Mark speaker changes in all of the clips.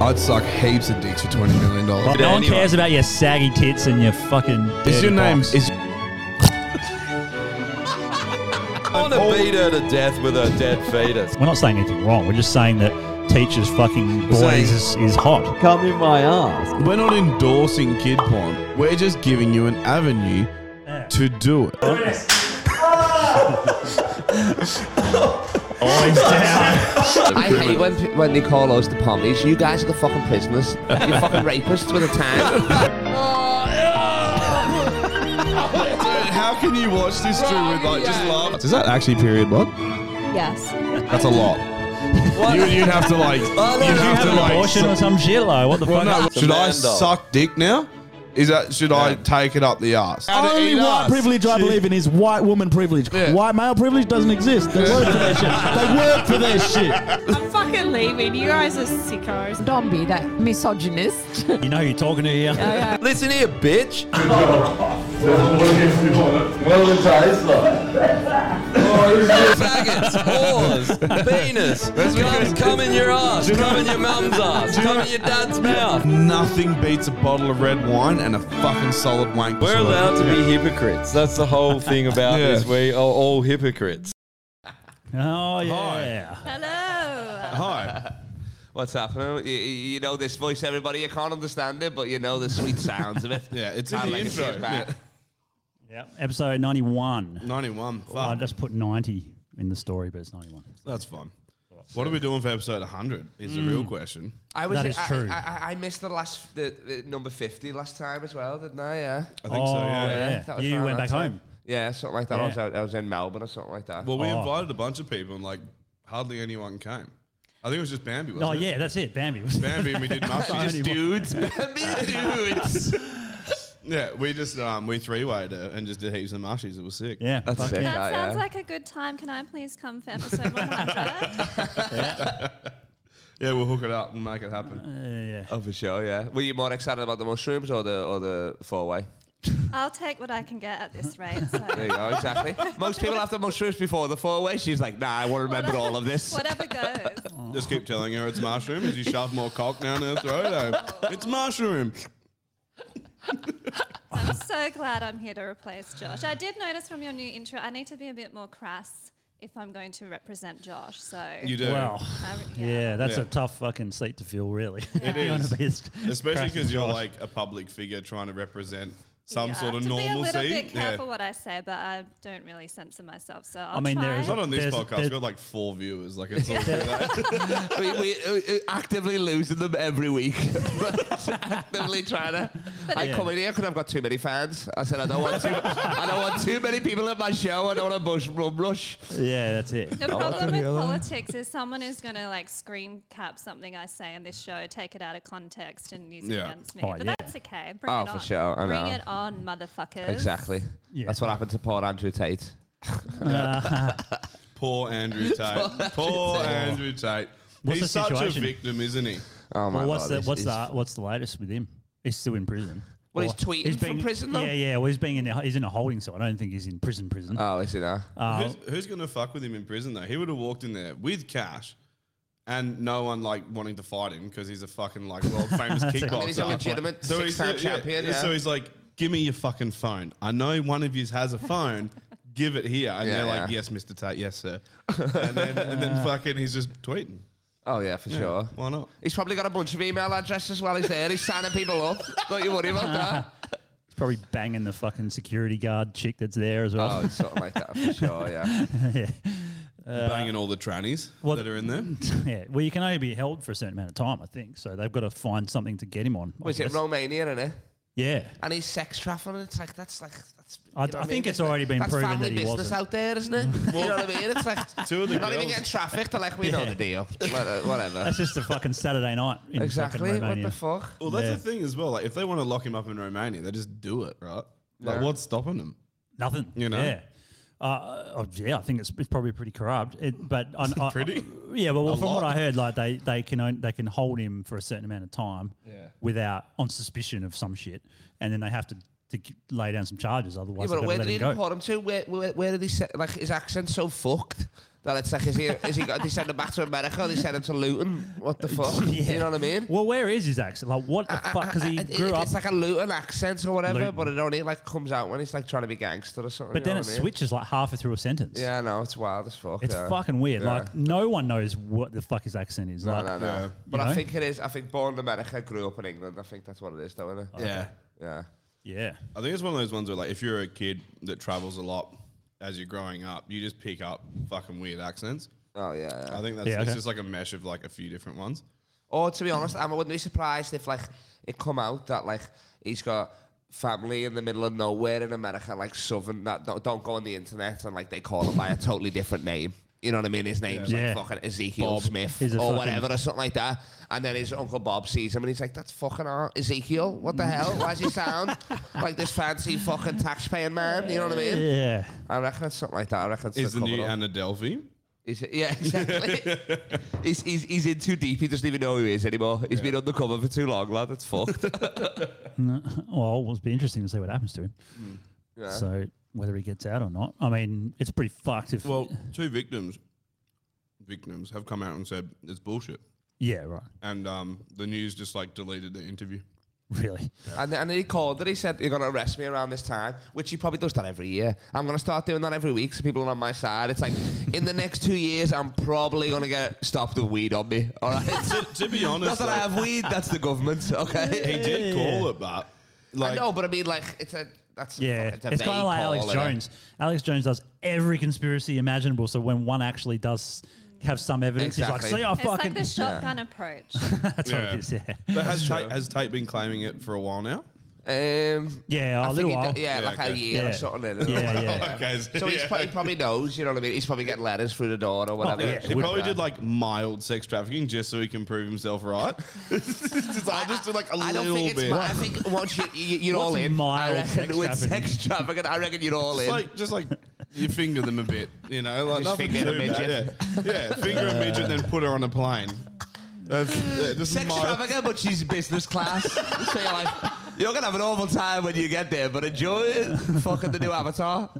Speaker 1: I'd suck heaps of dicks for twenty million dollars.
Speaker 2: No one
Speaker 3: Anyway.
Speaker 2: cares about your saggy tits and your fucking.
Speaker 4: Is
Speaker 2: dirty
Speaker 4: your name?
Speaker 2: box.
Speaker 4: Is
Speaker 3: I want to beat her to death with her dead fetus.
Speaker 2: We're not saying anything wrong. We're just saying that teachers fucking boys
Speaker 1: saying-
Speaker 2: is, is hot.
Speaker 5: Come in my ass.
Speaker 4: we're not endorsing kid porn. We're just giving you an avenue to do it.
Speaker 2: Always down.
Speaker 5: I hate when, pe- when they call us the pommies. You guys are the fucking prisoners. You're fucking rapists with a tan.
Speaker 4: How can you watch this through with like just laugh? Is that actually period blood?
Speaker 6: Yes.
Speaker 4: That's a lot. you, you'd have to like.
Speaker 2: You
Speaker 4: you'd have
Speaker 2: have
Speaker 4: to
Speaker 2: an
Speaker 4: like.
Speaker 2: abortion or some shit, like what the
Speaker 4: well,
Speaker 2: fuck?
Speaker 4: no,
Speaker 3: It's a
Speaker 4: should I
Speaker 3: man doll.
Speaker 4: suck dick now? Is that should I take it up the ass?
Speaker 7: Only white privilege I believe in is white woman privilege.
Speaker 4: Yeah.
Speaker 7: White male privilege doesn't exist. They work for their shit. They work for their shit.
Speaker 8: I'm fucking leaving. You guys are sickos.
Speaker 6: Don't be that misogynist.
Speaker 2: You know who you're talking to here.
Speaker 3: Listen here, bitch. Faggots, whores, penis. Come, come in your ass. Come in your mum's ass. Come in your dad's mouth.
Speaker 4: Nothing beats a bottle of red wine and a fucking solid wank.
Speaker 3: We're
Speaker 4: Solid.
Speaker 3: allowed to be hypocrites. That's the whole thing about
Speaker 4: Yeah.
Speaker 3: this. We are all hypocrites.
Speaker 2: Oh yeah.
Speaker 8: Hello.
Speaker 4: Hi.
Speaker 5: What's happening? You, you know this voice, everybody. You can't understand it, but you know the sweet sounds of it.
Speaker 4: Yeah, it's in
Speaker 5: I
Speaker 4: the
Speaker 5: like it.
Speaker 4: intro.
Speaker 5: It's bad.
Speaker 4: Yeah.
Speaker 2: Yep. Episode ninety-one.
Speaker 4: Ninety-one. Fuck.
Speaker 2: I just put ninety in the story, but it's ninety-one.
Speaker 4: That's fun. What are we doing for episode 100? Is the
Speaker 2: Mm.
Speaker 4: real question.
Speaker 5: I was.
Speaker 2: That is
Speaker 5: I,
Speaker 2: true.
Speaker 5: I, I, I missed the last the, the number fifty last time as well, didn't I? Yeah.
Speaker 4: I think
Speaker 2: oh
Speaker 4: so. Yeah.
Speaker 5: that was
Speaker 2: You
Speaker 5: fine
Speaker 2: went
Speaker 5: that
Speaker 2: back
Speaker 5: time.
Speaker 2: home.
Speaker 5: Yeah, something like that. I, was
Speaker 2: Yeah.
Speaker 5: out, I was in Melbourne or something like that.
Speaker 4: Well, we
Speaker 2: Oh.
Speaker 4: invited a bunch of people and like hardly anyone came. I think it was just Bambi. Wasn't
Speaker 2: Oh
Speaker 4: it?
Speaker 2: yeah, that's it. Bambi.
Speaker 4: Bambi and we did musty.
Speaker 2: Only
Speaker 4: just
Speaker 2: one.
Speaker 4: dudes. Bambi dudes. yeah, we just um we three wayed and just did heaps of mushies. It was sick.
Speaker 2: yeah.
Speaker 5: That's
Speaker 2: fuck
Speaker 5: sick.
Speaker 2: yeah.
Speaker 8: That
Speaker 5: Yeah,
Speaker 8: sounds
Speaker 5: yeah.
Speaker 8: like a good time. Can I please come for episode 100?
Speaker 4: Yeah, we'll hook it up and make it happen.
Speaker 5: Oh, for sure, yeah. Were you more excited about the mushrooms or the or the four way?
Speaker 8: I'll take what I can get at this rate. So.
Speaker 5: There you go, exactly. Most people have the mushrooms before the four way. She's like, nah, I want to remember all of this.
Speaker 8: Whatever goes.
Speaker 4: Just
Speaker 2: Oh.
Speaker 4: keep telling her it's mushroom as you shove more cock down her throat. eh? it's mushroom.
Speaker 8: I'm so glad I'm here to replace Josh. I did notice from your new intro, I need to be a bit more crass if I'm going to represent Josh. So,
Speaker 4: You do.
Speaker 2: Wow.
Speaker 8: I re-
Speaker 2: Yeah, that's
Speaker 4: Yeah.
Speaker 2: a tough fucking seat to fill, really. It
Speaker 4: is. Especially because you're like a public figure trying to represent some
Speaker 8: yeah, I
Speaker 4: sort
Speaker 8: have
Speaker 4: of
Speaker 8: to Be a
Speaker 4: normalcy.
Speaker 8: little bit
Speaker 4: Yeah.
Speaker 8: careful what I say, but I don't really censor myself. So I'll
Speaker 2: mean, there
Speaker 8: try.
Speaker 2: is-
Speaker 4: Not on this
Speaker 2: There's-
Speaker 4: podcast.
Speaker 2: there-
Speaker 4: We've got like four viewers. Like it's all that.
Speaker 5: we, we, we actively losing them every week. actively trying to. I come in here because I've got too many fans. I said I don't want too. I don't want too many people at my show. I don't want a bush rum rush.
Speaker 2: Yeah, that's it.
Speaker 8: The problem with politics is someone is going to like screen cap something I say in this show, take it out of context, and use it
Speaker 4: Yeah.
Speaker 8: against me.
Speaker 2: Oh,
Speaker 8: but
Speaker 2: yeah.
Speaker 8: that's okay. Bring
Speaker 5: Oh,
Speaker 8: it
Speaker 5: for
Speaker 8: on.
Speaker 5: sure, I
Speaker 8: Bring
Speaker 5: know.
Speaker 8: it on, motherfuckers.
Speaker 5: Exactly.
Speaker 2: Yeah.
Speaker 5: That's what happened to poor Andrew Tate.
Speaker 4: Poor Andrew Tate. Poor Andrew Tate.
Speaker 2: What's
Speaker 4: He's
Speaker 2: the
Speaker 4: such a
Speaker 2: situation?
Speaker 4: victim, isn't he?
Speaker 5: Oh my
Speaker 2: Well, what's
Speaker 5: god.
Speaker 2: the
Speaker 5: he's-
Speaker 2: what's
Speaker 5: he's-
Speaker 2: the what's the latest with him? He's still in prison.
Speaker 5: Well, he's
Speaker 2: Or-
Speaker 5: tweeting from prison, though.
Speaker 2: Yeah, yeah. Well, he's being in a, he's in a holding cell. I don't think he's in prison. Prison.
Speaker 5: Oh, is he now?
Speaker 2: Uh,
Speaker 4: Who's, who's going to fuck with him in prison, though? He would have walked in there with cash and no one like wanting to fight him because he's a fucking like world famous kickboxer.
Speaker 5: I mean, he's a legitimate six-time champion. Yeah.
Speaker 4: So he's like, give me your fucking phone. I know one of you has a phone. Give it here. And
Speaker 5: Yeah,
Speaker 4: they're like,
Speaker 5: yeah.
Speaker 4: yes, Mr. Tate, yes, sir. and, then, and then fucking he's just tweeting.
Speaker 5: oh yeah, for sure.
Speaker 4: Why not?
Speaker 5: He's probably got a bunch of email addresses while he's there. He's signing people up. Don't you worry about that.
Speaker 2: he's probably banging the fucking security guard chick that's there as
Speaker 5: Oh,
Speaker 2: well.
Speaker 5: it's something like that for sure. Yeah.
Speaker 2: yeah.
Speaker 5: Uh,
Speaker 4: Banging all the trannies
Speaker 2: what-
Speaker 4: that are in there.
Speaker 2: yeah. Well, you can only be held for a certain amount of time, I think. So they've got to find something to get him on. I
Speaker 5: Was it
Speaker 2: guess.
Speaker 5: Romania, innit?
Speaker 2: Yeah.
Speaker 5: And he's sex trafficking. It's like that's like that's. you
Speaker 2: I-
Speaker 5: know
Speaker 2: I
Speaker 5: what
Speaker 2: think it's
Speaker 5: That's-
Speaker 2: already been
Speaker 5: that's
Speaker 2: proven
Speaker 5: family
Speaker 2: that he
Speaker 5: business
Speaker 2: wasn't.
Speaker 5: out there, isn't it? you know what I mean? It's like
Speaker 4: Two of the
Speaker 5: not even
Speaker 4: girls-
Speaker 5: getting trafficked. They're like, we know the deal. Whatever. whatever.
Speaker 2: That's just a fucking Saturday night in fucking
Speaker 5: Exactly. What
Speaker 2: Romania.
Speaker 5: the fuck?
Speaker 4: Well, that's the thing as well. Like, if they want to lock him up in Romania, they just do it, right? Like, what's stopping them?
Speaker 2: Nothing.
Speaker 4: You know?
Speaker 2: Yeah. Uh, oh, yeah, I think it's, it's probably pretty corrupt. It, but I, I,
Speaker 4: Pretty?
Speaker 2: yeah, but well, from what
Speaker 4: lot.
Speaker 2: I heard, like they they can on- they can hold him for a certain amount of time, without on suspicion of some shit, and then they have to, to g- lay down some charges. Otherwise,
Speaker 5: Yeah, but
Speaker 2: they've
Speaker 5: where
Speaker 2: got to
Speaker 5: did he
Speaker 2: let him go.
Speaker 5: deport him to? Where, where, where did he set? Like his accent's so fucked. That it's like, is he, is he got, they send him back to America, they send him to Luton. What the fuck? You know what I mean? Uh,
Speaker 2: Well, where is his accent? Like, what the fuck? Because he
Speaker 5: It- it-
Speaker 2: grew up,
Speaker 5: It's like a Luton accent or whatever,
Speaker 2: Luton.
Speaker 5: but it only like comes out when he's like trying to be gangster or something.
Speaker 2: but
Speaker 5: you
Speaker 2: then it
Speaker 5: know what I mean?
Speaker 2: switches like halfway through a sentence.
Speaker 5: Yeah, no, it's wild as fuck.
Speaker 2: It's
Speaker 5: yeah.
Speaker 2: fucking weird.
Speaker 5: Yeah.
Speaker 2: Like, no one knows what the fuck his accent is.
Speaker 5: No,
Speaker 2: like,
Speaker 5: no, no.
Speaker 4: Yeah.
Speaker 5: But
Speaker 2: You
Speaker 5: I
Speaker 2: know?
Speaker 5: think it is. I think born in America, grew up in England. I think that's what it is, though, isn't it?
Speaker 4: Yeah.
Speaker 5: Yeah.
Speaker 2: yeah.
Speaker 4: I think it's one of those ones where, like, if you're a kid that travels a lot as you're growing up, you just pick up fucking weird accents.
Speaker 5: Oh, yeah. yeah.
Speaker 4: I think that's
Speaker 2: Yeah,
Speaker 4: it's
Speaker 2: okay.
Speaker 4: just like a mesh of like a few different ones.
Speaker 5: Or Oh, to be honest, I wouldn't be surprised if like it come out that like he's got family in the middle of nowhere in America, like southern. That don't, don't go on the internet and like they call him by a totally different name. You know what I mean? His name's
Speaker 2: Yeah.
Speaker 5: like fucking Ezekiel Smith
Speaker 2: He's a
Speaker 5: or
Speaker 2: fucking-
Speaker 5: whatever or something like that. And then his uncle Bob sees him and he's like, "That's fucking our Ezekiel. What the hell? Why does he sound like this fancy fucking taxpaying man?" You know what I mean?
Speaker 2: Yeah.
Speaker 5: I reckon it's something like that. I reckon it's
Speaker 4: Is the new
Speaker 5: cover-up.
Speaker 4: Anna Delphi?
Speaker 5: He's, yeah, exactly. he's, he's, he's in too deep. He doesn't even know who he is anymore. He's been undercover for too long, lad. That's fucked.
Speaker 2: Well, it'll be interesting to see what happens to him.
Speaker 5: Hmm. Yeah.
Speaker 2: So whether he gets out or not, I mean, it's pretty fucked. If
Speaker 4: Well, two victims, victims have come out and said it's bullshit,
Speaker 2: yeah, right,
Speaker 4: and um, the news just like deleted the interview.
Speaker 2: really,
Speaker 5: and, and he called and he said, You're going to arrest me around this time, which he probably does that every year. I'm going to start doing that every week so people are on my side. It's like, in the next two years, I'm probably going to get stopped with weed on me. All right.
Speaker 4: to, to be
Speaker 5: Not
Speaker 4: honest,
Speaker 5: that I
Speaker 4: like,
Speaker 5: have weed, that's the government. Okay.
Speaker 4: he did call it, but
Speaker 5: I
Speaker 4: like,
Speaker 5: know, but I mean, like, it's a. That's
Speaker 2: yeah.
Speaker 5: fucking-
Speaker 2: It's
Speaker 5: a
Speaker 2: kind of
Speaker 5: vague
Speaker 2: like Alex
Speaker 5: call, innit?
Speaker 2: Jones. Alex Jones does every conspiracy imaginable. So when one actually does have some evidence, he's like,
Speaker 5: Exactly.
Speaker 2: "See, I
Speaker 8: It's
Speaker 2: fucking
Speaker 8: like the shotgun approach.
Speaker 2: that's what
Speaker 4: Yeah.
Speaker 2: it is." Yeah,
Speaker 4: but has, Tate, has Tate been claiming it for a while now?
Speaker 5: Um,
Speaker 2: Yeah, a
Speaker 5: I
Speaker 2: little
Speaker 5: think he
Speaker 2: while.
Speaker 5: d- yeah,
Speaker 4: Yeah,
Speaker 5: like a
Speaker 4: okay.
Speaker 5: year
Speaker 2: Yeah.
Speaker 5: or something. innit?
Speaker 2: yeah, yeah.
Speaker 4: Okay, so,
Speaker 5: So he's
Speaker 4: yeah.
Speaker 5: probably, he probably knows, you know what I mean? He's probably getting letters through the door or whatever.
Speaker 2: Oh, yeah,
Speaker 4: He probably did like mild sex trafficking just so he can prove himself right. just, I'll just do like a
Speaker 5: I don't
Speaker 4: little
Speaker 5: think it's.
Speaker 4: bit.
Speaker 5: mi- I think once you, you, you're
Speaker 2: What's
Speaker 5: all in, I
Speaker 2: mild
Speaker 5: reckon
Speaker 2: sex
Speaker 5: with sex trafficking, I reckon you're all in.
Speaker 4: It's like just like you finger them a bit, you know, like
Speaker 5: Just
Speaker 4: nothing
Speaker 5: finger
Speaker 4: too
Speaker 5: a
Speaker 4: bad, Yeah. yeah, finger a midget, then put her on a plane. That's, yeah, this
Speaker 5: sex
Speaker 4: is my,
Speaker 5: trafficking, but she's business class. so you're like, you're gonna have an awful time when you get there, but enjoy it. Fucking the new Avatar.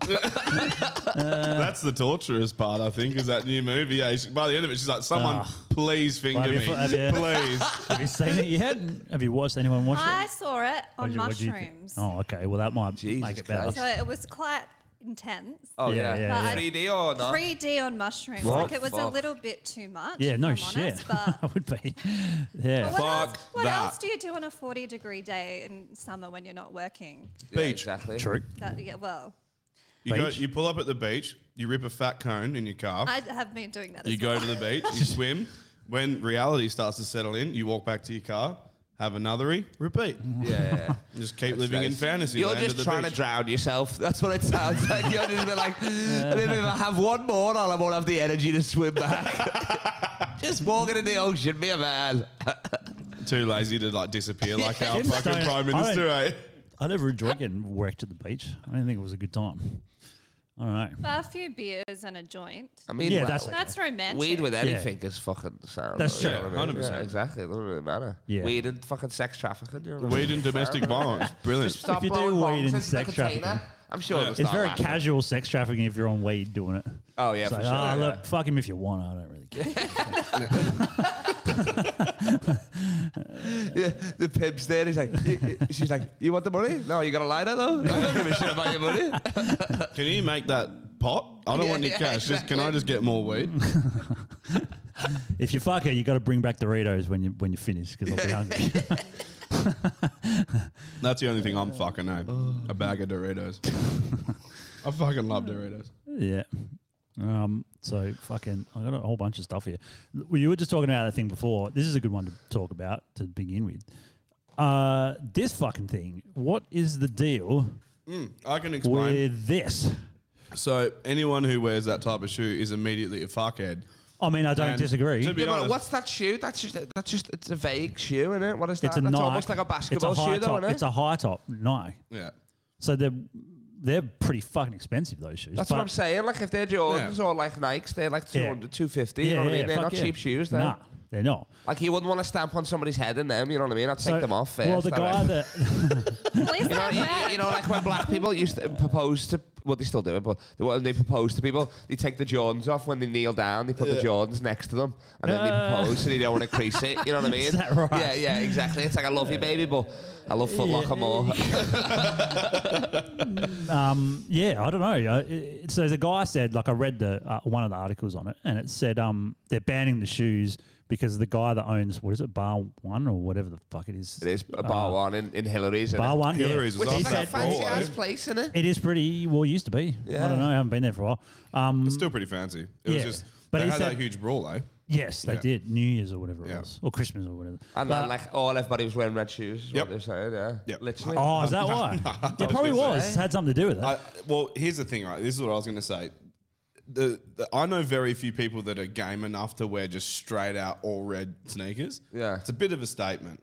Speaker 4: that's the torturous part, I think, is that new movie. Yeah, she- by the end of it, she's like, "Someone,
Speaker 2: Ah.
Speaker 4: please finger
Speaker 2: Well,
Speaker 4: me,
Speaker 2: have you- have you-
Speaker 4: please."
Speaker 2: Have you seen it yet? Have you watched anyone watched
Speaker 8: I
Speaker 2: it?
Speaker 8: saw it
Speaker 2: What'd
Speaker 8: on
Speaker 2: you- what'd you think?
Speaker 8: mushrooms.
Speaker 2: Oh, okay. Well, that might
Speaker 5: Jesus
Speaker 2: make it better.
Speaker 5: Christ.
Speaker 8: So it was quite intense.
Speaker 5: Oh
Speaker 2: Yeah, yeah,
Speaker 8: yeah.
Speaker 5: 3D or not?
Speaker 8: 3D on mushrooms.
Speaker 5: Oh, What
Speaker 8: Like it was a
Speaker 5: fuck?
Speaker 8: little bit too much.
Speaker 2: Yeah,
Speaker 8: if
Speaker 2: no
Speaker 8: I'm
Speaker 2: shit.
Speaker 8: Honest, but
Speaker 2: I would be. Yeah.
Speaker 8: But what
Speaker 4: Fuck
Speaker 8: else, what
Speaker 4: that.
Speaker 8: else do you do on a 40 degree day in summer when you're not working?
Speaker 5: Yeah,
Speaker 4: Beach.
Speaker 5: exactly.
Speaker 2: True.
Speaker 8: That, yeah, well,
Speaker 4: You, go,
Speaker 2: Beach?
Speaker 4: you pull up at the beach, you rip a fat cone in your car,
Speaker 8: I have been doing that.
Speaker 4: you
Speaker 8: as
Speaker 4: go
Speaker 8: well.
Speaker 4: to the beach, you swim. When reality starts to settle in, you walk back to your car, have anothery, repeat.
Speaker 5: Yeah, yeah, yeah.
Speaker 4: Just keep living in
Speaker 5: Mm-hmm. Nice.
Speaker 4: fantasy.
Speaker 5: You're
Speaker 4: land at
Speaker 5: just
Speaker 4: the
Speaker 5: trying
Speaker 4: beach.
Speaker 5: to drown yourself. That's what it sounds like. You're just a bit like, "I mean, if I have one more, and I won't have the energy to swim back. just walking in the ocean, be a man.
Speaker 4: Too lazy to like disappear like our
Speaker 2: Kim
Speaker 4: fucking
Speaker 2: Stone-
Speaker 4: prime
Speaker 2: I
Speaker 4: minister, eh?
Speaker 2: I never enjoyed getting worked at the beach. I didn't think it was a good time. All right.
Speaker 8: But a few beers and a joint.
Speaker 5: I mean,
Speaker 2: Yeah,
Speaker 5: well,
Speaker 2: that's-
Speaker 8: That's romantic.
Speaker 5: weed with anything is fucking sound.
Speaker 2: That's
Speaker 5: you
Speaker 2: true.
Speaker 5: know what I mean?
Speaker 4: 100%.
Speaker 5: Yeah, exactly. It doesn't really matter.
Speaker 2: Yeah.
Speaker 5: Weed and fucking sex trafficking. You know what I
Speaker 4: Weed
Speaker 5: mean?
Speaker 4: and domestic violence. Brilliant.
Speaker 5: Stop
Speaker 2: If you do
Speaker 5: blowing
Speaker 2: weed
Speaker 5: bongs
Speaker 2: and
Speaker 5: into the
Speaker 2: sex
Speaker 5: container.
Speaker 2: trafficking,
Speaker 5: I'm sure
Speaker 4: Yeah.
Speaker 5: it's,
Speaker 2: It's
Speaker 5: not
Speaker 2: very
Speaker 5: laughing.
Speaker 2: casual sex trafficking if you're on weed doing it.
Speaker 5: Oh yeah,
Speaker 2: It's
Speaker 5: for
Speaker 2: like,
Speaker 5: sure.
Speaker 2: "Ah,
Speaker 5: yeah.
Speaker 2: look, fuck him if you want. I don't really care.
Speaker 5: Yeah, the pimp's there. He's like, y- y- she's like, you want the money? No, you got a lighter though. I don't give a shit about your money.
Speaker 4: Can you make that pot? I don't
Speaker 5: Yeah,
Speaker 4: want your
Speaker 5: yeah,
Speaker 4: cash. Just can I just get more weed?
Speaker 2: if you fuck her, you got to bring back Doritos when you when you finish because I'll be hungry.
Speaker 4: That's the only thing I'm fucking know. A bag of Doritos. I fucking love Doritos.
Speaker 2: yeah. Um. So fucking, I got a whole bunch of stuff here. Well, you were just talking about that thing before. This is a good one to talk about to begin with. Uh, this fucking thing. What is the deal
Speaker 4: I can explain.
Speaker 2: with this?
Speaker 4: So anyone who wears that type of shoe is immediately a fuckhead.
Speaker 2: I mean, I don't
Speaker 4: And
Speaker 2: disagree.
Speaker 4: To be
Speaker 5: Yeah, but
Speaker 4: honest,
Speaker 5: what's that shoe? That's just that's just it's a vague shoe, isn't it? What is that?
Speaker 2: It's a
Speaker 5: that's
Speaker 2: Nike.
Speaker 5: almost like a basketball
Speaker 2: it's a high
Speaker 5: shoe, though,
Speaker 2: top.
Speaker 5: isn't it?
Speaker 2: It's a high top Nike.
Speaker 4: yeah.
Speaker 2: So they're they're pretty fucking expensive those shoes.
Speaker 5: that's
Speaker 2: but-
Speaker 5: what I'm saying. Like if they're Jordans
Speaker 4: Yeah.
Speaker 5: or like Nikes, they're like 200, 250. you know what I mean? They're
Speaker 2: fuck
Speaker 5: not
Speaker 2: yeah.
Speaker 5: cheap shoes. Though.
Speaker 2: Nah, they're not.
Speaker 5: Like you wouldn't want to stamp on somebody's head in them. You know what I mean? I'd take
Speaker 2: So-
Speaker 5: them off first.
Speaker 2: Well, the
Speaker 5: I
Speaker 2: guy
Speaker 5: reckon.
Speaker 2: that
Speaker 8: At least
Speaker 5: You know,
Speaker 8: that
Speaker 5: you,
Speaker 8: works.
Speaker 5: you know, like when black people used to propose to well, they still do it, but they, when they propose to people, they take the Jordans off when they kneel down. They put the Jordans next to them, and then they
Speaker 2: Uh.
Speaker 5: propose, so they don't want to crease it. You know what I mean?
Speaker 2: Is that right?
Speaker 5: Yeah, yeah, exactly. It's like I love you, baby, but I love Foot Locker more.
Speaker 2: Um, yeah, I don't know. Uh, it- So the guy said, like, I read the uh, one of the articles on it, and it said um, they're banning the shoes because the guy that owns what is it, Bar One or whatever the fuck it is.
Speaker 5: it is a bar
Speaker 2: Uh,
Speaker 5: one in, in Hillary's. isn't
Speaker 2: Bar
Speaker 5: it?
Speaker 2: One. Yeah.
Speaker 4: Hillary's was
Speaker 5: Which
Speaker 4: up
Speaker 2: He
Speaker 5: is a
Speaker 4: there
Speaker 2: said, Oh,
Speaker 4: for a while.
Speaker 5: fancy ass place, isn't it?
Speaker 2: It is pretty. Well, it used to be. I don't know. I haven't been there for a while. Um,
Speaker 4: It's still pretty fancy. It
Speaker 2: Yeah.
Speaker 4: was just
Speaker 2: But
Speaker 4: but they
Speaker 2: he
Speaker 4: had
Speaker 2: said-
Speaker 4: that huge brawl, eh?
Speaker 2: yes, they
Speaker 4: Yeah.
Speaker 2: did New Year's or whatever it
Speaker 4: Yeah.
Speaker 2: was, or Christmas or whatever.
Speaker 5: And
Speaker 2: But-
Speaker 5: then, like, all everybody was wearing red shoes. Is
Speaker 4: Yep.
Speaker 5: what they're saying, yeah.
Speaker 4: Yep.
Speaker 5: Literally.
Speaker 2: oh, is that why? it probably
Speaker 4: gonna
Speaker 2: was. Had something to do with it.
Speaker 4: I, well, here's the thing, right? This is what I was going to say. The, the I know very few people that are game enough to wear just straight out all red sneakers.
Speaker 5: Yeah.
Speaker 4: it's a bit of a statement,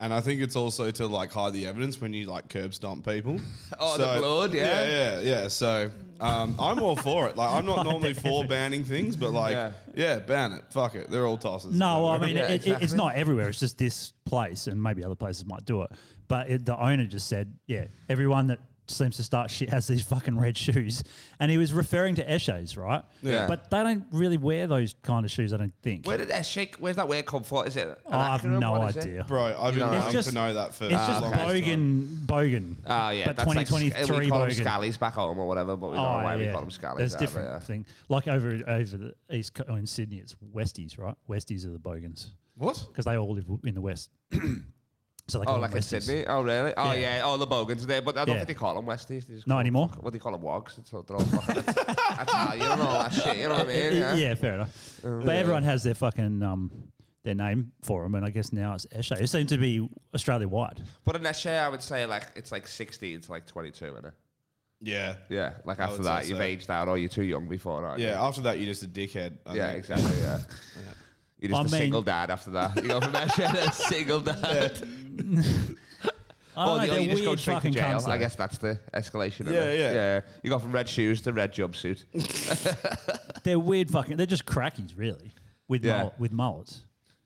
Speaker 4: and I think it's also to like hide the evidence when you like curb stomp people.
Speaker 5: Oh, the blood, yeah.
Speaker 4: yeah, yeah, yeah. So um, I'm all for it. Like I'm not normally for banning things, but like
Speaker 5: Yeah.
Speaker 4: yeah. ban it. Fuck it, they're all tosses.
Speaker 2: No, I mean,
Speaker 5: Yeah,
Speaker 2: it, it, it's
Speaker 5: exactly.
Speaker 2: not everywhere. It's just this place, and maybe other places might do it. But it, the owner just said, yeah, everyone that seems to start shit has these fucking red shoes. And he was referring to Eshays, right?
Speaker 5: Yeah.
Speaker 2: But they don't really wear those kind of shoes, I don't think.
Speaker 5: Where did that shake? Where's that weird come from? Is it? an
Speaker 2: Oh, I have
Speaker 5: acronym?
Speaker 2: no
Speaker 5: What is it?
Speaker 2: idea.
Speaker 4: bro, I've been
Speaker 5: It's
Speaker 4: wanting
Speaker 2: just-
Speaker 4: to know that for
Speaker 2: It's
Speaker 5: Ah,
Speaker 2: just
Speaker 4: the longest time.
Speaker 2: Bogan. Bogan.
Speaker 5: Oh yeah,
Speaker 2: But 2023
Speaker 5: we call them
Speaker 2: Bogan. Oh,
Speaker 5: scallies back home or whatever, but we don't know why we call them scallies.
Speaker 2: There's
Speaker 5: out, but
Speaker 2: different
Speaker 5: yeah.
Speaker 2: thing. Like over over the east co- in Sydney, it's Westies, right? Westies are the Bogans
Speaker 4: What?
Speaker 2: because they all live w- in the west. so they call
Speaker 5: Oh,
Speaker 2: them
Speaker 5: like in
Speaker 2: Westies.
Speaker 5: Sydney. Oh really? Oh
Speaker 2: Yeah.
Speaker 5: yeah. Oh the Bogans there, but I don't
Speaker 2: Yeah.
Speaker 5: think they call them Westies. They
Speaker 2: Not
Speaker 5: just call 'em
Speaker 2: anymore?
Speaker 5: fuck- What do you call them? Wogs. It's all, they're all fucking Italian and all that shit. You know what I mean?
Speaker 2: yeah.
Speaker 5: Yeah.
Speaker 2: fair enough.
Speaker 5: Uh,
Speaker 2: But everyone has their fucking um, their name for them, and I guess now it's Eshe. It seems to be Australia wide.
Speaker 5: But in that year, I would say like it's like 16 to like 22, isn't it?
Speaker 4: Yeah,
Speaker 5: Yeah. Like
Speaker 4: I
Speaker 5: after
Speaker 4: would
Speaker 5: that,
Speaker 4: say
Speaker 5: you've
Speaker 4: so.
Speaker 5: aged out, or you're too young before. Aren't
Speaker 4: yeah. After that, you're just a dickhead. I
Speaker 5: You? Yeah.
Speaker 4: think.
Speaker 5: Exactly. Yeah. You're just
Speaker 2: I
Speaker 5: a
Speaker 2: mean-
Speaker 5: single dad after that. You go from that shit to single dad.
Speaker 2: I don't
Speaker 5: Oh,
Speaker 2: know,
Speaker 5: you
Speaker 2: they're
Speaker 5: just go
Speaker 2: weird
Speaker 5: straight to
Speaker 2: fucking
Speaker 5: jail.
Speaker 2: cunts,
Speaker 5: I
Speaker 2: though.
Speaker 5: guess that's the escalation. isn't
Speaker 4: Yeah,
Speaker 5: it?
Speaker 4: yeah.
Speaker 5: yeah. You go from red shoes to red jumpsuit.
Speaker 2: They're weird fucking. They're just crackies, really, with
Speaker 5: Yeah.
Speaker 2: mullet, with mullets.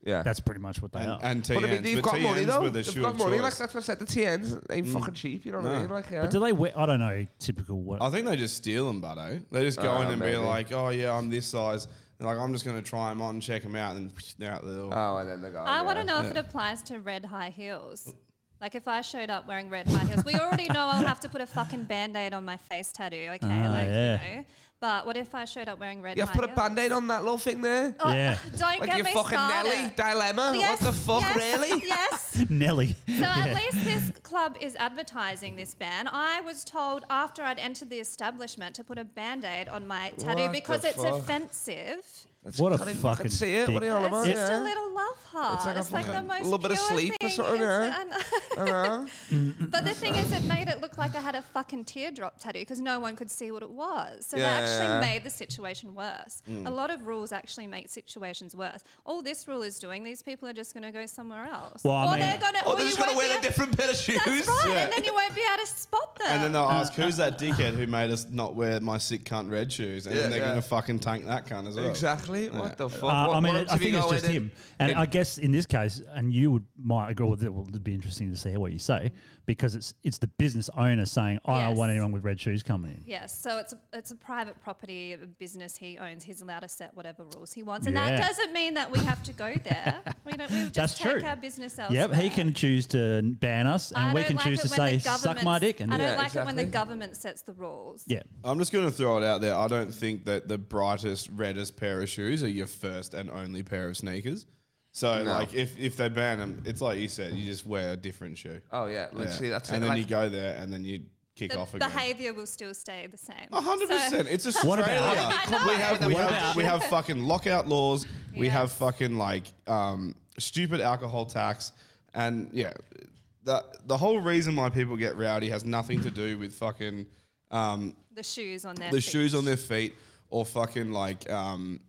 Speaker 5: Yeah.
Speaker 2: That's pretty much what they
Speaker 4: And,
Speaker 2: are.
Speaker 4: and TNs,
Speaker 5: but I mean, they've
Speaker 4: but
Speaker 5: got money
Speaker 4: TNs
Speaker 5: though.
Speaker 4: were the
Speaker 5: They've
Speaker 4: shoe
Speaker 5: got
Speaker 4: of
Speaker 5: money.
Speaker 4: choice. Mm.
Speaker 5: Like that's what I said. The TNs ain't fucking cheap. You know what I mean? Like, yeah.
Speaker 2: but do they wear? I don't know. Typical what?
Speaker 4: I think they just steal them, but eh? They just go
Speaker 5: Ah,
Speaker 4: in and
Speaker 5: maybe.
Speaker 4: be like, oh, yeah, I'm this size. And like, I'm just going to try them on, check them out, and they're out the door.
Speaker 5: Oh, and then they got.
Speaker 8: I want to know if it applies to red high heels. Like if I showed up wearing red high heels, we already know I'll have to put a fucking band-aid on my face tattoo, okay?
Speaker 2: Ah,
Speaker 8: like,
Speaker 2: yeah.
Speaker 8: you know. But what if I showed up wearing red
Speaker 5: You have
Speaker 8: high
Speaker 5: to put a
Speaker 8: heels?
Speaker 5: band aid on that little thing there.
Speaker 8: Oh,
Speaker 2: Yeah.
Speaker 8: Don't
Speaker 5: Like
Speaker 8: get
Speaker 5: your
Speaker 8: me
Speaker 5: fucking
Speaker 8: started.
Speaker 5: Nelly dilemma.
Speaker 8: Yes,
Speaker 5: what the fuck,
Speaker 8: yes,
Speaker 5: really?
Speaker 8: Yes.
Speaker 2: Nelly.
Speaker 8: So at least this club is advertising this ban. I was told after I'd entered the establishment to put a band-aid on my tattoo
Speaker 5: What the
Speaker 8: because it's
Speaker 5: fuck?
Speaker 8: offensive.
Speaker 2: what a
Speaker 5: Can't
Speaker 2: fucking.
Speaker 5: even see it. What are
Speaker 2: dick.
Speaker 5: you on about?
Speaker 8: it's just
Speaker 5: yeah.
Speaker 8: a little love heart. It's
Speaker 5: like
Speaker 8: like,
Speaker 5: a
Speaker 8: the
Speaker 5: fucking
Speaker 8: most
Speaker 5: little bit of
Speaker 8: pure
Speaker 5: sleep or
Speaker 8: thing.
Speaker 5: something, Uh-huh.
Speaker 8: It's-
Speaker 5: I know.
Speaker 8: and- but the thing is, it made it look like I had a fucking teardrop tattoo because no one could see what it was. So
Speaker 5: Yeah,
Speaker 8: that actually
Speaker 5: yeah, Mm. yeah.
Speaker 8: made the situation worse. A lot of rules actually make situations worse. All this rule is doing, these people are just going to go somewhere else.
Speaker 2: Well, I
Speaker 8: or
Speaker 2: mean-
Speaker 8: they're going to.
Speaker 5: Oh, they're just gonna wear a
Speaker 8: able,
Speaker 5: different pair of shoes.
Speaker 8: That's right,
Speaker 4: Yeah.
Speaker 8: and then you won't be able to spot them.
Speaker 4: and then they'll ask, who's that dickhead who made us not wear my sick cunt red shoes? And
Speaker 5: Yeah,
Speaker 4: then they're
Speaker 5: yeah.
Speaker 4: going to fucking tank that cunt as well.
Speaker 5: Exactly. What the fuck?
Speaker 2: Uh,
Speaker 5: What-
Speaker 2: I mean,
Speaker 5: what
Speaker 2: it-
Speaker 5: to
Speaker 2: I
Speaker 5: be
Speaker 2: think it's
Speaker 5: going
Speaker 2: just
Speaker 5: in-
Speaker 2: him. And
Speaker 5: in-
Speaker 2: I guess in this case, and you would might agree with it. Well, it'd be interesting to see what you say because it's it's the business owner saying, "I don't want
Speaker 8: Yes.
Speaker 2: anyone with red shoes coming in."
Speaker 8: Yes, so it's a, it's a private property, a business he owns. He's allowed to set whatever rules he wants, and
Speaker 2: Yeah.
Speaker 8: that doesn't mean that we have to go there. we don't. We just
Speaker 2: That's
Speaker 8: take
Speaker 2: true.
Speaker 8: our business elsewhere.
Speaker 2: Yep, he can choose to n- ban us, and
Speaker 8: I
Speaker 2: we
Speaker 8: don't
Speaker 2: can
Speaker 8: like
Speaker 2: choose
Speaker 8: it
Speaker 2: to
Speaker 8: when
Speaker 2: say,
Speaker 8: the
Speaker 2: "Suck my
Speaker 8: government's-
Speaker 2: dick." And
Speaker 8: I don't
Speaker 5: Yeah,
Speaker 8: like it when the
Speaker 5: exactly.
Speaker 8: government sets the rules.
Speaker 2: yeah,
Speaker 4: I'm just going to throw it out there. I don't think that the brightest, reddest pair of shoes are your first and only pair of sneakers. So, like, if, if they ban them, it's like you said, you just wear a different shoe.
Speaker 5: Oh yeah, literally. That's
Speaker 4: and
Speaker 5: it.
Speaker 4: then
Speaker 5: like-
Speaker 4: you go there and then you kick
Speaker 8: The
Speaker 4: off again.
Speaker 8: behaviour will still stay the same.
Speaker 4: A hundred
Speaker 8: So-
Speaker 4: percent. It's
Speaker 2: What
Speaker 4: Australia.
Speaker 2: about-
Speaker 8: I know.
Speaker 4: we have we
Speaker 2: What
Speaker 4: have
Speaker 2: about-
Speaker 4: we have fucking lockout laws. We
Speaker 8: Yeah.
Speaker 4: have fucking like um, stupid alcohol tax, and yeah, the the whole reason why people get rowdy has nothing to do with fucking um,
Speaker 8: The shoes on their
Speaker 4: the
Speaker 8: feet.
Speaker 4: shoes on their feet or fucking like um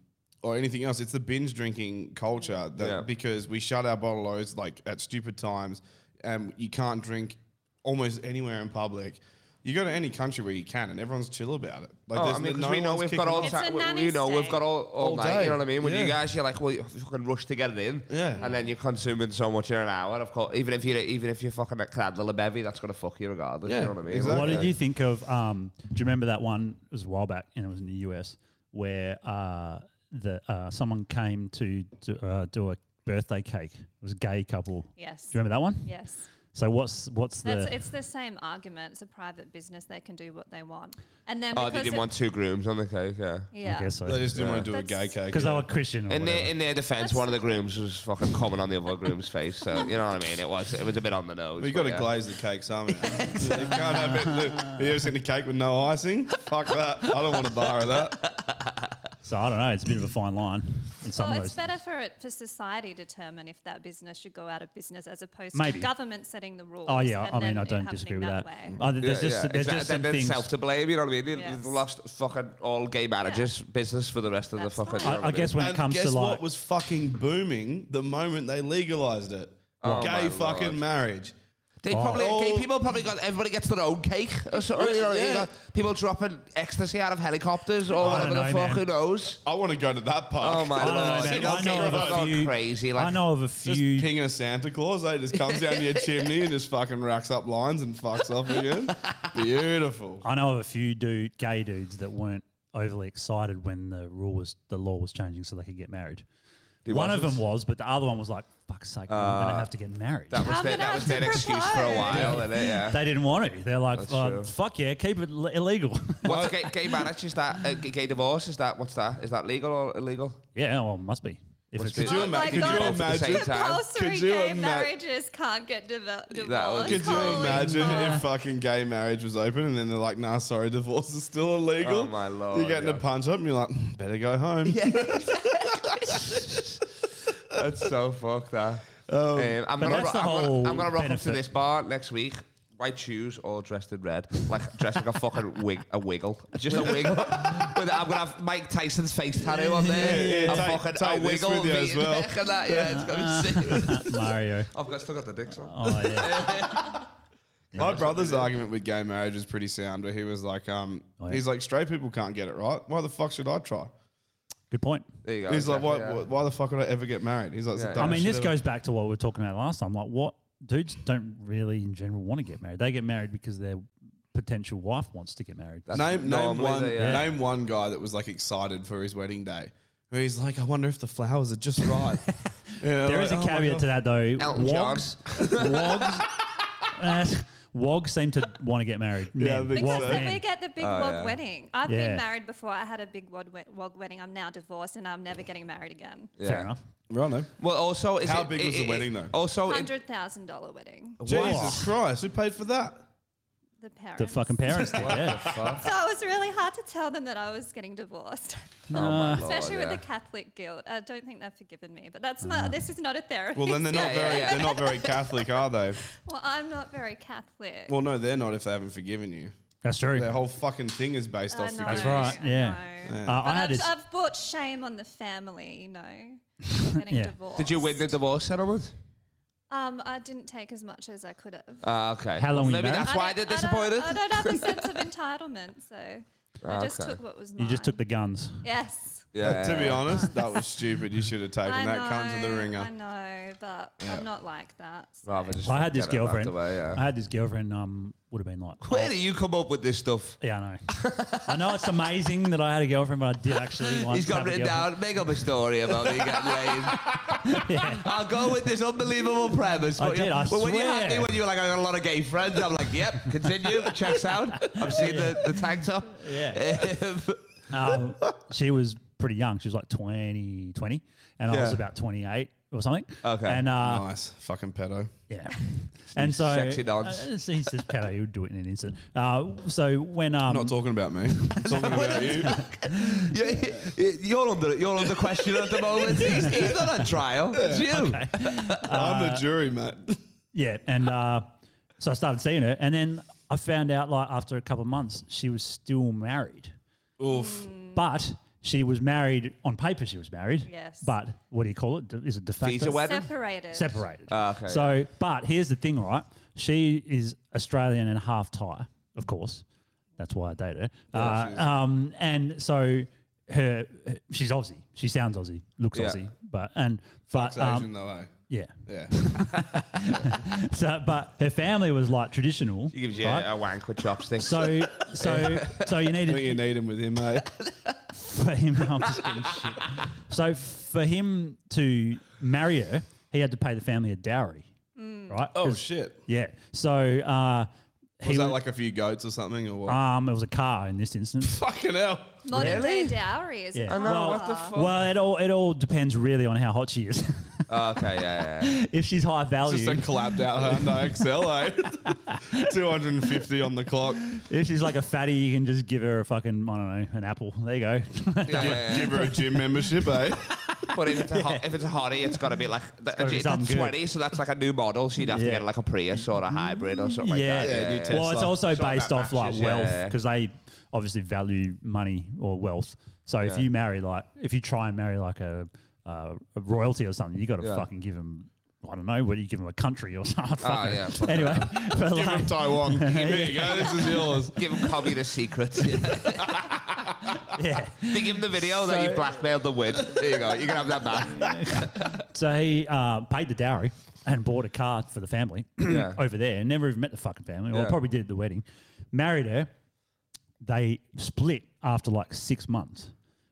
Speaker 4: or anything else. It's the binge drinking culture that
Speaker 5: Yeah.
Speaker 4: because we shut our bottle loads like at stupid times and you can't drink almost anywhere in public. You go to any country where you can, and everyone's chill about it. Like,
Speaker 5: Oh,
Speaker 4: there's
Speaker 5: I mean, 'cause
Speaker 4: no
Speaker 5: we know
Speaker 4: one's
Speaker 5: we've got
Speaker 4: kicking-
Speaker 5: all
Speaker 8: It's
Speaker 5: time.
Speaker 8: a
Speaker 5: we-
Speaker 8: nanny
Speaker 5: You know, we've
Speaker 8: state.
Speaker 5: got all, all,
Speaker 4: All
Speaker 5: night.
Speaker 4: day.
Speaker 5: You know what I mean? When you
Speaker 4: Yeah.
Speaker 5: guys, you're like, well, you fucking rush to get it in.
Speaker 4: Yeah.
Speaker 5: And then you're consuming so much in an hour. Of course, even if you're even if you're fucking a crab little bevy, that's gonna fuck you regardless.
Speaker 4: Yeah,
Speaker 5: You know what I mean?
Speaker 4: exactly.
Speaker 2: What
Speaker 5: Like,
Speaker 2: did you think of? Um, do you remember that one? It was a while back, and it was in the US where uh, the uh, someone came to do, uh, do a birthday cake. It was a gay couple.
Speaker 8: Yes.
Speaker 2: Do you remember that one?
Speaker 8: Yes.
Speaker 2: So what's what's
Speaker 8: That's,
Speaker 2: the?
Speaker 8: It's the same argument. It's a private business. They can do what they want. And then
Speaker 5: Oh,
Speaker 8: because
Speaker 5: they didn't
Speaker 8: it-
Speaker 5: want two grooms on the cake. Yeah.
Speaker 8: Yeah.
Speaker 2: I guess so.
Speaker 4: They just didn't want to do a gay
Speaker 8: That's-
Speaker 4: cake.
Speaker 2: Because they were Christian. Or
Speaker 5: In their,
Speaker 2: whatever.
Speaker 5: in their defense,
Speaker 8: That's-
Speaker 5: one of the grooms was fucking coming on the other groom's face. So you know what I mean? It was it was a bit on the nose.
Speaker 4: Well, you got to
Speaker 5: but yeah.
Speaker 4: glaze the cake somehow. you can't have it. Have you ever seen a cake with no icing? Fuck that. I don't want to borrow that.
Speaker 2: so I don't know. It's a bit of a fine line in some
Speaker 8: Well,
Speaker 2: of
Speaker 8: it's
Speaker 2: those.
Speaker 8: better for it for society to determine if that business should go out of business as opposed
Speaker 2: Maybe.
Speaker 8: to government setting the rules.
Speaker 2: Oh yeah,
Speaker 8: and
Speaker 2: I mean
Speaker 8: then
Speaker 2: I
Speaker 8: it
Speaker 2: don't
Speaker 8: happening
Speaker 2: disagree with that.
Speaker 8: way.
Speaker 2: Uh, there's
Speaker 5: Yeah,
Speaker 2: just
Speaker 5: yeah,
Speaker 2: there's just
Speaker 5: exactly.
Speaker 2: some
Speaker 5: They're
Speaker 2: things.
Speaker 5: self to blame. You know what I mean? They- They've
Speaker 8: Yes.
Speaker 5: lost fucking all gay managers' business for the rest of
Speaker 8: That's
Speaker 5: the fucking.
Speaker 8: fine.
Speaker 5: you know
Speaker 2: I,
Speaker 5: what
Speaker 2: I guess
Speaker 5: mean?
Speaker 2: when
Speaker 4: and
Speaker 2: it comes
Speaker 4: guess
Speaker 2: to
Speaker 4: what
Speaker 2: like,
Speaker 4: was fucking booming the moment they legalized it?
Speaker 5: Oh, my
Speaker 4: gay fucking
Speaker 5: Lord.
Speaker 4: marriage.
Speaker 5: They probably
Speaker 4: Oh.
Speaker 5: gay people probably got everybody gets their own cake or
Speaker 2: Oh,
Speaker 5: something. You know, you
Speaker 4: Yeah.
Speaker 5: got people dropping ecstasy out of helicopters or
Speaker 2: Oh, I don't
Speaker 5: whatever the
Speaker 2: know, man.
Speaker 5: fuck. Who knows?
Speaker 4: I want to go to that park.
Speaker 5: Oh my
Speaker 2: I don't know,
Speaker 5: lord!
Speaker 2: man.
Speaker 5: You know,
Speaker 2: I know of
Speaker 5: people
Speaker 2: a
Speaker 5: go
Speaker 2: few-
Speaker 5: crazy. Like,
Speaker 2: I know of a
Speaker 4: Just
Speaker 2: few.
Speaker 4: king of Santa Claus. They just comes down your chimney and just fucking racks up lines and fucks off again. Beautiful.
Speaker 2: I know of a few dude, gay dudes that weren't overly excited when the rule was the law was changing so they could get married. one of them was, but the other one was like, "Fuck's sake, I'm gonna have to get married."
Speaker 5: Uh, That was
Speaker 8: I'm
Speaker 5: their,
Speaker 8: gonna
Speaker 5: that
Speaker 8: have
Speaker 5: was
Speaker 8: to
Speaker 5: their excuse for a
Speaker 8: propose.
Speaker 5: while, and it, yeah.
Speaker 2: they didn't want to. They're like,
Speaker 5: That's
Speaker 2: uh,
Speaker 5: true.
Speaker 2: "Fuck yeah, keep it l- illegal."
Speaker 5: What's gay, gay marriage? Is that uh, g- gay divorce? Is that what's that? Is that legal or illegal?
Speaker 2: yeah, well, it must be. If
Speaker 5: Must
Speaker 2: it's
Speaker 5: be.
Speaker 4: Could you,
Speaker 8: Oh
Speaker 4: ima-
Speaker 8: my
Speaker 4: could
Speaker 8: God,
Speaker 4: you
Speaker 8: it's
Speaker 4: imagine?
Speaker 5: Same time.
Speaker 8: Compulsory
Speaker 4: Could you
Speaker 8: gay
Speaker 4: ima-
Speaker 8: marriages can't get devel- divorced.
Speaker 5: was-
Speaker 4: Could you
Speaker 8: Holy
Speaker 4: imagine
Speaker 8: moly.
Speaker 4: if fucking gay marriage was open and then they're like, nah, sorry, divorce is still illegal?
Speaker 5: Oh, my lord,
Speaker 4: You're getting
Speaker 5: yeah.
Speaker 4: a punch up and you're like, "Mm, better go home. Yeah.
Speaker 5: That's so fucked. That.
Speaker 4: Oh,
Speaker 5: Um, I'm, gonna,
Speaker 2: that's
Speaker 5: ro-
Speaker 2: the
Speaker 5: I'm, gonna,
Speaker 2: whole
Speaker 5: I'm gonna rock up to
Speaker 2: benefit.
Speaker 5: this bar next week. White shoes, all dressed in red, like dressed like a fucking wig, a wiggle, just a wiggle. With- I'm gonna have Mike Tyson's face tattoo on there.
Speaker 4: yeah,
Speaker 5: a
Speaker 4: take-
Speaker 5: fucking
Speaker 4: take
Speaker 5: a
Speaker 4: this
Speaker 5: wiggle
Speaker 4: with you as
Speaker 5: beating
Speaker 4: well.
Speaker 5: back and that. Yeah, it's gonna be sick.
Speaker 2: Mario,
Speaker 5: I've got, still got the dicks on.
Speaker 2: oh yeah,
Speaker 4: My brother's argument with gay marriage is pretty sound, where he was like, um,
Speaker 2: Oh, yeah.
Speaker 4: he's like, straight people can't get it right. Why the fuck should I try?
Speaker 2: good point.
Speaker 5: There you go.
Speaker 4: He's like,
Speaker 5: exactly,
Speaker 4: why, why,
Speaker 5: yeah.
Speaker 4: why the fuck would I ever get married? He's like, it's the
Speaker 5: Yeah.
Speaker 2: I
Speaker 4: dumbest
Speaker 2: mean,
Speaker 4: shit
Speaker 2: this
Speaker 4: ever.
Speaker 2: goes back to what we were talking about last time. Like, what dudes don't really, in general, want to get married. They get married because their potential wife wants to get married.
Speaker 5: That's
Speaker 4: Name, name
Speaker 5: normally
Speaker 4: one,
Speaker 5: the, yeah.
Speaker 4: name one guy that was like excited for his wedding day. Where he's like, I wonder if the flowers are just right. Yeah,
Speaker 2: There
Speaker 4: like,
Speaker 2: is a
Speaker 4: "Oh my
Speaker 2: caveat
Speaker 4: God."
Speaker 2: to that though.
Speaker 5: Elton John.
Speaker 2: Wogs, wogs, uh, wogs seem to want to get married.
Speaker 4: Yeah,
Speaker 2: Men,
Speaker 4: I think
Speaker 2: wog
Speaker 8: Because
Speaker 2: men.
Speaker 8: we get the
Speaker 4: Oh,
Speaker 8: big wog
Speaker 5: yeah.
Speaker 8: wedding. I've
Speaker 2: Yeah.
Speaker 8: been married before. I had a big wog, we- wog wedding. I'm now divorced and I'm never getting married again.
Speaker 5: Yeah.
Speaker 2: Fair enough.
Speaker 4: Righto.
Speaker 5: Well, also, is
Speaker 4: How
Speaker 5: it-
Speaker 4: big was
Speaker 5: it-
Speaker 4: the
Speaker 5: it-
Speaker 4: wedding, though?
Speaker 5: Also, it-
Speaker 8: Hundred thousand dollar wedding.
Speaker 4: Jesus Christ, who paid for that?
Speaker 8: The parents.
Speaker 2: The fucking parents did. Yeah.
Speaker 8: So it was really hard to tell them that I was getting divorced,
Speaker 5: oh my lord,
Speaker 8: especially
Speaker 5: yeah.
Speaker 8: with the Catholic guilt. I don't think they've forgiven me. But that's not. This is not a therapy.
Speaker 4: Well, then they're not
Speaker 5: Yeah, yeah,
Speaker 4: very
Speaker 5: yeah.
Speaker 4: they're not very Catholic, are they?
Speaker 8: Well, I'm not very Catholic.
Speaker 4: Well, no, they're not if they haven't forgiven you.
Speaker 2: That's true.
Speaker 4: Their whole fucking thing is based
Speaker 8: I
Speaker 4: off
Speaker 8: know,
Speaker 4: forgiveness.
Speaker 2: That's right,
Speaker 8: I
Speaker 2: yeah.
Speaker 8: know.
Speaker 2: Uh,
Speaker 8: But
Speaker 2: I had
Speaker 8: I've,
Speaker 2: this.
Speaker 8: I've brought shame on the family, you know. Getting
Speaker 2: Yeah.
Speaker 8: divorced.
Speaker 5: Did you win the divorce settlement?
Speaker 8: Um, I didn't take as much as I could have.
Speaker 5: Ah, okay.
Speaker 2: How long were you
Speaker 5: Maybe
Speaker 2: married?
Speaker 5: that's
Speaker 8: I
Speaker 5: why they're
Speaker 8: don't-
Speaker 5: disappointed.
Speaker 8: I don't, I don't have a sense of entitlement, so I just
Speaker 5: Okay.
Speaker 8: took what was mine.
Speaker 2: You just took the guns.
Speaker 8: yes.
Speaker 5: Yeah.
Speaker 4: To be honest, that was stupid. You should have taken
Speaker 8: I
Speaker 4: that.
Speaker 8: know,
Speaker 4: Comes to the
Speaker 8: I
Speaker 4: ringer.
Speaker 8: know, but I'm not like that. so-
Speaker 5: Rather just
Speaker 2: I had this
Speaker 5: get it out
Speaker 2: girlfriend.
Speaker 5: the way, yeah.
Speaker 2: I had this girlfriend. Um, would have been like.
Speaker 5: Where do you come up with this stuff?
Speaker 2: Yeah, I know. I know it's amazing that I had a girlfriend, but I did actually once.
Speaker 5: He's got
Speaker 2: have a
Speaker 5: written
Speaker 2: girlfriend.
Speaker 5: down, make up a story about me getting laid. I'll go with this unbelievable premise.
Speaker 2: I
Speaker 5: but you-
Speaker 2: did, I
Speaker 5: but when you had me,
Speaker 2: swear.
Speaker 5: when you were like, I got a lot of gay friends, I'm like, yep, continue, checks out. I've seen the, the tank top. Um,
Speaker 2: um, she was pretty young. She was like 20, 20, and I was about 28 or something.
Speaker 5: Okay,
Speaker 2: And uh,
Speaker 4: Nice, fucking pedo.
Speaker 2: yeah. And so
Speaker 5: Sexy dogs.
Speaker 2: Uh, it's- he's just pedo. He would do it in an instant. Uh, so when um,
Speaker 4: Not talking about me. I'm talking about you.
Speaker 5: you- you- you're, under, you're under question at the moment. He's, he's not on trial. It's you.
Speaker 4: I'm the jury, mate.
Speaker 2: yeah, and uh, so I started seeing her, and then I found out like after a couple of months she was still married,
Speaker 4: Oof.
Speaker 2: but she was married on paper. She was married.
Speaker 8: Yes.
Speaker 2: But what do you call it? De- Is it de facto?
Speaker 5: Visa wedding?
Speaker 8: Separated.
Speaker 2: separated.
Speaker 5: Ah, okay,
Speaker 2: So, but here's the thing, right? She is Australian and half Thai. of course. That's why I dated her. Uh, um, and so her, her- she's Aussie. She sounds Aussie, looks
Speaker 4: Yeah.
Speaker 2: Aussie, but and but
Speaker 4: It's
Speaker 2: um,
Speaker 4: Asian though, eh?
Speaker 2: yeah.
Speaker 4: Yeah.
Speaker 2: So but her family was like traditional.
Speaker 5: He gives you
Speaker 2: right?
Speaker 5: a wank with chopsticks.
Speaker 2: So so so you
Speaker 4: I think you
Speaker 2: needed
Speaker 4: need him with him, mate.
Speaker 2: for him. I'm just gonna shit. So for him to marry her, he had to pay the family a dowry, right?
Speaker 4: Oh
Speaker 2: 'Cause-
Speaker 4: shit!
Speaker 2: Yeah. So uh, he
Speaker 4: Was that
Speaker 2: was-
Speaker 4: like a few goats or something, or what?
Speaker 2: um, it was a car in this instance.
Speaker 4: Fucking hell!
Speaker 8: Modern day dowry is
Speaker 2: Yeah.
Speaker 8: a
Speaker 2: well,
Speaker 8: what the fuck?
Speaker 2: well, it all it all depends really on how hot she is.
Speaker 5: Oh, okay, yeah, yeah, yeah.
Speaker 2: if she's high
Speaker 4: Just
Speaker 2: value,
Speaker 4: a clapped out Hyundai XL, eh? 250 on the clock.
Speaker 2: if she's like a fatty, you can just give her a fucking I don't know an apple. There you go.
Speaker 5: yeah, yeah, yeah.
Speaker 4: Give her a gym membership, eh?
Speaker 5: But if it's, a hot, if it's a hottie, it's got to be like the,
Speaker 2: gotta be
Speaker 5: it's
Speaker 2: something good.
Speaker 5: 20, so that's like a new model. So you'd have
Speaker 2: Yeah.
Speaker 5: to get like a Prius or a hybrid or something
Speaker 2: yeah.
Speaker 5: like that.
Speaker 4: Yeah, you test-
Speaker 2: Well, it's
Speaker 4: Tesla.
Speaker 2: also
Speaker 5: Shop
Speaker 2: based
Speaker 5: at
Speaker 2: off like
Speaker 5: Max's,
Speaker 2: wealth
Speaker 5: yeah.
Speaker 2: because they obviously value money or wealth. So if you marry like if you try and marry like a, uh, a royalty or something, you got to
Speaker 5: Yeah.
Speaker 2: fucking give them. I don't know. What do you give them a country or something?
Speaker 5: Oh, yeah.
Speaker 2: Anyway, but um,
Speaker 4: Give
Speaker 2: like-
Speaker 4: him Taiwan. Here you go. This is yours.
Speaker 5: Give him communist secrets.
Speaker 2: yeah.
Speaker 5: They give him the video that you blackmailed them with. There you go. You can have that back.
Speaker 2: So he uh, paid the dowry and bought a car for the family
Speaker 5: Yeah.
Speaker 2: over there. and Never even met the fucking family. Well,
Speaker 5: Yeah.
Speaker 2: probably did at the wedding. Married her. They split after like six months.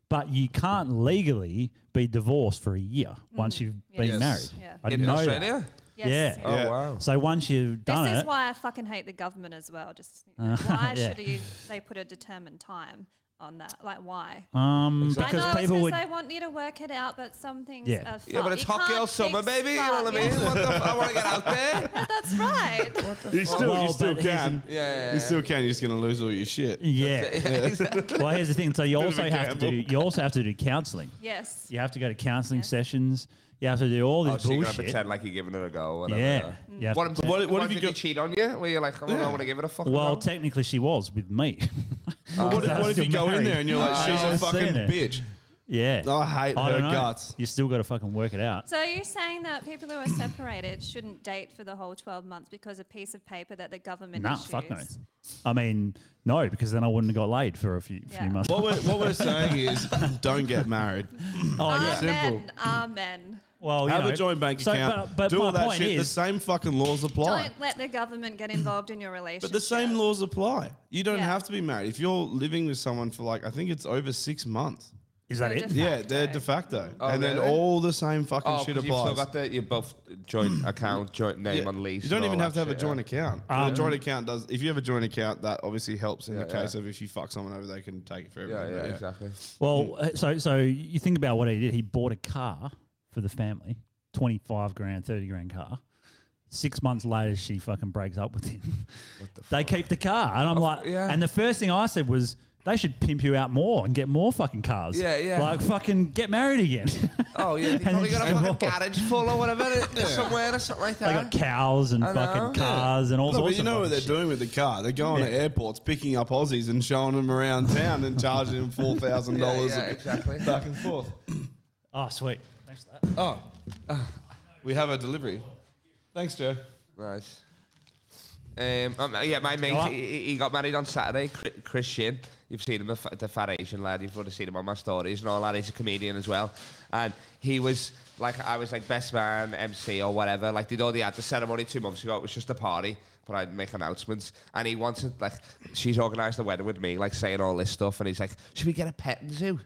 Speaker 2: But you can't legally be divorced for a year once you've been
Speaker 8: Mm. Yes.
Speaker 2: married.
Speaker 8: Yeah.
Speaker 2: I
Speaker 5: In
Speaker 2: didn't know that.
Speaker 5: Australia?
Speaker 8: Yes.
Speaker 2: Yeah.
Speaker 5: Oh,
Speaker 4: Yeah.
Speaker 5: wow.
Speaker 2: So once you've done
Speaker 8: This
Speaker 2: it, Uh,
Speaker 8: is why I fucking hate the government as well. Just why
Speaker 2: yeah.
Speaker 8: should you, they put a determined time on that? Like why?
Speaker 2: um,
Speaker 8: I know
Speaker 2: because people
Speaker 8: it's because
Speaker 2: would.
Speaker 8: they want you to work it out, but some things
Speaker 2: Yeah.
Speaker 8: are
Speaker 5: Yeah, but
Speaker 8: fuck-
Speaker 5: it's
Speaker 8: you
Speaker 5: hot girl
Speaker 8: can't
Speaker 5: summer,
Speaker 8: fix
Speaker 5: baby. You
Speaker 8: fuck,
Speaker 5: know what I mean?
Speaker 8: yeah.
Speaker 5: What the f- I want to get out there. Yeah,
Speaker 8: That's right.
Speaker 4: You still,
Speaker 2: Well,
Speaker 4: you still
Speaker 2: but here's
Speaker 4: can.
Speaker 5: yeah,
Speaker 4: You
Speaker 5: yeah.
Speaker 4: still can. You're just gonna lose all your shit.
Speaker 2: Yeah.
Speaker 5: Yeah, exactly.
Speaker 2: well, here's the thing. So you
Speaker 4: of a
Speaker 2: also have to do.
Speaker 4: gamble.
Speaker 2: You also have to do counselling.
Speaker 8: yes.
Speaker 2: You have to go to counselling sessions. You have to do all this
Speaker 5: Oh, so you're going to
Speaker 2: bullshit.
Speaker 5: pretend like you're giving it a go. Whatever.
Speaker 2: Yeah. Yeah.
Speaker 5: What, what,
Speaker 4: What-
Speaker 5: what,
Speaker 4: what
Speaker 5: what
Speaker 4: if
Speaker 5: if
Speaker 4: you
Speaker 5: you
Speaker 4: go-
Speaker 5: cheat on you? Where you're like, oh, I want to give it a fucking
Speaker 2: Well,
Speaker 5: go?
Speaker 2: technically, she was with me.
Speaker 5: Uh,
Speaker 4: What, if-
Speaker 2: That's
Speaker 4: what if you go
Speaker 2: still
Speaker 4: in
Speaker 2: married.
Speaker 4: there and you're like, she's
Speaker 2: I
Speaker 4: a
Speaker 2: was
Speaker 4: fucking
Speaker 2: saying it.
Speaker 4: bitch.
Speaker 2: yeah.
Speaker 4: I hate
Speaker 2: I
Speaker 4: her
Speaker 2: don't know.
Speaker 4: guts.
Speaker 2: You still got to fucking work it out.
Speaker 8: So are you saying that people who are separated shouldn't date for the whole 12 months because a piece of paper that the government
Speaker 2: Nah,
Speaker 8: issues?
Speaker 2: fuck no. I mean, no, because then I wouldn't have got laid for a few,
Speaker 8: Yeah.
Speaker 2: few months.
Speaker 4: What we're, what we're saying is, don't get married.
Speaker 2: oh, yeah.
Speaker 8: Amen. Amen.
Speaker 2: Well, you
Speaker 4: Have
Speaker 2: know,
Speaker 4: a joint bank
Speaker 2: so,
Speaker 4: account.
Speaker 2: But, but
Speaker 4: do
Speaker 2: my
Speaker 4: all that
Speaker 2: point
Speaker 4: shit. the
Speaker 2: is,
Speaker 4: same fucking laws apply.
Speaker 8: Don't let the government get involved in your
Speaker 4: But
Speaker 8: relationship.
Speaker 4: the same laws apply. You don't
Speaker 8: Yeah.
Speaker 4: have to be married. If you're living with someone for like, I think it's over six months.
Speaker 2: is that
Speaker 8: You're
Speaker 2: it?
Speaker 8: just-
Speaker 4: Yeah, they're de facto.
Speaker 5: Oh,
Speaker 4: and then
Speaker 5: really?
Speaker 4: all the same fucking
Speaker 5: Oh,
Speaker 4: shit
Speaker 5: 'cause you've still
Speaker 4: applies.
Speaker 5: got the, you both joint account, joint name
Speaker 4: Yeah.
Speaker 5: on lease.
Speaker 4: You don't
Speaker 5: and
Speaker 4: even
Speaker 5: all
Speaker 4: have to
Speaker 5: that
Speaker 4: have a
Speaker 5: shit,
Speaker 4: joint
Speaker 5: yeah.
Speaker 4: account. a joint account does. If you have a joint account, that obviously helps in the
Speaker 5: Yeah, yeah.
Speaker 4: case of if you fuck someone over, they can take it for
Speaker 5: Yeah,
Speaker 4: everything.
Speaker 5: yeah,
Speaker 4: but
Speaker 5: exactly.
Speaker 2: Well, uh, so so you think about what he did. He bought a car for the family, twenty five grand, thirty grand car. Six months later, she fucking breaks up with him. they keep the car, and I'm like,
Speaker 5: yeah.
Speaker 2: And the first thing I said was, they should pimp you out more and get more fucking cars.
Speaker 5: Yeah, yeah.
Speaker 2: Like fucking get married again.
Speaker 5: Oh, yeah. You
Speaker 2: then
Speaker 5: probably got a
Speaker 2: just
Speaker 5: fucking
Speaker 2: roll.
Speaker 5: garage full or whatever somewhere or something like
Speaker 2: they got
Speaker 5: that.
Speaker 2: cows and
Speaker 5: I know.
Speaker 2: fucking cars and all
Speaker 4: No,
Speaker 2: sorts
Speaker 4: but you
Speaker 2: of
Speaker 4: know what
Speaker 2: fucking
Speaker 4: they're
Speaker 2: shit.
Speaker 4: doing with the car? They're going to airports, picking up Aussies and showing them around town and charging them four thousand
Speaker 5: yeah,
Speaker 4: dollars
Speaker 5: yeah, exactly. Oh.
Speaker 4: back and forth.
Speaker 2: Oh, sweet. Thanks for that.
Speaker 4: uh, We have a delivery. Thanks, Joe.
Speaker 5: Nice. Um, um, yeah, my
Speaker 2: know
Speaker 5: mate,
Speaker 2: what?
Speaker 5: he, he got married on Saturday, Chri- Chris Shin. You've seen him, the, fa- the fat Asian lad. You've already seen him on my stories and all that. He's a comedian as well. And he was, like, I was, like, best man, MC or whatever. Like, they'd already had the ceremony two months ago. It was just a party, but I'd make announcements. And he wanted, like, she's organised the wedding with me, like, saying all this stuff. And he's like, should we get a pet and zoo?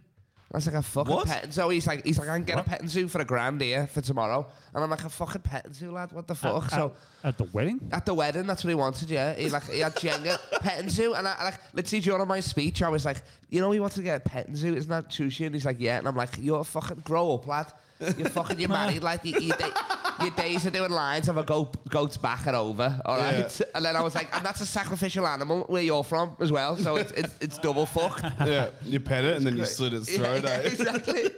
Speaker 5: I was like, a fucking pet and zoo. He's like, he's like, I can get a pet and zoo for a grand here for tomorrow. And I'm like, a fucking pet and zoo, lad. What the fuck? so...
Speaker 2: At, at the wedding?
Speaker 5: At the wedding, that's what he wanted, yeah. He like he had Jenga, pet and zoo, and I like literally during my speech, I was like, you know, he wanted to get a pet and zoo, isn't that sushi? And he's like, yeah, and I'm like, you're a fucking grow up, lad. You're fucking you're married, like you, you da- your days are doing lines of a goat goat's back and over, all right. And then I was like, and that's a sacrificial animal where you're from as well, so it's it's, it's double fucked.
Speaker 4: Yeah, you pet it and then you slit its
Speaker 5: Yeah,
Speaker 4: throat.
Speaker 5: yeah,
Speaker 4: eh?
Speaker 5: exactly.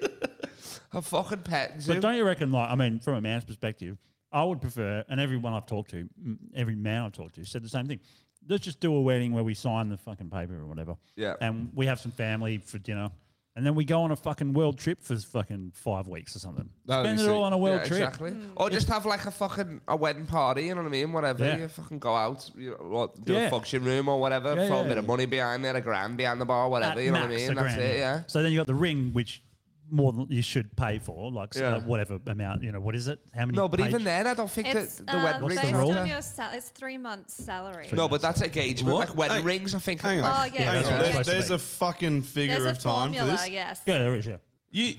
Speaker 5: A fucking pet and zoo.
Speaker 2: But don't you reckon, like, I mean, from a man's perspective, I would prefer, and everyone I've talked to, m- every man I've talked to said the same thing. Let's just do a wedding where we sign the fucking paper or whatever.
Speaker 5: Yeah.
Speaker 2: And we have some family for dinner and then we go on a fucking world trip for fucking five weeks or something.
Speaker 5: That'd be
Speaker 2: Spend it
Speaker 5: sick.
Speaker 2: all on a world
Speaker 5: Yeah,
Speaker 2: trip.
Speaker 5: Exactly.
Speaker 8: Mm.
Speaker 5: Or just have like a fucking a wedding party, you know what I mean? Whatever.
Speaker 2: Yeah.
Speaker 5: You fucking go out, you know, what, do
Speaker 2: Yeah.
Speaker 5: a function room or whatever,
Speaker 2: Yeah,
Speaker 5: throw
Speaker 2: yeah,
Speaker 5: a bit of
Speaker 2: yeah.
Speaker 5: money behind there, a grand behind the bar, whatever,
Speaker 2: at
Speaker 5: you know what I
Speaker 2: max
Speaker 5: mean?
Speaker 2: a
Speaker 5: That's
Speaker 2: grand.
Speaker 5: it, yeah.
Speaker 2: So then you got the ring, which more than you should pay for, like s-
Speaker 5: Yeah.
Speaker 2: uh, whatever amount, you know, what is it? How many?
Speaker 5: No, but
Speaker 2: page-
Speaker 5: even then, I don't think that
Speaker 8: It's
Speaker 5: the
Speaker 8: um,
Speaker 5: wedding
Speaker 8: based
Speaker 5: ring's
Speaker 2: rule?
Speaker 8: on your sal- it's three months' salary.
Speaker 5: No, but that's engagement.
Speaker 3: What?
Speaker 5: Like wedding
Speaker 4: Hey,
Speaker 5: rings, I think.
Speaker 4: Hang
Speaker 5: are
Speaker 4: on.
Speaker 8: Oh, yeah,
Speaker 4: There's-
Speaker 8: yeah, yeah.
Speaker 4: There's, there's a fucking figure
Speaker 8: There's a
Speaker 4: of time for
Speaker 8: formula,
Speaker 4: this.
Speaker 8: yes.
Speaker 2: Yeah, there is, yeah.
Speaker 4: You,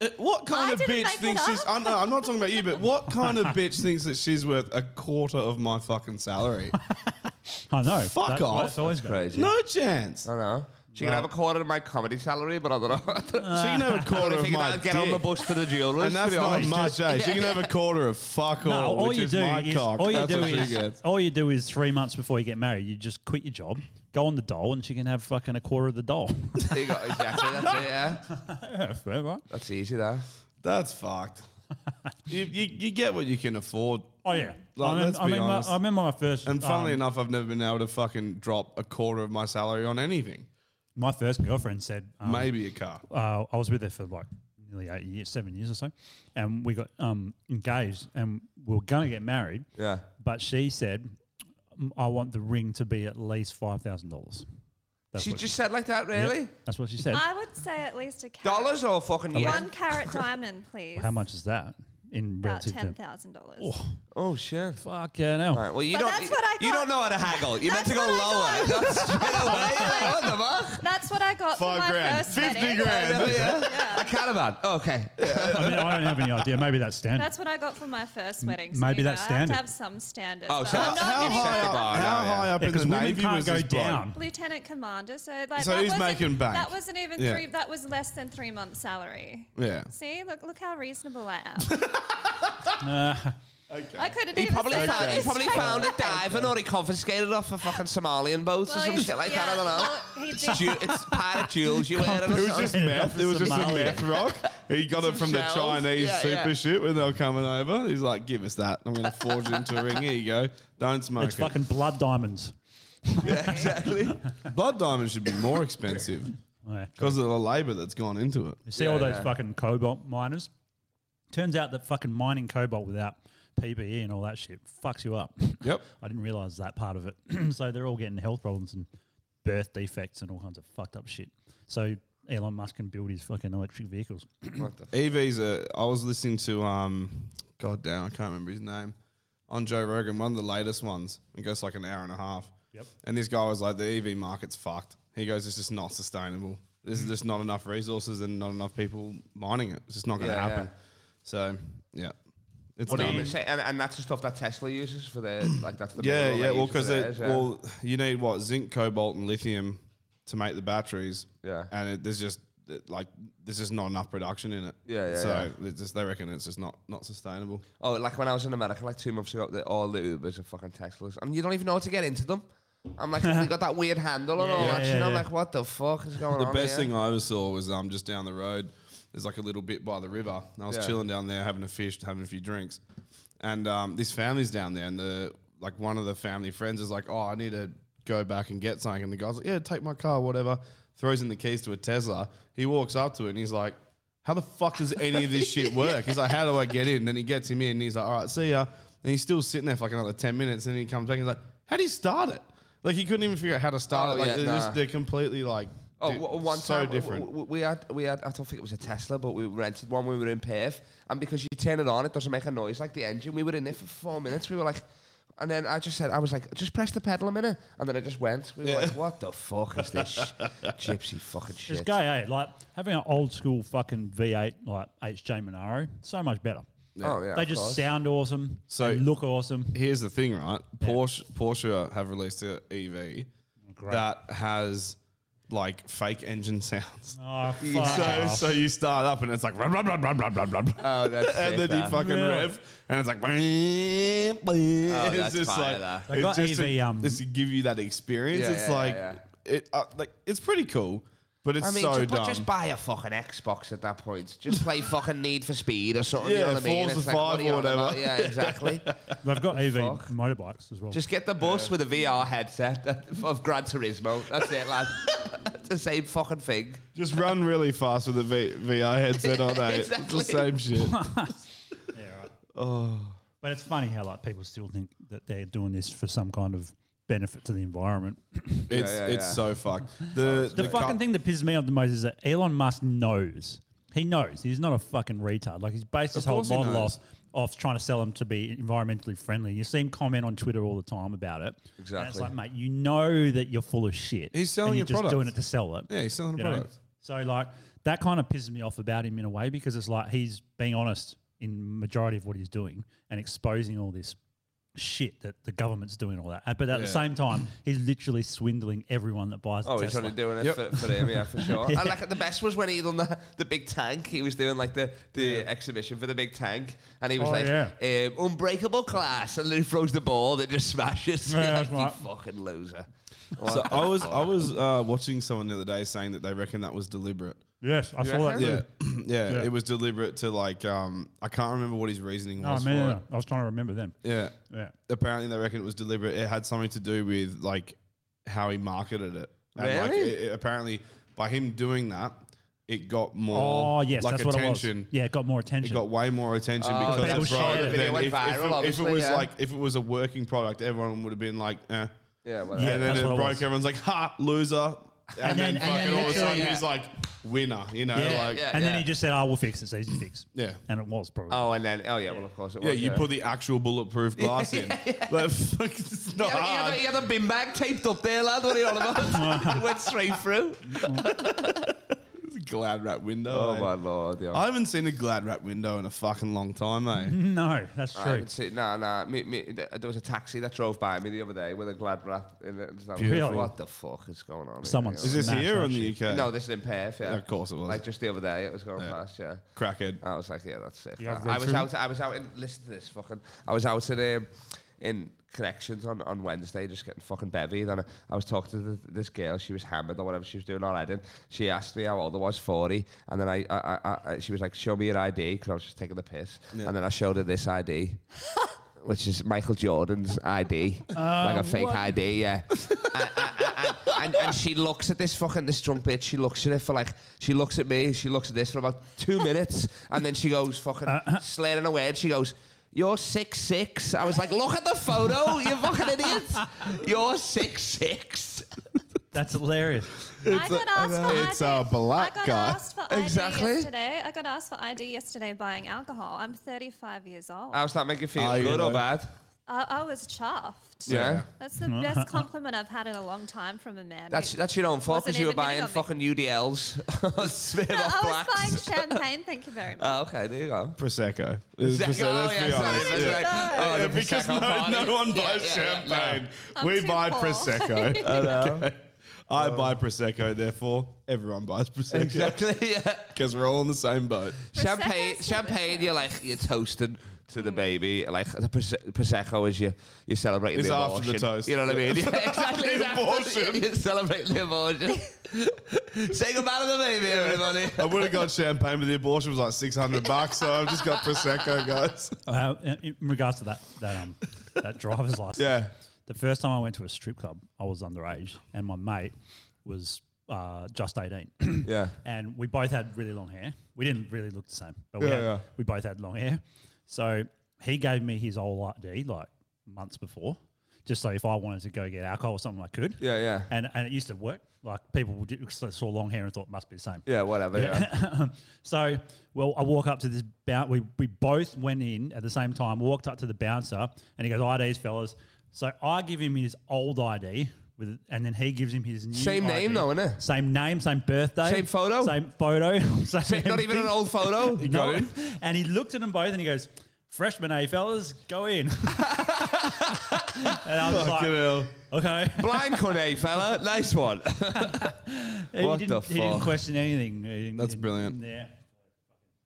Speaker 4: uh, what kind
Speaker 8: I
Speaker 4: of
Speaker 8: didn't
Speaker 4: bitch
Speaker 8: make
Speaker 4: thinks
Speaker 8: that
Speaker 4: she's?
Speaker 8: up.
Speaker 4: I know, I'm not talking about you, but what kind of bitch thinks that she's worth a quarter of my fucking salary?
Speaker 2: I know.
Speaker 4: Fuck off.
Speaker 2: that's why it's always great.
Speaker 5: Crazy.
Speaker 4: No chance.
Speaker 5: I know. She can have a quarter of my comedy salary, but I don't know.
Speaker 2: Uh,
Speaker 4: she can have a
Speaker 5: I
Speaker 4: quarter
Speaker 5: don't
Speaker 4: of
Speaker 5: think
Speaker 4: my
Speaker 5: that'd
Speaker 4: dick.
Speaker 5: get on the bus to the jewelers.
Speaker 4: and that's
Speaker 5: to be
Speaker 4: not
Speaker 5: honest.
Speaker 4: much, eh? She can have a quarter of fuck
Speaker 2: No,
Speaker 4: all,
Speaker 2: Oh, all
Speaker 4: Oh, which
Speaker 2: you
Speaker 4: is
Speaker 2: do
Speaker 4: my
Speaker 2: is
Speaker 4: cock.
Speaker 2: all you
Speaker 4: that's
Speaker 2: do
Speaker 4: what she
Speaker 2: is
Speaker 4: gets.
Speaker 2: all you do is three months before you get married, you just quit your job, go on the dole, and she can have fucking a quarter of the dole.
Speaker 5: There you go, exactly, that's it, yeah.
Speaker 2: yeah, fair, right?
Speaker 5: That's easy, though.
Speaker 4: That's fucked. you, you you get what you can afford.
Speaker 2: Oh yeah.
Speaker 4: Like,
Speaker 2: I, remem-
Speaker 4: let's
Speaker 2: I
Speaker 4: be
Speaker 2: remember,
Speaker 4: honest.
Speaker 2: I remember my first
Speaker 4: And funnily
Speaker 2: um,
Speaker 4: enough, I've never been able to fucking drop a quarter of my salary on anything.
Speaker 2: my first girlfriend said um,
Speaker 4: Maybe a car.
Speaker 2: uh, I was with her for like nearly eight years, seven years or so, and we got um, engaged, and we were going to get married.
Speaker 5: Yeah.
Speaker 2: But she said, "Mm, "I want the ring to be at least five thousand dollars."
Speaker 5: She just said like that, really?
Speaker 2: That's what she said.
Speaker 8: I would say at least a carat.
Speaker 5: Dollars or fucking
Speaker 8: One
Speaker 5: yen?
Speaker 8: carat diamond, please.
Speaker 2: How much is that in
Speaker 8: About
Speaker 2: relative
Speaker 8: ten
Speaker 2: terms?
Speaker 8: thousand dollars.
Speaker 5: Oh, shit.
Speaker 2: Fuck yeah, no.
Speaker 5: All right, well, you
Speaker 8: But
Speaker 5: don't.
Speaker 8: that's what I
Speaker 5: you
Speaker 8: got.
Speaker 5: don't know how to haggle. You meant to
Speaker 8: That's
Speaker 5: go
Speaker 8: what I
Speaker 5: lower.
Speaker 8: got.
Speaker 5: Not straight away. what the fuck?
Speaker 8: That's what I got
Speaker 4: Five
Speaker 8: for my
Speaker 4: grand.
Speaker 8: first
Speaker 4: 50
Speaker 8: wedding.
Speaker 4: grand.
Speaker 5: Oh, yeah. A caravan. Okay.
Speaker 2: I, mean, I don't have any idea. Maybe that's standard.
Speaker 8: That's what I got for my first wedding. So
Speaker 2: maybe
Speaker 8: you know,
Speaker 2: that's
Speaker 8: I have
Speaker 2: standard.
Speaker 8: to have some standards.
Speaker 5: Oh,
Speaker 8: but
Speaker 5: so
Speaker 8: I'm not
Speaker 4: How
Speaker 5: Any
Speaker 8: getting
Speaker 4: high
Speaker 5: sector
Speaker 4: up,
Speaker 5: bar,
Speaker 4: how
Speaker 5: yeah, yeah.
Speaker 4: high up in
Speaker 2: because
Speaker 4: the
Speaker 2: women
Speaker 4: Navy
Speaker 2: can't
Speaker 4: was
Speaker 2: go
Speaker 4: this bloke?
Speaker 2: down.
Speaker 8: lieutenant commander. So like
Speaker 4: So
Speaker 8: that
Speaker 4: he's
Speaker 8: wasn't-
Speaker 4: making bank.
Speaker 8: That wasn't even
Speaker 4: Yeah.
Speaker 8: three. That was less than three months' salary.
Speaker 4: Yeah.
Speaker 8: See, look, look how reasonable I am. I couldn't
Speaker 5: He
Speaker 8: even
Speaker 5: probably
Speaker 8: say
Speaker 5: found, he
Speaker 8: that.
Speaker 5: probably found it diving or he confiscated it off a fucking Somalian boat or
Speaker 8: Well,
Speaker 5: some
Speaker 8: he's-
Speaker 5: shit like
Speaker 8: yeah,
Speaker 5: that. I don't know.
Speaker 8: well, he
Speaker 5: It's,
Speaker 8: did-
Speaker 5: ju- it's pirate jewels you wear.
Speaker 4: It was just
Speaker 2: Yeah,
Speaker 4: meth.
Speaker 2: from
Speaker 4: It was just a
Speaker 2: Somalia.
Speaker 4: meth rock. He got it from the
Speaker 5: shells.
Speaker 4: Chinese
Speaker 5: Yeah,
Speaker 4: super
Speaker 5: yeah.
Speaker 4: shit when they were coming over. He's like, "Give us that. I'm going to forge it into a ring. Here you go. Don't smoke
Speaker 2: it's
Speaker 4: it.
Speaker 2: fucking blood diamonds.
Speaker 5: Yeah, exactly.
Speaker 4: Blood diamonds should be more expensive
Speaker 2: Yeah.
Speaker 4: because of the labor that's gone into it.
Speaker 2: You see
Speaker 5: Yeah,
Speaker 2: all those
Speaker 5: yeah.
Speaker 2: fucking cobalt miners? Turns out that fucking mining cobalt without PPE and all that shit fucks you up.
Speaker 4: Yep.
Speaker 2: I didn't realize that part of it. so they're all getting health problems and birth defects and all kinds of fucked up shit. So Elon Musk can build his fucking electric vehicles.
Speaker 4: EVs are. I was listening to um, God damn, I can't remember his name, on Joe Rogan, one of the latest ones. It goes like an hour and a half.
Speaker 2: Yep.
Speaker 4: And this guy was like, the EV market's fucked. He goes, it's just not sustainable. There's just not enough resources and not enough people mining it. It's just not going to
Speaker 5: Yeah,
Speaker 4: happen.
Speaker 5: yeah.
Speaker 4: So yeah, it's
Speaker 5: What do
Speaker 4: dumb.
Speaker 5: you say? And, and that's the stuff that Tesla uses for their like that's the
Speaker 4: Yeah,
Speaker 5: mineral
Speaker 4: yeah.
Speaker 5: they
Speaker 4: Well,
Speaker 5: use for
Speaker 4: because
Speaker 5: theirs, yeah.
Speaker 4: well, you need what zinc, cobalt, and lithium to make the batteries.
Speaker 5: Yeah.
Speaker 4: and it, there's just it- like there's just not enough production in it.
Speaker 5: Yeah, yeah,
Speaker 4: So It's just, they reckon it's just not not sustainable.
Speaker 5: Oh, like when I was in America, like two months ago, the, all the Ubers are fucking Teslas, and you don't even know how to get into them. I'm like, they got that weird handle and all
Speaker 2: Yeah,
Speaker 5: that.
Speaker 2: yeah,
Speaker 5: shit. I'm
Speaker 2: yeah.
Speaker 5: like, what the fuck is going
Speaker 4: The
Speaker 5: on?
Speaker 4: best
Speaker 5: here?
Speaker 4: thing I ever saw was um just down the road. There's like a little bit by the river. And I was
Speaker 5: Yeah.
Speaker 4: chilling down there, having a fish, having a few drinks, and um this family's down there, and the like one of the family friends is like, oh, I need to go back and get something, and the guy's like, yeah, take my car, whatever. Throws in the keys to a Tesla. He walks up to it and he's like, how the fuck does any of this shit work? He's like, how do I get in? Then he gets him in and he's like, all right, see ya. And he's still sitting there for like another 10 minutes. And then he comes back and he's like, how do you start it? Like he couldn't even figure out how to start
Speaker 5: Oh,
Speaker 4: it. Like
Speaker 5: yeah,
Speaker 4: they're,
Speaker 5: nah.
Speaker 4: just, they're completely like
Speaker 5: Oh,
Speaker 4: di-
Speaker 5: w- one
Speaker 4: so
Speaker 5: time, w-
Speaker 4: different.
Speaker 5: w- we had, we had. I don't think it was a Tesla, but we rented one. when We were in Perth, and because you turn it on, it doesn't make a noise like the engine. We were in there for four minutes. We were like, and then I just said, I was like, just press the pedal a minute, and then I just went. We were like, what the fuck is this sh- gypsy fucking
Speaker 2: It's
Speaker 5: shit?
Speaker 2: gay, eh? Like having an old school fucking V8 like HJ Monaro, so much better.
Speaker 5: Oh yeah,
Speaker 2: they
Speaker 5: of
Speaker 2: just
Speaker 5: course.
Speaker 2: sound awesome.
Speaker 4: So-
Speaker 2: they look awesome.
Speaker 4: Here's the thing, right? Porsche Porsche have released an EV that has like fake engine sounds.
Speaker 2: Oh, fuck
Speaker 4: So,
Speaker 2: off.
Speaker 4: so you start up and it's like blah blah blah blah blah blah blah.
Speaker 5: Oh, that's
Speaker 4: and
Speaker 5: sick,
Speaker 4: then you
Speaker 5: that.
Speaker 4: fucking
Speaker 2: Really?
Speaker 4: rev, and it's like, oh,
Speaker 5: that's fire, that.
Speaker 4: it's
Speaker 2: got
Speaker 4: just
Speaker 2: EV,
Speaker 4: to,
Speaker 2: um,
Speaker 4: just to give you that experience.
Speaker 5: Yeah,
Speaker 4: it's
Speaker 5: yeah, yeah,
Speaker 4: like, it, uh, like it's pretty cool, but it's
Speaker 5: I mean,
Speaker 4: so
Speaker 5: just, but
Speaker 4: dumb.
Speaker 5: just buy a fucking Xbox at that point. Just play fucking Need for Speed or something. you
Speaker 4: Yeah,
Speaker 5: know what I mean?
Speaker 4: Forza
Speaker 5: It's like, what
Speaker 4: 5
Speaker 5: are you
Speaker 4: or
Speaker 5: on about?
Speaker 4: whatever.
Speaker 5: Yeah, exactly.
Speaker 2: They've got EV
Speaker 5: fuck?
Speaker 2: motorbikes as well.
Speaker 5: just get the bus with a VR headset of Gran Turismo. That's it, lad. the same fucking thing.
Speaker 4: Just run really fast with a v- VR headset on, eh?
Speaker 5: Exactly.
Speaker 4: It's the same shit. Oh.
Speaker 2: But it's funny how like people still think that they're doing this for some kind of benefit to the environment.
Speaker 4: It's
Speaker 5: yeah,
Speaker 4: it's
Speaker 5: yeah.
Speaker 4: so fucked. The
Speaker 2: The
Speaker 4: cu-
Speaker 2: fucking thing that pisses me off the most is that Elon Musk knows. He knows. He's not a fucking retard. Like he's based his whole
Speaker 4: course he
Speaker 2: model off
Speaker 4: knows.
Speaker 2: off trying to sell him to be environmentally friendly. You see him comment on Twitter all the time about it. Exactly. it's like, mate, you know that you're full of shit.
Speaker 4: He's selling
Speaker 2: and you're
Speaker 4: a
Speaker 2: just
Speaker 4: product.
Speaker 2: doing it to sell it.
Speaker 4: Yeah, he's selling a
Speaker 2: you know?
Speaker 4: product.
Speaker 2: So like that kind of pisses me off about him in a way because it's like he's being honest in majority of what he's doing and exposing all this shit that the government's doing all that. Uh, But at the same time, he's literally swindling everyone that buys. a
Speaker 5: Oh, he's
Speaker 2: Tesla.
Speaker 5: only doing it for, for them, yeah, for sure. And like the best was when he done the, the big tank. He was doing like the, the exhibition for the big tank, and he was
Speaker 2: Oh,
Speaker 5: like,
Speaker 2: yeah.
Speaker 5: um, "Unbreakable class," and then he throws the ball that just smashes.
Speaker 2: Yeah,
Speaker 5: like,
Speaker 2: that's
Speaker 5: you
Speaker 2: right.
Speaker 5: fucking loser.
Speaker 4: So I was I was uh, watching someone the other day saying that they reckon that was deliberate.
Speaker 2: Yes, I saw that.
Speaker 4: Yeah.
Speaker 2: Yeah.
Speaker 4: yeah, it was deliberate to like um I can't remember what his reasoning
Speaker 2: Oh
Speaker 4: was. for
Speaker 2: man, I was trying to remember them.
Speaker 4: it. Yeah.
Speaker 2: Yeah.
Speaker 4: Apparently they reckon it was deliberate. It had something to do with like how he marketed it. And like
Speaker 5: Really?
Speaker 4: it, it- apparently by him doing that, it got more
Speaker 2: Oh yes,
Speaker 4: like
Speaker 2: that's what
Speaker 4: attention.
Speaker 2: it was. Yeah, it got more
Speaker 4: It
Speaker 2: attention.
Speaker 4: got way more attention
Speaker 5: Oh,
Speaker 4: because
Speaker 2: People
Speaker 4: that's
Speaker 2: shared
Speaker 4: right.
Speaker 2: it.
Speaker 4: then
Speaker 5: It went
Speaker 4: if,
Speaker 5: viral,
Speaker 4: if, it- if
Speaker 5: obviously,
Speaker 4: it was
Speaker 5: yeah.
Speaker 4: like if it was a working product, everyone would have been like, eh.
Speaker 5: Yeah, well,
Speaker 2: Yeah.
Speaker 4: and then
Speaker 2: that's
Speaker 4: it
Speaker 2: what it
Speaker 4: broke.
Speaker 2: was.
Speaker 4: Everyone's like, ha, loser. And, then,
Speaker 2: then- and
Speaker 4: fucking
Speaker 2: then
Speaker 4: all of a sudden
Speaker 2: literally-
Speaker 4: he's like, winner. You know,
Speaker 2: yeah.
Speaker 4: like
Speaker 5: yeah,
Speaker 2: and
Speaker 5: yeah.
Speaker 2: then he just said, "I will fix it. It's easy to fix."
Speaker 4: Yeah. Um,
Speaker 2: And it was probably.
Speaker 5: Oh, and then oh yeah, well of course it
Speaker 4: Yeah,
Speaker 5: was.
Speaker 4: you put the actual bulletproof glass in. Like, fuck, it's not
Speaker 5: Yeah, he had, a-
Speaker 4: hard.
Speaker 5: he had a bin bag taped up there, lad. What are you on about? It went straight through.
Speaker 4: Glad wrap window.
Speaker 5: Oh,
Speaker 4: eh?
Speaker 5: lord! Yeah.
Speaker 4: I haven't seen a glad wrap window in a fucking long time, eh?
Speaker 2: No, that's
Speaker 5: I
Speaker 2: true.
Speaker 5: haven't seen, nah, nah. Me, me, th- there was a taxi that drove by me the other day with a glad wrap. In it. and I was like,
Speaker 2: Beautiful.
Speaker 5: What the fuck is going on? here?"
Speaker 2: Someone's-
Speaker 4: Is this
Speaker 2: Smash
Speaker 4: here
Speaker 2: that
Speaker 4: or in the UK?
Speaker 5: No, this is in Perth. Yeah.
Speaker 4: Of course it was.
Speaker 5: Like just the other day, it was going past. Yeah.
Speaker 4: Crackhead.
Speaker 5: I was like, yeah, that's sick.
Speaker 2: You have
Speaker 5: man. I was
Speaker 2: Red
Speaker 5: out. I was out. In, listen to this, fucking. I was out in um, in connections on, on Wednesday, just getting fucking bevied, and I, I was talking to th this girl. She was hammered or whatever she was doing on Eden. She asked me how old I was, forty, and then I, I, I, I she was like, show me your ID, because I was just taking the piss, and then I showed her this ID. Which is Michael Jordan's ID,
Speaker 8: Um,
Speaker 5: like a fake ID, yeah. and, and- and, and she looks at this fucking this drunk bitch. She looks at it for like she looks at me. She looks at this for about two minutes, and then she goes fucking
Speaker 8: Uh,
Speaker 5: slurring away. And she goes, "You're six six. I was like, "Look at the photo, you fucking idiots. You're six six.
Speaker 2: That's hilarious.
Speaker 8: I got asked for
Speaker 4: it's
Speaker 8: ID.
Speaker 4: a black
Speaker 8: I got
Speaker 4: guy.
Speaker 8: asked for ID
Speaker 5: Exactly.
Speaker 8: yesterday. I got asked for ID yesterday buying alcohol. I'm 35 years old. I,
Speaker 5: How's that make you feel?
Speaker 4: Ah, you
Speaker 5: good
Speaker 4: know.
Speaker 5: or bad?
Speaker 8: I was chuffed.
Speaker 5: Yeah.
Speaker 8: That's the best compliment I've had in a long time from a man.
Speaker 5: That's that's your own fault
Speaker 8: Wasn't
Speaker 5: because you were
Speaker 8: even gonna
Speaker 5: buying
Speaker 8: go me.
Speaker 5: fucking UDLs. Smear
Speaker 8: No,
Speaker 5: off
Speaker 8: I
Speaker 5: blacks.
Speaker 8: was buying champagne. Thank you very much.
Speaker 5: Oh, okay, there you go.
Speaker 4: Prosecco. It's Prosecco.
Speaker 5: Oh,
Speaker 4: Let's
Speaker 5: yeah,
Speaker 4: be
Speaker 5: sorry,
Speaker 4: honest.
Speaker 5: that's
Speaker 4: yeah.
Speaker 5: right. Oh, the
Speaker 4: because no,
Speaker 5: Prosecco party.
Speaker 4: no one
Speaker 5: Yeah,
Speaker 4: buys
Speaker 5: yeah, yeah, no.
Speaker 4: champagne.
Speaker 8: I'm
Speaker 4: We
Speaker 8: too
Speaker 4: buy
Speaker 8: poor.
Speaker 4: prosecco. Okay. I buy prosecco, therefore everyone buys prosecco
Speaker 5: Exactly. Yeah.
Speaker 4: because we're all in the same boat.
Speaker 5: Champagne,
Speaker 8: Prosecco's
Speaker 5: champagne. You're like you're toasted to the baby. Like the Prose- prosecco is you you're celebrating
Speaker 4: It's
Speaker 5: the
Speaker 4: after the
Speaker 5: abortion.
Speaker 4: toast.
Speaker 5: You know what I mean? Yeah, exactly.
Speaker 4: The
Speaker 5: it's after-
Speaker 4: abortion.
Speaker 5: You're celebrating the abortion. Say goodbye to the baby, everybody.
Speaker 4: I would have got champagne, but the abortion was like six hundred bucks, so I've just got prosecco, guys.
Speaker 2: Uh, in in regards to that that um that driver's license.
Speaker 4: Yeah.
Speaker 2: The first time I went to a strip club, I was underage, and my mate was uh, just eighteen.
Speaker 5: Yeah.
Speaker 2: and we both had really long hair. We didn't really look the same, but we,
Speaker 4: Yeah,
Speaker 2: had,
Speaker 4: yeah.
Speaker 2: we both had long hair. So he gave me his old ID like months before, just so if I wanted to go get alcohol or something, I could.
Speaker 5: Yeah, yeah.
Speaker 2: And and it used to work. Like people would do- saw long hair and thought it must be the same.
Speaker 5: Yeah, whatever. Yeah.
Speaker 2: so, well, I walk up to this bouncer. We, we both went in at the same time, walked up to the bouncer, and he goes, IDs, fellas. So I give him his old ID, with, and then he gives him his new
Speaker 5: Same
Speaker 2: ID.
Speaker 5: name though, innit?
Speaker 2: Same name, same birthday.
Speaker 5: Same photo?
Speaker 2: Same photo. same
Speaker 5: Not even an
Speaker 2: thing.
Speaker 5: old photo.
Speaker 2: No. And he looked at them both and he goes, Freshman, eh, fellas, go in. and I
Speaker 4: Fucking
Speaker 2: was like,
Speaker 4: hell.
Speaker 2: okay.
Speaker 5: Blind Cornet, fella. Nice one. What
Speaker 2: he, didn't,
Speaker 5: the
Speaker 2: he didn't
Speaker 5: fuck?
Speaker 2: question anything. He didn't-
Speaker 4: That's
Speaker 2: he didn't-
Speaker 4: brilliant.
Speaker 2: Yeah.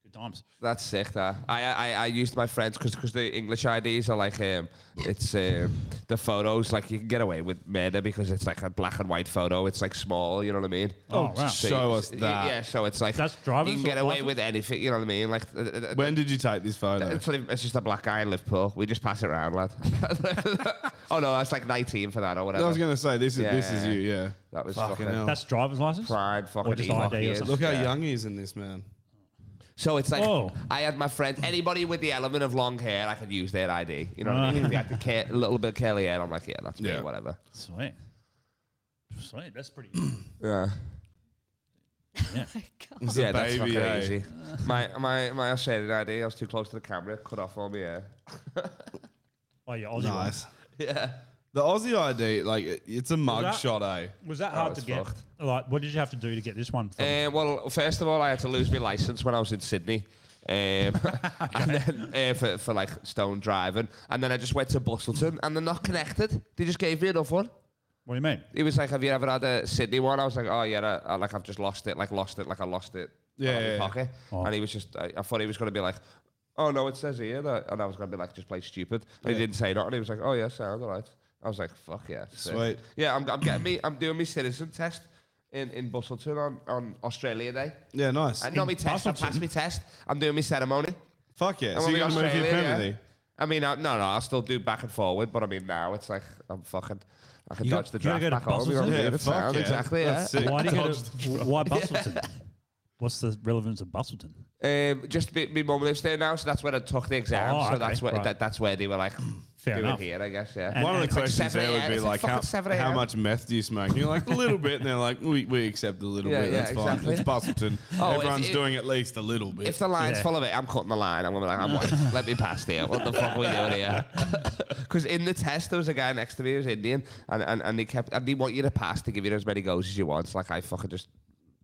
Speaker 2: Good times.
Speaker 5: That's sick. That I I, I used my friends because the English IDs are like um it's um the photos like you can get away with murder because it's like a black and white photo. It's like small. You know what I mean?
Speaker 2: Oh, wow.
Speaker 5: So-
Speaker 4: Show us
Speaker 5: y-
Speaker 4: that.
Speaker 5: Yeah. So it's like
Speaker 2: That's
Speaker 5: You
Speaker 2: driver's
Speaker 5: can get away
Speaker 2: license?
Speaker 5: with anything. You know what I mean? Like. uh, uh,
Speaker 4: When did you take this photo?
Speaker 5: It's, like- it's just a black guy in Liverpool. We just pass it around, lad. Oh no, that's like 19 for that or whatever.
Speaker 4: I was gonna say this is
Speaker 5: Yeah,
Speaker 4: this is
Speaker 5: yeah,
Speaker 4: you, yeah.
Speaker 5: that was
Speaker 4: Fucking
Speaker 5: fucking
Speaker 4: hell.
Speaker 2: That's driver's license.
Speaker 5: pride, fucking
Speaker 2: Or just
Speaker 5: evil
Speaker 2: ID or
Speaker 5: years.
Speaker 2: something.
Speaker 4: Look how
Speaker 5: Yeah.
Speaker 4: young he is in this man.
Speaker 5: So it's like
Speaker 2: Whoa.
Speaker 5: I had my friend, anybody with the element of long hair, I could use their ID. You know what I mean? If you had the ca- a little bit of curly hair, I'm like, yeah, that's me,
Speaker 4: Yeah.
Speaker 5: whatever.
Speaker 2: Sweet. Sweet. That's pretty.
Speaker 5: Yeah.
Speaker 4: He's
Speaker 5: yeah,
Speaker 4: a
Speaker 5: that's
Speaker 4: baby.
Speaker 5: fucking
Speaker 4: eh?
Speaker 5: easy. My my my Australian ID, I was too close to the camera, cut off all my hair.
Speaker 2: oh yeah, Aussie one.
Speaker 4: Nice.
Speaker 5: Yeah.
Speaker 4: The Aussie ID, like it- it's a mug
Speaker 2: that-
Speaker 4: shot, eh?
Speaker 2: Was that hard
Speaker 5: it's
Speaker 2: to get?
Speaker 5: Oh, fucked.
Speaker 2: Like, what did you have to do to get this one? From?
Speaker 5: Uh, well, first of all, I had to lose my license when I was in Sydney. Um, and then uh, for, for like stone driving, and then I just went to Bustleton, and they're not connected. They just gave me another one.
Speaker 2: what do you mean?
Speaker 5: He was like, "Have you ever had a Sydney one?" I was like, "Oh yeah, I, I, like I've just lost it, like lost it, like I lost it
Speaker 4: Yeah,
Speaker 5: out of my
Speaker 4: yeah, Oh. yeah.
Speaker 5: pocket." And he was just, I, I thought he was gonna be like, "Oh no, it says here," that, and I was gonna be like, "Just play stupid." And he didn't say that, and he was like, "Oh yeah, sound alright." I was like, "Fuck yeah, sick."
Speaker 4: Sweet.
Speaker 5: Yeah, I'm, I'm getting me, I'm doing my citizen test in in Bustleton on on Australia Day.
Speaker 4: Yeah, nice.
Speaker 5: I know my Uh, test. I passed my test. I'm doing my ceremony.
Speaker 4: Fuck yeah.
Speaker 5: I'm
Speaker 4: So
Speaker 5: on
Speaker 4: you
Speaker 5: my
Speaker 4: gotta move your
Speaker 5: Australia, yeah.
Speaker 4: family.
Speaker 5: I mean, I, no, no, I still do back and forward, but I mean now it's like I'm fucking. I can
Speaker 2: You
Speaker 5: dodge
Speaker 2: got-
Speaker 5: the
Speaker 2: you gotta
Speaker 5: draft
Speaker 2: go to
Speaker 5: back home. you know what I
Speaker 2: Bustleton?
Speaker 5: mean?
Speaker 4: Yeah,
Speaker 5: It's
Speaker 4: fuck
Speaker 5: sound,
Speaker 4: yeah.
Speaker 5: Exactly. Yeah.
Speaker 4: That's sick.
Speaker 2: Why do you go to why Bustleton? What's the relevance of Bustleton?
Speaker 5: Um, just be, my mum lives there now, so that's where I took the exam.
Speaker 2: Oh,
Speaker 5: so
Speaker 2: okay,
Speaker 5: that's where
Speaker 2: right.
Speaker 5: that, that's where they were like,
Speaker 2: Fair
Speaker 5: do
Speaker 2: enough.
Speaker 5: it here, I guess. Yeah.
Speaker 2: And-
Speaker 4: One of the
Speaker 2: it's
Speaker 5: like
Speaker 4: questions
Speaker 5: 7
Speaker 4: there would
Speaker 5: a.m.,
Speaker 4: be
Speaker 5: it's
Speaker 4: like,
Speaker 5: like
Speaker 4: how,
Speaker 5: fucking 7
Speaker 4: how
Speaker 5: a.m.
Speaker 4: much meth do you smoke? And you're like, a little bit. And they're like, we, we accept a little
Speaker 5: Yeah,
Speaker 4: bit.
Speaker 5: yeah,
Speaker 4: That's
Speaker 5: exactly. Oh,
Speaker 4: fine. It's Boston.
Speaker 5: if-
Speaker 4: Everyone's
Speaker 5: if-
Speaker 4: doing at least a little bit.
Speaker 5: If the line's
Speaker 2: Yeah.
Speaker 5: full of it, I'm cutting the line. I'm gonna be like, I'm white. Let me pass here. What the fuck are we doing here? Because in the test, there was a guy next to me who was Indian, and, and, and he kept and they want you to pass to give you as many goes as you want. It's like I fucking just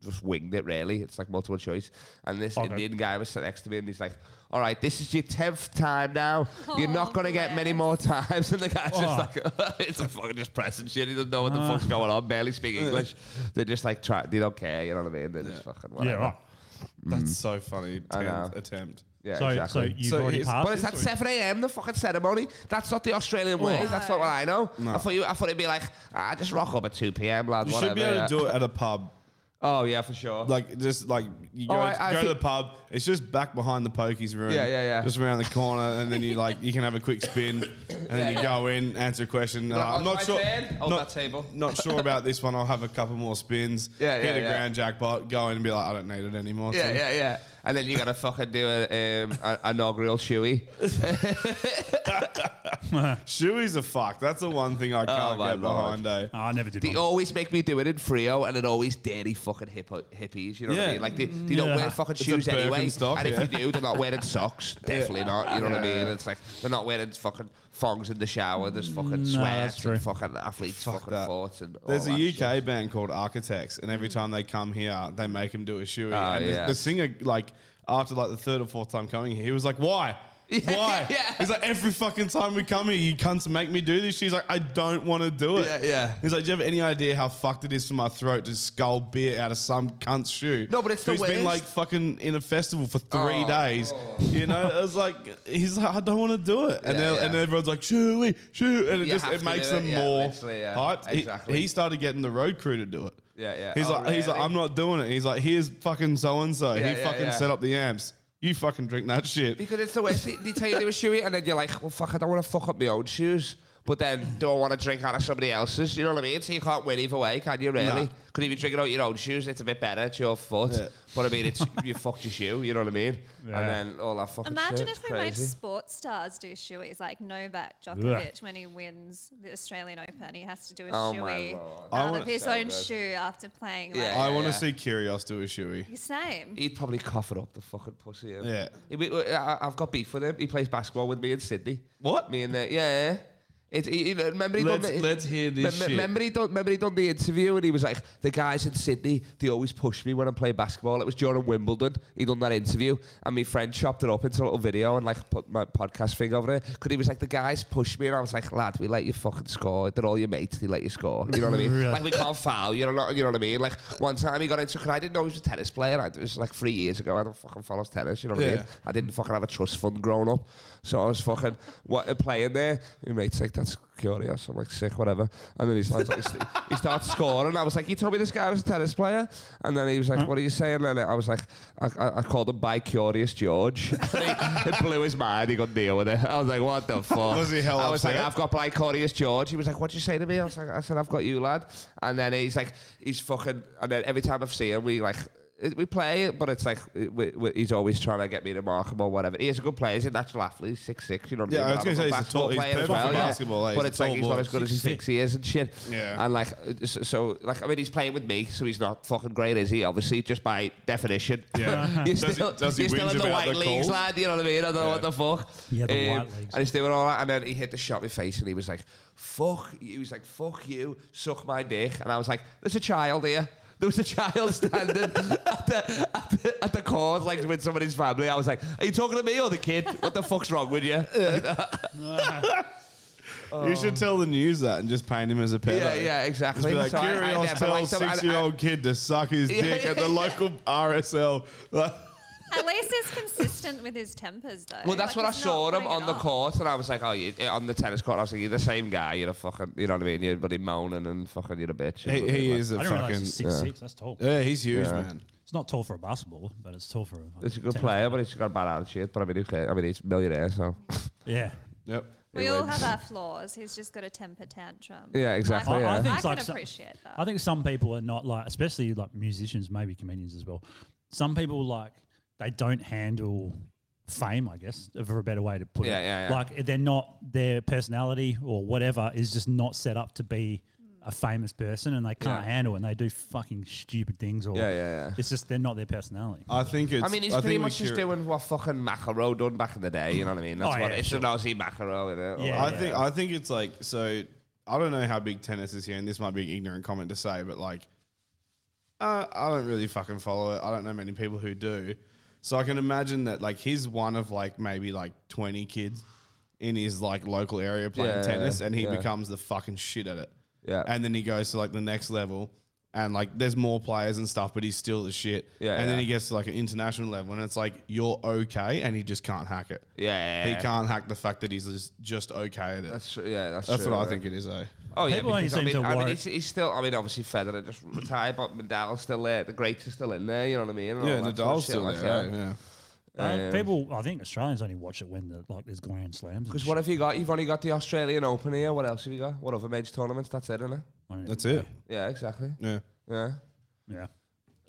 Speaker 5: just winged it. Really, it's like multiple choice. And this
Speaker 2: Okay.
Speaker 5: Indian guy was sat next to me, and he's like. All right, this is your tenth time now. You're not gonna get many more times. And the guy's
Speaker 2: Oh.
Speaker 5: just like, it's a fucking just pressing shit. He doesn't know what the fuck's going on. Barely speak English. They're just like, try. They don't care. You know what I mean? They're just fucking.
Speaker 2: Yeah,
Speaker 5: Whatever.
Speaker 2: right.
Speaker 4: That's so funny.
Speaker 5: I know.
Speaker 4: Attempt. attempt.
Speaker 5: Yeah,
Speaker 2: So,
Speaker 5: exactly.
Speaker 2: so you've
Speaker 4: So
Speaker 2: already
Speaker 4: it's-
Speaker 2: passed.
Speaker 5: But it's
Speaker 2: this
Speaker 5: at
Speaker 2: or-
Speaker 5: 7 a.m. the fucking ceremony. That's not the Australian way. That's not what I know. I thought you. I thought it'd be like, ah, just rock up at 2 p.m. Lad,
Speaker 4: You
Speaker 5: whatever.
Speaker 4: should be able
Speaker 5: yeah.
Speaker 4: to do it at a pub.
Speaker 5: Oh yeah, for sure.
Speaker 4: Like, just like you go,
Speaker 5: Oh, I- I
Speaker 4: go to the
Speaker 5: think-
Speaker 4: pub. It's just back behind the pokies room.
Speaker 5: Yeah, yeah, yeah.
Speaker 4: Just around the corner. And then you like, you can have a quick spin. And then you go in, answer a question.
Speaker 5: Like,
Speaker 4: uh,
Speaker 5: on
Speaker 4: I'm not
Speaker 5: my Oh,
Speaker 4: sure.
Speaker 5: turn, on
Speaker 4: not-
Speaker 5: that table.
Speaker 4: Not sure about this one. I'll have a couple more spins.
Speaker 5: Yeah,
Speaker 4: Hit
Speaker 5: yeah,
Speaker 4: a
Speaker 5: yeah.
Speaker 4: grand jackpot. Go in and be like, I don't need it anymore.
Speaker 5: Yeah,
Speaker 4: So-
Speaker 5: yeah, yeah. And then you gotta fucking do a um, a- inaugural shoey.
Speaker 4: Shoeys are fucked. That's the one thing I can't
Speaker 5: Oh my
Speaker 4: get
Speaker 5: lord.
Speaker 4: behind. Eh?
Speaker 2: Oh, I never did.
Speaker 5: They
Speaker 2: one.
Speaker 5: always make me do it in Frio, and it always dirty fucking hippo, hippies. You know what I
Speaker 4: Yeah.
Speaker 5: mean? Like they, they don't
Speaker 2: Yeah.
Speaker 5: wear fucking
Speaker 4: It's a
Speaker 5: shoes anyway.
Speaker 4: Birkenstock,
Speaker 5: and if
Speaker 4: yeah.
Speaker 5: you do, they're not wearing socks. Definitely not. You know what I mean? It's like they're not wearing fucking thongs in the shower.
Speaker 4: Mm,
Speaker 5: There's fucking
Speaker 2: that's
Speaker 5: sweats
Speaker 2: true.
Speaker 5: and fucking athletes fucking
Speaker 4: that.
Speaker 5: thoughts and. all
Speaker 4: There's a
Speaker 5: that
Speaker 4: UK
Speaker 5: shit.
Speaker 4: band called Architects, and every time they come here, they make him do a shoey.
Speaker 5: Ah,
Speaker 4: and the-
Speaker 5: yeah.
Speaker 4: the, singer, like after like the third or fourth time coming here, he was like, "Why? Why?"
Speaker 5: yeah.
Speaker 4: He's like, "Every fucking time we come here, you cunts make me do this." She's like, "I don't want to do it."
Speaker 5: Yeah, yeah.
Speaker 4: He's like, "Do you have any idea how fucked it is for my throat to skull beer out of some cunt's shoe?"
Speaker 5: No, but it's the
Speaker 4: who's been
Speaker 5: worst.
Speaker 4: like fucking in a festival for three
Speaker 5: Oh.
Speaker 4: days. You know, it was like he's like, "I don't want to do it," and
Speaker 5: Yeah,
Speaker 4: then and
Speaker 5: yeah.
Speaker 4: everyone's like, "Shoey, shoe," and it
Speaker 5: You
Speaker 4: just
Speaker 5: have
Speaker 4: it
Speaker 5: to
Speaker 4: makes
Speaker 5: do it,
Speaker 4: them
Speaker 5: yeah,
Speaker 4: more
Speaker 5: literally, yeah.
Speaker 4: hyped. He-
Speaker 5: Exactly.
Speaker 4: he started getting the road crew to do it.
Speaker 5: Yeah, yeah.
Speaker 4: He's
Speaker 5: Oh,
Speaker 4: like, he's like,
Speaker 5: really?
Speaker 4: I'm not doing it. He's like, here's fucking so and so. He
Speaker 5: Yeah, yeah,
Speaker 4: fucking
Speaker 5: yeah.
Speaker 4: set up the amps. You fucking drink that shit.
Speaker 5: Because it's the worst. They tell you they were shoey, and then you're like, well, fuck, I don't want to fuck up my own shoes. But then, do I want to drink out of somebody else's? You know what I mean? So you can't win either way, can you, really?
Speaker 4: Nah.
Speaker 5: Because if you're drinking out your own shoes, it's a bit better. It's your foot. But I mean, it's you fucked your shoe, you know what I mean?
Speaker 2: Yeah.
Speaker 5: And then all that fucking shit,
Speaker 8: Imagine
Speaker 5: it's
Speaker 8: if we made
Speaker 5: crazy.
Speaker 8: sports stars do shoeys like Novak Djokovic when he wins the Australian Open. He has to do a
Speaker 5: Oh my
Speaker 8: shoey
Speaker 5: lord.
Speaker 4: I
Speaker 8: out
Speaker 4: wanna-
Speaker 8: of his
Speaker 5: So
Speaker 8: own
Speaker 5: good.
Speaker 8: shoe after playing.
Speaker 5: Yeah.
Speaker 8: Yeah.
Speaker 4: I
Speaker 8: Like,
Speaker 4: want to
Speaker 5: yeah.
Speaker 4: see Curios do a shoey.
Speaker 8: his name.
Speaker 5: He'd probably cough it up, the fucking pussy. him.
Speaker 4: Yeah.
Speaker 5: He- we- we- I, I've got beef with him. He plays basketball with me in Sydney.
Speaker 4: What?
Speaker 5: Me and the, yeah. yeah. It, he, he- remember he
Speaker 4: Let's-
Speaker 5: done the,
Speaker 4: let's hear this
Speaker 5: Mem-
Speaker 4: shit.
Speaker 5: Remember he, done, remember he done the interview and he was like, the guys in Sydney, they always push me when I'm playing basketball. It was during Wimbledon. He done that interview and my friend chopped it up into a little video and like put my podcast thing over it. Because he was like, the guys push me and I was like, lad, we let you fucking score. They're all your mates. They let you score. You know what I mean?
Speaker 2: Really?
Speaker 5: Like we can't foul. You know, what- you know what I mean? Like one time he got into, cause I didn't know he was a tennis player. I, it was like three years ago. I don't fucking follow tennis. You know what I
Speaker 4: Yeah.
Speaker 5: mean? I didn't fucking have a trust fund growing up, so I was fucking what, playing there. My mate's like, that's curious. I'm like, sick, whatever. And then he starts, he st- he starts scoring. I was like, you told me this guy was a tennis player. And then he was like, what are you saying? And I was like, I, I, I called him by Curious George. it blew his mind. He couldn't deal with it. I was like, what the fuck?
Speaker 4: Was he hell
Speaker 5: I was like,
Speaker 4: upset?
Speaker 5: I've got by Curious George. He was like, what'd you say to me? I was like, I said, I've got you, lad. And then he's like, he's fucking. And then every time I've seen him, we like. it- We play, but it's like we, we, he's always trying to get me to mark him or whatever. He is a good player. He's a natural athlete. He's six six. You know what
Speaker 4: Yeah,
Speaker 5: I mean?
Speaker 4: I was gonna
Speaker 5: I'm
Speaker 4: say he's a
Speaker 5: basketball
Speaker 4: tall- he's
Speaker 5: player as
Speaker 4: perfect for
Speaker 5: well, yeah.
Speaker 4: basketball, eh? He's
Speaker 5: But
Speaker 4: a
Speaker 5: it's like
Speaker 4: tall
Speaker 5: he's not
Speaker 4: boy.
Speaker 5: as good as he thinks he is and shit.
Speaker 4: Yeah.
Speaker 5: And like uh, s- so, like I mean, he's playing with me, so he's not fucking great, is he? Obviously, just by definition.
Speaker 4: Yeah.
Speaker 5: you're
Speaker 4: Does he-
Speaker 5: still,
Speaker 4: does he
Speaker 5: you're still
Speaker 4: whinge
Speaker 5: in the
Speaker 4: about
Speaker 5: white
Speaker 4: the
Speaker 5: leagues,
Speaker 4: cold?
Speaker 5: lad. You know what I mean? I don't know what the fuck.
Speaker 2: Yeah, the white leagues.
Speaker 5: Um, And he's doing all right, and then he hit the shot in my face, and he was like, "Fuck!" you." He was like, "Fuck you, suck my dick," and I was like, "There's a child here." There was a child standing at, the, at, the, at the court, like with somebody's family. I was like, "Are you talking to me or the kid? What the fuck's wrong with you?"
Speaker 4: You should tell the news that and just paint him as a pedo.
Speaker 5: Oh. Yeah, yeah, exactly.
Speaker 4: Just be like,
Speaker 5: So I- I
Speaker 4: Curios
Speaker 5: never
Speaker 4: tells
Speaker 5: liked him. I- I-
Speaker 4: six-year-old kid to suck his
Speaker 5: Yeah.
Speaker 4: dick at the local RSL.
Speaker 8: At least he's consistent with his tempers, though.
Speaker 5: Well, that's
Speaker 8: Like,
Speaker 5: what I
Speaker 8: he's
Speaker 5: saw
Speaker 8: not
Speaker 5: him
Speaker 8: playing
Speaker 5: on the
Speaker 8: up.
Speaker 5: court, and I was like, "Oh, you, on the tennis court." I was like, "You're the same guy. You're a fucking, you know what I mean? You're bloody moaning and fucking, you're a bitch."
Speaker 4: he, he is a
Speaker 2: I don't realize
Speaker 4: fucking.
Speaker 2: he's six six. That's tall.
Speaker 4: Yeah, he's huge, man.
Speaker 2: It's not tall for a basketball, but it's tall for a. fucking
Speaker 5: He's a good
Speaker 2: tennis.
Speaker 5: player, but he's got a bad attitude. But I mean, who cares? I mean, he's a millionaire, so
Speaker 2: Yeah.
Speaker 4: Yep.
Speaker 8: We all have our flaws. He's just got a temper tantrum.
Speaker 5: Yeah, exactly,
Speaker 8: I,
Speaker 5: yeah. I
Speaker 8: I,
Speaker 2: think
Speaker 8: can
Speaker 2: it's like so-
Speaker 8: appreciate that.
Speaker 2: I think some people are not like, especially like musicians, maybe comedians as well. Some people like they don't handle fame, I guess, for a better way to put
Speaker 5: Yeah,
Speaker 2: it.
Speaker 5: yeah, yeah.
Speaker 2: Like they're not their personality or whatever is just not set up to be a famous person, and they can't handle it. and They do fucking stupid things, or
Speaker 5: Yeah, yeah, Uh, yeah.
Speaker 2: It's just they're not their personality.
Speaker 4: I think it's.
Speaker 5: I mean, he's
Speaker 4: think
Speaker 5: pretty
Speaker 4: we
Speaker 5: much just
Speaker 4: curi-
Speaker 5: doing what fucking Macaro done back in the day. You know what I mean? That's
Speaker 2: Oh,
Speaker 5: what
Speaker 2: yeah,
Speaker 5: it's
Speaker 2: sure.
Speaker 5: an Aussie Macaro, isn't it?
Speaker 2: Yeah.
Speaker 5: Like,
Speaker 4: I think I think it's like so. I don't know how big tennis is here, and this might be an ignorant comment to say, but like, uh, I don't really fucking follow it. I don't know many people who do, so I can imagine that like he's one of like maybe like twenty kids in his like local area playing
Speaker 5: Yeah,
Speaker 4: tennis, and he
Speaker 5: yeah.
Speaker 4: becomes the fucking shit at it.
Speaker 5: Yeah.
Speaker 4: and then he goes to like the next level. And like, there's more players and stuff, but he's still the shit.
Speaker 5: Yeah,
Speaker 4: and then
Speaker 5: yeah.
Speaker 4: he gets to like an international level, and it's like you're okay, and he just can't hack it.
Speaker 5: Yeah,
Speaker 4: he
Speaker 5: yeah.
Speaker 4: can't hack the fact that he's just- just okay at it.
Speaker 5: That's true. Yeah, that's,
Speaker 4: That's
Speaker 5: true,
Speaker 4: what I
Speaker 5: yeah.
Speaker 4: think it is, eh?
Speaker 5: Oh yeah,
Speaker 2: People only
Speaker 5: because, I
Speaker 2: seem
Speaker 5: mean,
Speaker 2: to
Speaker 5: I mean
Speaker 2: worry-
Speaker 5: he's, he's still. I mean, obviously Federer just retired, but Nadal's still there. The greats are still in there. You know what I mean? And
Speaker 4: Yeah,
Speaker 5: all that sort of
Speaker 4: Nadal's
Speaker 5: shit
Speaker 4: still
Speaker 5: like Um,
Speaker 4: there.
Speaker 5: that.
Speaker 4: eh? Yeah.
Speaker 2: Uh, people, I think Australians only watch it when the, like there's grand slams. and
Speaker 5: Because
Speaker 2: shit.
Speaker 5: what have you got? You've only got the Australian Open here. What else have you got? What other major tournaments? That's it, isn't it?
Speaker 4: That's it.
Speaker 5: Yeah, exactly.
Speaker 4: Yeah.
Speaker 5: Yeah.
Speaker 2: Yeah.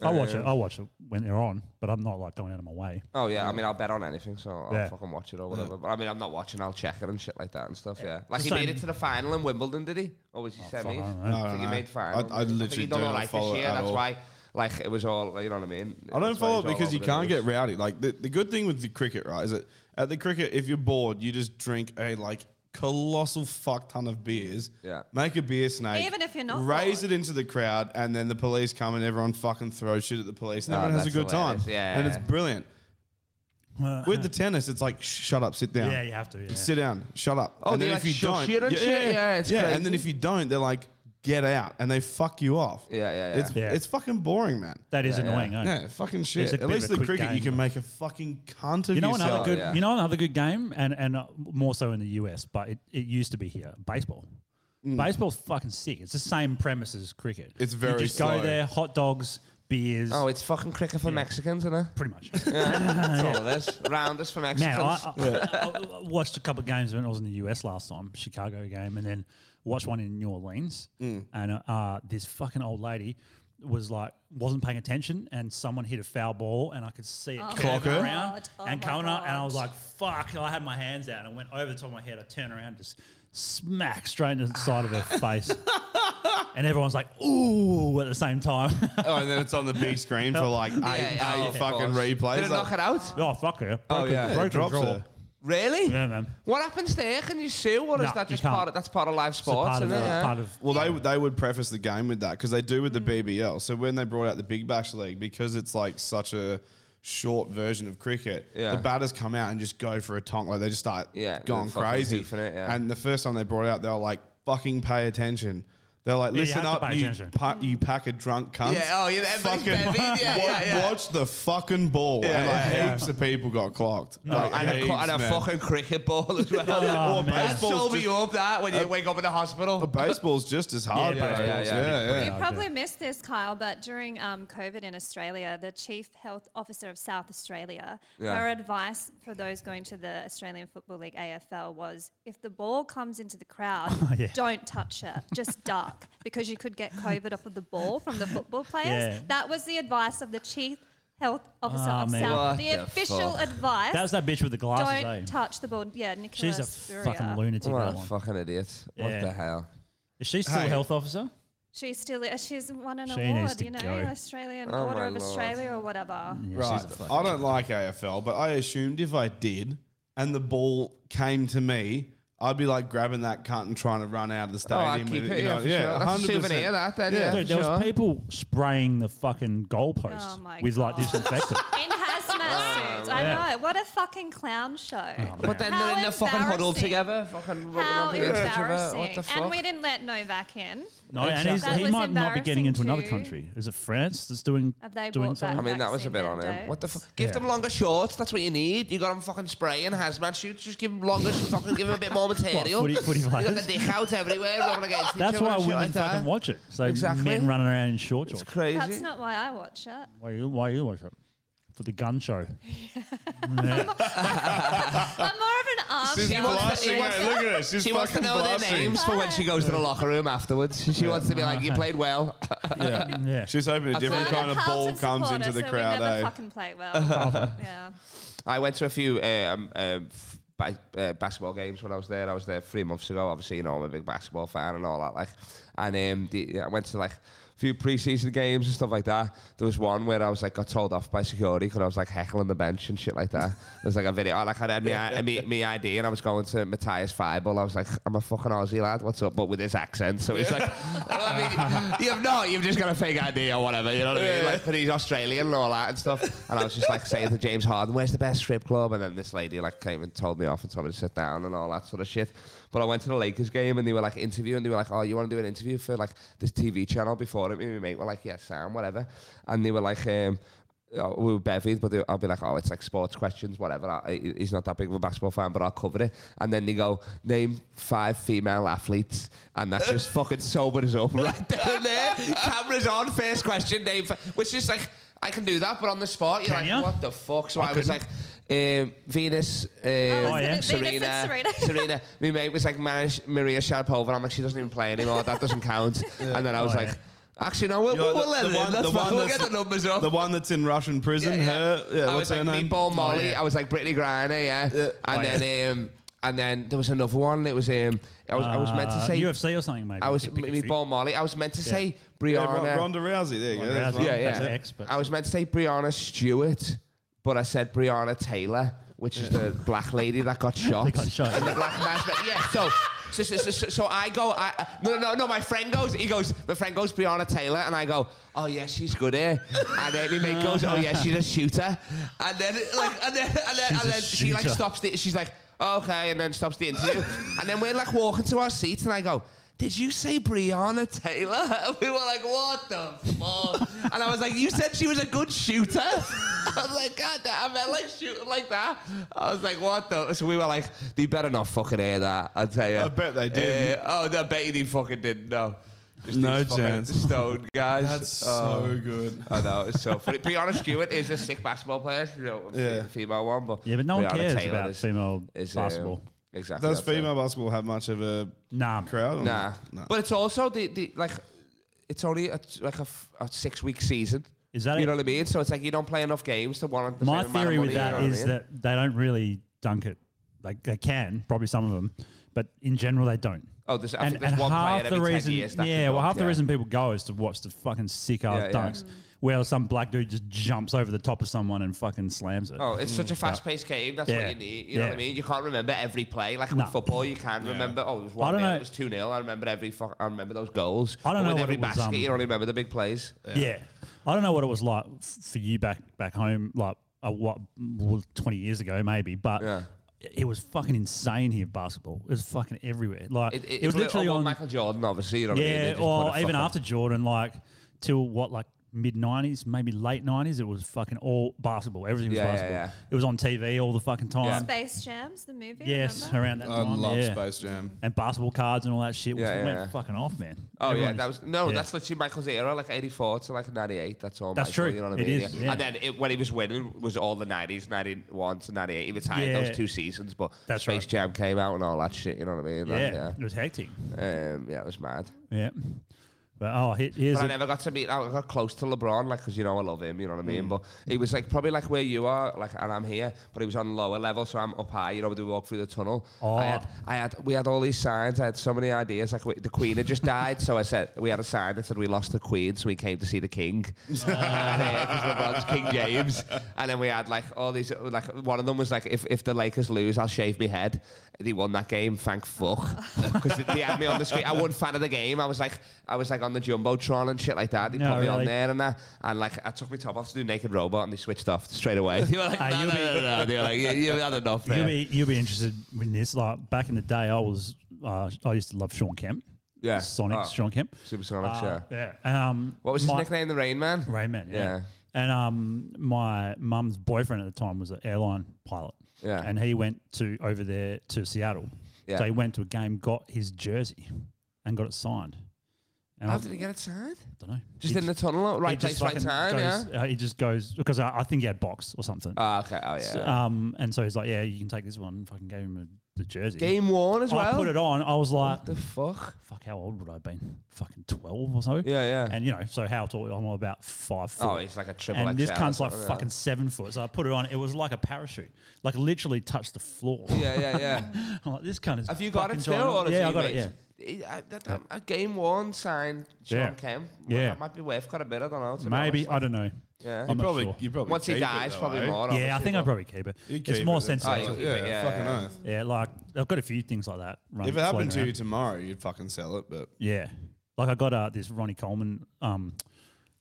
Speaker 2: I watch it. I watch it when they're on, but I'm not like going out of my way.
Speaker 5: Oh yeah, I mean I'll bet on anything, so I'll
Speaker 2: Um, Yeah.
Speaker 5: fucking watch it or whatever. But I mean I'm not watching, I'll check it and shit like that and stuff. Yeah, like he
Speaker 2: Same.
Speaker 5: made it to the final in Wimbledon, did he? Or was he
Speaker 2: Oh, Fuck, I
Speaker 5: semi?
Speaker 2: don't know.
Speaker 4: I
Speaker 5: I
Speaker 4: don't
Speaker 5: think he
Speaker 4: know.
Speaker 5: made final.
Speaker 4: I- I
Speaker 5: think he
Speaker 4: literally
Speaker 5: done
Speaker 4: do
Speaker 5: all
Speaker 4: not
Speaker 5: right
Speaker 4: follow
Speaker 5: this
Speaker 4: it
Speaker 5: year.
Speaker 4: at
Speaker 5: That's
Speaker 4: all.
Speaker 5: why, like it was all, you know what I mean?
Speaker 4: I don't
Speaker 5: That's why
Speaker 4: follow
Speaker 5: he's
Speaker 4: it
Speaker 5: all
Speaker 4: because you
Speaker 5: over the
Speaker 4: can't
Speaker 5: news.
Speaker 4: get rowdy. Like the, the good thing with the cricket, right, is that at the cricket, if you're bored, you just drink a like colossal fuck ton of beers.
Speaker 5: Yeah.
Speaker 4: Make a beer snake.
Speaker 8: Even if you're not
Speaker 4: Raise
Speaker 8: bored.
Speaker 4: it into the crowd, and then the police come and everyone fucking throws shit at the police. And
Speaker 5: Oh,
Speaker 4: everyone has a
Speaker 5: that's
Speaker 4: good time.
Speaker 5: hilarious. Yeah.
Speaker 4: And it's brilliant.
Speaker 2: Uh,
Speaker 4: With the tennis, it's like "Shh, shut up, sit down.
Speaker 2: yeah, you have to. Yeah.
Speaker 4: Sit down. Shut up.
Speaker 5: Oh, they're like, "Shush, you don't shit." Yeah, it's
Speaker 4: and then
Speaker 5: crazy.
Speaker 4: if you don't, they're like, get out, and they fuck you off.
Speaker 5: Yeah, yeah,
Speaker 4: It's
Speaker 2: yeah. Yeah.
Speaker 4: it's fucking boring, man.
Speaker 2: that is annoying. eh?
Speaker 4: Yeah, fucking shit.
Speaker 2: a bit
Speaker 4: At
Speaker 2: of
Speaker 4: least
Speaker 2: a
Speaker 4: the
Speaker 2: quick
Speaker 4: cricket, you
Speaker 2: game.
Speaker 4: can make a fucking cunt of
Speaker 2: You know
Speaker 4: yourself.
Speaker 2: another good.
Speaker 5: yeah.
Speaker 2: You know another good game, and and uh, more so in the US, but it, it used to be here. Baseball. Baseball's fucking sick. It's the same premise as cricket.
Speaker 4: Mm. It's very
Speaker 2: You just
Speaker 4: slow.
Speaker 2: go there, hot dogs, beers.
Speaker 5: Oh, it's fucking cricket for Mexicans, isn't it?
Speaker 2: pretty much.
Speaker 5: That's all it is. Rounders for Mexicans.
Speaker 2: Man, I, I, I- I watched a couple of games when I was in the US last time, Chicago game, and then watched one in New Orleans. And uh, uh, this fucking old lady was like, wasn't paying attention, and someone hit a foul ball, and I could see it
Speaker 8: Clock
Speaker 2: coming
Speaker 8: her?
Speaker 2: around
Speaker 8: Oh, God. Oh
Speaker 2: and
Speaker 8: my
Speaker 2: coming up, and I was
Speaker 8: God.
Speaker 2: like, fuck! And I had my hands out, and I went over the top of my head. I turned around, just smack straight into the side of her face. And everyone's like, ooh, at the same time.
Speaker 4: Oh, and then it's on the big screen for like eight,
Speaker 5: Yeah, yeah,
Speaker 4: eight
Speaker 5: of
Speaker 4: fucking
Speaker 5: course.
Speaker 4: replays.
Speaker 5: Did
Speaker 4: Like,
Speaker 5: it knock it out?
Speaker 2: oh, fuck her.
Speaker 5: Oh,
Speaker 2: Broke her-
Speaker 5: yeah.
Speaker 2: broke her
Speaker 4: it drops
Speaker 2: jaw.
Speaker 4: it.
Speaker 5: Really?
Speaker 2: Yeah, man.
Speaker 5: What happens there? Can you sue, or
Speaker 2: No,
Speaker 5: is that
Speaker 2: you
Speaker 5: just part
Speaker 2: can't.
Speaker 5: of that's part of live
Speaker 2: It's a
Speaker 5: sports?
Speaker 2: part of,
Speaker 5: isn't it?
Speaker 2: the-
Speaker 5: Yeah. Mm.
Speaker 2: part of
Speaker 4: Well, they would- they would preface the game with that because they do with the BBL. So when they brought out the Big Bash League, because it's like such a short version of cricket,
Speaker 5: Yeah.
Speaker 4: the batters come out and just go for a tonk. Like they just start
Speaker 5: Yeah,
Speaker 4: going
Speaker 5: they're fucking
Speaker 4: crazy.
Speaker 5: hoofing it, yeah.
Speaker 4: And the first time they brought it out, they were like, "Fucking pay attention." They're like,
Speaker 2: Yeah, you
Speaker 4: listen
Speaker 2: have to
Speaker 4: up,
Speaker 2: pay
Speaker 4: you,
Speaker 2: attention."
Speaker 4: pa- you pack a drunk cunt.
Speaker 5: Yeah, oh, yeah, everybody's bevy, yeah, yeah, yeah.
Speaker 4: Watch the fucking ball.
Speaker 5: Yeah,
Speaker 4: and like
Speaker 5: yeah, yeah.
Speaker 4: heaps of people got clocked. Like,
Speaker 5: and, a,
Speaker 4: heaps,
Speaker 5: co- and a
Speaker 4: man.
Speaker 5: fucking cricket ball as well.
Speaker 2: Oh,
Speaker 5: Or
Speaker 2: man.
Speaker 5: that sobered
Speaker 4: Baseball's
Speaker 5: you up that when you wake up in the hospital.
Speaker 4: Baseball's just as hard.
Speaker 2: Yeah,
Speaker 4: bro.
Speaker 5: yeah, yeah.
Speaker 4: yeah,
Speaker 8: You
Speaker 4: yeah.
Speaker 8: probably missed this, Kyle, but during um, COVID in Australia, the Chief Health Officer of South Australia,
Speaker 5: Yeah.
Speaker 8: her advice for those going to the Australian Football League AFL was if the ball comes into the crowd,
Speaker 2: yeah.
Speaker 8: don't touch it, just duck, because you could get COVID off of the ball from the football players.
Speaker 2: Yeah.
Speaker 8: That was the advice of the Chief Health Officer
Speaker 2: Ah,
Speaker 8: of
Speaker 2: man.
Speaker 8: South.
Speaker 5: What
Speaker 8: The
Speaker 5: the
Speaker 8: official
Speaker 5: fuck?
Speaker 8: advice
Speaker 2: That was that bitch with the glasses,
Speaker 8: don't
Speaker 2: eh?
Speaker 8: touch the ball. Yeah, Nicola
Speaker 2: She's a fucking lunatic.
Speaker 5: What
Speaker 2: that
Speaker 5: a
Speaker 2: one.
Speaker 5: fucking idiot. What
Speaker 2: Yeah.
Speaker 5: the hell?
Speaker 2: Is she still a
Speaker 4: Hey.
Speaker 2: health officer?
Speaker 8: She's still she's won an
Speaker 2: She needs
Speaker 8: award,
Speaker 2: to
Speaker 8: you know,
Speaker 2: go.
Speaker 8: Australian
Speaker 5: Oh
Speaker 8: Order
Speaker 5: my
Speaker 8: of
Speaker 5: lord.
Speaker 8: Australia or whatever.
Speaker 2: Yeah,
Speaker 4: Right.
Speaker 2: she's a fuck-
Speaker 4: I don't like AFL, but I assumed if I did and the ball came to me, I'd be like grabbing that cunt and trying to run out of the
Speaker 5: Oh, I
Speaker 4: stadium.
Speaker 5: keep
Speaker 4: with
Speaker 5: it,
Speaker 4: it, you
Speaker 5: yeah,
Speaker 4: know,
Speaker 5: for sure. That's a
Speaker 4: 100%.
Speaker 5: souvenir, that, that, yeah.
Speaker 2: Dude, there
Speaker 5: for
Speaker 2: was
Speaker 5: sure.
Speaker 2: people spraying the fucking goalpost
Speaker 8: Oh my
Speaker 2: with like
Speaker 8: God.
Speaker 2: disinfectant.
Speaker 8: In hazmat suits. I know. What a fucking clown show.
Speaker 2: Oh,
Speaker 5: But then they're in
Speaker 8: How
Speaker 5: the fucking huddle
Speaker 8: embarrassing.
Speaker 5: together, fucking rubbing
Speaker 8: How
Speaker 5: up against each other.
Speaker 8: embarrassing.
Speaker 5: What the
Speaker 8: And
Speaker 5: fuck?
Speaker 8: we didn't let Novak in.
Speaker 2: no, and he's,
Speaker 8: That
Speaker 2: he
Speaker 8: was
Speaker 2: might not be getting into another
Speaker 8: embarrassing
Speaker 2: country. Is it France that's doing
Speaker 8: Have they
Speaker 2: doing
Speaker 8: brought back
Speaker 5: I
Speaker 2: something?
Speaker 5: mean, that was a
Speaker 8: vaccine
Speaker 5: bit on him.
Speaker 8: mandates.
Speaker 5: What the fuck? Give
Speaker 2: Yeah.
Speaker 5: them longer shorts. That's what you need. You got them fucking spraying hazmat suits. Just give them longer. fucking give them a bit more material.
Speaker 2: footy- footy
Speaker 5: you got
Speaker 2: players?
Speaker 5: the dick out everywhere. rubbing against each
Speaker 2: That's
Speaker 5: other
Speaker 2: why I
Speaker 5: and shit
Speaker 2: wouldn't
Speaker 5: like that.
Speaker 2: fucking watch it. So
Speaker 5: Exactly.
Speaker 2: men running around in short shorts.
Speaker 5: It's crazy.
Speaker 8: That's not why I watch it.
Speaker 2: Why you why you watch it? For the gun show.
Speaker 8: I'm more of an arm
Speaker 4: She's
Speaker 5: She wants-
Speaker 4: blushing.
Speaker 5: she wants-
Speaker 4: hey, look at her. She's
Speaker 5: she wants to
Speaker 4: fucking
Speaker 5: know their
Speaker 4: blushing.
Speaker 5: names for when she goes to the locker room afterwards. She wants to be like, "You played well."
Speaker 2: Yeah. yeah.
Speaker 4: She's hoping a different
Speaker 8: I'm a
Speaker 4: kind of ball
Speaker 8: Carlton
Speaker 4: comes into the
Speaker 8: supporter, so
Speaker 4: crowd.
Speaker 8: We never
Speaker 4: eh?
Speaker 8: fucking play well. yeah.
Speaker 5: I went to a few um, um, f- ba- uh, basketball games when I was there. I was there three months ago. Obviously, you know I'm a big basketball fan and all that. Like, and um, the, I went to like a few preseason games and stuff like that. There was one where I was like got told off by security because I was like heckling the bench and shit like that. There's like a video. Like I had me, me, me ID and I was going to Matthias Feibel. I was like, I'm a fucking Aussie lad. What's up? But with this accent, so he's like, I mean, you've not. You've just got a fake ID or whatever. You know what I mean? Like, but he's Australian and all that and stuff. And I was just like saying to James Harden, "Where's the best strip club?" And then this lady like came and told me off and told me to sit down and all that sort of shit. But I went to the Lakers game and they were like interviewing. They were like, "Oh, you want to do an interview for like this TV channel?" Before it, me and my mate were like, "Yeah, Sam, whatever." And they were like, um, uh, we were bevied, but they- I'll be like, oh, it's like sports questions, whatever. I, he- he's not that big of a basketball fan, but I'll cover it. And then they go, name five female athletes, and that's just fucking sobered us up right down there. Cameras on, first question, name, fi- which is like, I can do that, but on the spot, you're
Speaker 2: Can
Speaker 5: like,
Speaker 2: ya?
Speaker 5: what the fuck? So I, was like, um, Venus, um,
Speaker 8: was it Venus and
Speaker 5: Serena,
Speaker 8: Serena?
Speaker 5: Serena. My mate was like, Mar- Maria Sharapova. I'm like, she doesn't even play anymore. That doesn't count. And then I was
Speaker 2: Oh,
Speaker 5: like,
Speaker 2: yeah.
Speaker 5: actually, no, we'll,
Speaker 4: You know,
Speaker 5: we'll,
Speaker 4: the-
Speaker 5: let
Speaker 4: the
Speaker 5: it
Speaker 4: one-
Speaker 5: in. That's
Speaker 4: the
Speaker 5: fine.
Speaker 4: one
Speaker 5: We'll get
Speaker 4: that's-
Speaker 5: the numbers up.
Speaker 4: The one that's in Russian prison. Her, yeah,
Speaker 5: I
Speaker 4: what's
Speaker 5: was like
Speaker 4: her name? Oh,
Speaker 5: Meatball Molly. I was like Brittany Griner, yeah. And
Speaker 2: Oh, yeah.
Speaker 5: then um, and then there was another one. It was um, I was I was meant to
Speaker 2: Uh,
Speaker 5: say
Speaker 2: UFC or something, maybe.
Speaker 5: I was
Speaker 2: Pick a few.
Speaker 5: Meatball Molly. I was meant to say
Speaker 4: Yeah, Ron-
Speaker 5: Brianna.
Speaker 4: Ronda Rousey. There you go.
Speaker 2: Ronda
Speaker 4: That's
Speaker 2: Rousey.
Speaker 4: one.
Speaker 5: yeah, yeah.
Speaker 2: That's an expert.
Speaker 5: I was meant to say Brianna Stewart, but I said Brianna Taylor, which is the black lady that got shot.
Speaker 2: got shot,
Speaker 5: And the black man's been- yeah. So. So, so, so, so- so I go, I, I- no, no, no, my friend goes, he goes, my friend goes Brianna Taylor, and I go, oh, yeah, she's good here. And then my mate goes, oh, yeah, she's a shooter. And then, like, and then, and then, and
Speaker 2: a
Speaker 5: then she, like,
Speaker 2: shooter.
Speaker 5: stops the, she's like, okay, and then stops the interview. and then we're, like, walking to our seats, and I go, did you say Brianna Taylor? And we were like, what the fuck? and I was like, you said she was a good shooter? I was like, God damn, I like shooting like that. I was like, what the? So we were like, they better not fucking hear that, I tell you.
Speaker 4: I bet they didn't.
Speaker 5: oh, no, I bet you they fucking didn't, no. Just
Speaker 4: No
Speaker 5: these fucking
Speaker 4: chance.
Speaker 5: Stoned guys.
Speaker 4: That's
Speaker 5: Oh.
Speaker 4: so good.
Speaker 5: I know, it's so funny. Brianna Stewart is a sick basketball player, you know,
Speaker 4: Yeah.
Speaker 5: the female one, but
Speaker 2: Yeah, but no one
Speaker 5: Breonna
Speaker 2: cares
Speaker 5: Taylor
Speaker 2: about female
Speaker 5: um,
Speaker 2: basketball.
Speaker 5: exactly.
Speaker 4: Does
Speaker 5: that's it.
Speaker 4: female basketball have much of a
Speaker 2: Nah.
Speaker 4: crowd? or
Speaker 5: Nah.
Speaker 4: not? No.
Speaker 5: But it's also the, the like it's only a, like a, f- a six week season.
Speaker 2: Is that
Speaker 5: you
Speaker 2: it?
Speaker 5: know what I mean? So it's like you don't play enough games to warrant the
Speaker 2: My
Speaker 5: same amount of
Speaker 2: theory with
Speaker 5: money, you
Speaker 2: that
Speaker 5: know what I
Speaker 2: is
Speaker 5: mean?
Speaker 2: that they don't really dunk it. Like they can, probably some of them, but in general they don't.
Speaker 5: Oh, there's- I think there's one player every 10
Speaker 2: reason,
Speaker 5: years that can
Speaker 2: yeah, well,
Speaker 5: dunk,
Speaker 2: half
Speaker 5: yeah.
Speaker 2: the reason people go is to watch the fucking sick ass
Speaker 5: Yeah, yeah.
Speaker 2: dunks, where some black dude just jumps over the top of someone and fucking slams it.
Speaker 5: Oh, it's such a fast-paced game. That's
Speaker 2: Mm. Yeah.
Speaker 5: what you need. You know what I
Speaker 2: Yeah.
Speaker 5: mean? You can't remember every play. Like
Speaker 2: No.
Speaker 5: with football, you can remember. Oh, it was
Speaker 2: I
Speaker 5: one
Speaker 2: don't
Speaker 5: nil.
Speaker 2: know.
Speaker 5: It was two 0 I remember every. Fuck, I remember those goals.
Speaker 2: I don't
Speaker 5: But
Speaker 2: know
Speaker 5: With
Speaker 2: what
Speaker 5: every
Speaker 2: it was,
Speaker 5: basket,
Speaker 2: um,
Speaker 5: you only remember the big plays.
Speaker 2: Yeah. I don't know what it was like f- for you back back home, like uh, what well, twenty years ago, maybe. But
Speaker 5: Yeah.
Speaker 2: it was fucking insane here. Basketball, it was fucking everywhere. Like
Speaker 5: It,
Speaker 2: it,
Speaker 5: it,
Speaker 2: was literally on.
Speaker 5: Michael Jordan, obviously. You know what I mean? They
Speaker 2: yeah,
Speaker 5: just
Speaker 2: or
Speaker 5: put a
Speaker 2: even
Speaker 5: fucking-
Speaker 2: after Jordan, like till what, like mid '90s, maybe late '90s, it was fucking all basketball. Everything was
Speaker 5: Yeah, yeah,
Speaker 2: basketball.
Speaker 5: yeah.
Speaker 2: It was on TV all the fucking time.
Speaker 8: Space Jams, the movie.
Speaker 2: Yes,
Speaker 8: remember?
Speaker 2: around that
Speaker 4: I
Speaker 2: time.
Speaker 4: love
Speaker 2: yeah.
Speaker 4: Space Jam.
Speaker 2: And basketball cards and all that shit was
Speaker 5: Yeah, yeah,
Speaker 2: went
Speaker 5: yeah.
Speaker 2: fucking off, man.
Speaker 5: Oh yeah,
Speaker 2: Everyone-
Speaker 5: that was no.
Speaker 2: yeah.
Speaker 5: That's literally Michael's era, like '84 to like '98. That's all.
Speaker 2: That's
Speaker 5: Michael,
Speaker 2: true.
Speaker 5: You know what I
Speaker 2: It
Speaker 5: mean?
Speaker 2: is, yeah.
Speaker 5: And then it, when he was winning, was all the '90s, '91 to '98. He retired
Speaker 2: Yeah.
Speaker 5: those two seasons, but
Speaker 2: That's
Speaker 5: Space
Speaker 2: right.
Speaker 5: Jam came out and all that shit. You know what I mean?
Speaker 2: yeah,
Speaker 5: Like,
Speaker 2: it was hectic.
Speaker 5: yeah. Um, yeah, it was mad.
Speaker 2: Yeah. But oh, he- here's
Speaker 5: But I
Speaker 2: a,
Speaker 5: never got to meet. I got close to LeBron, like, 'cause you know I love him. You know what
Speaker 2: Mm.
Speaker 5: I mean? But he was like probably like where you are, like, and I'm here. But he was on lower level, so I'm up high. You know, we do walk through the tunnel.
Speaker 2: Oh.
Speaker 5: I had, I had, we had all these signs. I had so many ideas. Like, we, the Queen had just died, so I said we had a sign that said we lost the Queen, so we came to see the King. And, uh, 'cause LeBron's King James. And then we had like all these. Like, one of them was like, if if the Lakers lose, I'll shave my head. They won that game, thank fuck, because they had me on the screen. I wasn't fan of the game. I was like, I was like on the jumbotron and shit like that. They
Speaker 2: No,
Speaker 5: put me on
Speaker 2: really?
Speaker 5: there and that, and like I took my top off to do Naked Robot, and they switched off straight away. They were like,
Speaker 2: Ah,
Speaker 5: no,
Speaker 2: you'll
Speaker 5: no,
Speaker 2: be-
Speaker 5: no, no, no. They were like, you, you've had enough
Speaker 2: you'll
Speaker 5: there.
Speaker 2: be you'll be interested in this. Like back in the day, I was uh, I used to love Sean Kemp.
Speaker 5: Yeah.
Speaker 2: Sonic
Speaker 5: Oh.
Speaker 2: Sean Kemp.
Speaker 5: Supersonics,
Speaker 2: Uh,
Speaker 5: yeah.
Speaker 2: yeah. Um,
Speaker 5: What was his
Speaker 2: my-
Speaker 5: nickname, the Rain Man?
Speaker 2: Rayman. Yeah.
Speaker 5: Yeah.
Speaker 2: And um, my mum's boyfriend at the time was an airline pilot.
Speaker 5: Yeah.
Speaker 2: And he went to over there to Seattle.
Speaker 5: Yeah.
Speaker 2: So he went to a game, got his jersey, and got it signed. And
Speaker 5: How
Speaker 2: I
Speaker 5: did he get it signed?
Speaker 2: don't know.
Speaker 5: Just in the tunnel, right place, right time, yeah.
Speaker 2: goes, uh, he just goes because I, I think he had box or something.
Speaker 5: Oh, okay. Oh, yeah.
Speaker 2: Um, and so he's like, "Yeah, you can take this one." Fucking gave him a, the jersey.
Speaker 5: Game worn as well.
Speaker 2: I put it on. I was like,
Speaker 5: The fuck?
Speaker 2: "Fuck, how old would I have been? Fucking twelve or so?"
Speaker 5: Yeah, yeah.
Speaker 2: And you know, so how tall? I'm about five foot.
Speaker 5: Oh, it's like a triple
Speaker 2: And this
Speaker 5: XL or
Speaker 2: cunt's like
Speaker 5: something, yeah.
Speaker 2: fucking seven foot. So I put it on. It was like a parachute. Like literally touched the floor.
Speaker 5: Yeah, yeah, yeah.
Speaker 2: I'm like, this cunt is.
Speaker 5: Have you got
Speaker 2: fucking
Speaker 5: it still?
Speaker 2: giant.
Speaker 5: Or is
Speaker 2: yeah,
Speaker 5: he
Speaker 2: I got it. Yeah.
Speaker 5: made- I- that- um, a game worn signed Sean
Speaker 2: Yeah.
Speaker 5: Kemp.
Speaker 2: Yeah.
Speaker 5: That might be worth quite a bit. I don't know. to be
Speaker 2: Maybe
Speaker 5: honest.
Speaker 2: I don't know.
Speaker 5: Yeah.
Speaker 2: I'm not
Speaker 4: Probably,
Speaker 2: sure.
Speaker 4: you probably
Speaker 5: Once he
Speaker 4: keep it,
Speaker 5: dies,
Speaker 4: though,
Speaker 5: probably
Speaker 4: eh?
Speaker 2: Yeah,
Speaker 5: more.
Speaker 2: I
Speaker 5: obviously,
Speaker 2: think I'd
Speaker 5: but-
Speaker 2: probably keep it.
Speaker 4: You
Speaker 2: It's
Speaker 4: keep
Speaker 2: more
Speaker 4: it, then.
Speaker 5: Oh,
Speaker 2: sensitive.
Speaker 5: you'll keep
Speaker 4: Yeah,
Speaker 5: it, yeah,
Speaker 4: fucking
Speaker 5: yeah.
Speaker 4: oath.
Speaker 2: Yeah, like I've got a few things like that. running-
Speaker 4: If it happened to
Speaker 2: floating
Speaker 4: you
Speaker 2: around.
Speaker 4: tomorrow, you'd fucking sell it. But
Speaker 2: yeah, like I got uh, this Ronnie Coleman, um,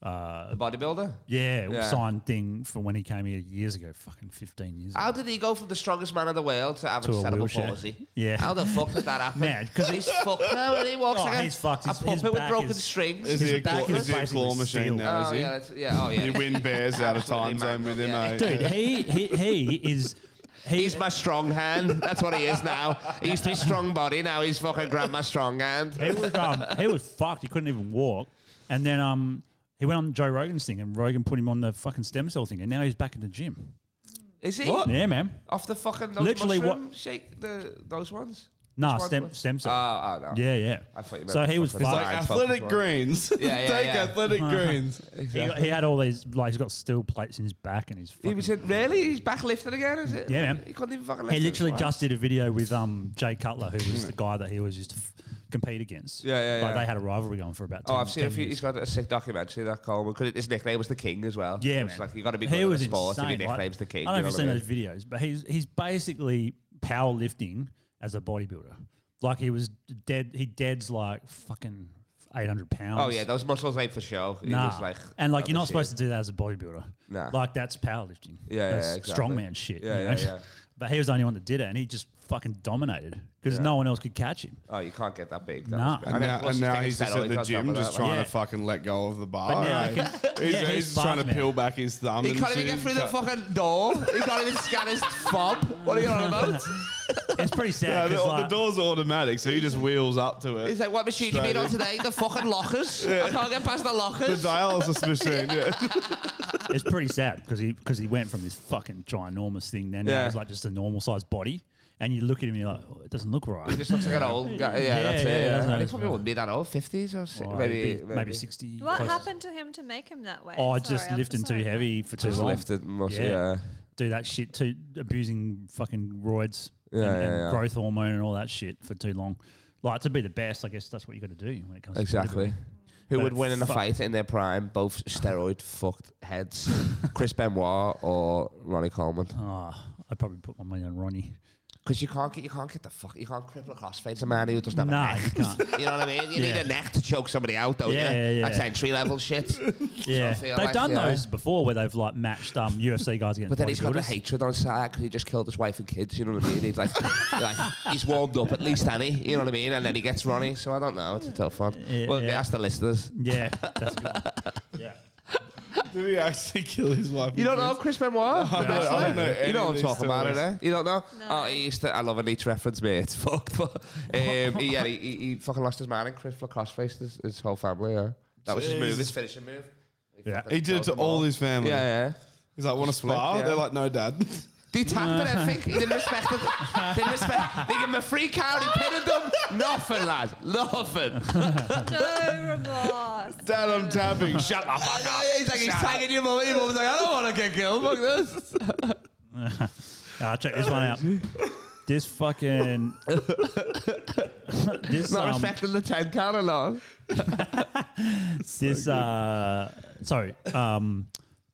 Speaker 2: uh,
Speaker 5: The bodybuilder.
Speaker 2: yeah,
Speaker 5: Yeah.
Speaker 2: signed thing for when he came here years ago, fucking fifteen years.
Speaker 4: Ah,
Speaker 5: How
Speaker 2: ago.
Speaker 5: did he go from the strongest man in the world to having
Speaker 2: To a
Speaker 5: cerebral
Speaker 2: wheelchair.
Speaker 5: palsy?
Speaker 2: Yeah.
Speaker 5: How the fuck did that happen?
Speaker 2: Man, 'cause
Speaker 5: he's fucked now and he walks
Speaker 2: Oh,
Speaker 5: like a,
Speaker 2: he's fucked.
Speaker 5: a
Speaker 2: His- his
Speaker 5: puppet with
Speaker 2: back
Speaker 5: broken
Speaker 2: is-
Speaker 5: strings.
Speaker 4: is he a claw,
Speaker 2: back is
Speaker 4: is he a
Speaker 2: basically
Speaker 4: claw machine
Speaker 2: steel.
Speaker 4: now?
Speaker 5: Oh,
Speaker 4: is he?
Speaker 5: yeah, that's, yeah, oh, yeah.
Speaker 4: You win bears out of time
Speaker 5: Absolutely,
Speaker 4: zone
Speaker 5: man.
Speaker 4: with him,
Speaker 5: Yeah.
Speaker 4: eh?
Speaker 2: Dude, he he he is he.
Speaker 5: He's my strong hand. That's what he is now. He used to be strong body. Now he's fucking grandma strong hand.
Speaker 2: he was um, he was fucked. He couldn't even walk. And then um, he went on Joe Rogan's thing, and Rogan put him on the fucking stem cell thing, and now he's back in the gym.
Speaker 5: Is he?
Speaker 2: Yeah, man.
Speaker 5: Off the fucking those
Speaker 2: Literally what-
Speaker 5: mushroom shake the those ones?
Speaker 2: Nah,
Speaker 5: Which one-
Speaker 2: stem stem
Speaker 5: Oh,
Speaker 2: cell.
Speaker 5: oh no.
Speaker 2: yeah, yeah.
Speaker 5: I thought you meant
Speaker 2: so he was
Speaker 5: fucking
Speaker 2: fucked.
Speaker 4: Like
Speaker 5: Alright,
Speaker 4: athletic
Speaker 5: fuck.
Speaker 4: greens.
Speaker 5: Yeah, yeah,
Speaker 4: Take
Speaker 5: yeah.
Speaker 4: athletic greens.
Speaker 2: He, got- he had all these like he's got steel plates in his back and his.
Speaker 5: He
Speaker 2: fucking-
Speaker 5: was in, really? He's back lifting again, is it?
Speaker 2: Yeah, man.
Speaker 5: He couldn't even fucking lift
Speaker 2: He
Speaker 5: it.
Speaker 2: literally
Speaker 5: Wow.
Speaker 2: just did a video with um Jay Cutler, who was the guy that he was used to f- compete against.
Speaker 5: Yeah, yeah,
Speaker 2: Like
Speaker 5: yeah.
Speaker 2: they had a rivalry going for about. 10,
Speaker 5: Oh, I've seen a
Speaker 2: 10
Speaker 5: few.
Speaker 2: years.
Speaker 5: He's got a sick documentary that Coleman because his nickname was the King as well.
Speaker 2: Yeah,
Speaker 5: It's
Speaker 2: man.
Speaker 5: like you got to be
Speaker 2: He
Speaker 5: good at the
Speaker 2: was
Speaker 5: sport if your
Speaker 2: insane, like,
Speaker 5: nickname's the King.
Speaker 2: I don't know if
Speaker 5: you
Speaker 2: you've seen
Speaker 5: what
Speaker 2: those videos, but he's he's basically powerlifting as a bodybuilder. Like he was dead. He deads like fucking eight hundred pounds.
Speaker 5: Oh yeah, those muscles ain't for show. He
Speaker 2: Nah.
Speaker 5: was like,
Speaker 2: and like you're not
Speaker 5: obviously-
Speaker 2: supposed to do that as a bodybuilder.
Speaker 5: Nah.
Speaker 2: Like that's powerlifting.
Speaker 5: Yeah, yeah,
Speaker 2: that's
Speaker 5: exactly.
Speaker 2: strongman shit.
Speaker 5: Yeah,
Speaker 2: you
Speaker 5: yeah,
Speaker 2: know?
Speaker 5: yeah.
Speaker 2: But he was the only one that did it, and he just fucking dominated because no one else could catch him.
Speaker 5: Oh, you can't get that big. That
Speaker 2: Nah.
Speaker 5: was bad.
Speaker 4: And
Speaker 5: mean,
Speaker 4: now,
Speaker 5: what's
Speaker 4: and
Speaker 5: his
Speaker 4: now
Speaker 5: thing?
Speaker 4: he's just
Speaker 5: Steroids
Speaker 4: in the
Speaker 5: on
Speaker 4: gym,
Speaker 5: top
Speaker 4: just
Speaker 5: of that, like-
Speaker 4: trying
Speaker 2: Yeah.
Speaker 4: to fucking let go of the
Speaker 2: But
Speaker 4: bar.
Speaker 2: now I
Speaker 4: eh?
Speaker 2: can-
Speaker 4: he's
Speaker 2: yeah,
Speaker 4: he's,
Speaker 2: he's
Speaker 4: trying to
Speaker 2: fucked, man.
Speaker 4: peel back his thumb.
Speaker 5: He
Speaker 4: and
Speaker 5: can't even
Speaker 4: shit.
Speaker 5: get through the fucking door. He can't even scan his fob. What are you on about?
Speaker 2: It's pretty
Speaker 4: Yeah,
Speaker 2: sad.
Speaker 4: the,
Speaker 2: 'cause,
Speaker 4: the
Speaker 2: like,
Speaker 4: door's automatic, so he just wheels up to it.
Speaker 5: He's like, what machine you been on today? The fucking lockers. I can't get past the
Speaker 4: the
Speaker 5: lockers.
Speaker 4: dialysis machine. Yeah.
Speaker 2: it's pretty sad because he because he went from this fucking ginormous thing. Then now
Speaker 5: Yeah.
Speaker 2: he's like just a normal sized body, and you look at him, and you're like, oh, it doesn't look right.
Speaker 5: He just looks like an old guy. Yeah,
Speaker 2: Yeah,
Speaker 5: that's
Speaker 2: yeah, that's
Speaker 5: it. Yeah.
Speaker 2: not
Speaker 5: And he
Speaker 2: his
Speaker 5: probably
Speaker 2: fault.
Speaker 5: wouldn't be that old. 50s or si-
Speaker 2: Or
Speaker 5: maybe,
Speaker 2: it'd be- maybe sixty.
Speaker 8: What
Speaker 2: close.
Speaker 8: happened to him to make him that way?
Speaker 2: Oh,
Speaker 8: Sorry,
Speaker 2: just
Speaker 8: I'm
Speaker 2: lifting
Speaker 8: sorry.
Speaker 2: too heavy for too
Speaker 5: Just
Speaker 2: long.
Speaker 5: lifted, must- yeah.
Speaker 2: Do that shit too, abusing fucking roids
Speaker 5: Yeah,
Speaker 2: and,
Speaker 5: yeah,
Speaker 2: and
Speaker 5: yeah.
Speaker 2: growth hormone and all that shit for too long. Like to be the best, I guess that's what you got to do when it comes
Speaker 5: Exactly.
Speaker 2: to
Speaker 5: Who
Speaker 2: But
Speaker 5: would win in a
Speaker 2: fuck.
Speaker 5: fight in their prime? Both steroid fucked heads, Chris Benoit or Ronnie Coleman.
Speaker 2: Oh. Ah, I'd probably put my money on Ronnie.
Speaker 5: Because you can't get you can't get the fuck you can't cripple a crossfade to man who doesn't have
Speaker 2: Nah,
Speaker 5: a
Speaker 2: you
Speaker 5: neck.
Speaker 2: can't.
Speaker 5: You know what I mean? You need
Speaker 2: Yeah.
Speaker 5: a neck to choke somebody out, don't
Speaker 2: Yeah,
Speaker 5: you?
Speaker 2: yeah, yeah.
Speaker 5: That's entry level shit.
Speaker 2: Yeah,
Speaker 5: feel
Speaker 2: they've
Speaker 5: like,
Speaker 2: done
Speaker 5: yeah.
Speaker 2: those before where they've like matched um UFC guys against.
Speaker 5: But then he's got the
Speaker 2: bodybuilders.
Speaker 5: hatred on side because he just killed his wife and kids. You know what I mean? He's like, like he's warmed up at least, Annie. You know what I mean? And then he gets Ronnie. So I don't know. It's a tough one.
Speaker 2: Yeah,
Speaker 5: well,
Speaker 2: yeah.
Speaker 5: ask the listeners.
Speaker 2: Yeah, that's a good. one. Yeah,
Speaker 4: Did he actually kill his wife?
Speaker 5: You don't know Chris Benoit?
Speaker 4: I don't- I don't know
Speaker 5: You
Speaker 4: any
Speaker 5: know
Speaker 4: of
Speaker 5: what I'm
Speaker 4: these
Speaker 5: talking about,
Speaker 4: stories.
Speaker 5: eh? You don't know?
Speaker 8: No.
Speaker 5: Oh, he used to. I love a neat reference, mate. It's fucked. But um, he, yeah, he, he, he fucking lost his man and Chris Lacrosse faced his, his whole family. Yeah, that was his move,
Speaker 4: Jesus.
Speaker 5: his finishing move.
Speaker 2: yeah.
Speaker 4: He did it to all his family.
Speaker 5: Yeah, yeah.
Speaker 4: He's like, want to spar?
Speaker 5: yeah.
Speaker 4: They're like, no, dad.
Speaker 5: They tapped it, I think. He didn't respect it. didn't respect. They gave him a free count. He pinned them. Nothing, lad. Nothing.
Speaker 8: No remorse.
Speaker 4: dad, I'm tapping. Shut the fuck up.
Speaker 5: He's like, he's tagging your mum. Your mum's like, I don't want to get killed. Fuck this.
Speaker 2: Ah, check this one out. This fucking this
Speaker 5: Not
Speaker 2: um,
Speaker 5: respecting the 10 count alone.
Speaker 2: this uh sorry um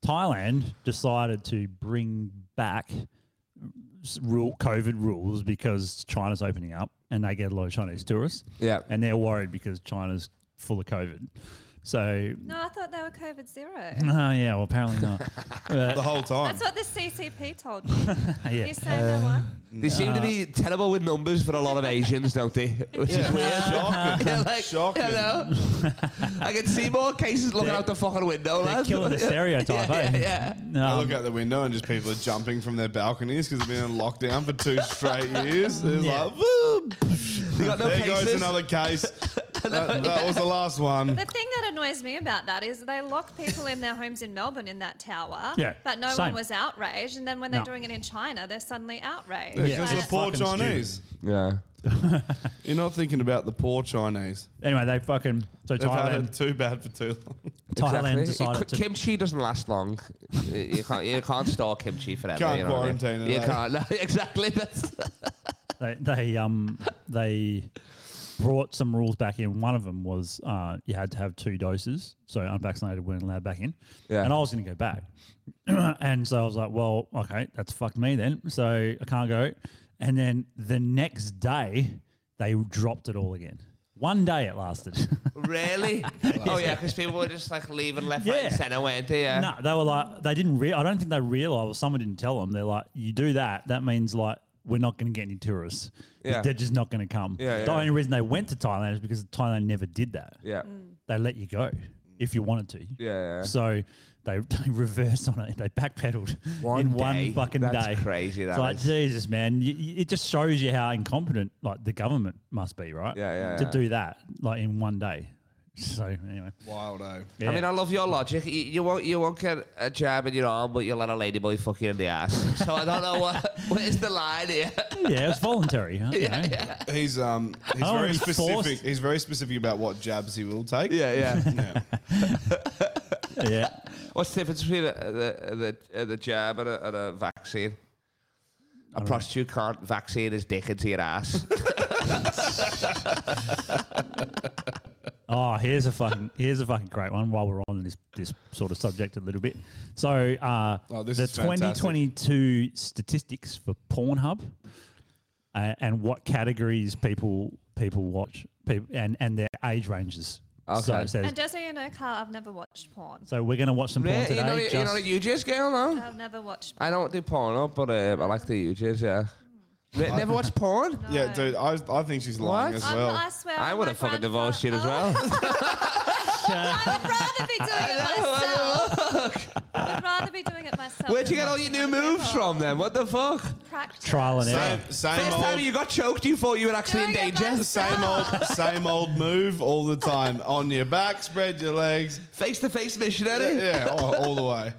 Speaker 2: Thailand decided to bring back s- rule COVID rules because China's opening up and they get a lot of Chinese tourists.
Speaker 5: Yeah.
Speaker 2: and they're worried because China's full of COVID. So
Speaker 8: No, I thought they were COVID zero.
Speaker 2: oh yeah, well apparently not.
Speaker 4: The whole time.
Speaker 8: That's what the CCP told me.
Speaker 2: yeah.
Speaker 8: You saying that one?
Speaker 5: They seem to
Speaker 2: Uh,
Speaker 5: be terrible with numbers for a lot of Asians, don't they? Which is weird.
Speaker 4: Shocking.
Speaker 5: They're like,
Speaker 4: Shocking.
Speaker 5: hello. I can see more cases looking out the fucking window,
Speaker 2: They're
Speaker 5: lad.
Speaker 2: killing the stereotype,
Speaker 5: yeah,
Speaker 2: eh?
Speaker 5: yeah.
Speaker 4: I
Speaker 2: Um,
Speaker 4: look out the window and just people are jumping from their balconies because they've been in lockdown for two straight years. They're
Speaker 2: Yeah.
Speaker 4: like, "Woo."
Speaker 5: They got no
Speaker 4: there goes
Speaker 5: cases.
Speaker 4: another case. that, that was the last one.
Speaker 8: The thing that annoys me about that is they lock people in their homes in Melbourne in that tower,
Speaker 2: Yeah,
Speaker 8: but no
Speaker 2: same.
Speaker 8: one was outraged. And then when they're
Speaker 2: No.
Speaker 8: doing it in China, they're suddenly outraged.
Speaker 2: Yeah,
Speaker 4: Because
Speaker 2: it's
Speaker 4: the poor
Speaker 2: fucking stupid.
Speaker 4: Chinese.
Speaker 5: Yeah.
Speaker 4: You're not thinking about the poor Chinese.
Speaker 2: anyway, they fucking so
Speaker 4: They've had
Speaker 2: Thailand
Speaker 4: it too bad for too long.
Speaker 2: Thailand
Speaker 5: Exactly.
Speaker 2: decided
Speaker 5: It-
Speaker 2: to
Speaker 5: Kimchi doesn't last long. you can't you can't store kimchi forever.
Speaker 4: Can't
Speaker 5: you know what I mean?
Speaker 4: quarantine it,
Speaker 5: You
Speaker 4: eh?
Speaker 5: can't. No, exactly. That's
Speaker 2: they, they um they brought some rules back in. One of them was uh, you had to have two doses, so unvaccinated weren't allowed back in.
Speaker 5: Yeah.
Speaker 2: And I was going to go back, and so I was like, well, okay, that's fucked me then. So I can't go. And then the next day, they dropped it all again. One day it lasted.
Speaker 5: really. oh yeah, because people were just like leaving left, right, and
Speaker 2: Yeah.
Speaker 5: centre, weren't they? Yeah.
Speaker 2: No, they were like, they didn't. Re- I don't think they realized. Or someone didn't tell them. They're like, you do that, that means like we're not going to get any tourists.
Speaker 5: Yeah.
Speaker 2: They're just not going to come.
Speaker 5: Yeah,
Speaker 2: the
Speaker 5: yeah.
Speaker 2: only reason they went to Thailand is because Thailand never did that.
Speaker 5: Yeah.
Speaker 2: They let you go if you wanted to.
Speaker 5: Yeah, yeah.
Speaker 2: So they, they reversed on it. They backpedaled in
Speaker 5: day.
Speaker 2: one fucking
Speaker 5: That's
Speaker 2: day.
Speaker 5: crazy, that
Speaker 2: It's like
Speaker 5: is.
Speaker 2: Jesus, man. You, you- it just shows you how incompetent like the government must be, right?
Speaker 5: Yeah, yeah,
Speaker 2: To
Speaker 5: yeah.
Speaker 2: do that like in one day. So anyway,
Speaker 4: Wild, eh?
Speaker 2: yeah.
Speaker 5: I mean, I love your logic. You, you won't, you won't get a jab in your arm, but you'll let a ladyboy fuck you in the ass. So I don't know what, where's the line here?
Speaker 2: yeah, it was voluntary. huh? You know?
Speaker 4: He's um he's
Speaker 2: Oh,
Speaker 4: very
Speaker 2: he's
Speaker 4: specific.
Speaker 2: forced.
Speaker 4: He's very specific about what jabs he will take.
Speaker 5: Yeah, yeah.
Speaker 4: Yeah.
Speaker 2: yeah.
Speaker 5: What's the difference between a, a, the a, the jab and a, and a vaccine? A prostitute can't vaccine his dick into your ass.
Speaker 2: Oh, here's a fucking here's a fucking great one. While we're on this this sort of subject a little bit, so uh,
Speaker 4: Oh, this
Speaker 2: the
Speaker 4: is fantastic.
Speaker 2: 2022 statistics for Pornhub uh, and what categories people people watch people, and and their age ranges. So
Speaker 5: Okay.
Speaker 2: it says,
Speaker 8: And just so you know, Carl, I've never watched porn.
Speaker 2: so we're gonna watch some porn
Speaker 5: Yeah,
Speaker 2: today.
Speaker 5: you know, you know
Speaker 2: just-
Speaker 5: the UJ's girl, no?
Speaker 8: I've never watched.
Speaker 5: I don't do porn up, but um, I like the UJ's, yeah. Ne- Never watched porn?
Speaker 8: No.
Speaker 4: Yeah, dude, I, I think she's lying
Speaker 5: Oh, What?
Speaker 4: as
Speaker 8: I'm,
Speaker 4: well.
Speaker 8: I swear.
Speaker 5: I
Speaker 8: on
Speaker 5: would
Speaker 8: my
Speaker 5: have fucking
Speaker 8: grandpa-
Speaker 5: divorced you as
Speaker 8: Oh,
Speaker 5: well.
Speaker 8: I would rather be doing it myself. I would rather be doing it myself.
Speaker 5: Where'd you
Speaker 8: than
Speaker 5: get all your
Speaker 8: watching
Speaker 5: new
Speaker 8: other
Speaker 5: moves
Speaker 8: people.
Speaker 5: from then? What the fuck?
Speaker 8: Practice.
Speaker 2: trial and error.
Speaker 4: same same
Speaker 5: First time
Speaker 4: old,
Speaker 5: you got choked, you thought you were actually in
Speaker 8: Doing it
Speaker 5: danger.
Speaker 4: same old, same old move all the time. On your back, spread your legs.
Speaker 5: Face to face missionary.
Speaker 4: Yeah, all, all the way.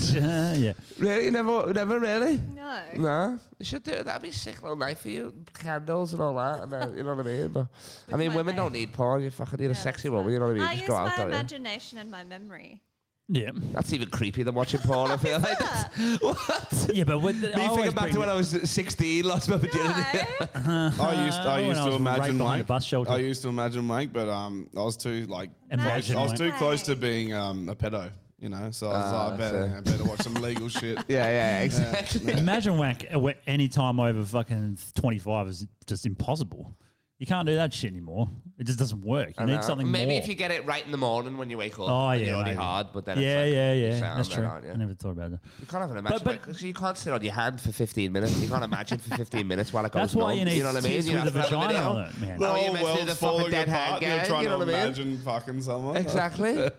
Speaker 2: Uh, yeah,
Speaker 5: Really? Never, never really?
Speaker 8: No.
Speaker 5: No, you should do it. That'd be a sick little night for you. Candles and all that. And, uh, you know what I mean? But, I
Speaker 8: With
Speaker 5: mean,
Speaker 8: my
Speaker 5: women don't
Speaker 8: babe.
Speaker 5: need porn. You fucking need a
Speaker 8: Yeah,
Speaker 5: sexy
Speaker 8: that's
Speaker 5: woman. You know what I mean?
Speaker 8: I
Speaker 5: Just
Speaker 8: use
Speaker 5: go out,
Speaker 8: my
Speaker 5: don't you?
Speaker 8: imagination and my memory.
Speaker 2: yeah,
Speaker 5: That's even creepier than watching porn. I feel like that's what.
Speaker 2: yeah. But with, I
Speaker 5: Me
Speaker 2: always
Speaker 5: thinking back
Speaker 2: bring
Speaker 5: to when
Speaker 2: it-
Speaker 5: I was 16, lost my virginity.
Speaker 8: No.
Speaker 4: I used, I
Speaker 2: Uh,
Speaker 4: used to
Speaker 2: when I was right
Speaker 4: imagine
Speaker 2: behind a
Speaker 4: wank.
Speaker 2: bus shelter.
Speaker 4: I used to imagine wank, but um, I was too like,
Speaker 2: Imagine
Speaker 4: I was
Speaker 2: wank.
Speaker 4: too close to
Speaker 8: Right.
Speaker 4: being um a pedo. You know, so I was
Speaker 5: Ah,
Speaker 4: like, I better,
Speaker 5: so-
Speaker 4: I better watch some legal shit.
Speaker 5: Yeah, yeah, exactly.
Speaker 2: Imagine wank uh, wh- any time over fucking 25 is just impossible. You can't do that shit anymore. It just doesn't work. You
Speaker 5: I
Speaker 2: need
Speaker 5: know.
Speaker 2: something
Speaker 5: Maybe
Speaker 2: more.
Speaker 5: if you get it right in the morning when you wake up.
Speaker 2: Oh,
Speaker 5: and
Speaker 2: yeah,
Speaker 5: You're already
Speaker 2: maybe.
Speaker 5: hard, but then
Speaker 2: yeah,
Speaker 5: it's like,
Speaker 2: yeah,
Speaker 5: you
Speaker 2: yeah.
Speaker 5: sound
Speaker 2: That's
Speaker 5: that,
Speaker 2: true.
Speaker 5: aren't you?
Speaker 2: I never thought about that.
Speaker 5: You can't have an imagine
Speaker 2: but-
Speaker 5: because you can't sit on your hand for 15 minutes. You can't imagine for 15 minutes while it goes
Speaker 2: That's why
Speaker 5: numb,
Speaker 2: you need
Speaker 5: know what I mean?
Speaker 2: tits
Speaker 5: You
Speaker 2: with a
Speaker 5: have to have
Speaker 2: vagina
Speaker 5: video.
Speaker 2: on it, man.
Speaker 5: Well,
Speaker 4: Oh,
Speaker 5: you must do
Speaker 4: world's
Speaker 5: the fucking
Speaker 4: falling
Speaker 5: dead hand
Speaker 4: apart,
Speaker 5: gag,
Speaker 4: You're trying
Speaker 5: you
Speaker 4: to
Speaker 5: know what I mean?
Speaker 4: imagine fucking someone.
Speaker 5: Exactly.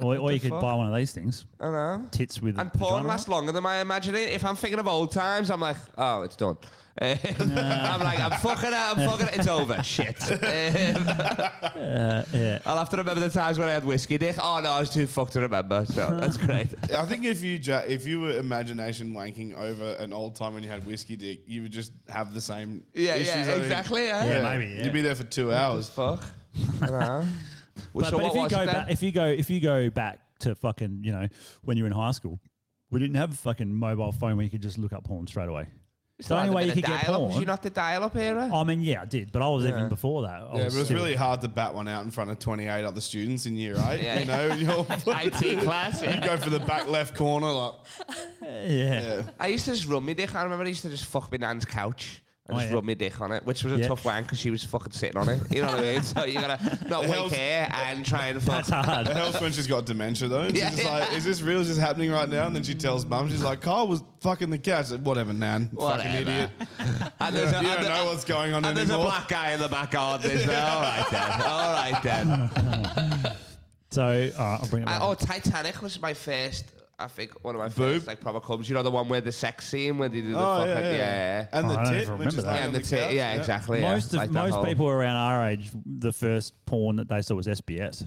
Speaker 2: Or, or you could buy one of these things.
Speaker 5: I know.
Speaker 2: Tits with
Speaker 5: And
Speaker 2: a
Speaker 5: porn
Speaker 2: vagina
Speaker 5: lasts
Speaker 2: on
Speaker 5: longer than I imagine it. If I'm thinking of old times, I'm like, oh, it's done. Um, I'm like, I'm fucking it, I'm fucking it, it's over. Shit. Um,
Speaker 2: it. Yeah.
Speaker 5: I'll have to remember the times when I had whiskey dick. Oh, no, I was too fucked to remember. So that's great.
Speaker 4: I think if you ja- if you were imagination wanking over an old time when you had whiskey dick, you would just have the same
Speaker 5: Yeah,
Speaker 4: issues. I
Speaker 5: yeah,
Speaker 4: think.
Speaker 5: exactly. Yeah,
Speaker 2: Yeah, maybe, yeah.
Speaker 4: You'd be there for two hours.
Speaker 5: Fuck. I know.
Speaker 2: But,
Speaker 5: So
Speaker 2: but
Speaker 5: what
Speaker 2: if you
Speaker 5: was
Speaker 2: go
Speaker 5: it then?
Speaker 2: back, if you go, if you go back to fucking, you know, when you were in high school, we didn't have fucking mobile phone where you could just look up porn straight away. It's the
Speaker 5: Might
Speaker 2: only
Speaker 5: have
Speaker 2: way
Speaker 5: been
Speaker 2: you
Speaker 5: a
Speaker 2: could get
Speaker 5: dial-up. Was
Speaker 2: porn.
Speaker 5: you not the dial-up era?
Speaker 4: Oh,
Speaker 2: I mean, yeah, I did, but I was
Speaker 5: Yeah.
Speaker 2: even before that. I
Speaker 4: Yeah, but it was
Speaker 2: still-
Speaker 4: really hard to bat one out in front of 28 other students in year eight.
Speaker 5: Yeah.
Speaker 4: You know, you're,
Speaker 5: IT class.
Speaker 4: you go for the back left corner, like,
Speaker 2: yeah.
Speaker 4: yeah.
Speaker 5: I used to just rub my dick. I remember I used to just fuck my nan's couch. and
Speaker 2: Oh,
Speaker 5: just
Speaker 2: yeah.
Speaker 5: rub my dick on it, which was a
Speaker 2: Yeah.
Speaker 5: tough wank because she was fucking sitting on it. You know what I mean? So you gotta not wake
Speaker 4: Hell's-
Speaker 5: here and try and fuck.
Speaker 2: That's hard.
Speaker 4: It helps when she's got dementia, though. She's
Speaker 5: Yeah,
Speaker 4: just
Speaker 5: yeah.
Speaker 4: like, is this real? Is this happening right now? And then she tells mum, she's like, Carl was fucking the couch. Like, Whatever, Nan. Fucking
Speaker 5: Whatever.
Speaker 4: idiot.
Speaker 5: And
Speaker 4: You
Speaker 5: there's a,
Speaker 4: don't
Speaker 5: and
Speaker 4: know
Speaker 5: the-
Speaker 4: what's going on
Speaker 5: and there's a
Speaker 4: anymore.
Speaker 5: black guy in the back garden. Isn't there? All right then. All right then.
Speaker 2: So uh, I'll bring it
Speaker 5: I,
Speaker 2: back.
Speaker 5: oh, Titanic was my first. I think one of my
Speaker 4: Boob?
Speaker 5: first like proper comes. You know the one where the sex scene where they do the
Speaker 4: Oh,
Speaker 5: fucking
Speaker 4: yeah, yeah, yeah. Uh, And
Speaker 2: Oh, I
Speaker 4: the
Speaker 2: don't
Speaker 4: tit,
Speaker 2: even
Speaker 4: which is
Speaker 2: remember that.
Speaker 4: lying
Speaker 5: Yeah,
Speaker 4: on
Speaker 5: and the
Speaker 4: couch.
Speaker 5: tit, yeah, exactly. yeah.
Speaker 2: most of,
Speaker 5: Like that
Speaker 2: most
Speaker 5: whole-
Speaker 2: people around our age, the first porn that they saw was SBS.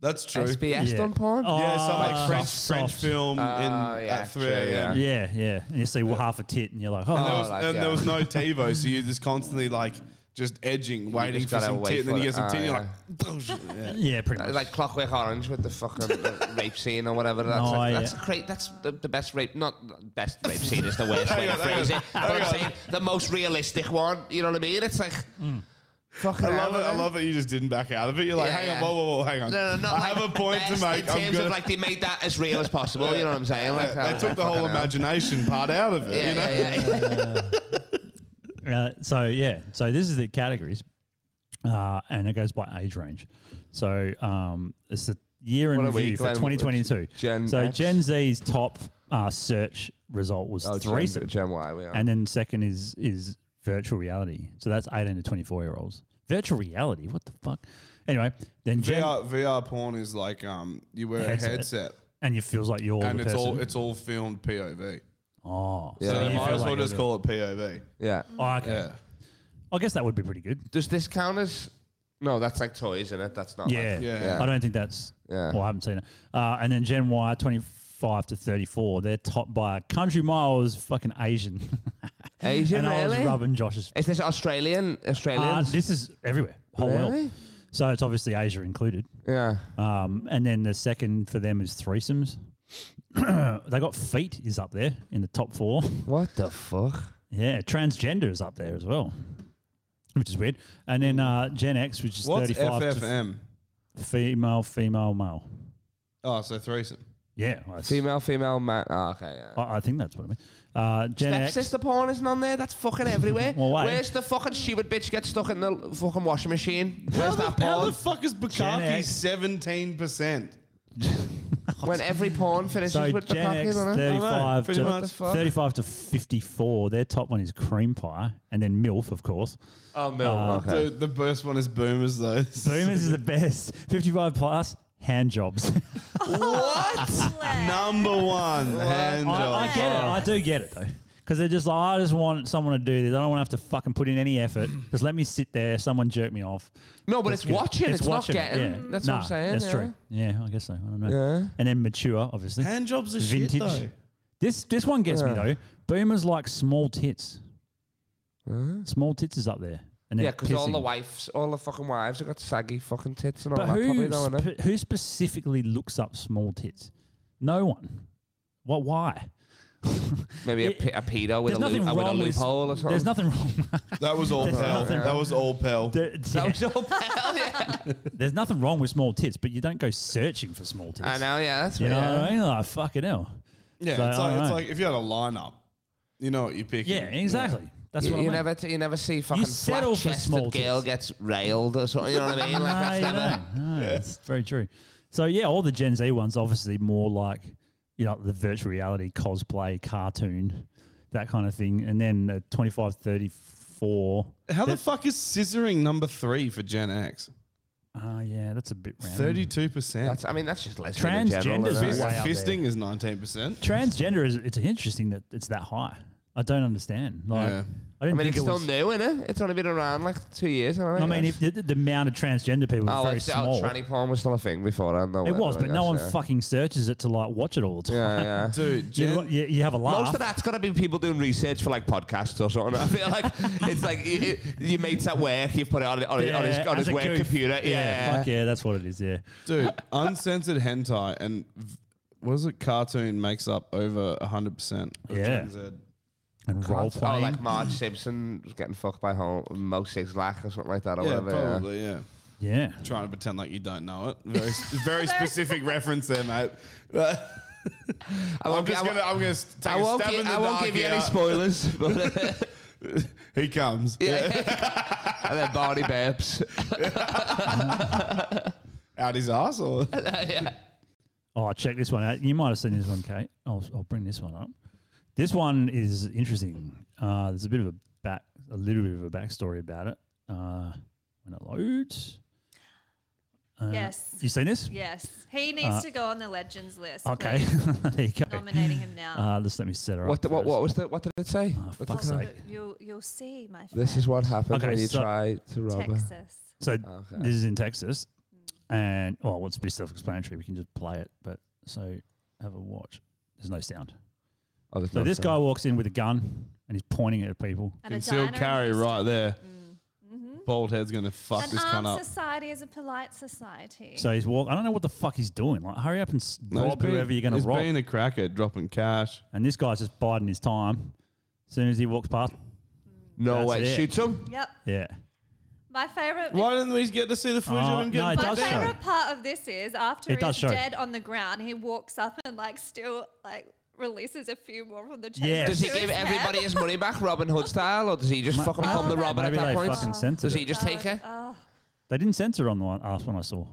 Speaker 4: That's true.
Speaker 5: SBS
Speaker 2: Yeah.
Speaker 5: done porn.
Speaker 4: Yeah,
Speaker 2: Oh,
Speaker 4: some
Speaker 5: Ah.
Speaker 4: like French,
Speaker 2: soft.
Speaker 4: French film in
Speaker 5: Oh, yeah,
Speaker 4: at 3
Speaker 5: true,
Speaker 4: a.m.
Speaker 5: yeah.
Speaker 2: Yeah, yeah. And you see half a tit, and you're like, oh,
Speaker 4: And, there was,
Speaker 5: like,
Speaker 4: and
Speaker 5: yeah.
Speaker 4: there was no TiVo, so you're just constantly like just edging, waiting
Speaker 5: just
Speaker 4: for
Speaker 5: gotta
Speaker 4: some
Speaker 5: wait
Speaker 4: tit, and then
Speaker 5: for
Speaker 4: you get
Speaker 5: it.
Speaker 4: some
Speaker 5: Oh,
Speaker 4: tit, and you're
Speaker 5: yeah.
Speaker 4: like, yeah.
Speaker 2: yeah, pretty much.
Speaker 5: like Clockwork Orange with the fucking uh, rape scene or whatever. That's,
Speaker 2: No,
Speaker 5: like,
Speaker 2: yeah.
Speaker 5: that's great. That's the, the best rape. Not the best rape scene is the worst way
Speaker 4: Hang
Speaker 5: to
Speaker 4: on,
Speaker 5: phrase
Speaker 4: hang
Speaker 5: it.
Speaker 4: on,
Speaker 5: But
Speaker 4: hang
Speaker 5: I'm
Speaker 4: on.
Speaker 5: saying the most realistic one. You know what I mean? It's like fucking.
Speaker 4: Hmm. I love
Speaker 5: hell,
Speaker 4: it. I
Speaker 5: man.
Speaker 4: love that you just didn't back out of it. You're like,
Speaker 5: Yeah,
Speaker 4: hang on,
Speaker 5: yeah.
Speaker 4: whoa, whoa, whoa, hang on.
Speaker 5: No, no, not
Speaker 4: I
Speaker 5: like
Speaker 4: have a point
Speaker 5: best
Speaker 4: to make.
Speaker 5: In
Speaker 4: I'm
Speaker 5: terms
Speaker 4: gonna,
Speaker 5: of like they made that as real as possible. You know what I'm saying? Like,
Speaker 4: they
Speaker 5: oh,
Speaker 4: took the whole
Speaker 5: fucking hell.
Speaker 4: imagination part out of it.
Speaker 5: Yeah,
Speaker 4: you know?
Speaker 5: yeah, yeah, yeah.
Speaker 2: Uh, so yeah, so this is the categories, uh, and it goes by age range. So um, it's the year in
Speaker 5: What are we,
Speaker 2: review for
Speaker 5: Glenn?
Speaker 2: 2022.
Speaker 5: Gen
Speaker 2: so
Speaker 5: X?
Speaker 2: Gen Z's top uh, search result was
Speaker 5: Oh,
Speaker 2: threesome,
Speaker 5: Gen, Gen Y, we are.
Speaker 2: and then second is is virtual reality. So that's 18 to 24 year olds. Virtual reality, what the fuck? Anyway, then Gen,
Speaker 4: VR, VR porn is like um, you wear
Speaker 2: Headset.
Speaker 4: a headset
Speaker 2: and you feels like you're
Speaker 4: and
Speaker 2: the
Speaker 4: it's
Speaker 2: person.
Speaker 4: all it's all filmed POV.
Speaker 2: oh,
Speaker 5: Yeah.
Speaker 4: So
Speaker 5: you
Speaker 4: they might
Speaker 2: feel
Speaker 4: as well
Speaker 2: like
Speaker 4: just
Speaker 2: you're
Speaker 4: call it POV.
Speaker 5: yeah.
Speaker 2: the- Oh, okay.
Speaker 4: Yeah.
Speaker 2: I guess that would be pretty good.
Speaker 5: Does this count as? No, that's like toys, isn't it? That's not.
Speaker 2: Yeah.
Speaker 5: Like,
Speaker 4: Yeah.
Speaker 2: I don't think that's.
Speaker 5: Yeah.
Speaker 2: Well, I haven't seen it. Uh, and then Gen Y, 25 to 34. They're topped by Country Miles, fucking Asian.
Speaker 5: Asian,
Speaker 2: and I was
Speaker 5: really?
Speaker 2: rubbing Josh's.
Speaker 5: Is this Australian?
Speaker 4: Ah,
Speaker 2: Uh,
Speaker 5: Australians?
Speaker 2: this is everywhere, whole
Speaker 5: Really?
Speaker 2: world. So it's obviously Asia included.
Speaker 5: yeah.
Speaker 4: Ah.
Speaker 2: Um, and then the second for them is threesomes. they got feet is up there in the top four.
Speaker 5: What the fuck?
Speaker 2: Yeah, transgender is up there as well, which is weird. And then uh, Gen X, which is
Speaker 4: What's
Speaker 2: 35 to f-
Speaker 4: FFM?
Speaker 2: female, female, male.
Speaker 4: Oh, so threesome.
Speaker 2: Yeah, well, it's-
Speaker 5: Female, female, man. Oh, okay, yeah.
Speaker 2: I, I think that's what I mean. Uh, Gen
Speaker 5: Step
Speaker 2: X.
Speaker 5: sister porn isn't on there. That's fucking everywhere.
Speaker 2: Well, why?
Speaker 5: Where's the fucking stupid bitch gets stuck in the fucking washing machine? Where's that
Speaker 4: How the
Speaker 5: porn?
Speaker 4: fuck is Bukaki
Speaker 2: X.
Speaker 4: seventeen percent?
Speaker 5: When every porn finishes
Speaker 2: So
Speaker 5: with
Speaker 2: Gen
Speaker 5: the
Speaker 2: X, uh,
Speaker 5: fucking on it.
Speaker 4: I know,
Speaker 2: 35
Speaker 4: pretty
Speaker 2: to,
Speaker 4: much.
Speaker 2: 35 to 54. Their top one is cream pie, and then MILF, of course.
Speaker 5: Oh, Mil.
Speaker 2: uh,
Speaker 5: okay.
Speaker 4: The, the first one is boomers though.
Speaker 2: Boomers is the best. 55 plus, hand jobs.
Speaker 5: What?
Speaker 4: Number one hand
Speaker 2: I, I
Speaker 4: job.
Speaker 2: get it. I do get it, though. Because they're just like, I just want someone to do this. I don't want to have to fucking put in any effort. Just let me sit there. Someone jerk me off.
Speaker 5: No, but
Speaker 2: That's
Speaker 5: it's
Speaker 2: good.
Speaker 5: watching. It's,
Speaker 2: watching it,
Speaker 5: not getting.
Speaker 2: yeah.
Speaker 5: That's what
Speaker 2: Nah,
Speaker 5: I'm saying.
Speaker 2: That's
Speaker 5: yeah.
Speaker 2: true. Yeah, I guess so. I don't know.
Speaker 5: Yeah.
Speaker 2: And then mature, obviously.
Speaker 4: Hand jobs are shit
Speaker 2: Vintage.
Speaker 4: though.
Speaker 2: This this one gets me though. Boomers like small tits. Small tits is up there. And
Speaker 5: Yeah,
Speaker 2: they're
Speaker 5: because all the
Speaker 2: pissing.
Speaker 5: wives, all the fucking wives have got saggy fucking tits and all
Speaker 2: But
Speaker 5: that. Probably
Speaker 2: who
Speaker 5: don't know.
Speaker 2: spe- who specifically looks up small tits? No one. What? Why?
Speaker 5: Maybe a,
Speaker 2: It-
Speaker 5: pe- a pedo with
Speaker 2: There's
Speaker 5: a, loop,
Speaker 2: nothing
Speaker 5: with a
Speaker 2: wrong with.
Speaker 5: loophole or something.
Speaker 2: There's nothing wrong.
Speaker 9: That was all pal.
Speaker 2: nothing
Speaker 9: That was all pal.
Speaker 2: There- yeah,
Speaker 5: That was all pal, yeah.
Speaker 2: there's nothing wrong with small tits, but you don't go searching for small tits.
Speaker 5: I know, yeah, that's
Speaker 2: You
Speaker 5: weird.
Speaker 2: know what I mean? Like, fucking hell.
Speaker 4: Yeah,
Speaker 2: So,
Speaker 4: it's,
Speaker 2: I
Speaker 4: like,
Speaker 2: don't
Speaker 4: it's
Speaker 2: know.
Speaker 4: like if you had a lineup, you know what you're picking.
Speaker 2: Yeah, exactly. That's
Speaker 5: You,
Speaker 2: what I
Speaker 5: you
Speaker 2: mean.
Speaker 5: never, you never see fucking
Speaker 2: settle for small
Speaker 5: flat-chested girl
Speaker 2: tits.
Speaker 5: gets railed or something. You know what I mean? Like
Speaker 2: Ah,
Speaker 5: that's
Speaker 2: you
Speaker 5: never.
Speaker 2: know. Ah, That's very true. So yeah, all the Gen Z ones obviously more like you know the virtual reality cosplay cartoon, that kind of thing. And then uh, 25, 34.
Speaker 4: How the fuck is scissoring number three for Gen X?
Speaker 2: Ah, yeah, that's a bit random.
Speaker 4: Thirty-two percent.
Speaker 5: That's, I mean, that's just lesbian in general,
Speaker 2: Transgenders
Speaker 5: isn't it?
Speaker 2: is way up there.
Speaker 4: Fisting is nineteen percent.
Speaker 2: Transgender is it's interesting that it's that high. I don't understand. Like,
Speaker 4: Yeah.
Speaker 2: I didn't
Speaker 5: I mean,
Speaker 2: think
Speaker 5: it's
Speaker 2: it
Speaker 5: still
Speaker 2: was.
Speaker 5: new, isn't it? It's only been around like two years.
Speaker 2: I mean, if the, the amount of transgender people is
Speaker 5: oh,
Speaker 2: very
Speaker 5: it's,
Speaker 2: small.
Speaker 5: oh, tranny porn was still a thing before. I know
Speaker 2: it was,
Speaker 5: I
Speaker 2: but no
Speaker 5: guess,
Speaker 2: one
Speaker 5: yeah.
Speaker 2: fucking searches it to like watch it all the time.
Speaker 5: Yeah, yeah.
Speaker 4: Dude,
Speaker 2: You,
Speaker 4: Gen,
Speaker 2: you, you have a laugh.
Speaker 5: Most of that's got to be people doing research for like podcasts or something. I feel like it's like you, you, your mates at work, you put it on, on, on his,
Speaker 2: Yeah,
Speaker 5: on
Speaker 2: as
Speaker 5: his
Speaker 2: a
Speaker 5: work
Speaker 2: goof.
Speaker 5: computer.
Speaker 2: yeah,
Speaker 5: Yeah.
Speaker 2: fuck yeah, that's what it is. Yeah.
Speaker 4: dude, uncensored hentai and v- what is it? Cartoon makes up over hundred percent.
Speaker 2: Yeah. and role
Speaker 5: Oh,
Speaker 2: playing.
Speaker 5: like Marge Simpson was getting fucked by Hol- Mo Six Lack or something like that or
Speaker 4: Yeah,
Speaker 5: whatever. yeah.
Speaker 4: probably. Yeah.
Speaker 2: yeah.
Speaker 4: Trying to pretend like you don't know it. Very, very specific reference there, mate.
Speaker 5: I
Speaker 4: I'm
Speaker 5: won't, gi-
Speaker 4: just
Speaker 5: I won't-
Speaker 4: gonna. I'm gonna s- take
Speaker 5: I
Speaker 4: a
Speaker 5: won't
Speaker 4: stab
Speaker 5: gi-
Speaker 4: in the
Speaker 5: I won't
Speaker 4: dark
Speaker 5: give you
Speaker 4: here.
Speaker 5: any spoilers. but-
Speaker 4: He comes.
Speaker 5: yeah. and then Barney burps.
Speaker 4: Out his ass or
Speaker 5: yeah.
Speaker 2: Oh, check this one out. You might have seen this one, Kate. I'll, I'll bring this one up. This one is interesting. Uh, there's a bit of a back, a little bit of a backstory about it. Uh, when it loads. Uh,
Speaker 8: Yes.
Speaker 2: You seen this?
Speaker 8: Yes, he needs to go on the legends list.
Speaker 2: Uh, Okay.
Speaker 8: please.
Speaker 2: there you go.
Speaker 8: nominating him now.
Speaker 2: Uh, just let me set her
Speaker 5: What,
Speaker 2: up.
Speaker 5: the, what,
Speaker 2: first.
Speaker 5: what was the, what did it say?
Speaker 2: Oh,
Speaker 5: What's
Speaker 2: fuck's
Speaker 5: it
Speaker 2: sake.
Speaker 5: called?
Speaker 8: But You'll you'll see, my friend.
Speaker 5: This is what happens
Speaker 2: Okay,
Speaker 5: when you
Speaker 2: so-
Speaker 5: try to rob her.
Speaker 8: Texas.
Speaker 2: So
Speaker 5: Okay.
Speaker 2: this is in Texas, and well, it's a bit self-explanatory. We can just play it, but so have a watch. There's no sound.
Speaker 5: Oh, there's
Speaker 2: So
Speaker 5: no
Speaker 2: this
Speaker 5: sound.
Speaker 2: guy walks in with a gun and he's pointing it at people.
Speaker 8: And a
Speaker 4: concealed
Speaker 8: diner in
Speaker 4: carry
Speaker 8: Houston.
Speaker 4: right there.
Speaker 5: Mm-hmm.
Speaker 4: Bald head's gonna fuck
Speaker 8: An
Speaker 4: this cunt
Speaker 8: armed
Speaker 4: up.
Speaker 8: society is a polite society.
Speaker 2: So he's walk. I don't know what the fuck he's doing. Like, hurry up and s
Speaker 4: No, he's
Speaker 2: rob whoever you're going
Speaker 4: he's
Speaker 2: to rob.
Speaker 4: being a cracker, dropping cash.
Speaker 2: and this guy's just biding his time. As soon as he walks past,
Speaker 5: No
Speaker 2: That's
Speaker 5: way.
Speaker 2: it.
Speaker 5: Shoots him.
Speaker 8: Yep.
Speaker 2: yeah.
Speaker 8: My favorite.
Speaker 4: Why didn't we get to see the footage
Speaker 2: Oh,
Speaker 4: of him getting
Speaker 2: no, it
Speaker 8: My
Speaker 2: does show.
Speaker 8: favorite part of this is after
Speaker 2: It does
Speaker 8: he's
Speaker 2: show.
Speaker 8: dead on the ground, he walks up and like still like releases a few more from the chamber.
Speaker 2: Yeah.
Speaker 5: Does he
Speaker 8: to his
Speaker 5: give
Speaker 8: head.
Speaker 5: everybody his money back, Robin Hood style, or does he just fucking become the
Speaker 8: maybe
Speaker 5: robber at
Speaker 2: Maybe
Speaker 5: that
Speaker 2: they
Speaker 5: point?
Speaker 2: fucking censored
Speaker 5: Does he
Speaker 2: it.
Speaker 5: just take her?
Speaker 8: Oh,
Speaker 2: They didn't censor it on the one, last one I saw.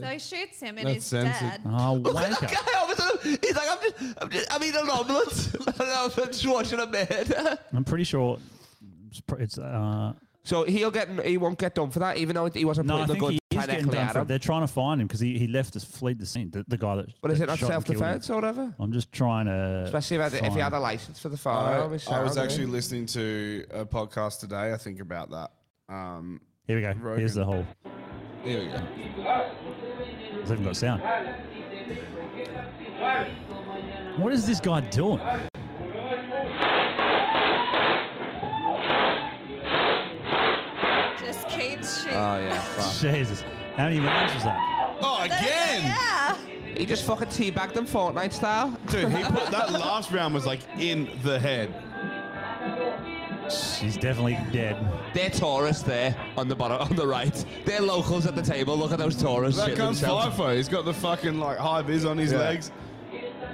Speaker 8: so he shoots him and
Speaker 4: That's
Speaker 8: he's
Speaker 4: censored.
Speaker 8: dead.
Speaker 2: Oh,
Speaker 5: Look at that
Speaker 2: wanker.
Speaker 5: guy over there. He's like, I'm just, I'm just, I'm eating an omelette. I'm just watching a bed.
Speaker 2: I'm pretty sure it's. pr- it's uh,
Speaker 5: So he'll get, he won't get done for that, even though he wasn't
Speaker 2: no, I
Speaker 5: putting the
Speaker 2: think
Speaker 5: gun
Speaker 2: he is getting
Speaker 5: directly
Speaker 2: done
Speaker 5: at
Speaker 2: for it.
Speaker 5: him.
Speaker 2: They're trying to find him because he, he left us, fled the scene. The, the guy that.
Speaker 5: But is
Speaker 2: that
Speaker 5: it not
Speaker 2: shot and killed him.
Speaker 5: self-defense or whatever?
Speaker 2: I'm just trying to.
Speaker 5: Especially if, I- if he
Speaker 2: find-
Speaker 5: had a license for the
Speaker 4: I,
Speaker 5: firearm. it's
Speaker 4: I was
Speaker 5: sound,
Speaker 4: actually
Speaker 5: eh?
Speaker 4: listening to a podcast today. I think about that. Um,
Speaker 2: Here we go. Here's the whole.
Speaker 4: here we go.
Speaker 2: It's even got sound. What is this guy doing?
Speaker 8: Just keeps shooting.
Speaker 5: Oh yeah, fuck.
Speaker 2: Jesus. How many rounds was that?
Speaker 4: Oh, again,
Speaker 8: yeah.
Speaker 5: he just fucking teabagged him Fortnite style.
Speaker 4: dude. He put that last round was like in the head.
Speaker 2: He's definitely dead.
Speaker 5: They're tourists there on the bottom, on the right. They're locals at the table. Look at those tourists.
Speaker 4: That
Speaker 5: shitting
Speaker 4: comes
Speaker 5: themselves.
Speaker 4: FIFO. He's got the fucking like high vis on his
Speaker 5: Yeah.
Speaker 4: legs.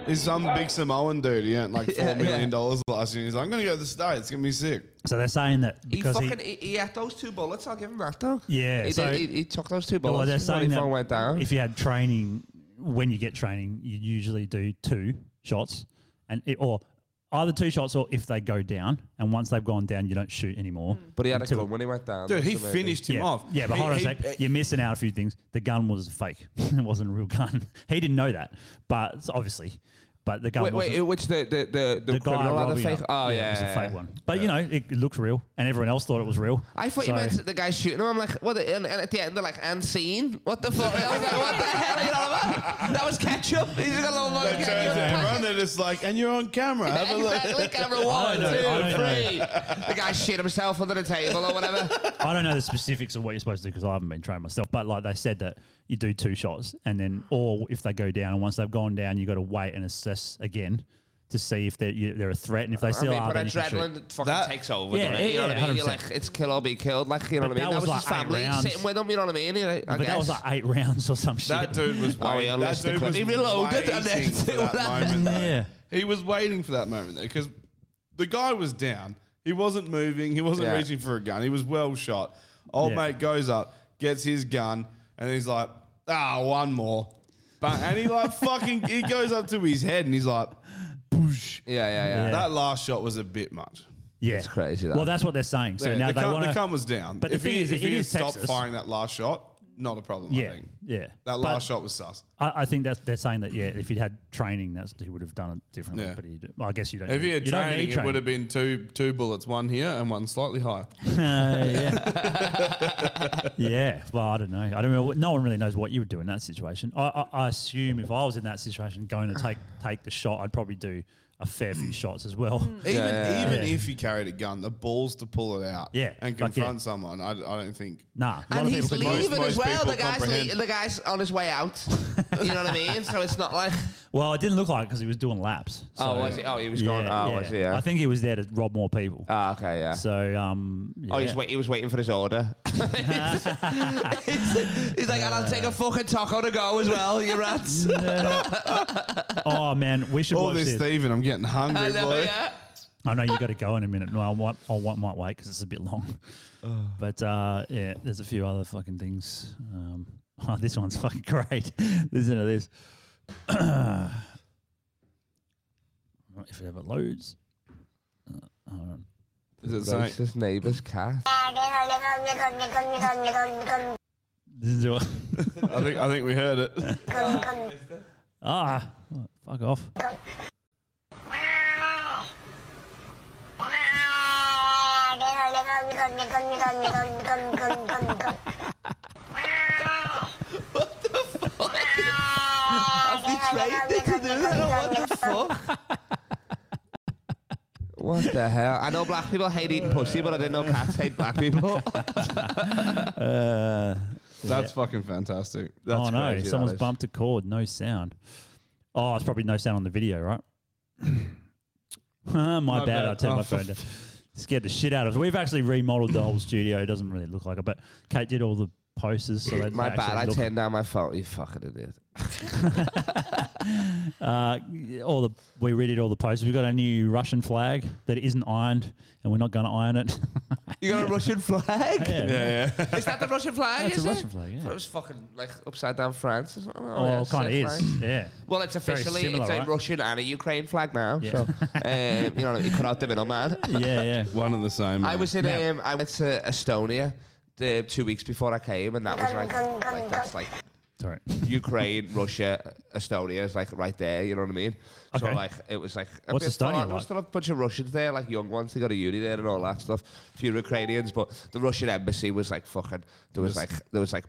Speaker 4: He's some big Samoan dude. He earned like
Speaker 5: Yeah,
Speaker 4: four million
Speaker 5: yeah.
Speaker 4: dollars last year. He's like, I'm gonna go to the states. It's gonna be sick.
Speaker 2: So they're saying that
Speaker 5: He
Speaker 2: because he,
Speaker 5: fucking he, he, had those two bullets. I'll give him that though.
Speaker 2: Yeah,
Speaker 5: he,
Speaker 2: so-
Speaker 5: did, he, he took those two
Speaker 2: well,
Speaker 5: bullets.
Speaker 2: they're
Speaker 5: His money
Speaker 2: saying
Speaker 5: phone went
Speaker 2: that
Speaker 5: down.
Speaker 2: if you had training, when you get training, you usually do two shots, and it, or either two shots, or if they go down, and once they've gone down, you don't shoot anymore.
Speaker 5: but he had a
Speaker 2: until-
Speaker 5: gun when he went down.
Speaker 4: Dude,
Speaker 5: That's
Speaker 4: he
Speaker 5: amazing.
Speaker 4: finished him
Speaker 2: yeah,
Speaker 4: off.
Speaker 2: yeah, but
Speaker 4: He-
Speaker 2: hold on a
Speaker 4: he-
Speaker 2: sec. You're missing out a few things. The gun was fake. it wasn't a real gun. he didn't know that, but it's obviously, but the gun
Speaker 5: Wait,
Speaker 2: wasn't.
Speaker 5: wait, which the the the, the,
Speaker 2: the guy
Speaker 5: criminal had a
Speaker 2: robbing
Speaker 5: fake?
Speaker 2: her-
Speaker 5: Oh yeah,
Speaker 2: it was a fake one. But you know, it, it looked real, and everyone else thought it was real.
Speaker 5: I thought
Speaker 2: So-
Speaker 5: you meant the guy shooting him. I'm like, what? The, and, and at the end, they're like, unseen. What the fuck? I was like, what the hell? You know what I mean? That was ketchup. He's just got a little
Speaker 4: They
Speaker 5: bit of
Speaker 4: turn
Speaker 5: ketchup.
Speaker 4: to everyone. They're just like, and you're on camera. Have a look.
Speaker 5: Exactly, camera one, two,
Speaker 2: know, I don't know.
Speaker 5: three. The guy shit himself under the table or whatever.
Speaker 2: I don't know the specifics of what you're supposed to do because I haven't been trained myself. But like they said that you do two shots, and then or if they go down, and once they've gone down, you got to wait and assess again to see if they're, you, they're a threat and if they
Speaker 5: I
Speaker 2: still
Speaker 5: mean,
Speaker 2: are.
Speaker 5: but
Speaker 2: then you can shoot.
Speaker 5: adrenaline fucking
Speaker 4: That-
Speaker 5: takes over.
Speaker 2: Yeah,
Speaker 5: doesn't it? you know
Speaker 2: yeah,
Speaker 5: what I mean? You're
Speaker 2: 100%.
Speaker 5: like, it's kill or be killed. Like, you know
Speaker 2: But
Speaker 5: what I mean?
Speaker 2: that
Speaker 5: That
Speaker 2: was
Speaker 5: was,
Speaker 2: like
Speaker 5: his
Speaker 2: eight
Speaker 5: family
Speaker 2: rounds.
Speaker 5: sitting with him. You know what I mean? You know, I
Speaker 2: But that was
Speaker 5: guess.
Speaker 2: like eight rounds or some
Speaker 4: That
Speaker 2: shit.
Speaker 4: dude was
Speaker 5: Oh,
Speaker 4: waiting.
Speaker 5: yeah,
Speaker 4: that
Speaker 5: unless the
Speaker 4: dude was
Speaker 5: clip- He reloaded and
Speaker 4: waiting
Speaker 5: then-
Speaker 4: for that moment. though.
Speaker 2: Yeah.
Speaker 4: He was waiting for that moment though, because the guy was down. He wasn't moving. He wasn't
Speaker 5: Yeah.
Speaker 4: reaching for a gun. He was well shot. Old
Speaker 2: Yeah.
Speaker 4: mate goes up, gets his gun, and he's like, "Ah, one more." But and he like fucking he goes up to his head and he's like, "Boosh."
Speaker 5: Yeah, yeah, yeah.
Speaker 4: That last shot was a bit much.
Speaker 2: Yeah.
Speaker 5: It's crazy, that.
Speaker 2: Well, that's what they're saying. So
Speaker 4: Yeah,
Speaker 2: now
Speaker 4: the,
Speaker 2: they
Speaker 4: cum,
Speaker 2: want
Speaker 4: the cum
Speaker 2: to.
Speaker 4: was down.
Speaker 2: but the
Speaker 4: if
Speaker 2: thing
Speaker 4: he,
Speaker 2: is,
Speaker 4: if
Speaker 2: it
Speaker 4: he had
Speaker 2: is
Speaker 4: stopped
Speaker 2: Texas.
Speaker 4: firing that last shot, not a problem. I
Speaker 2: Yeah.
Speaker 4: think.
Speaker 2: Yeah.
Speaker 4: That
Speaker 2: But-
Speaker 4: last shot was sus.
Speaker 2: I, I think that's they're saying that yeah, if he'd had training, that's he would have done it differently.
Speaker 4: Yeah.
Speaker 2: But he, well, I guess you don't.
Speaker 4: If
Speaker 2: need-
Speaker 4: he had
Speaker 2: you don't need
Speaker 4: training, it would have been two two bullets, one here and one slightly higher.
Speaker 2: yeah. Well, I don't know. I don't know. what- No one really knows what you would do in that situation. I, I, I assume if I was in that situation, going to take take the shot, I'd probably do a fair
Speaker 5: Mm.
Speaker 2: few shots as well.
Speaker 4: Even
Speaker 5: yeah,
Speaker 4: even
Speaker 2: yeah.
Speaker 4: if you carried a gun, the balls to pull it out
Speaker 2: Yeah,
Speaker 4: and
Speaker 2: fuck yeah.
Speaker 4: confront someone, I, I don't think.
Speaker 2: Nah. a lot
Speaker 5: And
Speaker 2: of
Speaker 5: he's
Speaker 2: people could-
Speaker 4: most-
Speaker 5: leaving
Speaker 4: most
Speaker 5: as well.
Speaker 4: people
Speaker 5: The guy's,
Speaker 4: comprehend.
Speaker 5: le- the guy's on his way out. you know what I mean? So it's not like,
Speaker 2: Well, it didn't look like because he was doing laps. So,
Speaker 5: oh, was he? Oh, he was gone.
Speaker 2: yeah,
Speaker 5: Oh,
Speaker 2: yeah.
Speaker 5: was he? Yeah.
Speaker 2: I think he was there to rob more people.
Speaker 5: Ah, okay, yeah.
Speaker 2: so um.
Speaker 5: Oh,
Speaker 2: yeah.
Speaker 5: he's wait, he was waiting for his order. he's like, and I'll take a fucking taco to go as well, you rats.
Speaker 2: oh man, we should
Speaker 4: All
Speaker 2: watch
Speaker 4: this
Speaker 2: this.
Speaker 4: thieving, I'm getting hungry,
Speaker 5: I know,
Speaker 4: boy.
Speaker 5: yeah.
Speaker 2: I know you got to go in a minute. No, I want, I want, might wait because it's a bit long. But uh, yeah, there's a few other fucking things. Um, oh, this one's fucking great. Listen to this. if it ever loads.
Speaker 4: Is it saying-
Speaker 5: That's his neighbour's cat.
Speaker 2: Listen to it.
Speaker 4: I think I think we heard it.
Speaker 2: Ah, oh, fuck off.
Speaker 5: What the hell? I know black people hate eating pussy, but I didn't know cats hate black people.
Speaker 2: Uh,
Speaker 4: That's fucking fantastic. That's
Speaker 2: oh no,
Speaker 5: crazy, that
Speaker 2: someone's
Speaker 5: is.
Speaker 2: bumped a chord. No sound. Oh, it's probably no sound on the video, right? Ah,
Speaker 4: My
Speaker 2: my, bad.
Speaker 4: bad.
Speaker 2: I turned
Speaker 4: Oh,
Speaker 2: my phone down. Scared the shit out of us. We've actually remodeled the whole studio. It doesn't really look like it, but Kate did all the posters. So that
Speaker 5: my
Speaker 2: they
Speaker 5: bad,
Speaker 2: actually
Speaker 5: I
Speaker 2: look-
Speaker 5: turned down my phone. You fucking idiot.
Speaker 2: Uh, all the we redid all the posters. We've got a new Russian flag that isn't ironed, and we're not going to iron it.
Speaker 5: You got a Russian flag?
Speaker 2: yeah,
Speaker 4: Yeah, yeah.
Speaker 5: Is that the Russian flag?
Speaker 2: That's
Speaker 5: is
Speaker 2: a
Speaker 5: it?
Speaker 2: Russian flag, yeah.
Speaker 5: I thought It was fucking like upside down France. or something. Oh,
Speaker 2: well,
Speaker 5: yeah,
Speaker 2: it kind of
Speaker 5: sick
Speaker 2: is.
Speaker 5: flag.
Speaker 2: Yeah.
Speaker 5: Well, it's
Speaker 2: Very
Speaker 5: officially
Speaker 2: similar,
Speaker 5: it's a
Speaker 2: right?
Speaker 5: Russian and a Ukraine flag now.
Speaker 2: Yeah.
Speaker 5: So, um, you know, you cut out the middleman.
Speaker 2: Yeah, yeah.
Speaker 4: One and the same.
Speaker 5: I
Speaker 4: man.
Speaker 5: was in um, I went to Estonia the two weeks before I came, and that was like, like that's like
Speaker 2: Sorry.
Speaker 5: Ukraine, Russia, Estonia is like right there. You know what I mean? So
Speaker 2: Okay.
Speaker 5: like it was like a
Speaker 2: What's
Speaker 5: bit
Speaker 2: Estonia
Speaker 5: far-
Speaker 2: like?
Speaker 5: Still a bunch of Russians there, like young ones. They got a uni there and all that stuff. A few Ukrainians, but the Russian embassy was like fucking. There was like there was like.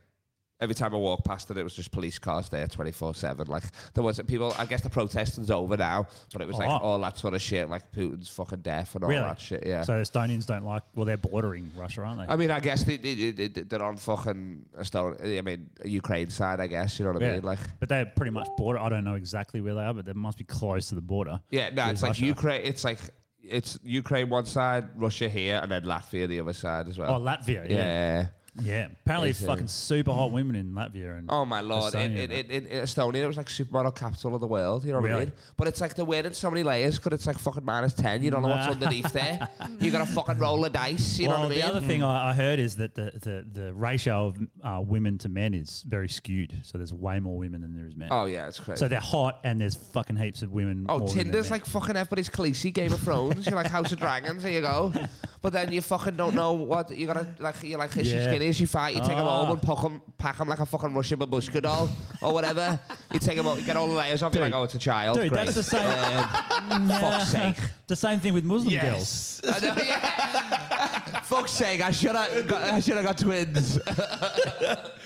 Speaker 5: Every time I walked past it, it was just police cars there, twenty four seven. Like there wasn't people. I guess the protesting's over now, but it was like
Speaker 2: Oh.
Speaker 5: all that sort of shit, like Putin's fucking death and all
Speaker 2: Really?
Speaker 5: that shit. Yeah.
Speaker 2: So Estonians don't like. Well, they're bordering Russia, aren't they?
Speaker 5: I mean, I guess they, they, they, they're on fucking Estonia. I mean, Ukraine side. I guess you know what I
Speaker 2: Yeah.
Speaker 5: mean. Like,
Speaker 2: but they're pretty much border. I don't know exactly where they are, but they must be close to the border.
Speaker 5: yeah, no,
Speaker 2: with
Speaker 5: it's like
Speaker 2: Russia.
Speaker 5: Ukraine. It's like it's Ukraine one side, Russia here, and then Latvia the other side as
Speaker 2: Oh,
Speaker 5: well.
Speaker 2: Latvia.
Speaker 5: yeah.
Speaker 2: Yeah. Yeah. Apparently,
Speaker 5: It's, uh,
Speaker 2: fucking super hot women in Latvia. And
Speaker 5: Oh my lord! In,
Speaker 2: Estonia,
Speaker 5: in,
Speaker 2: man.
Speaker 5: in, in Estonia, it was like supermodel capital of the world. You know what I
Speaker 2: Really?
Speaker 5: mean? But it's like they're wearing so many layers because it's like fucking minus ten. You don't know what's
Speaker 2: Nah.
Speaker 5: underneath there. You got to fucking roll the dice. You
Speaker 2: well,
Speaker 5: know what I
Speaker 2: the
Speaker 5: mean?
Speaker 2: other thing I, I heard is that the, the, the ratio of uh, women to men is very skewed. So there's way more women than there is men.
Speaker 5: oh yeah, it's crazy.
Speaker 2: So they're hot, and there's fucking heaps of women.
Speaker 5: Oh,
Speaker 2: more than there
Speaker 5: Tinder's
Speaker 2: men.
Speaker 5: like fucking everybody's Khaleesi, Game of Thrones. You're like House of Dragons, there you go. But then you fucking don't know what you gotta like. You're like, is she
Speaker 2: Yeah.
Speaker 5: skinny? Is she fat? You take 'em
Speaker 2: Ah.
Speaker 5: home and pack 'em pack 'em like a fucking Russian babushka doll or whatever. you take 'em out, you get all the layers off. You're like, oh, it's a child.
Speaker 2: Dude,
Speaker 5: Great.
Speaker 2: that's the same.
Speaker 5: Um, fuck's sake.
Speaker 2: the same thing with Muslim girls.
Speaker 5: Yes. I know, yeah. fuck's sake, I should have got, I should have got twins.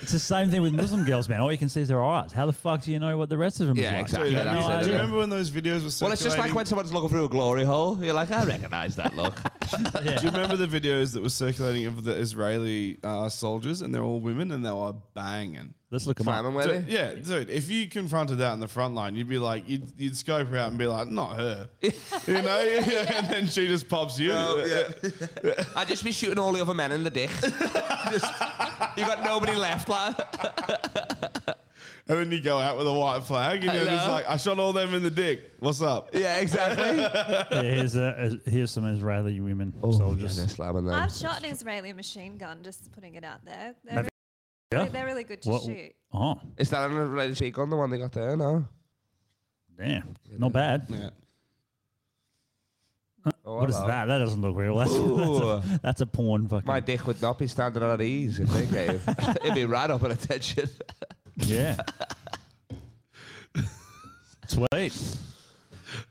Speaker 2: It's the same thing with Muslim girls, man. All you can see is their eyes. How the fuck do you know what the rest of them?
Speaker 5: Yeah,
Speaker 2: is like?
Speaker 5: exactly.
Speaker 4: Dude,
Speaker 5: Yeah,
Speaker 4: do
Speaker 5: that's
Speaker 4: you
Speaker 5: it,
Speaker 4: do you
Speaker 5: yeah.
Speaker 4: remember when those videos were circulating?
Speaker 5: Well, it's just like when someone's looking through a glory hole. You're like, I recognise that look.
Speaker 4: Do you remember the videos that were circulating of the Israeli uh, soldiers and they're all women and they were banging?
Speaker 2: Let's look them up.
Speaker 5: Simon, were
Speaker 4: Dude,
Speaker 5: they?
Speaker 4: yeah, dude. If you confronted that in the front line, you'd be like, you'd, you'd scope her out and be like, not her, you know. and then she just pops you.
Speaker 5: Oh, yeah. I'd just be shooting all the other men in the dick. Just- you got nobody left, lad.
Speaker 4: And then you go out with a white flag, and you're just
Speaker 5: Hello?
Speaker 4: like, I shot all them in the dick. What's up?
Speaker 5: Yeah, exactly.
Speaker 2: Yeah, here's, uh, here's some Israeli women
Speaker 5: Oh,
Speaker 2: soldiers.
Speaker 5: slamming
Speaker 8: I've shot an Israeli machine gun, just putting it out there. They're,
Speaker 2: Have-
Speaker 8: really,
Speaker 2: Yeah?
Speaker 8: they're really good to
Speaker 2: What-
Speaker 8: shoot.
Speaker 2: Oh,
Speaker 5: Is that an Israeli cheek on the one they got there? No.
Speaker 2: damn. Not bad.
Speaker 4: Yeah.
Speaker 5: Oh,
Speaker 2: What is
Speaker 5: hello.
Speaker 2: that? That doesn't look real. That's, that's,
Speaker 5: Ooh.
Speaker 2: a, that's a porn fucking.
Speaker 5: My dick would not be standing on ease if they gave. It'd be right up at attention.
Speaker 2: Uh, Yeah. Sweet.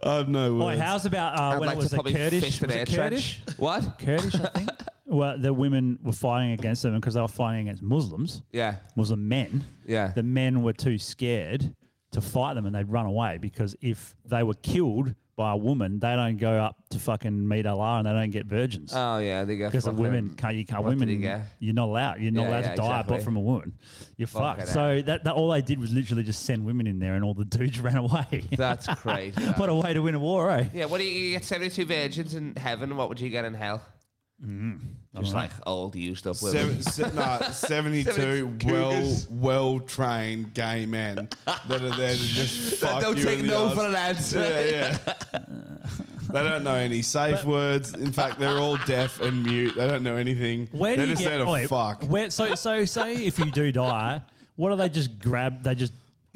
Speaker 4: I have no
Speaker 2: Boy,
Speaker 4: words.
Speaker 2: how's about uh,
Speaker 5: I'd
Speaker 2: when
Speaker 5: like
Speaker 2: it was
Speaker 5: to
Speaker 2: the
Speaker 5: probably
Speaker 2: Kurdish?
Speaker 5: fist an
Speaker 2: Was
Speaker 5: air
Speaker 2: it Kurdish?
Speaker 5: trench. What?
Speaker 2: Kurdish, I think. well, the women were fighting against them because they were fighting against Muslims,
Speaker 5: Yeah.
Speaker 2: Muslim men.
Speaker 5: Yeah.
Speaker 2: The men were too scared to fight them and they'd run away because if they were killed by a woman, they don't go up to fucking meet Allah and they don't get virgins.
Speaker 5: Oh yeah, they go.
Speaker 2: because the
Speaker 5: fucking-
Speaker 2: women can't, you can't
Speaker 5: what did
Speaker 2: women
Speaker 5: he get?
Speaker 2: you're not allowed you're not
Speaker 5: Yeah,
Speaker 2: allowed
Speaker 5: yeah,
Speaker 2: to die
Speaker 5: exactly. eh?
Speaker 2: but from a woman you're
Speaker 5: Fucking
Speaker 2: fucked so that, that all they did was literally just send women in there and all the dudes ran away
Speaker 5: That's crazy.
Speaker 2: what a way to win a war eh
Speaker 5: yeah. What do you, you get? Seventy-two virgins in heaven. What would you get in hell? Just like old, used up women.
Speaker 4: Mm-hmm. Seven, se- nah, 72
Speaker 5: Seventy
Speaker 4: well
Speaker 5: cougars.
Speaker 4: well trained gay men that are there to just fuck
Speaker 5: Don't
Speaker 4: you
Speaker 5: take
Speaker 4: in the
Speaker 5: no
Speaker 4: ass.
Speaker 5: for an answer.
Speaker 4: Yeah, yeah. they don't know any safe words. In fact, they're all deaf and mute. They don't know anything.
Speaker 2: where
Speaker 4: they're
Speaker 2: do you
Speaker 4: just
Speaker 2: get
Speaker 4: there to
Speaker 2: wait,
Speaker 4: fuck.
Speaker 2: where, so so say if you do die what do they just grab they just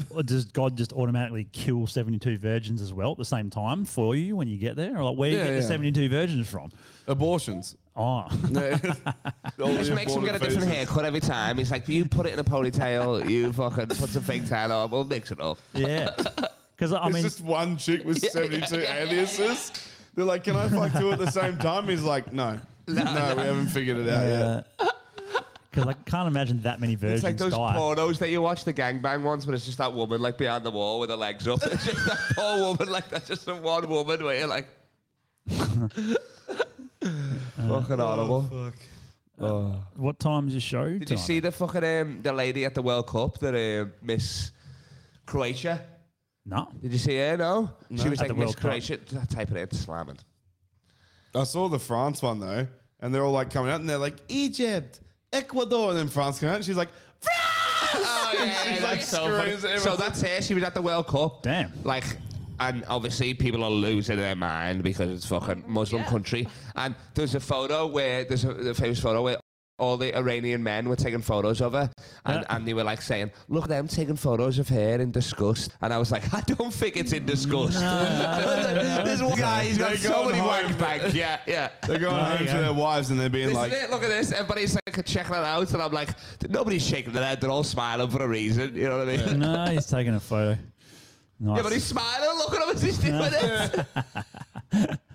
Speaker 2: or does God just automatically kill 72 virgins as well at the same time for you when you get there? Or like where do you
Speaker 4: Yeah,
Speaker 2: get the
Speaker 4: yeah.
Speaker 2: 72 virgins from?
Speaker 4: Abortions.
Speaker 2: Oh,
Speaker 4: All
Speaker 5: Just
Speaker 4: the
Speaker 5: makes him get a
Speaker 4: aborted
Speaker 5: different
Speaker 4: fetuses.
Speaker 5: haircut every time. He's like, you put it in a ponytail, you fucking put some fake tan on, we'll mix it up.
Speaker 2: yeah. Because I
Speaker 4: It's
Speaker 2: mean,
Speaker 4: just one chick with 72 aliases. They're like, can I fuck two at the same time? He's like, no. No, we haven't figured it out yet.
Speaker 2: because uh, I can't imagine that many virgins
Speaker 5: It's like those
Speaker 2: die.
Speaker 5: pornos that you watch, the gangbang ones, but it's just that woman like behind the wall with her legs up. It's just that poor woman, like that's just the one woman where you're like,
Speaker 4: Oh,
Speaker 5: fucking horrible.
Speaker 2: What time's your show?
Speaker 5: Did you see the fucking um, the lady at the World Cup, the um Miss Croatia?
Speaker 2: No.
Speaker 5: Did you see her? No, she was
Speaker 2: At the
Speaker 5: like Miss
Speaker 2: World Cup.
Speaker 5: Croatia. Type it in, slam it.
Speaker 4: I saw the France one though, and they're all like coming out and they're like, Egypt, Ecuador. And then France came out and she's like,
Speaker 5: Oh, yeah,
Speaker 4: like,
Speaker 5: that's so,
Speaker 4: screams
Speaker 5: funny.
Speaker 4: everyone.
Speaker 5: so that's it. She was at the World Cup.
Speaker 2: Damn.
Speaker 5: Like, and obviously people are losing their mind because it's fucking Muslim
Speaker 8: Yeah.
Speaker 5: country. And there's a photo where there's a, the famous photo where all the Iranian men were taking photos of her, and,
Speaker 2: Yeah.
Speaker 5: and they were like saying, "Look, at them taking photos of her in disgust." And I was like, "I don't think it's in disgust." this one guy, he's got
Speaker 4: They're
Speaker 5: so
Speaker 4: going
Speaker 5: many
Speaker 4: home.
Speaker 5: wank bags. Yeah, yeah.
Speaker 4: they're going home
Speaker 2: yeah.
Speaker 4: to their wives and they're being
Speaker 5: This
Speaker 4: like,
Speaker 5: is it. Look at this. Everybody's like checking it out, and I'm like, nobody's shaking their head. They're all smiling for a reason. You know what I mean?
Speaker 2: No, he's taking a photo. Nice.
Speaker 5: Yeah, but he's smiling. Look at him as he's doing it.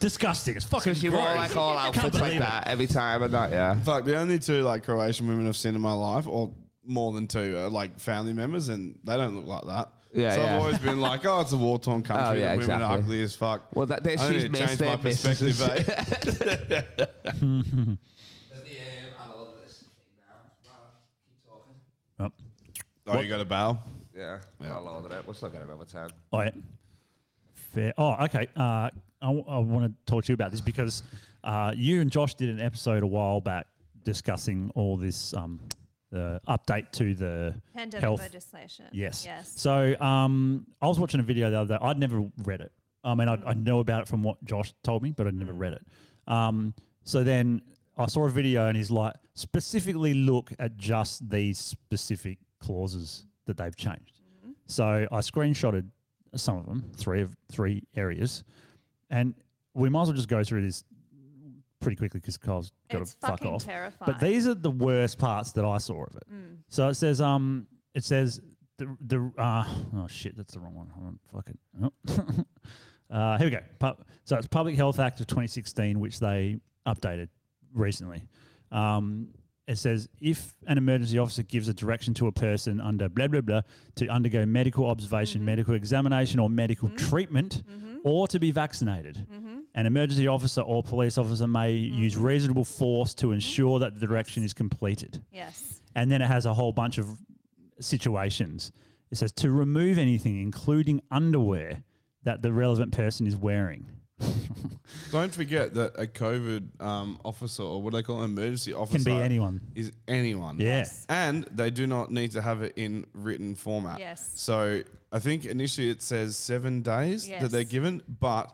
Speaker 2: disgusting. It's fucking
Speaker 5: Because you wore like all outfits like
Speaker 2: believe it.
Speaker 5: that every time and that, yeah.
Speaker 4: fuck, the only two like Croatian women I've seen in my life, or more than two, are like family members and they don't look like that.
Speaker 5: Yeah,
Speaker 4: so
Speaker 5: yeah.
Speaker 4: I've always been like, oh, it's a war torn country.
Speaker 5: Oh, yeah,
Speaker 4: and women are
Speaker 5: exactly.
Speaker 4: ugly as fuck.
Speaker 5: Well, that, there
Speaker 4: I need
Speaker 5: she's
Speaker 4: to
Speaker 5: missed
Speaker 4: change my
Speaker 5: their misses.
Speaker 4: perspective, eh?
Speaker 2: Oh,
Speaker 4: Oh, you got a bow?
Speaker 5: Yeah, I'll order it. Let's look at another time.
Speaker 2: all right. Fair. Oh, okay. Uh, I, want to talk to you about this because uh, you and Josh did an episode a while back discussing all this um, the update to the
Speaker 8: Pandemic
Speaker 2: health
Speaker 8: legislation.
Speaker 2: Yes.
Speaker 8: Yes.
Speaker 2: So um, I was watching a video the other day. I'd never read it. I mean, I, I know about it from what Josh told me, but I'd
Speaker 8: Mm.
Speaker 2: never read it. Um, so then I saw a video and he's like, specifically look at just these specific clauses that they've changed.
Speaker 8: Mm-hmm.
Speaker 2: So I screenshotted some of them, three of three areas, and we might as well just go through this pretty quickly because Kyle's got to
Speaker 8: It's
Speaker 2: fuck
Speaker 8: fucking
Speaker 2: off.
Speaker 8: terrifying.
Speaker 2: But these are the worst parts that I saw of it. So it says, um, it says the the uh, oh shit, that's the wrong one. Hold on, fuck it. Oh. uh, here we go. Pub- so it's Public Health Act of 2016, which they updated recently. Um, it says if an emergency officer gives a direction to a person under blah blah blah to undergo medical observation, medical examination, or medical treatment, or to be vaccinated, An emergency officer or police officer may use reasonable force to ensure that the direction is completed.
Speaker 8: Yes.
Speaker 2: And then it has a whole bunch of situations. It says to remove anything, including underwear, that the relevant person is wearing.
Speaker 4: Don't forget that a COVID um, officer or what do they call an emergency officer
Speaker 2: be anyone.
Speaker 4: Is anyone.
Speaker 2: Yeah.
Speaker 4: And they do not need to have it in written format.
Speaker 8: Yes.
Speaker 4: So I think initially it says seven days that they're
Speaker 8: Yes.
Speaker 4: given, but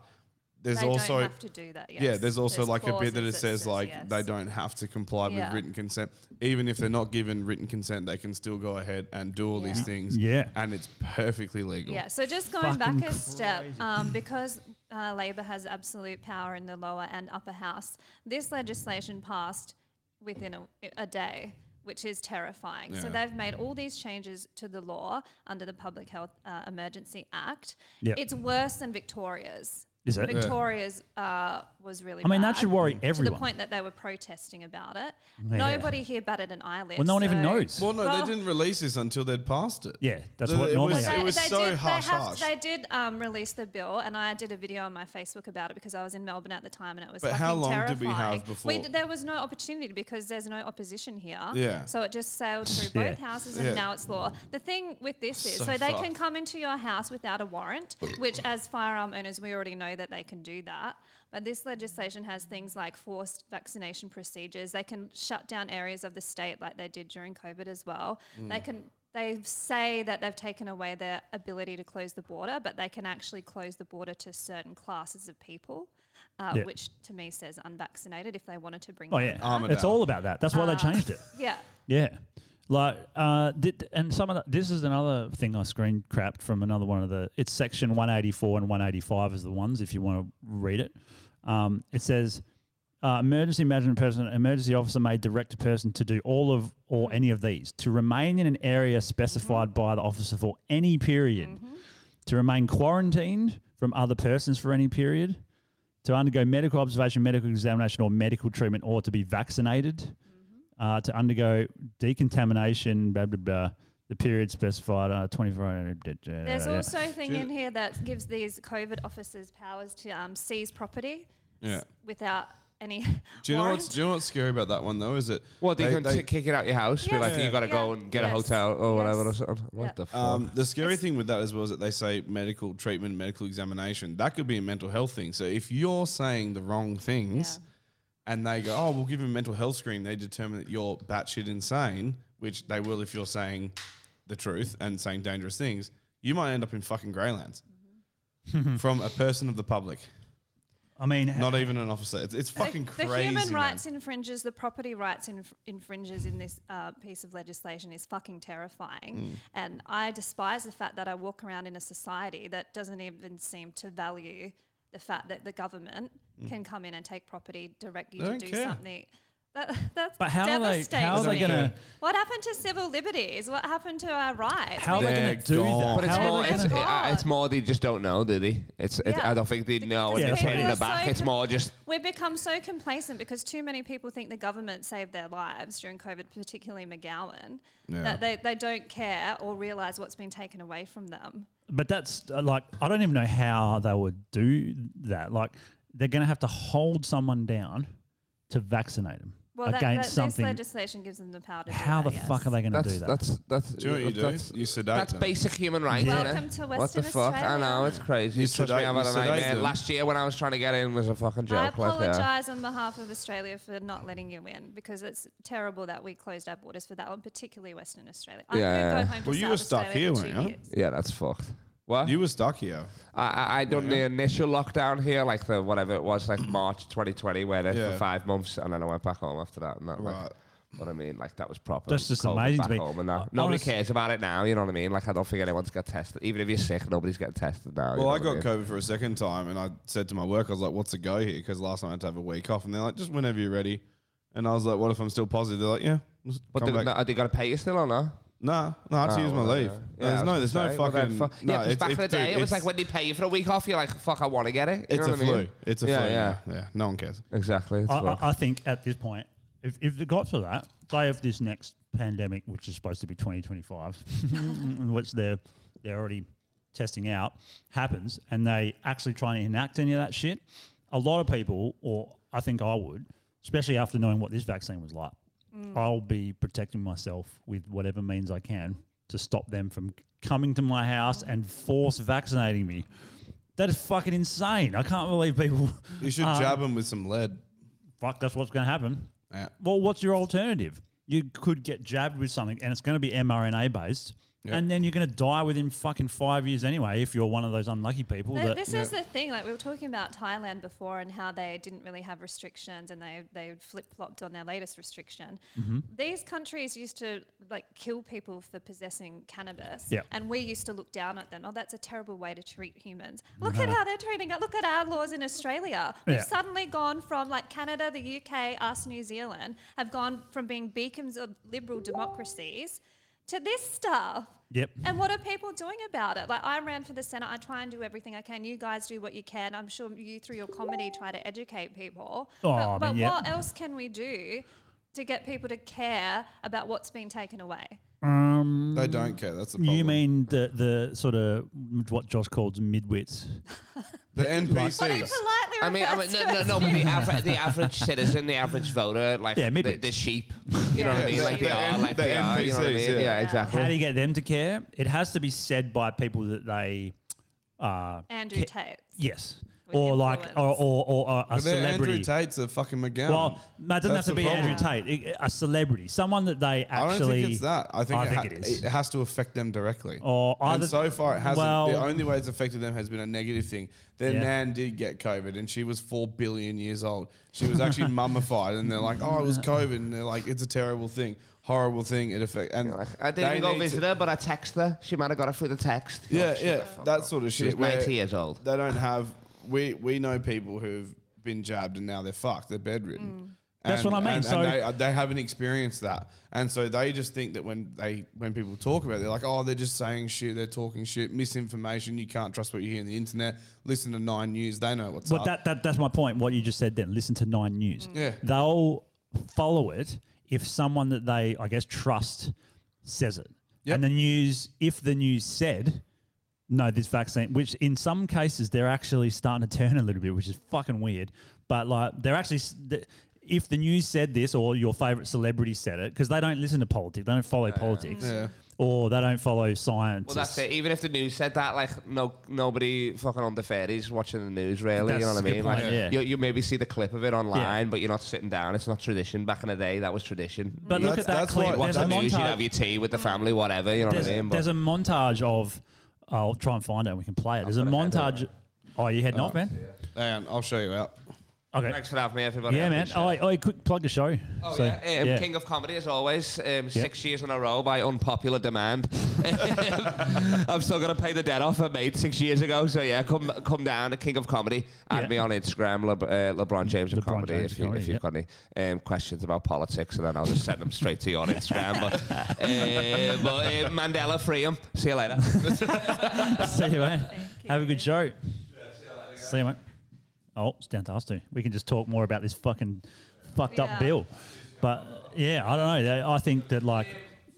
Speaker 4: there's
Speaker 8: they
Speaker 4: also
Speaker 8: don't have to do that. Yes.
Speaker 4: yeah, there's also like a bit that it
Speaker 8: clauses
Speaker 4: says like
Speaker 8: yes.
Speaker 4: they don't have to comply with
Speaker 8: Yeah.
Speaker 4: written consent. Even if they're not given written consent, they can still go ahead and do all these
Speaker 8: Yeah.
Speaker 4: things.
Speaker 2: Yeah.
Speaker 4: And it's perfectly legal.
Speaker 8: Yeah, so just going back
Speaker 2: Fucking
Speaker 8: a step, um, because uh, Labor has absolute power in the lower and upper house, this legislation passed within a, a day, which is terrifying. So
Speaker 4: Yeah.
Speaker 8: they've made all these changes to the law under the Public Health uh, Emergency Act.
Speaker 2: Yep.
Speaker 8: It's worse than Victoria's.
Speaker 2: Is it? Yeah.
Speaker 8: Victoria's uh, was really
Speaker 2: I mean, that
Speaker 8: bad,
Speaker 2: should worry
Speaker 8: To the
Speaker 2: everyone.
Speaker 8: point that they were protesting about it.
Speaker 2: Yeah.
Speaker 8: Nobody here batted an eyelid.
Speaker 2: Well, no one even
Speaker 8: so-
Speaker 2: knows.
Speaker 4: Well, no,
Speaker 8: Well-
Speaker 4: they didn't release this until they'd passed it.
Speaker 2: Yeah, that's
Speaker 4: The-
Speaker 2: what
Speaker 4: it
Speaker 2: normally
Speaker 4: was-
Speaker 2: happens.
Speaker 4: it was so
Speaker 8: did,
Speaker 4: harsh,
Speaker 8: They, have-
Speaker 4: harsh.
Speaker 8: they did um, release the bill, and I did a video on my Facebook about it because I was in Melbourne at the time, and it was.
Speaker 4: But how
Speaker 8: fucking
Speaker 4: long did
Speaker 8: terrifying.
Speaker 4: we have
Speaker 8: We,
Speaker 4: before-
Speaker 8: there was no opportunity because there's no opposition here.
Speaker 4: Yeah.
Speaker 8: So it just sailed through
Speaker 2: Yeah.
Speaker 8: both houses, and
Speaker 4: Yeah.
Speaker 8: now it's law. The thing with this is,
Speaker 4: So
Speaker 8: so, they
Speaker 4: fucked.
Speaker 8: can come into your house without a warrant, which, as firearm owners, we already know that they can do that. But this legislation has things like forced vaccination procedures. They can shut down areas of the state, like they did during COVID as well. They can. They say that they've taken away their ability to close the border, but they can actually close the border to certain classes of people, uh,
Speaker 2: Yeah.
Speaker 8: which to me says unvaccinated if they wanted to bring.
Speaker 2: Oh
Speaker 8: them
Speaker 2: yeah,
Speaker 4: Armour
Speaker 2: it's
Speaker 4: down.
Speaker 2: all about that. That's why they changed it.
Speaker 8: back. yeah.
Speaker 2: Yeah, like uh, did, and some of the, this is another thing I screen crapped from another one of the. It's section one eighty four and one eighty five is the ones if you want to read it. Um, it says. Uh, emergency management person, emergency officer may direct a person to do all of or any of these, to remain in an area specified by the officer for any period, to remain quarantined from other persons for any period, to undergo medical observation, medical examination, or medical treatment, or to be vaccinated,
Speaker 8: Mm-hmm.
Speaker 2: uh, to undergo decontamination, blah, blah, blah, the period specified, uh, 24 hours.
Speaker 8: There's also a thing in here that gives these COVID officers powers to um, seize property
Speaker 4: Yeah.
Speaker 8: without any.
Speaker 4: Do you know what's
Speaker 8: warrant.
Speaker 4: do you know what's scary about that one though? Is it
Speaker 5: What, they,
Speaker 4: they-
Speaker 5: can
Speaker 4: they-
Speaker 5: t- kick it out your house? Be like,
Speaker 8: Yeah.
Speaker 5: you gotta go
Speaker 8: Yeah.
Speaker 5: and get a
Speaker 8: Yes.
Speaker 5: hotel or
Speaker 8: Yes.
Speaker 5: whatever or something. What
Speaker 8: Yeah.
Speaker 5: the fuck?
Speaker 4: Um, the scary thing with that as well is that they say medical treatment, medical examination. That could be a mental health thing. So if you're saying the wrong things and they go, oh, we'll give you a mental health screen, they determine that you're batshit insane, which they will if you're saying the truth and saying dangerous things, you might end up in fucking Greylands
Speaker 8: Mm-hmm.
Speaker 4: from a person of the public,
Speaker 2: I mean,
Speaker 4: not e- even an officer. It's, it's fucking
Speaker 8: the
Speaker 4: crazy.
Speaker 8: human
Speaker 4: man.
Speaker 8: rights infringes, the property rights inf- infringes in this uh, piece of legislation is fucking terrifying.
Speaker 4: Mm.
Speaker 8: And I despise the fact that I walk around in a society that doesn't even seem to value the fact that the government can come in and take property, direct you
Speaker 4: Mm. They
Speaker 8: to
Speaker 4: don't
Speaker 8: do
Speaker 4: care.
Speaker 8: something. That, that's
Speaker 2: But how are they-
Speaker 8: devastating.
Speaker 2: how are they gonna-
Speaker 8: What happened to civil liberties? What happened to our rights?
Speaker 2: how are they
Speaker 4: They're
Speaker 2: going to do
Speaker 4: gone.
Speaker 2: that?
Speaker 5: But it's
Speaker 2: How
Speaker 8: Oh
Speaker 5: more,
Speaker 2: are they
Speaker 5: it's,
Speaker 8: my
Speaker 2: gonna-
Speaker 5: uh,
Speaker 8: God.
Speaker 5: it's more they just don't know, do they? It's, it's
Speaker 8: Yeah.
Speaker 5: I don't think they know, and
Speaker 8: Yeah,
Speaker 5: they're
Speaker 8: that's
Speaker 5: paying in
Speaker 8: right.
Speaker 5: the back.
Speaker 8: So
Speaker 5: it's more just
Speaker 8: We've become so complacent because too many people think the government saved their lives during COVID, particularly McGowan, that they, they don't care or realise what's been taken away from them.
Speaker 2: But that's uh, like I don't even know how they would do that. Like they're going to have to hold someone down to vaccinate them
Speaker 8: Well, that,
Speaker 2: against
Speaker 8: that,
Speaker 2: something.
Speaker 8: this legislation gives them the power to do
Speaker 2: how the
Speaker 8: that, yes.
Speaker 2: fuck are they going to
Speaker 5: that's
Speaker 2: do that?
Speaker 5: that's that's
Speaker 4: Do you know what you do?
Speaker 5: that's,
Speaker 4: you sedate
Speaker 5: that's
Speaker 4: them.
Speaker 5: basic human rights.
Speaker 8: Yeah.
Speaker 5: innit?
Speaker 8: Welcome to
Speaker 5: what the
Speaker 8: Western
Speaker 5: fuck? I know
Speaker 8: Australia.
Speaker 5: it's crazy.
Speaker 4: You
Speaker 5: Trust me,
Speaker 4: sedate-
Speaker 5: I've had
Speaker 4: you
Speaker 5: a
Speaker 4: sedate
Speaker 5: nightmare.
Speaker 4: them.
Speaker 5: Last year when I was trying to get in was a fucking joke.
Speaker 8: I
Speaker 5: like, yeah.
Speaker 8: apologise on behalf of Australia for not letting you in because it's terrible that we closed our borders for that one, particularly Western Australia. I
Speaker 5: Yeah.
Speaker 8: could go home to
Speaker 4: Well, you
Speaker 8: South
Speaker 4: were stuck
Speaker 8: Australia for
Speaker 4: here,
Speaker 8: two
Speaker 4: weren't you?
Speaker 8: years.
Speaker 5: Yeah, that's fucked. What?
Speaker 4: You were stuck here.
Speaker 5: I, I, I done the initial lockdown here, like the whatever it was, like March 2020, where there
Speaker 4: Yeah.
Speaker 5: for five months, and then I went back home after that. And that,
Speaker 4: Right.
Speaker 5: like, what I mean, like that was proper.
Speaker 2: That's just
Speaker 5: COVID
Speaker 2: amazing to
Speaker 5: Back
Speaker 2: me.
Speaker 5: home and now,
Speaker 2: Uh,
Speaker 5: nobody
Speaker 2: honest-
Speaker 5: cares about it now. You know what I mean? Like I don't think anyone's got tested. Even if you're sick, nobody's getting tested now. you
Speaker 4: Well,
Speaker 5: know
Speaker 4: I
Speaker 5: what
Speaker 4: got
Speaker 5: mean?
Speaker 4: COVID for a second time, and I said to my work, I was like, "What's the go here?" Because last night I had to have a week off, and they're like, "Just whenever you're ready." And I was like, "What if I'm still positive?" They're like, "Yeah." just
Speaker 5: But
Speaker 4: come
Speaker 5: they,
Speaker 4: back."
Speaker 5: no, are they going to pay you still or not?
Speaker 4: Nah, nah, I had to
Speaker 5: Oh,
Speaker 4: use my leave. there's no, there's no fucking. no,
Speaker 5: yeah, 'cause
Speaker 4: it's-
Speaker 5: back in
Speaker 4: it's-
Speaker 5: the day,
Speaker 4: dude,
Speaker 5: it was like
Speaker 4: it's-
Speaker 5: when they pay you for a week off, you're like, fuck, I want to get it. You
Speaker 4: it's
Speaker 5: know
Speaker 4: a
Speaker 5: what I mean?
Speaker 4: flu. It's a
Speaker 5: yeah,
Speaker 4: flu.
Speaker 5: Yeah,
Speaker 4: Yeah, yeah. No one cares.
Speaker 5: Exactly. It's
Speaker 2: I, I,
Speaker 5: fucked.
Speaker 2: I think at this point, if, if it got to that, they have this next pandemic, which is supposed to be 2025, in which they're, they're already testing out, happens, and they actually try and enact any of that shit, a lot of people, or I think I would, especially after knowing what this vaccine was like,
Speaker 5: Mm.
Speaker 2: I'll be protecting myself with whatever means I can to stop them from coming to my house and force vaccinating me. That is fucking insane. I can't believe people.
Speaker 4: You should
Speaker 2: Uh,
Speaker 4: jab him with some lead. Uh,
Speaker 2: Fuck, that's what's going to happen.
Speaker 4: Yeah.
Speaker 2: Well, what's your alternative? You could get jabbed with something, and it's going to be mRNA based, and then you're going to die within fucking five years anyway if you're one of those unlucky people.
Speaker 8: Th-
Speaker 2: That
Speaker 8: this is the thing. Like we were talking about Thailand before and how they didn't really have restrictions and they they flip flopped on their latest restriction.
Speaker 2: Mm-hmm.
Speaker 8: These countries used to like kill people for possessing cannabis,
Speaker 2: Yeah.
Speaker 8: and we used to look down at them. Oh, that's a terrible way to treat humans. Look at how they're treating it. Look at our laws in Australia. We've
Speaker 2: Yeah.
Speaker 8: suddenly gone from like Canada, the UK, us, New Zealand have gone from being beacons of liberal democracies to this stuff.
Speaker 2: yep.
Speaker 8: And what are people doing about it? Like I ran for the Senate, I try and do everything I can. You guys do what you can. I'm sure you through your comedy try to educate people.
Speaker 2: Oh, I
Speaker 8: but
Speaker 2: mean,
Speaker 8: but
Speaker 2: yeah.
Speaker 8: what else can we do to get people to care about what's been taken away?
Speaker 2: Um,
Speaker 4: They don't care. That's the problem.
Speaker 2: you mean the the sort of what Josh calls midwits?
Speaker 4: the
Speaker 8: They
Speaker 4: NPCs?
Speaker 8: politely
Speaker 5: I mean, I mean,
Speaker 8: refers
Speaker 5: no,
Speaker 8: to
Speaker 5: no,
Speaker 8: us-
Speaker 5: no, but the, aver- the average citizen, the average voter, like
Speaker 2: Yeah,
Speaker 5: the,
Speaker 2: maybe.
Speaker 5: the sheep. You know what I mean?
Speaker 4: Yeah,
Speaker 5: Like they
Speaker 4: the-
Speaker 5: are, like
Speaker 4: the
Speaker 5: they are. You know what I
Speaker 4: NPCs,
Speaker 5: mean?
Speaker 4: yeah.
Speaker 5: Yeah, exactly.
Speaker 2: How do you get them to care? It has to be said by people that they, uh,
Speaker 8: Andrew Tate.
Speaker 2: yes,
Speaker 8: With
Speaker 2: or like, or
Speaker 8: influence.
Speaker 2: or, or a, a
Speaker 4: But they're Andrew
Speaker 2: celebrity.
Speaker 4: Tate's a fucking McGowan.
Speaker 2: Well, no, it doesn't have
Speaker 4: That's
Speaker 2: to
Speaker 4: the
Speaker 2: be
Speaker 4: problem.
Speaker 2: Andrew Tate. It- A celebrity, someone that they actually.
Speaker 4: I don't think it's that. I think,
Speaker 2: I
Speaker 4: it,
Speaker 2: think
Speaker 4: ha-
Speaker 2: it is.
Speaker 4: it has to affect them directly.
Speaker 2: Or
Speaker 4: and
Speaker 2: either-
Speaker 4: so far it hasn't. the
Speaker 2: well-
Speaker 4: only way it's affected them has been a negative thing. Their
Speaker 2: Yeah.
Speaker 4: nan did get COVID, and she was four billion years old. She was actually mummified, and they're like, "Oh, it was COVID," and they're like, "It's a terrible thing, horrible thing." It affect and
Speaker 5: Like, I
Speaker 4: they
Speaker 5: didn't go
Speaker 4: need to-
Speaker 5: visit her, but I text her. She might have got it through the text.
Speaker 4: Yeah,
Speaker 5: Like,
Speaker 4: yeah, that sort of
Speaker 5: She
Speaker 4: shit.
Speaker 5: was
Speaker 4: where
Speaker 5: 90 years old.
Speaker 4: They don't have. We we know people who've been jabbed and now they're fucked. They're bedridden.
Speaker 2: That's
Speaker 4: And-
Speaker 2: what I mean,
Speaker 4: And,
Speaker 2: so-
Speaker 4: and they, uh, they haven't experienced that, and so they just think that when they when people talk about it, they're like, oh, they're just saying shit. They're talking shit, misinformation. You can't trust what you hear on the internet. Listen to Nine News. They know what's
Speaker 2: But
Speaker 4: up.
Speaker 2: that, that that's my point. What you just said then. Listen to Nine News.
Speaker 4: Yeah.
Speaker 2: They'll follow it if someone that they I guess trust says it.
Speaker 4: Yep.
Speaker 2: And the news, if the news said, no, this vaccine, which in some cases they're actually starting to turn a little bit, which is fucking weird. But like they're actually. s- th- If the news said this, or your favorite celebrity said it, because they don't listen to politics, they don't follow politics, or they don't follow science.
Speaker 5: Well, that's it. Even if the news said that, like, no, nobody fucking on the ferries watching the news, really. you know
Speaker 2: That's
Speaker 5: what I
Speaker 2: a good
Speaker 5: mean? Like,
Speaker 2: point, yeah.
Speaker 5: you, you maybe see the clip of it online, but you're not sitting down. It's not tradition. Back in the day, that was tradition.
Speaker 2: But look
Speaker 4: That's-
Speaker 2: at that
Speaker 4: that's
Speaker 2: clip.
Speaker 4: why-
Speaker 5: Watch
Speaker 2: There's a
Speaker 5: the news, you'd
Speaker 2: montage.
Speaker 5: have your tea with the family, whatever. You know what I
Speaker 2: there's,
Speaker 5: mean?
Speaker 2: there's a montage of. oh, I'll try and find it. and We can play it. There's a montage. Oh, you heading off, man?
Speaker 4: and I'll show you out.
Speaker 2: Okay.
Speaker 5: Thanks for having me, everybody. I
Speaker 2: Yeah, man.
Speaker 5: appreciate
Speaker 2: Oh,
Speaker 5: it.
Speaker 2: I, oh, quick plug the show.
Speaker 5: Oh,
Speaker 2: So,
Speaker 5: yeah. Um,
Speaker 2: yeah.
Speaker 5: King of comedy, as always. Um, Six years in a row by unpopular demand. I'm still going to pay the debt off I made six years ago. So, yeah, come come down to King of Comedy. Add
Speaker 2: Yeah.
Speaker 5: me on Instagram, Le- uh, LeBron James of
Speaker 2: LeBron
Speaker 5: Comedy,
Speaker 2: James
Speaker 5: if, you,
Speaker 2: Comedy,
Speaker 5: if you've got any um, questions about politics. And then I'll just send them straight to you on Instagram. But, uh, but uh, Mandela, free him. See you later.
Speaker 2: See you, man. Have a good show. See you, mate. Oh, it's down to us two. We can just talk more about this fucking fucked
Speaker 8: Yeah.
Speaker 2: up bill. But yeah, I don't know. I think that like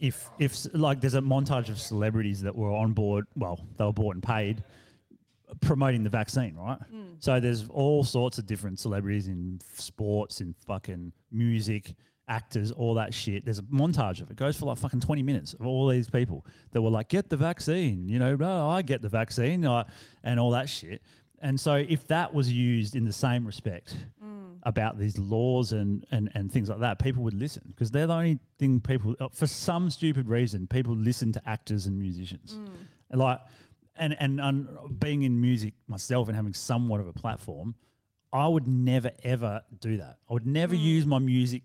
Speaker 2: if if like there's a montage of celebrities that were on board. Well, they were bought and paid. promoting the vaccine, right? So there's all sorts of different celebrities in sports, in fucking music, actors, all that shit. There's a montage of it. It goes for like fucking 20 minutes of all these people that were like, get the vaccine, you know, "Oh, I get the vaccine, I, and all that shit. And so if that was used in the same respect about these laws and, and, and things like that, people would listen because they're the only thing people, uh, for some stupid reason, people listen to actors and musicians.
Speaker 8: Mm.
Speaker 2: Like, and, and and being in music myself and having somewhat of a platform, I would never ever do that. I would never
Speaker 8: Mm.
Speaker 2: use my music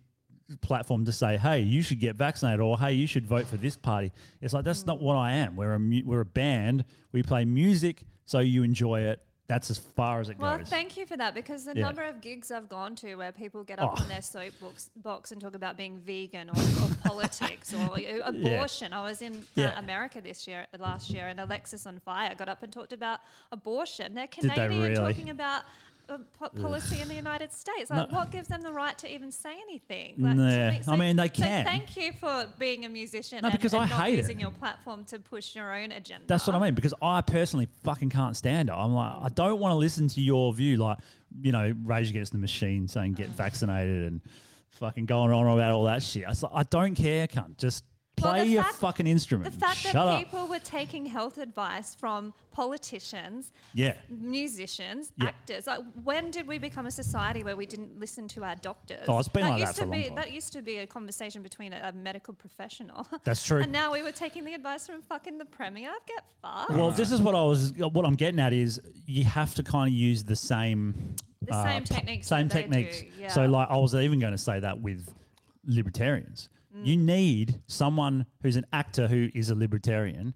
Speaker 2: platform to say, "Hey, you should get vaccinated," or "Hey, you should vote for this party." It's like
Speaker 8: Mm.
Speaker 2: that's not what I am. We're a mu- we're a band. We play music, so you enjoy it. That's as far as it
Speaker 8: Well,
Speaker 2: goes.
Speaker 8: thank you for that because the
Speaker 2: Yeah.
Speaker 8: number of gigs I've gone to where people get up
Speaker 2: Oh.
Speaker 8: on their soapbox box and talk about being vegan or, or politics or uh, abortion. I was in uh,
Speaker 2: Yeah.
Speaker 8: America this year, last year, and Alexis on Fire got up and talked about abortion. They're
Speaker 2: they
Speaker 8: Canadian
Speaker 2: really?
Speaker 8: talking about uh, po- policy in the United States. Like, what gives them the right to even say anything?
Speaker 2: Nah.
Speaker 8: Like, to
Speaker 2: I mean, they can.
Speaker 8: So thank you for being a musician
Speaker 2: No,
Speaker 8: and,
Speaker 2: because
Speaker 8: and
Speaker 2: I
Speaker 8: not
Speaker 2: hate it.
Speaker 8: using your platform to push your own agenda.
Speaker 2: That's what I mean because I personally fucking can't stand it. I'm like, I don't want to listen to your view, like you know, Rage Against the Machine saying get vaccinated and fucking going on about all that shit. It's like, I don't care, cunt. Just
Speaker 8: Well,
Speaker 2: play
Speaker 8: the
Speaker 2: your
Speaker 8: fact-
Speaker 2: fucking instrument.
Speaker 8: The fact
Speaker 2: Shut
Speaker 8: that
Speaker 2: up.
Speaker 8: people were taking health advice from politicians,
Speaker 2: yeah.
Speaker 8: musicians,
Speaker 2: Yeah.
Speaker 8: actors. Like, when did we become a society where we didn't listen to our doctors?
Speaker 2: Oh, it's been like that
Speaker 8: used
Speaker 2: for a
Speaker 8: to
Speaker 2: long
Speaker 8: be,
Speaker 2: time.
Speaker 8: That used to be a conversation between a, a medical professional.
Speaker 2: That's true.
Speaker 8: And now we were taking the advice from fucking the premier. Get fucked.
Speaker 2: Well, this is what I was. What I'm getting at is you have to kind of use the same, uh,
Speaker 8: The same techniques
Speaker 2: same
Speaker 8: that they do,
Speaker 2: techniques. So,
Speaker 8: yeah.
Speaker 2: like, I was even going to say that with libertarians,
Speaker 8: Mm.
Speaker 2: you need someone who's an actor who is a libertarian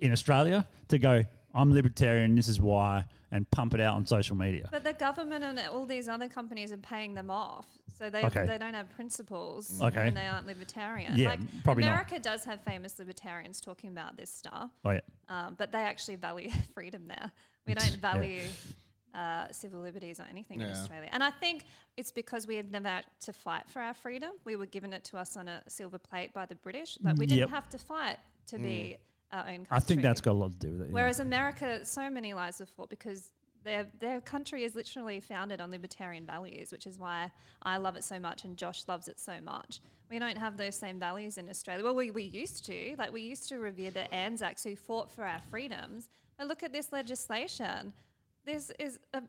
Speaker 2: in Australia to go. I'm libertarian. This is why, and pump it out on social media.
Speaker 8: But the government and all these other companies are paying them off, so they
Speaker 2: Okay.
Speaker 8: they don't have principles
Speaker 2: Okay.
Speaker 8: and they aren't libertarian.
Speaker 2: Yeah,
Speaker 8: like,
Speaker 2: m- probably not.
Speaker 8: America does have famous libertarians talking about this stuff,
Speaker 2: Oh yeah,
Speaker 8: um, but they actually value freedom there. We don't value uh, civil liberties or anything in
Speaker 4: Yeah.
Speaker 8: Australia, and I think it's because we had never had to fight for our freedom. We were given it to us on a silver plate by the British. Like we didn't
Speaker 2: Mm, Yep.
Speaker 8: have to fight to be our own country.
Speaker 2: I think that's got a lot to do with it. yeah.
Speaker 8: Whereas America, so many lives were fought because their their country is literally founded on libertarian values, which is why I love it so much and Josh loves it so much. We don't have those same values in Australia. Well, we, we used to. Like, we used to revere the Anzacs who fought for our freedoms. But look at this legislation. This is a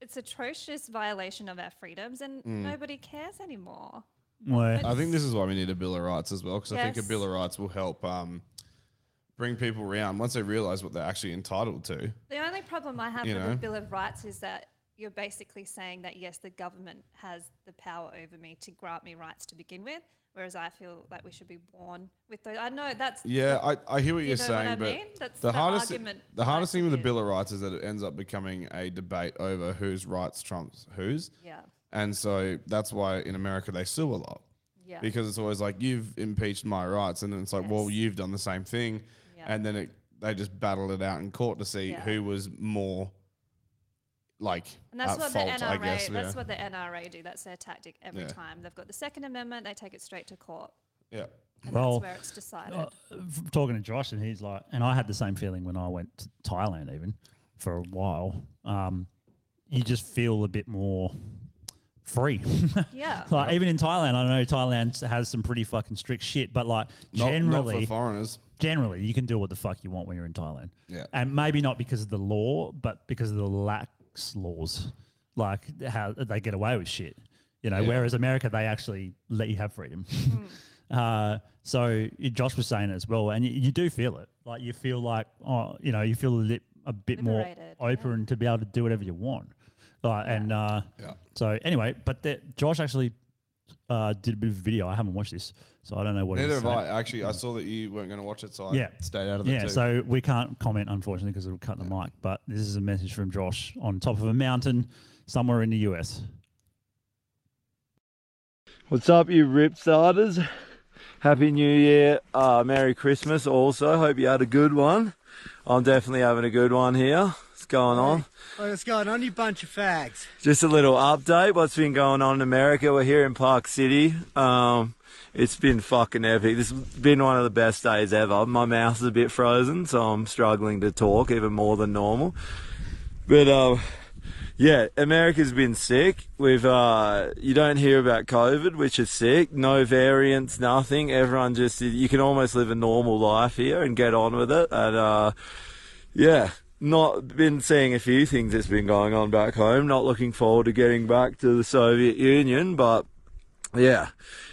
Speaker 8: it's atrocious violation of our freedoms, and nobody cares anymore.
Speaker 2: Well,
Speaker 4: I think this is why we need a Bill of Rights as well, because I think
Speaker 8: Yes.
Speaker 4: a Bill of Rights will help um, bring people around once they realise what they're actually entitled to.
Speaker 8: The only problem I have
Speaker 4: You
Speaker 8: with
Speaker 4: know?
Speaker 8: the Bill of Rights is that you're basically saying that yes, the government has the power over me to grant me rights to begin with, whereas I feel like we should be born with those. I know that's
Speaker 4: Yeah, I, I hear what
Speaker 8: You
Speaker 4: you're
Speaker 8: know what
Speaker 4: saying,
Speaker 8: I
Speaker 4: but
Speaker 8: mean? That's
Speaker 4: the
Speaker 8: the
Speaker 4: hardest
Speaker 8: argument
Speaker 4: the hardest
Speaker 8: I
Speaker 4: thing with the
Speaker 8: did.
Speaker 4: Bill of Rights is that it ends up becoming a debate over whose rights trumps whose.
Speaker 8: yeah,
Speaker 4: And so that's why in America they sue a lot.
Speaker 8: yeah.
Speaker 4: Because it's always like you've impeached my rights and then it's like, well,
Speaker 8: Yes.
Speaker 4: you've done the same thing.
Speaker 8: Yeah.
Speaker 4: And then it, they just battle it out in court to see
Speaker 8: Yeah.
Speaker 4: who was more like
Speaker 8: and that's
Speaker 4: at
Speaker 8: what
Speaker 4: fault,
Speaker 8: the
Speaker 4: I
Speaker 8: NRA
Speaker 4: guess.
Speaker 8: that's
Speaker 4: yeah.
Speaker 8: what the NRA do. That's their tactic every
Speaker 4: Yeah.
Speaker 8: time. They've got the Second Amendment, they take it straight to court.
Speaker 4: yeah.
Speaker 8: And
Speaker 2: Well, uh,
Speaker 8: that's where it's decided.
Speaker 2: f- talking to Josh, and he's like, and I had the same feeling when I went to Thailand, even for a while. Um, you just feel a bit more free.
Speaker 8: Yeah.
Speaker 2: like even in Thailand, I know Thailand has some pretty fucking strict shit, but like
Speaker 4: Not- not
Speaker 2: generally,
Speaker 4: for foreigners.
Speaker 2: generally you can do what the fuck you want when you're in Thailand.
Speaker 4: Yeah.
Speaker 2: And maybe not because of the law, but because of the lax laws, like how they get away with shit. You know, whereas America, they actually let you have freedom. uh, so y- Josh was saying as well, and you, you do feel it. Like you feel like, oh, you know, you feel a, li- a bit
Speaker 8: Liberated,
Speaker 2: more open to be able to do whatever you want. Like, And uh, so anyway, but that Josh actually uh, did a bit of video. I haven't watched this, so I don't know what.
Speaker 4: Neither
Speaker 2: he's
Speaker 4: have I.
Speaker 2: saying.
Speaker 4: Actually, I saw that you weren't going to watch it, so I
Speaker 2: Yeah.
Speaker 4: stayed out of it.
Speaker 2: Yeah,
Speaker 4: too.
Speaker 2: so we can't comment unfortunately because it'll cut the mic. But this is a message from Josh on top of a mountain somewhere in the US.
Speaker 9: What's up, you ripstarters? Happy New Year. Uh, Merry Christmas also. Hope you had a good one. I'm definitely having a good one here. What's going on?
Speaker 7: What's going on, you bunch of fags?
Speaker 9: Just a little update. What's been going on in America? We're here in Park City. Um, it's been fucking epic. This has been one of the best days ever. My mouth is a bit frozen, so I'm struggling to talk even more than normal. But um, yeah, America's been sick. We've uh, you don't hear about COVID, which is sick. No variants, nothing. Everyone just you can almost live a normal life here and get on with it. And uh, yeah, not been seeing a few things that's been going on back home. Not looking forward to getting back to the Soviet Union, but yeah,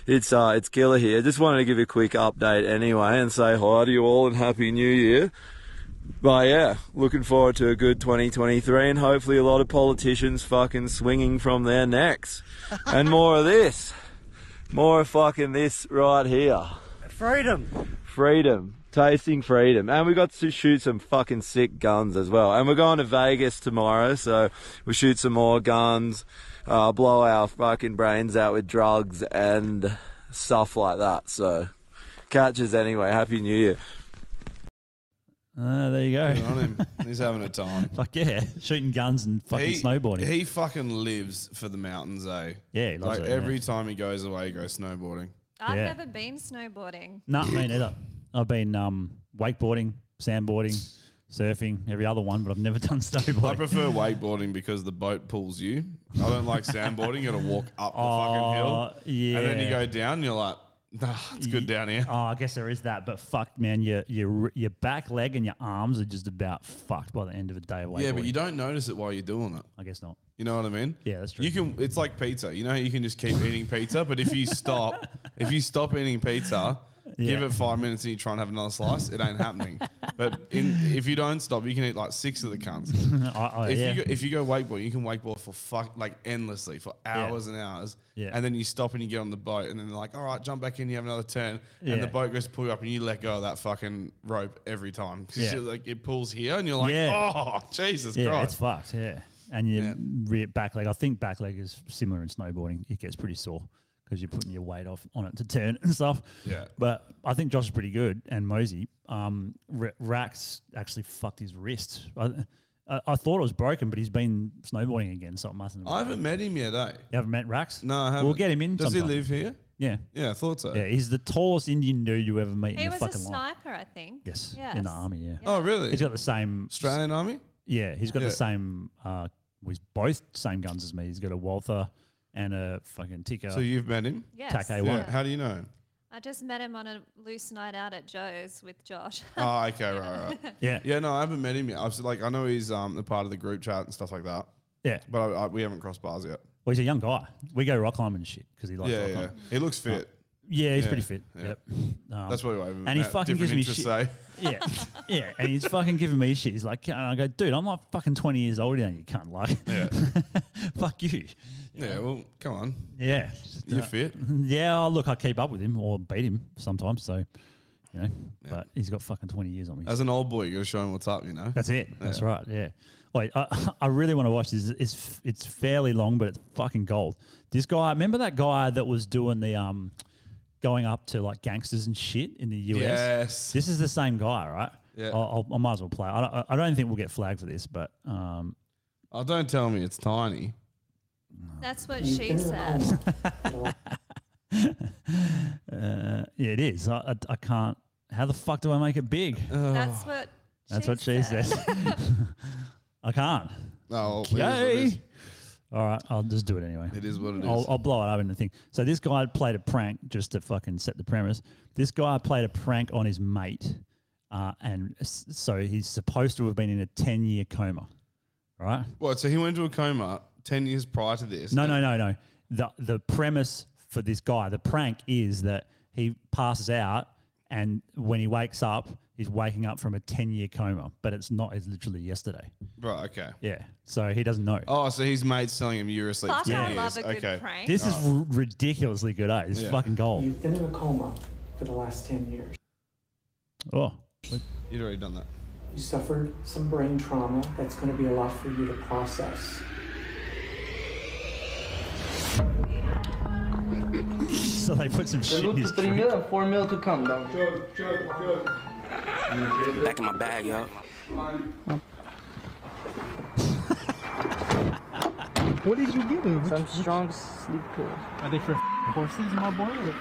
Speaker 9: it's uh, it's killer here. Just wanted to give you a quick update anyway and say hi to you all and happy New Year. But yeah, looking forward to a good 2023 and hopefully a lot of politicians fucking swinging from their necks. And more of this. More of fucking this right here.
Speaker 7: Freedom.
Speaker 9: Freedom. Tasting freedom. And we got to shoot some fucking sick guns as well. And we're going to Vegas tomorrow, so we'll shoot some more guns, uh, blow our fucking brains out with drugs and stuff like that. So, catches anyway. Happy New Year.
Speaker 2: Ah, there you go.
Speaker 4: Good on him. He's having a time.
Speaker 2: Fuck yeah, shooting guns and fucking snowboarding.
Speaker 4: He fucking lives for the mountains, eh?
Speaker 2: Yeah, he loves
Speaker 4: like
Speaker 2: it, yeah.
Speaker 4: every time he goes away, he goes snowboarding.
Speaker 8: I've
Speaker 2: Yeah.
Speaker 8: never been snowboarding.
Speaker 2: Nah, me neither. I've been um, wakeboarding, sandboarding, surfing, every other one, but I've never done
Speaker 4: I
Speaker 2: snowboarding.
Speaker 4: prefer wakeboarding because the boat pulls you. I don't like sandboarding. You got to walk up the fucking hill,
Speaker 2: Oh, yeah.
Speaker 4: and then you go down. and You're like, nah, it's good down here.
Speaker 2: Oh, I guess there is that, but fuck, man, your your your back leg and your arms are just about fucked by the end of a day away.
Speaker 4: Yeah, but you don't notice it while you're doing it.
Speaker 2: I guess not.
Speaker 4: You know what I mean?
Speaker 2: Yeah, that's true.
Speaker 4: You can. It's like pizza. You know, how you can just keep eating pizza, but if you stop, if you stop eating pizza, give
Speaker 2: Yeah.
Speaker 4: it five minutes and you try and have another slice, it ain't happening. but in, if you don't stop, you can eat like six of the cunts.
Speaker 2: I, I,
Speaker 4: If,
Speaker 2: Uh, yeah.
Speaker 4: you go, if you go wakeboard, you can wakeboard for fuck like endlessly for hours and hours,
Speaker 2: Yeah.
Speaker 4: and then you stop and you get on the boat, and then they're like, "All right, jump back in, you have another turn," and
Speaker 2: Yeah.
Speaker 4: the boat goes to pull you up, and you let go of that fucking rope every time. 'Cause
Speaker 2: Yeah.
Speaker 4: you're like it pulls here, and you're like,
Speaker 2: Yeah.
Speaker 4: "Oh, Jesus
Speaker 2: yeah, it's
Speaker 4: Christ!"
Speaker 2: fucked. Yeah, and your
Speaker 4: Yeah.
Speaker 2: rear back leg. I think back leg is similar in snowboarding. It gets pretty sore because you're putting your weight off on it to turn and stuff.
Speaker 4: Yeah.
Speaker 2: But I think Josh is pretty good, and Mosey. Um, Ra- Rax actually fucked his wrist. I, I, I thought it was broken, but he's been snowboarding again, so it mustn't. Have
Speaker 4: I
Speaker 2: been.
Speaker 4: haven't met him yet, eh?
Speaker 2: You haven't met Rax?
Speaker 4: No, I haven't.
Speaker 2: We'll get him in.
Speaker 4: Does
Speaker 2: sometime.
Speaker 4: he live here?
Speaker 2: Yeah.
Speaker 4: Yeah, I thought so.
Speaker 2: Yeah, he's the tallest Indian dude you ever meet
Speaker 8: He
Speaker 2: in your
Speaker 8: was a
Speaker 2: fucking life.
Speaker 8: sniper, I think.
Speaker 2: Yes,
Speaker 8: Yes.
Speaker 2: in the army. Yeah.
Speaker 4: Oh, really?
Speaker 2: He's got the same.
Speaker 4: Australian Army?
Speaker 2: Yeah, he's got
Speaker 4: Yeah.
Speaker 2: the same. Uh, he's both same guns as me. He's got a Walther and a fucking ticker.
Speaker 4: So you've met him?
Speaker 8: Yes.
Speaker 2: Tack A1.
Speaker 4: Yeah.
Speaker 2: Yeah.
Speaker 4: How do you know? him?
Speaker 8: I just met him on a loose night out at Joe's with Josh.
Speaker 4: oh, okay, right, right.
Speaker 2: yeah, yeah,
Speaker 4: Yeah, no, I haven't met him yet. I've s- like, I know he's um a part of the group chat and stuff like that, but I, I, we haven't crossed bars yet.
Speaker 2: Well, he's a young guy. We go rock climbing and shit because he likes
Speaker 4: Yeah,
Speaker 2: rock
Speaker 4: yeah.
Speaker 2: climbing.
Speaker 4: He looks fit.
Speaker 2: Yeah, he's pretty
Speaker 4: Yeah,
Speaker 2: fit.
Speaker 4: yeah.
Speaker 2: Yep. Um,
Speaker 4: That's what I haven't
Speaker 2: and he
Speaker 4: met.
Speaker 2: fucking
Speaker 4: Different
Speaker 2: gives me
Speaker 4: interests,
Speaker 2: shit.
Speaker 4: eh?
Speaker 2: yeah, yeah, and he's fucking giving me shit. He's like, and I go, dude, I'm like fucking 20 years older than you, cunt. Like, fuck you.
Speaker 4: Yeah, well, come on.
Speaker 2: Yeah, uh,
Speaker 4: You're fit.
Speaker 2: Yeah, oh, look, I keep up with him or beat him sometimes. So, you know, but he's got fucking 20 years on me.
Speaker 4: As an old boy, you gotta show him what's up, you know?
Speaker 2: That's it. That's right. Yeah. Wait, I, I really want to watch this. It's f- it's fairly long, but it's fucking gold. This guy, remember that guy that was doing the um, going up to like gangsters and shit in the US.
Speaker 4: Yes.
Speaker 2: This is the same guy, right?
Speaker 4: Yeah.
Speaker 2: I'll, I'll, I might as well play. I don't, I don't think we'll get flagged for this, but um,
Speaker 4: Oh, don't tell me it's tiny.
Speaker 8: That's what she said.
Speaker 2: uh, yeah, it is. I, I, I can't. How the fuck do I make it big?
Speaker 4: Uh.
Speaker 8: That's what.
Speaker 2: That's what she says. I can't.
Speaker 4: Oh, well, it is
Speaker 2: Okay. All right, I'll just do it anyway.
Speaker 4: what it is. It is what it is.
Speaker 2: I'll, I'll blow it up in the thing. So this guy had played a prank just to fucking set the premise. This guy played a prank on his mate, uh, and s- so he's supposed to have been in a ten-year coma, right?
Speaker 4: What, so he went into a coma 10 years prior to this?
Speaker 2: No, no, no, no. The the premise for this guy, the prank is that he passes out, and when he wakes up, he's waking up from a ten-year coma, but it's not. It's literally yesterday.
Speaker 4: Right, okay.
Speaker 2: Yeah. So he doesn't know.
Speaker 4: Oh, so his mate's telling him you're asleep.
Speaker 8: Fuck,
Speaker 4: 10
Speaker 8: I
Speaker 4: years.
Speaker 8: love a good
Speaker 4: okay.
Speaker 8: prank.
Speaker 2: This is r- ridiculously good. Eh? This is
Speaker 4: Oh. Yeah.
Speaker 2: fucking gold.
Speaker 10: You've been in a coma for the last 10 years.
Speaker 2: Oh.
Speaker 4: You'd already done that.
Speaker 10: You suffered some brain trauma that's going to be a lot for you to process.
Speaker 2: So they put some shit in his drink.
Speaker 10: and four mil to come, though.
Speaker 5: Back in my bag, yo.
Speaker 7: What did you get him?
Speaker 10: Some strong sleep pills.
Speaker 7: Are they for horses, my boy?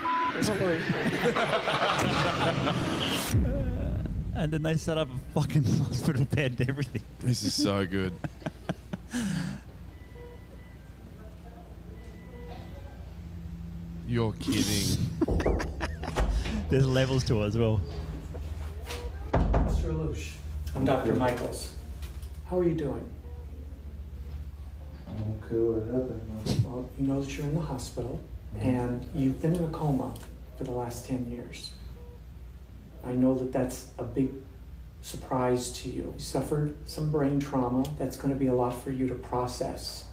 Speaker 2: And then they set up a fucking hospital bed and everything.
Speaker 4: This is so good. You're kidding.
Speaker 2: There's levels to it as well.
Speaker 10: Mr. Alouche. I'm Dr. Michaels. How are you doing? I'm okay, what happened? Well, you know that you're in the hospital and you've been in a coma for the last 10 years. I know that that's a big surprise to you. You suffered some brain trauma that's going to be a lot for you to process.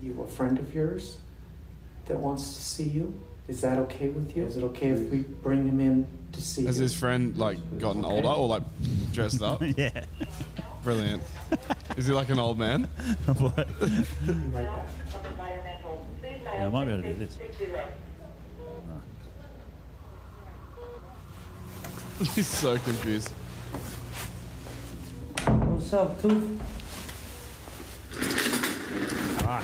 Speaker 10: You a friend of yours that wants to see you? Is that okay with you? Is it okay if we bring him in to see
Speaker 4: Has
Speaker 10: you?
Speaker 4: his friend like gotten older or like dressed up?
Speaker 2: Yeah.
Speaker 4: Brilliant. Is he like an old man?
Speaker 2: What?
Speaker 10: Right back.
Speaker 2: Yeah, I might be able to do this.
Speaker 4: He's so confused.
Speaker 11: yourself, too.
Speaker 2: Ah.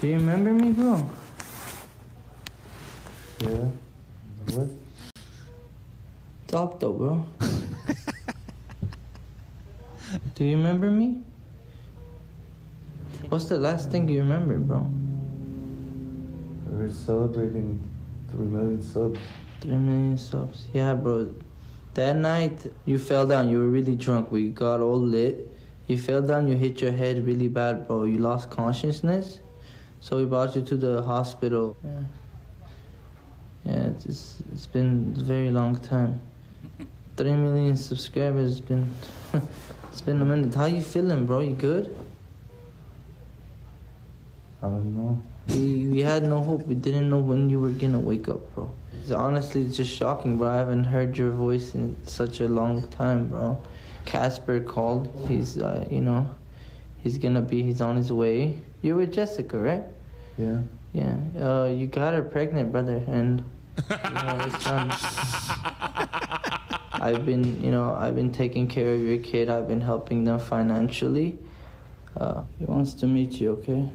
Speaker 11: Do you remember me, bro?
Speaker 12: Yeah. What?
Speaker 11: Stop though, bro. Do you remember me? What's the last thing you remember, bro?
Speaker 12: We were celebrating three million subs.
Speaker 11: Three million subs. Yeah, bro. That night you fell down. You were really drunk. We got all lit. You fell down. You hit your head really bad, bro. You lost consciousness. So we brought you to the hospital. Yeah. Yeah, it's it's, it's been a very long time. Three million subscribers. it's Been it's been a minute. How you feeling, bro? You good?
Speaker 12: I don't know.
Speaker 11: We, we had no hope. We didn't know when you were gonna wake up, bro. It's honestly just shocking, bro. I haven't heard your voice in such a long time, bro. Casper called. He's, uh, you know, he's gonna be. He's on his way. You're with Jessica, right?
Speaker 12: Yeah.
Speaker 11: Yeah. Uh, you got her pregnant, brother, and you know, it's done. I've been, you know, I've been taking care of your kid. I've been helping them financially. Uh, he wants to meet you, okay?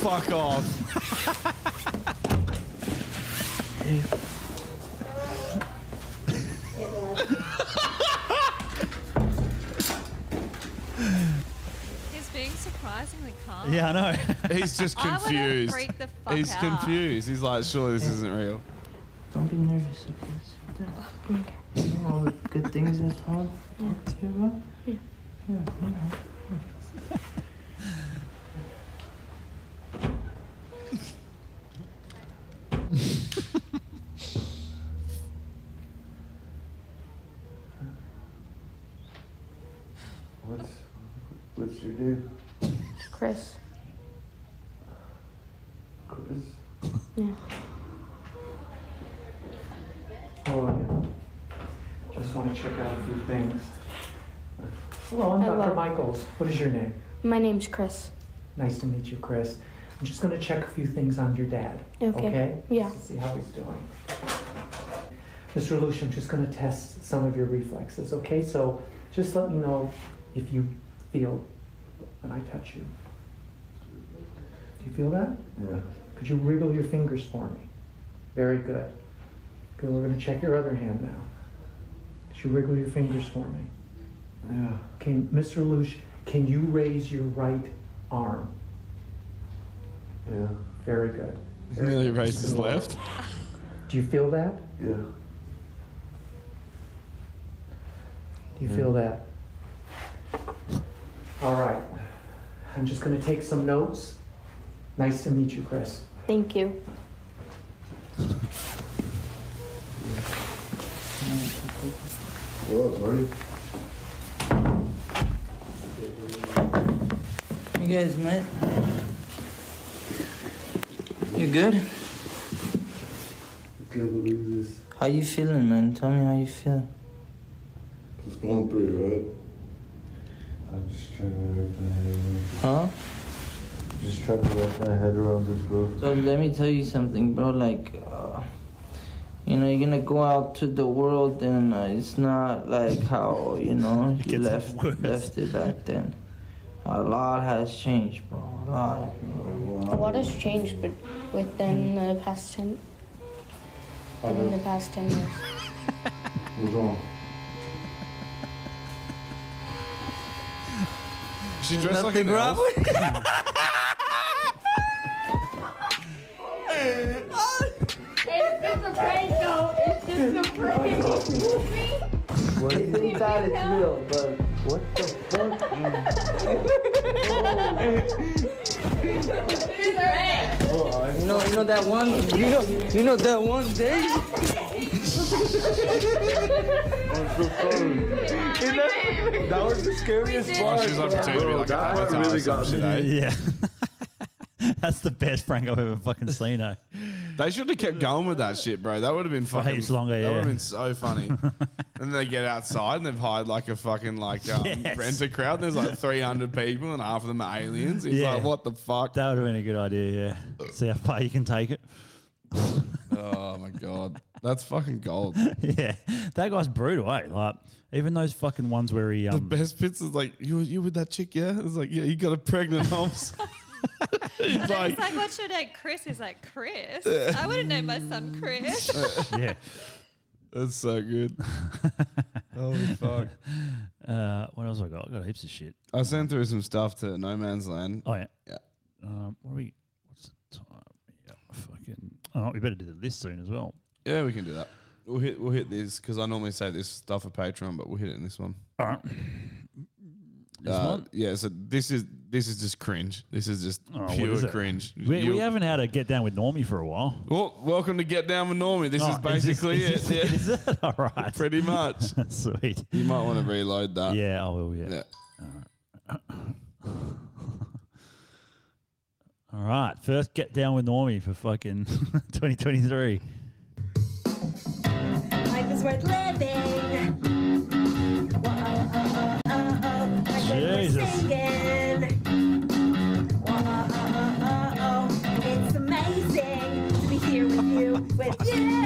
Speaker 4: Fuck off.
Speaker 8: He's being surprisingly calm.
Speaker 4: Yeah, I know. He's just
Speaker 8: I would've
Speaker 4: confused.
Speaker 8: freaked the fuck
Speaker 4: He's
Speaker 8: out.
Speaker 4: confused. He's like, surely this isn't real.
Speaker 11: Don't be nervous, okay? You know, all the good things that's hard to hear about? Yeah. Yeah, you know.
Speaker 12: What's what's your name?
Speaker 13: Chris.
Speaker 12: Chris.
Speaker 13: Yeah.
Speaker 10: Oh, yeah. Just want to check out a few things. Hello, I'm
Speaker 13: Hello.
Speaker 10: Dr. Michaels. What is your name?
Speaker 13: My name's Chris.
Speaker 10: Nice to meet you, Chris. I'm just going to check a few things on your dad.
Speaker 13: Okay. Yeah.
Speaker 10: See how he's doing. Mr. Lucia, I'm just going to test some of your reflexes, okay? So just let me know if you feel when I touch you. Do you feel that?
Speaker 12: Yeah.
Speaker 10: Could you wriggle your fingers for me? Very good. Good, we're going to check your other hand now. Could you wriggle your fingers for me?
Speaker 12: Yeah.
Speaker 10: Okay, Mr. Lush, can you raise your right arm?
Speaker 12: Yeah.
Speaker 10: Very good.
Speaker 4: Nearly raised his left.
Speaker 10: Do you feel that?
Speaker 12: Yeah.
Speaker 10: Do you feel that? All right. I'm just going to take some notes. Nice to meet you, Chris.
Speaker 13: Thank you.
Speaker 12: What, buddy?
Speaker 11: You guys met? You good?
Speaker 12: Can't believe this.
Speaker 11: How you feeling, man? Tell me how you feel.
Speaker 12: It's going pretty right. I'm just trying to wrap my head around.
Speaker 11: Huh?
Speaker 12: Just trying to wrap my head around this, bro.
Speaker 11: So let me tell you something, bro. Like, uh, you know, you're gonna go out to the world, and uh, it's not like how you know you left left it back then. A lot has changed, bro. A lot.
Speaker 13: A lot has changed but within the past ten within the past ten years.
Speaker 12: What's wrong?
Speaker 4: She dressed like
Speaker 12: nothing
Speaker 4: an elf.
Speaker 13: It's just a prank though. It's just a prank.
Speaker 11: What? They thought it's real, but what the fuck? You know, you know that one. You know, you know that one day.
Speaker 12: That was the scariest part.
Speaker 4: She's like pretending to be like a
Speaker 12: that
Speaker 4: avatar
Speaker 12: part
Speaker 4: or
Speaker 12: really
Speaker 4: some
Speaker 12: got
Speaker 4: shit,
Speaker 12: me.
Speaker 4: eh?
Speaker 2: Yeah. That's the best prank I've ever fucking seen. eh?
Speaker 4: They should have kept going with that shit, bro. That would have been fucking.
Speaker 2: heaps longer,
Speaker 4: that would
Speaker 2: yeah.
Speaker 4: have been so funny. and they get outside and they've hired like a fucking like um,
Speaker 2: Yes.
Speaker 4: renter crowd. And there's like 300 people and half of them are aliens. He's like, what? the fuck?
Speaker 2: That would have been a good idea, yeah. See how far you can take it.
Speaker 4: Oh my god. That's fucking gold.
Speaker 2: yeah, that guy's brutal, eh? Like even those fucking ones where he um,
Speaker 4: the best bits is like you you with that chick, yeah? It's like yeah, you got a pregnant Holmes.
Speaker 8: And then he's like, what's your name, Chris? He's like, Chris? I wouldn't name my son Chris.
Speaker 2: yeah.
Speaker 4: That's so good. Holy fuck.
Speaker 2: Uh, what else I got? I got heaps of shit.
Speaker 4: I sent through some stuff to No Man's Land.
Speaker 2: Oh yeah.
Speaker 4: Yeah.
Speaker 2: Um, what are we? What's the time? Yeah, fucking. Oh, we better do the list soon as well.
Speaker 4: Yeah, we can do that. We'll hit we'll hit this because I normally say this stuff for Patreon, but we'll hit it in this one. Uh,
Speaker 2: All right. This one?
Speaker 4: Yeah. So this is this is just cringe. This is just
Speaker 2: Oh, what
Speaker 4: pure
Speaker 2: is it?
Speaker 4: cringe.
Speaker 2: We,
Speaker 4: You-
Speaker 2: we haven't had a get down with Normie for a while.
Speaker 4: Well, welcome to Get Down with Normie. This
Speaker 2: Oh,
Speaker 4: is
Speaker 2: is this-
Speaker 4: basically
Speaker 2: is
Speaker 4: it.
Speaker 2: this-
Speaker 4: yeah.
Speaker 2: All right.
Speaker 4: Pretty much.
Speaker 2: Sweet.
Speaker 4: You might want to reload that.
Speaker 2: Yeah, I will. Yeah. All right. First get down with Normie for fucking 2023.
Speaker 14: Life is worth living. Whoa, oh, oh, oh, oh. Like when we're
Speaker 2: Jesus.
Speaker 14: singing. Whoa, oh, oh, oh, oh, oh. It's amazing to be here with you, with you.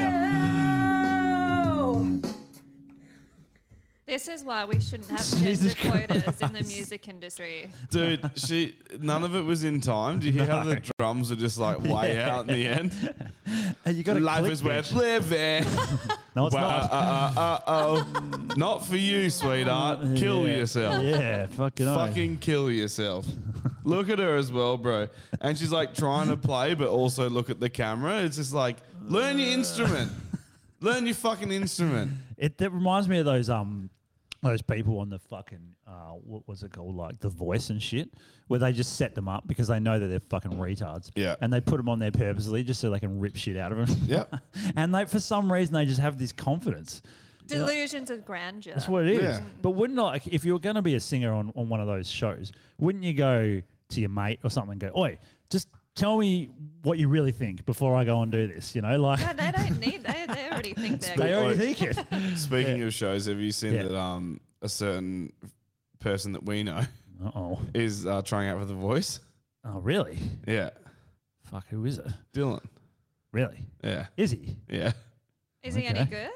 Speaker 8: This is why we shouldn't have gender
Speaker 4: Jesus
Speaker 8: quotas in the
Speaker 4: Christ.
Speaker 8: music industry.
Speaker 4: Dude, she none of it was in time. Do you hear how the drums are just like way
Speaker 2: Yeah.
Speaker 4: out in the end?
Speaker 2: And you got to
Speaker 4: Life is worth living.
Speaker 2: No, it's
Speaker 4: Wow,
Speaker 2: not.
Speaker 4: Uh, uh, uh, oh. not for you, sweetheart. Kill
Speaker 2: Yeah.
Speaker 4: yourself.
Speaker 2: Yeah, fucking oath.
Speaker 4: Fucking kill yourself. Look at her as well, bro. And she's like trying to play, but also look at the camera. It's just like, learn your instrument. Learn your fucking instrument.
Speaker 2: It that reminds me of those um those people on the fucking uh what was it called like the voice and shit where they just set them up because they know that they're fucking retards.
Speaker 4: Yeah.
Speaker 2: And they put them on there purposely just so they can rip shit out of them.
Speaker 4: Yeah.
Speaker 2: and they for some reason they just have this confidence. You know,
Speaker 8: Delusions of grandeur.
Speaker 2: That's what it is.
Speaker 8: Yeah.
Speaker 2: But wouldn't like if you were going to be a singer on, on one of those shows, wouldn't you go to your mate or something and go, "Oi, just tell me what you really think before I go and do this." You know, like
Speaker 8: No, they don't need. They, they already think they're.
Speaker 2: They already
Speaker 8: good.
Speaker 2: think it.
Speaker 4: Speaking of shows, have you seen that um, a certain person that we know
Speaker 2: Uh-oh.
Speaker 4: is uh, trying out for The Voice?
Speaker 2: Oh, really?
Speaker 4: Yeah.
Speaker 2: Fuck, who is it?
Speaker 4: Dylan.
Speaker 2: Really?
Speaker 4: Yeah.
Speaker 2: Is he?
Speaker 4: Yeah.
Speaker 8: Is he any
Speaker 4: Okay.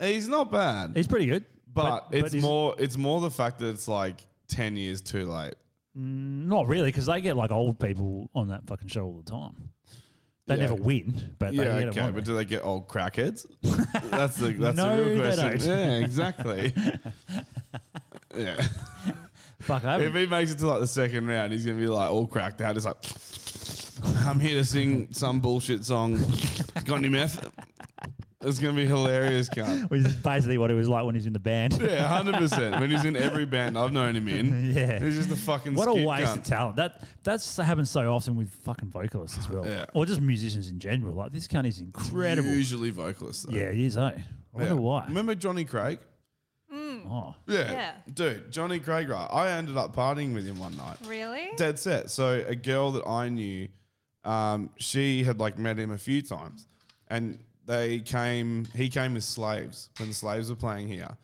Speaker 8: good?
Speaker 4: He's not bad.
Speaker 2: He's pretty good.
Speaker 4: But,
Speaker 2: But- but
Speaker 4: it's
Speaker 2: he's-
Speaker 4: more it's more the fact that it's like ten years too late.
Speaker 2: Mm, Not really, because they get like old people on that fucking show all the time. They
Speaker 4: Yeah.
Speaker 2: never win, but
Speaker 4: yeah,
Speaker 2: they get 'em
Speaker 4: okay.
Speaker 2: on
Speaker 4: But do they get old crackheads? that's the that's
Speaker 2: No,
Speaker 4: the real
Speaker 2: they
Speaker 4: question.
Speaker 2: don't.
Speaker 4: Yeah, exactly. yeah.
Speaker 2: Fuck, I
Speaker 4: If
Speaker 2: haven't-
Speaker 4: he makes it to like the second round, he's gonna be like all cracked out. It's like I'm here to sing some bullshit song. Got any meth? It's gonna be hilarious, cunt.
Speaker 2: Which is basically what it was like when he's in the band.
Speaker 4: Yeah, hundred percent. When he's in every band I've known him in,
Speaker 2: Yeah.
Speaker 4: he's just a fucking
Speaker 2: What a
Speaker 4: skit
Speaker 2: waste
Speaker 4: cunt.
Speaker 2: of talent. That that's happens so often with fucking vocalists as well,
Speaker 4: Yeah.
Speaker 2: or just musicians in general. Like this cunt is incredible.
Speaker 4: Usually vocalists. Though.
Speaker 2: Yeah, he is. Eh? I
Speaker 4: Yeah.
Speaker 2: wonder why.
Speaker 4: Remember Johnny Craig?
Speaker 2: Oh.
Speaker 4: Yeah.
Speaker 8: Yeah.
Speaker 4: Dude, Johnny Craig, right? I ended up partying with him one night.
Speaker 8: Really?
Speaker 4: Dead set. So a girl that I knew, um, she had like met him a few times, and they came. He came as slaves when the slaves were playing here,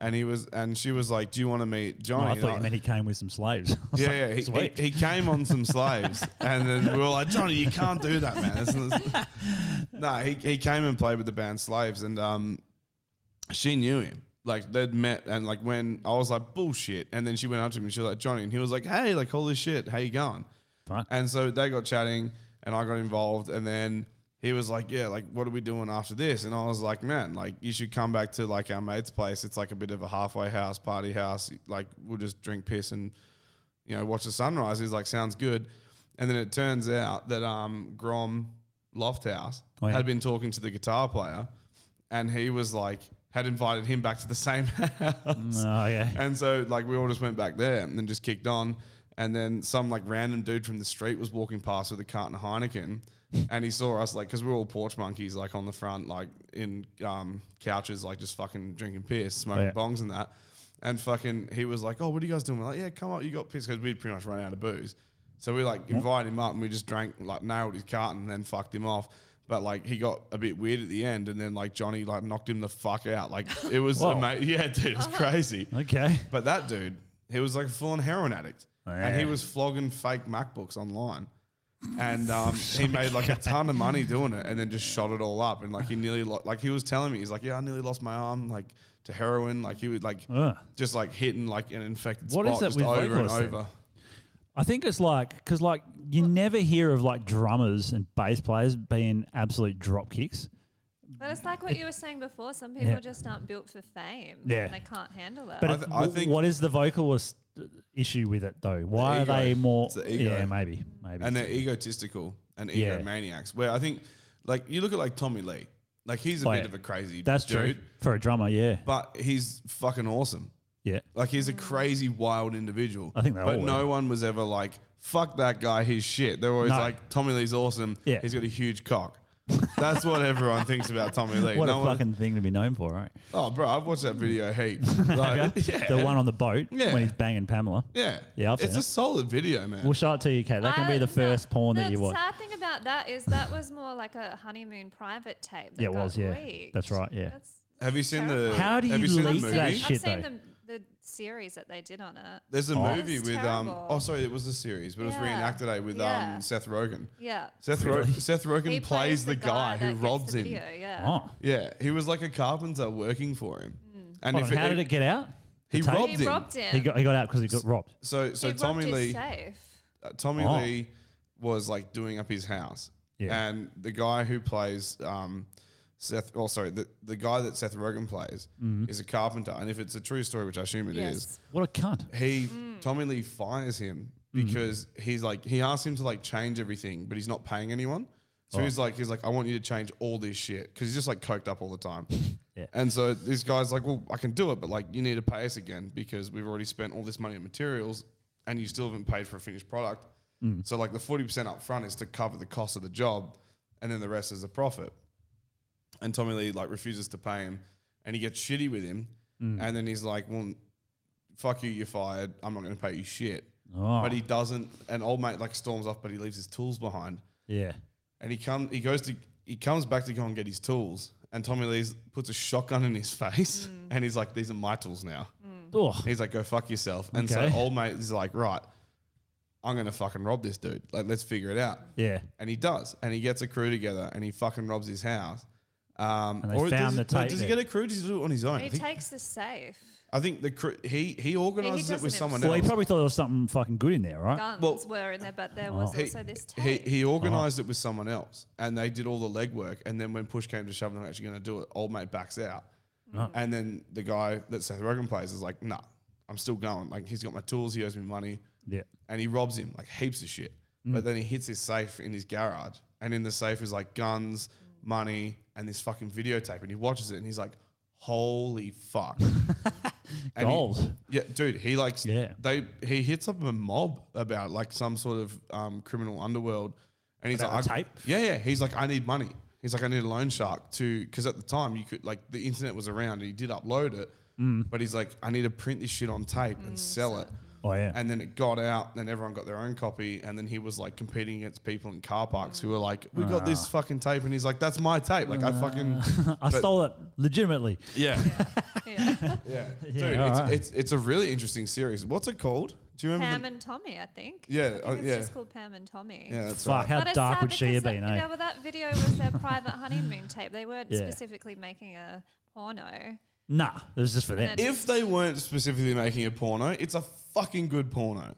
Speaker 4: and he was, and she was like, "Do you want to meet
Speaker 2: Oh, I
Speaker 4: Johnny?"
Speaker 2: thought
Speaker 4: And
Speaker 2: you
Speaker 4: I-
Speaker 2: meant he came with some slaves. I was
Speaker 4: yeah,
Speaker 2: like,
Speaker 4: yeah. He,
Speaker 2: sweet.
Speaker 4: he, he came on some slaves, and then we were like, Johnny, you can't do that, man. It's- it's- no, he, he came and played with the band Slaves, and um, she knew him. Like they'd met, and like when I was like bullshit, and then she went up to him and she was like Johnny, and he was like, hey, like holy shit, how you going? And so they got chatting, and I got involved, and then he was like, yeah, like what are we doing after this? And I was like, man, like you should come back to like our mate's place. It's like a bit of a halfway house party house. Like we'll just drink piss and you know, watch the sunrise. He's like, sounds good. And then it turns out that um, Grom Lofthouse
Speaker 2: Oh, yeah.
Speaker 4: had been talking to the guitar player, and he was like, had invited him back to the same house.
Speaker 2: Oh, yeah.
Speaker 4: And so like we all just went back there and then just kicked on. And then some like random dude from the street was walking past with a carton of Heineken, and he saw us like because we were all porch monkeys like on the front like in um, couches like just fucking drinking piss, smoking
Speaker 2: Yeah.
Speaker 4: bongs and that. And fucking he was like, "Oh, what are you guys doing?" We're like, "Yeah, come up, you got piss because we'd pretty much run out of booze." So we like invited him up and we just drank like nailed his carton and then fucked him off. But like he got a bit weird at the end, and then like Johnny like knocked him the fuck out. Like it was
Speaker 2: Whoa.
Speaker 4: amazing. Yeah, dude, it's crazy.
Speaker 2: Okay.
Speaker 4: But that dude, he was like a full-on heroin addict, and he
Speaker 2: Yeah.
Speaker 4: was flogging fake MacBooks online. and um, he made like a ton of money doing it, and then just shot it all up. And like he nearly lo- like he was telling me, he's like, yeah, I nearly lost my arm like to heroin. Like he would like
Speaker 2: Ugh.
Speaker 4: just like hitting like an infected
Speaker 2: What is
Speaker 4: spot
Speaker 2: it
Speaker 4: just
Speaker 2: with weight
Speaker 4: over and
Speaker 2: loss then?
Speaker 4: over.
Speaker 2: I think it's like because like you never hear of like drummers and bass players being absolute drop kicks.
Speaker 8: But it's like what you were saying before. Some people
Speaker 2: Yeah.
Speaker 8: just aren't built for fame.
Speaker 2: Yeah.
Speaker 8: And they can't handle it.
Speaker 2: But it- w- what is the vocalist issue with it though? Why
Speaker 4: ego.
Speaker 2: are they more?
Speaker 4: It's the ego.
Speaker 2: Yeah, maybe, maybe.
Speaker 4: And they're egotistical and
Speaker 2: Yeah.
Speaker 4: egomaniacs. Where I think, like, you look at like Tommy Lee, like he's a
Speaker 2: Oh, yeah.
Speaker 4: bit of a crazy
Speaker 2: That's
Speaker 4: dude,
Speaker 2: true for a drummer. Yeah,
Speaker 4: but he's fucking awesome.
Speaker 2: yeah.
Speaker 4: Like
Speaker 8: Mm.
Speaker 4: he's a crazy, wild individual.
Speaker 2: I think they
Speaker 4: but
Speaker 2: all
Speaker 4: no one was ever like, "Fuck that guy, he's shit." They're always
Speaker 2: No.
Speaker 4: like, "Tommy Lee's awesome.
Speaker 2: Yeah.
Speaker 4: he's got a huge cock." That's what everyone thinks about Tommy Lee.
Speaker 2: what
Speaker 4: no
Speaker 2: a
Speaker 4: one-
Speaker 2: fucking thing to be known for, right?
Speaker 4: oh, bro, I've watched that video heaps. Like, yeah.
Speaker 2: The one on the boat
Speaker 4: Yeah.
Speaker 2: when he's banging Pamela.
Speaker 4: Yeah,
Speaker 2: yeah. I've seen
Speaker 4: it's a
Speaker 2: it.
Speaker 4: solid video, man.
Speaker 2: We'll show it to you, Kate. That can
Speaker 8: I-
Speaker 2: be the first porn that you
Speaker 8: The
Speaker 2: watch.
Speaker 8: sad thing about that is that was more like a honeymoon private tape. That
Speaker 2: Yeah, it was.
Speaker 8: got
Speaker 2: Yeah,
Speaker 8: leaked.
Speaker 2: that's right. Yeah.
Speaker 4: Have you seen the?
Speaker 2: How do
Speaker 4: have
Speaker 2: you
Speaker 4: seen the
Speaker 2: leak
Speaker 4: movie?
Speaker 2: that
Speaker 8: I've seen the, the series that they did on it.
Speaker 4: There's a
Speaker 8: It was
Speaker 4: movie with um.
Speaker 8: terrible.
Speaker 4: Oh, sorry, it was a series, but it was
Speaker 8: Yeah.
Speaker 4: reenacted eh, with
Speaker 8: Yeah.
Speaker 4: um Seth Rogen.
Speaker 8: Yeah.
Speaker 4: Seth Ro- Seth Rogen
Speaker 8: He
Speaker 4: plays, the, guy, who robs him.
Speaker 8: video, yeah. Oh.
Speaker 4: Yeah, he was like a carpenter working for him.
Speaker 8: Hmm.
Speaker 2: Hold on, how did it get out? The
Speaker 4: He
Speaker 2: tape?
Speaker 4: robbed him.
Speaker 2: He got, he got out because he got robbed.
Speaker 4: So so
Speaker 8: He robbed
Speaker 4: Tommy
Speaker 8: his
Speaker 4: Lee
Speaker 8: safe.
Speaker 4: uh, Tommy
Speaker 2: Oh.
Speaker 4: Lee was like doing up his house.
Speaker 2: Yeah.
Speaker 4: And the guy who plays um, Seth, oh, sorry, the, the guy that Seth Rogen plays
Speaker 2: Mhm.
Speaker 4: is a carpenter. And if it's a true story, which I assume it is,
Speaker 2: Yes. What a cunt.
Speaker 4: He, Tommy Lee fires him
Speaker 2: Mhm.
Speaker 4: because he's like, he asked him to like change everything, but he's not paying anyone. So
Speaker 2: Right.
Speaker 4: he's like, he's like, I want you to change all this shit because he's just like coked up all the time.
Speaker 2: Yeah.
Speaker 4: And so this guy's like, well, I can do it, but like, you need to pay us again because we've already spent all this money on materials and you still haven't paid for a finished product.
Speaker 2: Mm.
Speaker 4: So like the forty percent up front is to cover the cost of the job, and then the rest is the profit. And Tommy Lee like refuses to pay him, and he gets shitty with him,
Speaker 2: Mm.
Speaker 4: and then he's like, "Well, fuck you, you're fired. I'm not going to pay you shit."
Speaker 2: Oh.
Speaker 4: But he doesn't. And old mate like storms off, but he leaves his tools behind,
Speaker 2: Yeah.
Speaker 4: and he comes. He goes to. He comes back to go and get his tools, and Tommy Lee puts a shotgun in his face, and he's like, "These are my tools now."
Speaker 2: Ugh.
Speaker 4: He's like, "Go fuck yourself." And
Speaker 2: Okay.
Speaker 4: so old mate is like, "Right, I'm gonna fucking rob this dude. Like, let's figure it out."
Speaker 2: Yeah.
Speaker 4: And he does. And he gets a crew together and he fucking robs his house. Um,
Speaker 2: And they
Speaker 4: does
Speaker 2: found
Speaker 4: he-
Speaker 2: the
Speaker 4: no,
Speaker 2: tape
Speaker 4: Does he
Speaker 2: there.
Speaker 4: get a crew? Does he do it on his own? I
Speaker 8: He
Speaker 4: think,
Speaker 8: takes the safe.
Speaker 4: I think the crew, he, he organizes it
Speaker 8: does
Speaker 4: with
Speaker 8: it
Speaker 4: someone
Speaker 2: Well, he
Speaker 4: else.
Speaker 2: probably thought there was something fucking good in there, right?
Speaker 8: Guns were in there, but
Speaker 2: Oh.
Speaker 8: there was
Speaker 4: He-
Speaker 8: also this tape.
Speaker 4: He, he organized it with someone else and they did all the legwork. And then when push came to shove, they're actually going to do it. Old mate backs out.
Speaker 8: Mm-hmm.
Speaker 2: Right.
Speaker 4: And then the guy that Seth Rogen plays is like, nah, I'm still going. Like, he's got my tools. He owes me money.
Speaker 2: Yeah.
Speaker 4: And he robs him like heaps of shit. But then he hits his safe in his garage. And in the safe is like guns,
Speaker 8: Mm.
Speaker 4: money, and this fucking videotape. And he watches it and he's like, holy fuck. And he-
Speaker 2: Goals.
Speaker 4: yeah, dude, he likes.
Speaker 2: Yeah.
Speaker 4: They he hits up a mob about like some sort of um, criminal underworld, and he's
Speaker 2: About
Speaker 4: like,
Speaker 2: the
Speaker 4: I-
Speaker 2: tape?
Speaker 4: Yeah, yeah. He's like, I need money. He's like, I need a loan shark to because at the time you could like the internet was around. and He did upload it,
Speaker 2: Mm.
Speaker 4: but he's like, I need to print this shit on tape and Mm, sell it.
Speaker 2: Oh yeah.
Speaker 4: And then it got out, and then everyone got their own copy, and then he was like competing against people in car parks who were like, "We
Speaker 2: Ah.
Speaker 4: got this fucking tape," and he's like, "That's my tape." Like I fucking,
Speaker 2: I
Speaker 4: but-
Speaker 2: stole it legitimately.
Speaker 4: yeah. Yeah. Dude,
Speaker 2: all
Speaker 4: it's,
Speaker 2: right.
Speaker 4: it's, it's a really interesting series. What's it called? Do you remember?
Speaker 8: Pam
Speaker 4: the-
Speaker 8: and Tommy, I think.
Speaker 4: Yeah,
Speaker 8: I think
Speaker 4: uh,
Speaker 8: it's
Speaker 4: yeah.
Speaker 8: just called Pam and Tommy.
Speaker 4: Yeah, that's
Speaker 2: Fuck,
Speaker 4: right.
Speaker 2: how
Speaker 8: But it's
Speaker 2: dark
Speaker 8: sad
Speaker 2: would she
Speaker 8: because
Speaker 2: have
Speaker 8: that-
Speaker 2: been,
Speaker 8: Yeah,
Speaker 2: eh?
Speaker 8: well, that video was their private honeymoon tape. They weren't
Speaker 2: Yeah.
Speaker 8: specifically making a porno.
Speaker 2: Nah, it was just for them.
Speaker 8: And then-
Speaker 4: if they weren't specifically making a porno, it's a fucking good porno.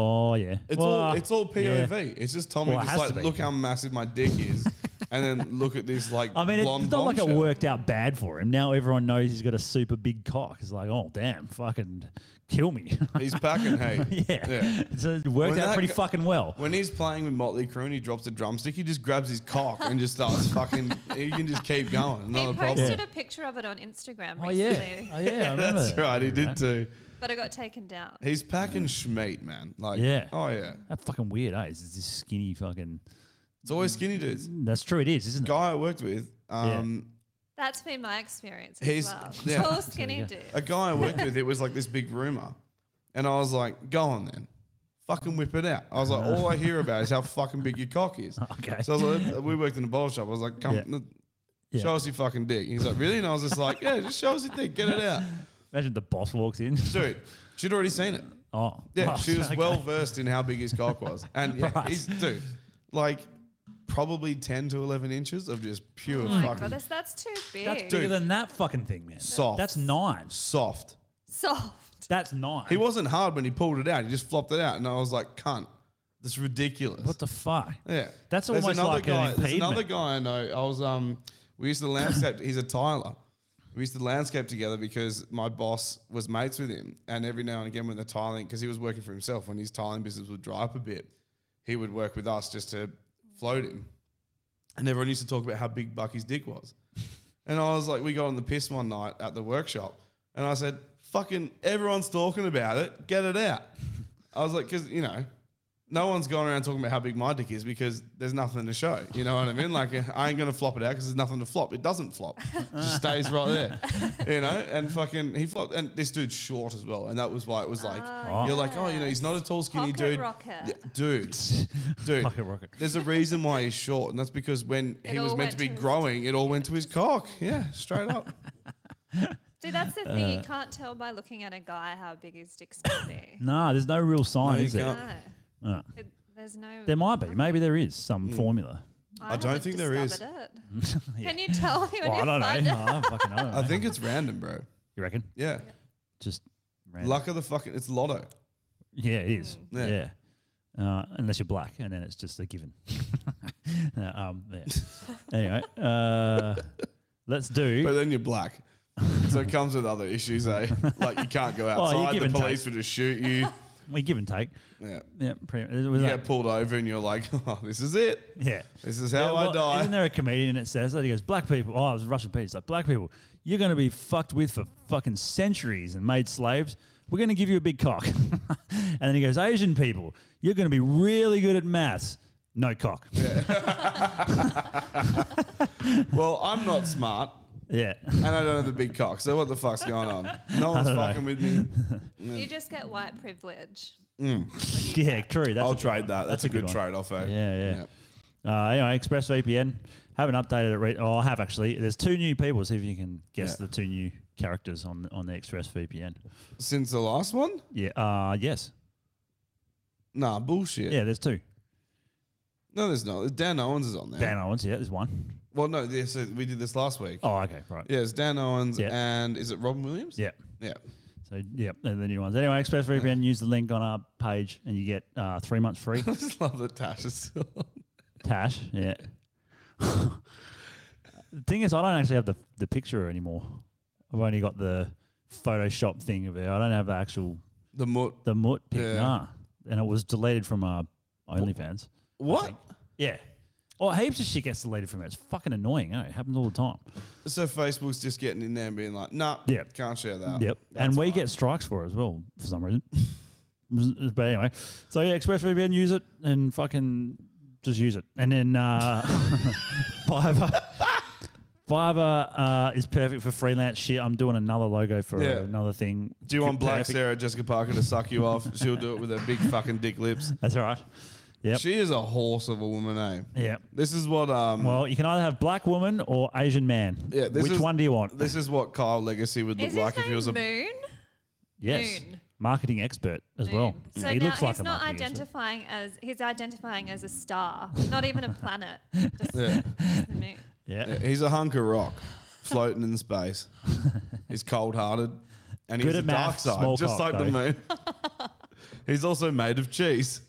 Speaker 2: Oh yeah.
Speaker 4: It's
Speaker 2: Well,
Speaker 4: all it's all
Speaker 2: yeah.
Speaker 4: POV. It's just Tommy
Speaker 2: Well, it
Speaker 4: just
Speaker 2: has to
Speaker 4: like,
Speaker 2: be.
Speaker 4: look how massive my dick is, and then look at this like
Speaker 2: I mean,
Speaker 4: blonde
Speaker 2: it's not like it
Speaker 4: bombshell.
Speaker 2: worked out bad for him. Now everyone knows he's got a super big cock. It's like, oh damn, fucking kill me.
Speaker 4: He's packing hay.
Speaker 2: yeah. So it worked
Speaker 4: When
Speaker 2: out
Speaker 4: that
Speaker 2: pretty
Speaker 4: gu-
Speaker 2: fucking well.
Speaker 4: When he's playing with Motley Crue and he drops a drumstick, he just grabs his cock and just starts fucking. He can just keep going. Not
Speaker 8: He
Speaker 4: a problem.
Speaker 8: posted a picture of it on Instagram
Speaker 2: Oh yeah.
Speaker 8: recently,
Speaker 2: Oh yeah. I remember
Speaker 4: That's
Speaker 2: that.
Speaker 4: right. He did too.
Speaker 8: but it got taken down.
Speaker 4: He's packing schmeat, man. Like,
Speaker 2: Yeah.
Speaker 4: Oh yeah.
Speaker 2: That's fucking weird, eh? It's this skinny fucking.
Speaker 4: It's always skinny dudes.
Speaker 2: That's true. It is, isn't it?
Speaker 4: Guy I worked with,
Speaker 2: Yeah.
Speaker 4: um,
Speaker 8: That's been my experience
Speaker 4: He's-
Speaker 8: as well.
Speaker 4: yeah.
Speaker 8: Tall, skinny dude.
Speaker 4: a guy I worked with, it was like this big rumor. And I was like, go on then. Fucking whip it out. I was like, all I hear about is how fucking big your cock is.
Speaker 2: Okay.
Speaker 4: So I was like, we worked in a bottle shop. I was like, come,
Speaker 2: Yeah.
Speaker 4: look,
Speaker 2: Yeah.
Speaker 4: show us your fucking dick. He's like, really? And I was just like, yeah, just show us your dick. Get it out.
Speaker 2: Imagine the boss walks in.
Speaker 4: Dude, she'd already seen it.
Speaker 2: Oh.
Speaker 4: Yeah,
Speaker 2: Oh,
Speaker 4: she was
Speaker 2: okay.
Speaker 4: well versed in how big his cock was. And yeah,
Speaker 2: Right.
Speaker 4: he's, dude, like probably 10 to 11 inches of just pure
Speaker 8: Oh my
Speaker 4: fucking
Speaker 8: goodness, that's too big.
Speaker 2: That's bigger than that fucking thing, man.
Speaker 4: soft.
Speaker 2: That's nine.
Speaker 4: Soft.
Speaker 8: Soft.
Speaker 2: That's nine.
Speaker 4: He wasn't hard when he pulled it out. He just flopped it out, and I was like, "Cunt, that's ridiculous." What
Speaker 2: the fuck?
Speaker 4: Yeah,
Speaker 2: That's
Speaker 4: There's
Speaker 2: almost
Speaker 4: another
Speaker 2: like an
Speaker 4: guy, There's
Speaker 2: impediment.
Speaker 4: another guy I know. I was um, we used to landscape. he's a Tyler. We used to landscape together because my boss was mates with him, and every now and again when the tiling, because he was working for himself, when his tiling business would dry up a bit, he would work with us just to float him. And everyone used to talk about how big Bucky's dick was. And I was like, we got on the piss one night at the workshop, and I said, "Fucking everyone's talking about it. Get it out." I was like, because you know, no one's going around talking about how big my dick is because there's nothing to show. You know what I mean? Like, I ain't gonna flop it out because there's nothing to flop. It doesn't flop. It just stays right there. You know, and fucking he flopped, and this dude's short as well, and that was why it was like
Speaker 8: Ah,
Speaker 4: you're like, oh, you know, he's not a tall, skinny
Speaker 8: Pocket
Speaker 4: dude,
Speaker 8: rocket.
Speaker 4: Yeah, dude, dude. There's a reason why he's short, and that's because when
Speaker 8: It
Speaker 4: he was
Speaker 8: all
Speaker 4: meant to
Speaker 8: went
Speaker 4: be
Speaker 8: to his-
Speaker 4: growing, it all went to his cock. Yeah, straight up.
Speaker 8: See, that's the thing. you
Speaker 2: Uh,
Speaker 8: can't tell by looking at a guy how big his dick's gonna be.
Speaker 2: Nah, there's no real sign,
Speaker 4: you
Speaker 2: is there?
Speaker 8: can't.
Speaker 2: No.
Speaker 8: It, there's no.
Speaker 2: Uh. There might be. Maybe there is
Speaker 4: Hmm.
Speaker 2: some formula.
Speaker 8: I, haven't discovered it. Can you tell me when
Speaker 2: Well, I
Speaker 8: you
Speaker 2: don't
Speaker 8: find
Speaker 2: know.
Speaker 8: out?
Speaker 2: I don't fucking know.
Speaker 4: I think it's random, bro.
Speaker 2: You reckon?
Speaker 4: Yeah.
Speaker 2: Just
Speaker 4: Luck of the fucking, it's lotto.
Speaker 2: Yeah, it is.
Speaker 4: Yeah.
Speaker 2: Yeah. Uh, unless you're black, and then it's just a given. Uh, um, yeah. anyway, uh, let's do.
Speaker 4: But then you're black. So it comes with other issues, eh? Like you can't go
Speaker 2: Well, you
Speaker 4: outside,
Speaker 2: give
Speaker 4: the
Speaker 2: and take.
Speaker 4: police would just shoot you.
Speaker 2: we give and take.
Speaker 4: Yeah.
Speaker 2: Yeah, pretty much. It
Speaker 4: You
Speaker 2: was like-
Speaker 4: get pulled over and you're like, oh, this is it.
Speaker 2: Yeah.
Speaker 4: This is how
Speaker 2: Yeah,
Speaker 4: I
Speaker 2: well,
Speaker 4: die.
Speaker 2: Isn't there a comedian that says that? He goes, Black people, oh, it was a Russian piece. Like, black people, you're going to be fucked with for fucking centuries and made slaves. We're going to give you a big cock. and then he goes, Asian people, you're going to be really good at maths. No cock.
Speaker 4: well, I'm not smart.
Speaker 2: Yeah.
Speaker 4: And I don't have the big cock. So what the fuck's going on? No
Speaker 2: I
Speaker 4: one's
Speaker 2: don't know.
Speaker 4: fucking with me.
Speaker 8: You just get white privilege.
Speaker 4: Mm.
Speaker 2: Yeah, true. That's
Speaker 4: I'll trade that. That's, a good,
Speaker 2: one.
Speaker 4: trade off, eh?
Speaker 2: Yeah, yeah. Uh, anyway, ExpressVPN. Haven't updated it. Re- oh, I have actually. There's two new people. See if you can guess
Speaker 4: Yeah.
Speaker 2: the two new characters on on the ExpressVPN.
Speaker 4: Since the last one?
Speaker 2: Yeah. Uh, yes.
Speaker 4: Nah, bullshit.
Speaker 2: Yeah, there's two.
Speaker 4: No, there's not. Dan Owens is on there.
Speaker 2: Dan Owens. Yeah, there's one.
Speaker 4: Well, no, yeah, so we did this last week.
Speaker 2: Oh, okay, right.
Speaker 4: Yeah, it's Dan Owens
Speaker 2: Yeah.
Speaker 4: and is it Robin Williams?
Speaker 2: Yeah.
Speaker 4: Yeah.
Speaker 2: So yeah, they're the new ones. Anyway, ExpressVPN. Use the link on our page, and you get uh, three months free.
Speaker 4: I just love that Tash is still on.
Speaker 2: Tash. Yeah. the thing is, I don't actually have the, the picture anymore. I've only got the Photoshop thing of it. I don't have the actual
Speaker 4: the mut
Speaker 2: the mut pic.
Speaker 4: Yeah.
Speaker 2: Nah. and it was deleted from our OnlyFans.
Speaker 4: What?
Speaker 2: Yeah. Oh, heaps of shit gets deleted from it. It's fucking annoying. eh? It happens all the time.
Speaker 4: So Facebook's just getting in there and being like, nah,
Speaker 2: Yeah.
Speaker 4: can't share that.
Speaker 2: Yep. and we get strikes for it as well for some reason. but anyway, so yeah, ExpressVPN, use it and fucking just use it. And then uh, Fiverr. Fiverr uh, is perfect for freelance shit. I'm doing another logo for
Speaker 4: Yeah.
Speaker 2: another thing.
Speaker 4: Do you want Black
Speaker 2: Perfect.
Speaker 4: Sarah Jessica Parker to suck you off? She'll do it with her big fucking dick lips.
Speaker 2: That's all right. Yep.
Speaker 4: She is a horse of a woman, eh?
Speaker 2: Yeah.
Speaker 4: This is what um
Speaker 2: Well, you can either have black woman or Asian man.
Speaker 4: yeah, this
Speaker 2: Which
Speaker 4: is-
Speaker 2: one do you want?
Speaker 4: This is what Kyle Legacy would look
Speaker 8: Is
Speaker 4: like
Speaker 8: his
Speaker 4: if he
Speaker 8: name
Speaker 4: was a
Speaker 8: Moon?
Speaker 2: Yes.
Speaker 8: Moon.
Speaker 2: Marketing expert as well.
Speaker 8: So
Speaker 2: he
Speaker 8: now
Speaker 2: looks like
Speaker 8: he's
Speaker 2: a
Speaker 8: not
Speaker 2: marketing expert.
Speaker 8: identifying as he's identifying as a star, not even a planet. Just
Speaker 4: Yeah.
Speaker 8: the moon.
Speaker 2: Yeah.
Speaker 4: He's a hunk of rock floating in space. He's cold hearted. And
Speaker 2: Good
Speaker 4: he's
Speaker 2: at
Speaker 4: a dark
Speaker 2: math,
Speaker 4: side,
Speaker 2: small
Speaker 4: just
Speaker 2: cock,
Speaker 4: like the
Speaker 2: though.
Speaker 4: moon. he's also made of cheese.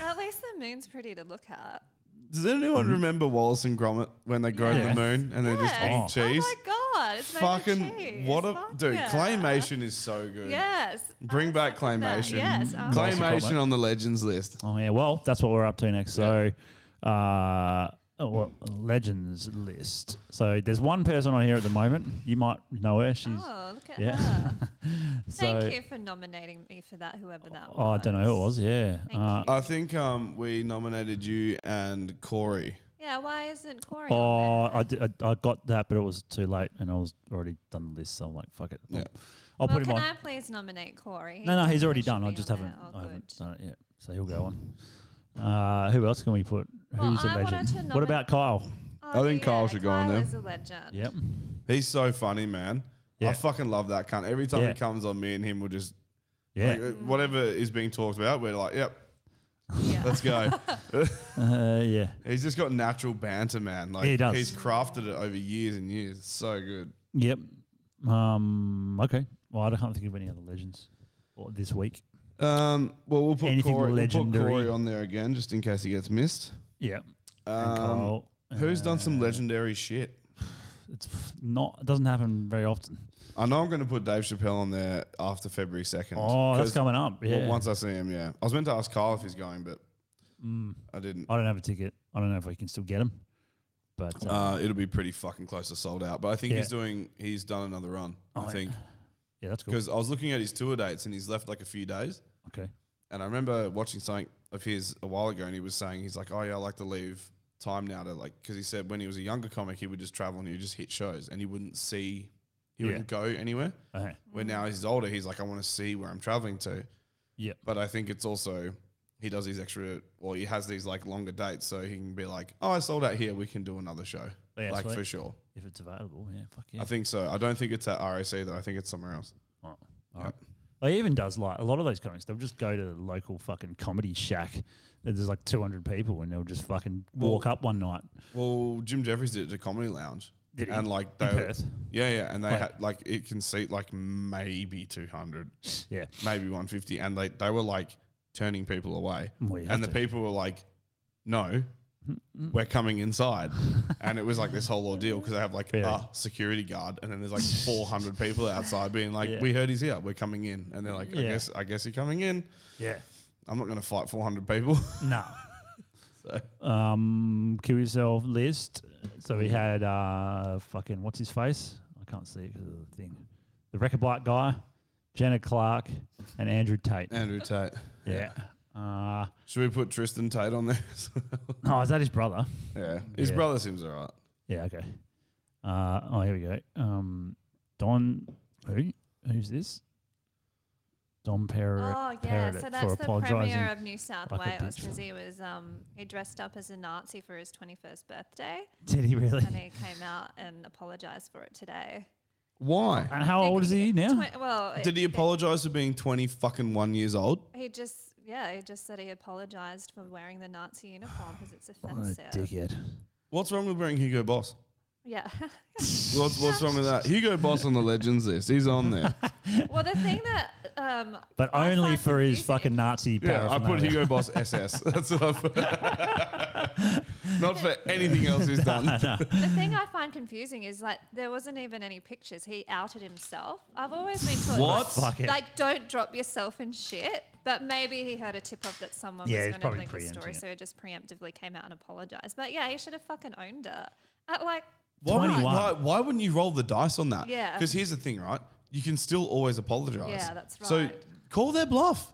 Speaker 8: At least the moon's pretty to look at.
Speaker 4: Does anyone
Speaker 2: Mm-hmm.
Speaker 4: remember Wallace and Gromit when they go to
Speaker 2: Yeah.
Speaker 4: the moon and they
Speaker 8: Yeah.
Speaker 4: just eat cheese?
Speaker 8: Oh my god, it's made of
Speaker 4: Fucking
Speaker 8: cheese.
Speaker 4: what a
Speaker 8: Fuck
Speaker 4: dude!
Speaker 8: yeah.
Speaker 4: Claymation is so good.
Speaker 8: Yes. Oh,
Speaker 4: Bring back claymation.
Speaker 8: Yes, oh. I want
Speaker 4: claymation
Speaker 2: that.
Speaker 4: on the legends list.
Speaker 2: Oh yeah, well that's what we're up to next. So, uh, oh, well, legends list. So there's one person on here at the moment. You might know her. She's
Speaker 8: Oh, look at
Speaker 2: yeah.
Speaker 8: her.
Speaker 2: so
Speaker 8: Thank you for nominating me for that, whoever that was.
Speaker 2: oh, I don't know who it was. Yeah. Uh,
Speaker 4: I think um, we nominated you and Corey.
Speaker 8: Yeah, why isn't Corey? on
Speaker 2: oh, I, d- I- I got that, but it was too late, and I was already done the list. So I'm like, fuck it. I'll- I'll
Speaker 8: well,
Speaker 2: put him on.
Speaker 8: can I please nominate Corey?
Speaker 2: No, no, he's already
Speaker 8: He should
Speaker 2: done. I
Speaker 8: be
Speaker 2: just
Speaker 8: on
Speaker 2: haven't.
Speaker 8: there. Oh,
Speaker 2: I haven't done it yet. So he'll go on. Uh, who else can we put?
Speaker 8: Well,
Speaker 2: Who's a
Speaker 8: I wanted
Speaker 2: legend?
Speaker 8: to
Speaker 2: What about Kyle?
Speaker 8: Oh,
Speaker 4: I think Kyle should go on
Speaker 8: Kyle
Speaker 4: there.
Speaker 8: is a legend.
Speaker 2: Yep.
Speaker 4: He's so funny, man. I fucking love that cunt. Every time
Speaker 2: Yeah.
Speaker 4: he comes on, me and him will just
Speaker 2: Yeah.
Speaker 4: like, uh, whatever is being talked about, we're like, yep. Let's go.
Speaker 2: uh, yeah.
Speaker 4: He's just got natural banter, man. Like
Speaker 2: He does.
Speaker 4: he's crafted it over years and years. It's so good.
Speaker 2: Yep. Um. Okay. Well, I can't think of any other legends or this week.
Speaker 4: Um. Well, we'll put,
Speaker 2: Anything
Speaker 4: Corey, we'll put
Speaker 2: legendary.
Speaker 4: Corey on there again, just in case he gets missed.
Speaker 2: Yeah. And Uh,
Speaker 4: Um,
Speaker 2: Kyle,
Speaker 4: who's done some legendary shit?
Speaker 2: It's not. It doesn't happen very often.
Speaker 4: I know I'm going to put Dave Chappelle on there after February second.
Speaker 2: Oh, that's coming up, yeah.
Speaker 4: once I see him, yeah. I was meant to ask Kyle if he's going, but
Speaker 2: Mm.
Speaker 4: I didn't.
Speaker 2: I don't have a ticket. I don't know if I can still get them. But uh,
Speaker 4: Uh, it'll be pretty fucking close to sold out. But I think
Speaker 2: Yeah.
Speaker 4: he's doing. He's done another run.
Speaker 2: Oh,
Speaker 4: I
Speaker 2: yeah.
Speaker 4: think.
Speaker 2: Yeah, that's cool.
Speaker 4: Because I was looking at his tour dates and he's left like a few days.
Speaker 2: Okay.
Speaker 4: And I remember watching something of his a while ago, and he was saying he's like, "Oh yeah, I like to leave time now to like," because he said when he was a younger comic, he would just travel and he would just hit shows, and he wouldn't see, he
Speaker 2: Yeah.
Speaker 4: wouldn't go anywhere.
Speaker 2: Uh-huh.
Speaker 4: Where now he's older, he's like, "I want to see where I'm traveling to."
Speaker 2: Yep.
Speaker 4: But I think it's also he does these extra, or he has these like longer dates, so he can be like, "Oh, I sold out here. We can do another show."
Speaker 2: yeah,
Speaker 4: like
Speaker 2: sweet.
Speaker 4: for sure.
Speaker 2: If it's available, yeah. Fuck yeah.
Speaker 4: I think so. I don't think it's at RAC though. I think it's somewhere else.
Speaker 2: All right. Like, He even does like a lot of those comics. They'll just go to the local fucking comedy shack. that There's like 200 people, and they'll just fucking walk
Speaker 4: Well-
Speaker 2: up one night.
Speaker 4: Well, Jim Jeffries did it at Comedy Lounge.
Speaker 2: Did he?
Speaker 4: and like
Speaker 2: In
Speaker 4: they,
Speaker 2: Perth?
Speaker 4: yeah, yeah, and they
Speaker 2: Right.
Speaker 4: had like it can seat like maybe two hundred,
Speaker 2: Yeah.
Speaker 4: maybe one fifty, and they they were like turning people away,
Speaker 2: Well, you have
Speaker 4: and the
Speaker 2: to.
Speaker 4: people were like, "No, we're coming inside," and it was like this whole ordeal because they have like a security guard, and then there's like four hundred people outside being like,
Speaker 2: Yeah.
Speaker 4: "We heard he's here, we're coming in," and they're like, "I
Speaker 2: Yeah.
Speaker 4: guess I guess you're coming in."
Speaker 2: Yeah.
Speaker 4: I'm not gonna fight four hundred people.
Speaker 2: No. Um, QSL list. So we had uh, fucking what's his face? I can't see it because of the thing. The record black guy, Jenna Clark, and Andrew Tate.
Speaker 4: Andrew Tate.
Speaker 2: Yeah. Uh,
Speaker 4: Should we put Tristan Tate on there? as well?
Speaker 2: Oh, is that his brother?
Speaker 4: Yeah, his
Speaker 2: Yeah.
Speaker 4: brother seems alright.
Speaker 2: Yeah. Okay. Uh, oh, here we go. Um, Don, who? Who's this? Don Perrot.
Speaker 8: Oh yeah, so that's the premier of New South
Speaker 2: like a
Speaker 8: Wales
Speaker 2: bitch.
Speaker 8: because he was um he dressed up as a Nazi for his 21st birthday.
Speaker 2: Did he really?
Speaker 8: And he came out and apologized for it today.
Speaker 4: Why?
Speaker 2: And how old is he now?
Speaker 8: Twen- well,
Speaker 4: Did
Speaker 8: it-
Speaker 4: he apologize for being 20 fucking one years old?
Speaker 8: He just yeah, he just said he apologized for wearing the Nazi uniform because it's offensive.
Speaker 2: dickhead.
Speaker 4: What's wrong with wearing Hugo Boss?
Speaker 8: Yeah.
Speaker 4: What's, what's wrong with that? Hugo Boss on the legends list. He's on there.
Speaker 8: well, the thing that um
Speaker 2: But only for his fucking Nazi
Speaker 4: Yeah, I put
Speaker 2: paraphernalia.
Speaker 4: Hugo Boss SS. That's what I put. Not for anything else he's done.
Speaker 8: the thing I find confusing is like there wasn't even any pictures. He outed himself. I've always been taught
Speaker 2: What? Fuck it.
Speaker 8: like don't drop yourself in shit. But maybe he heard a tip off that someone
Speaker 2: Yeah, he's
Speaker 8: was going
Speaker 2: probably
Speaker 8: to link the story,
Speaker 2: preempting it.
Speaker 8: so he just preemptively came out and apologized. But yeah, he should have fucking owned it. At like
Speaker 4: Why, would- why, why wouldn't you roll the dice on that?
Speaker 8: Yeah.
Speaker 4: Because here's the thing, right? You can still always apologize.
Speaker 8: Yeah, that's
Speaker 4: So
Speaker 8: right.
Speaker 4: call their bluff.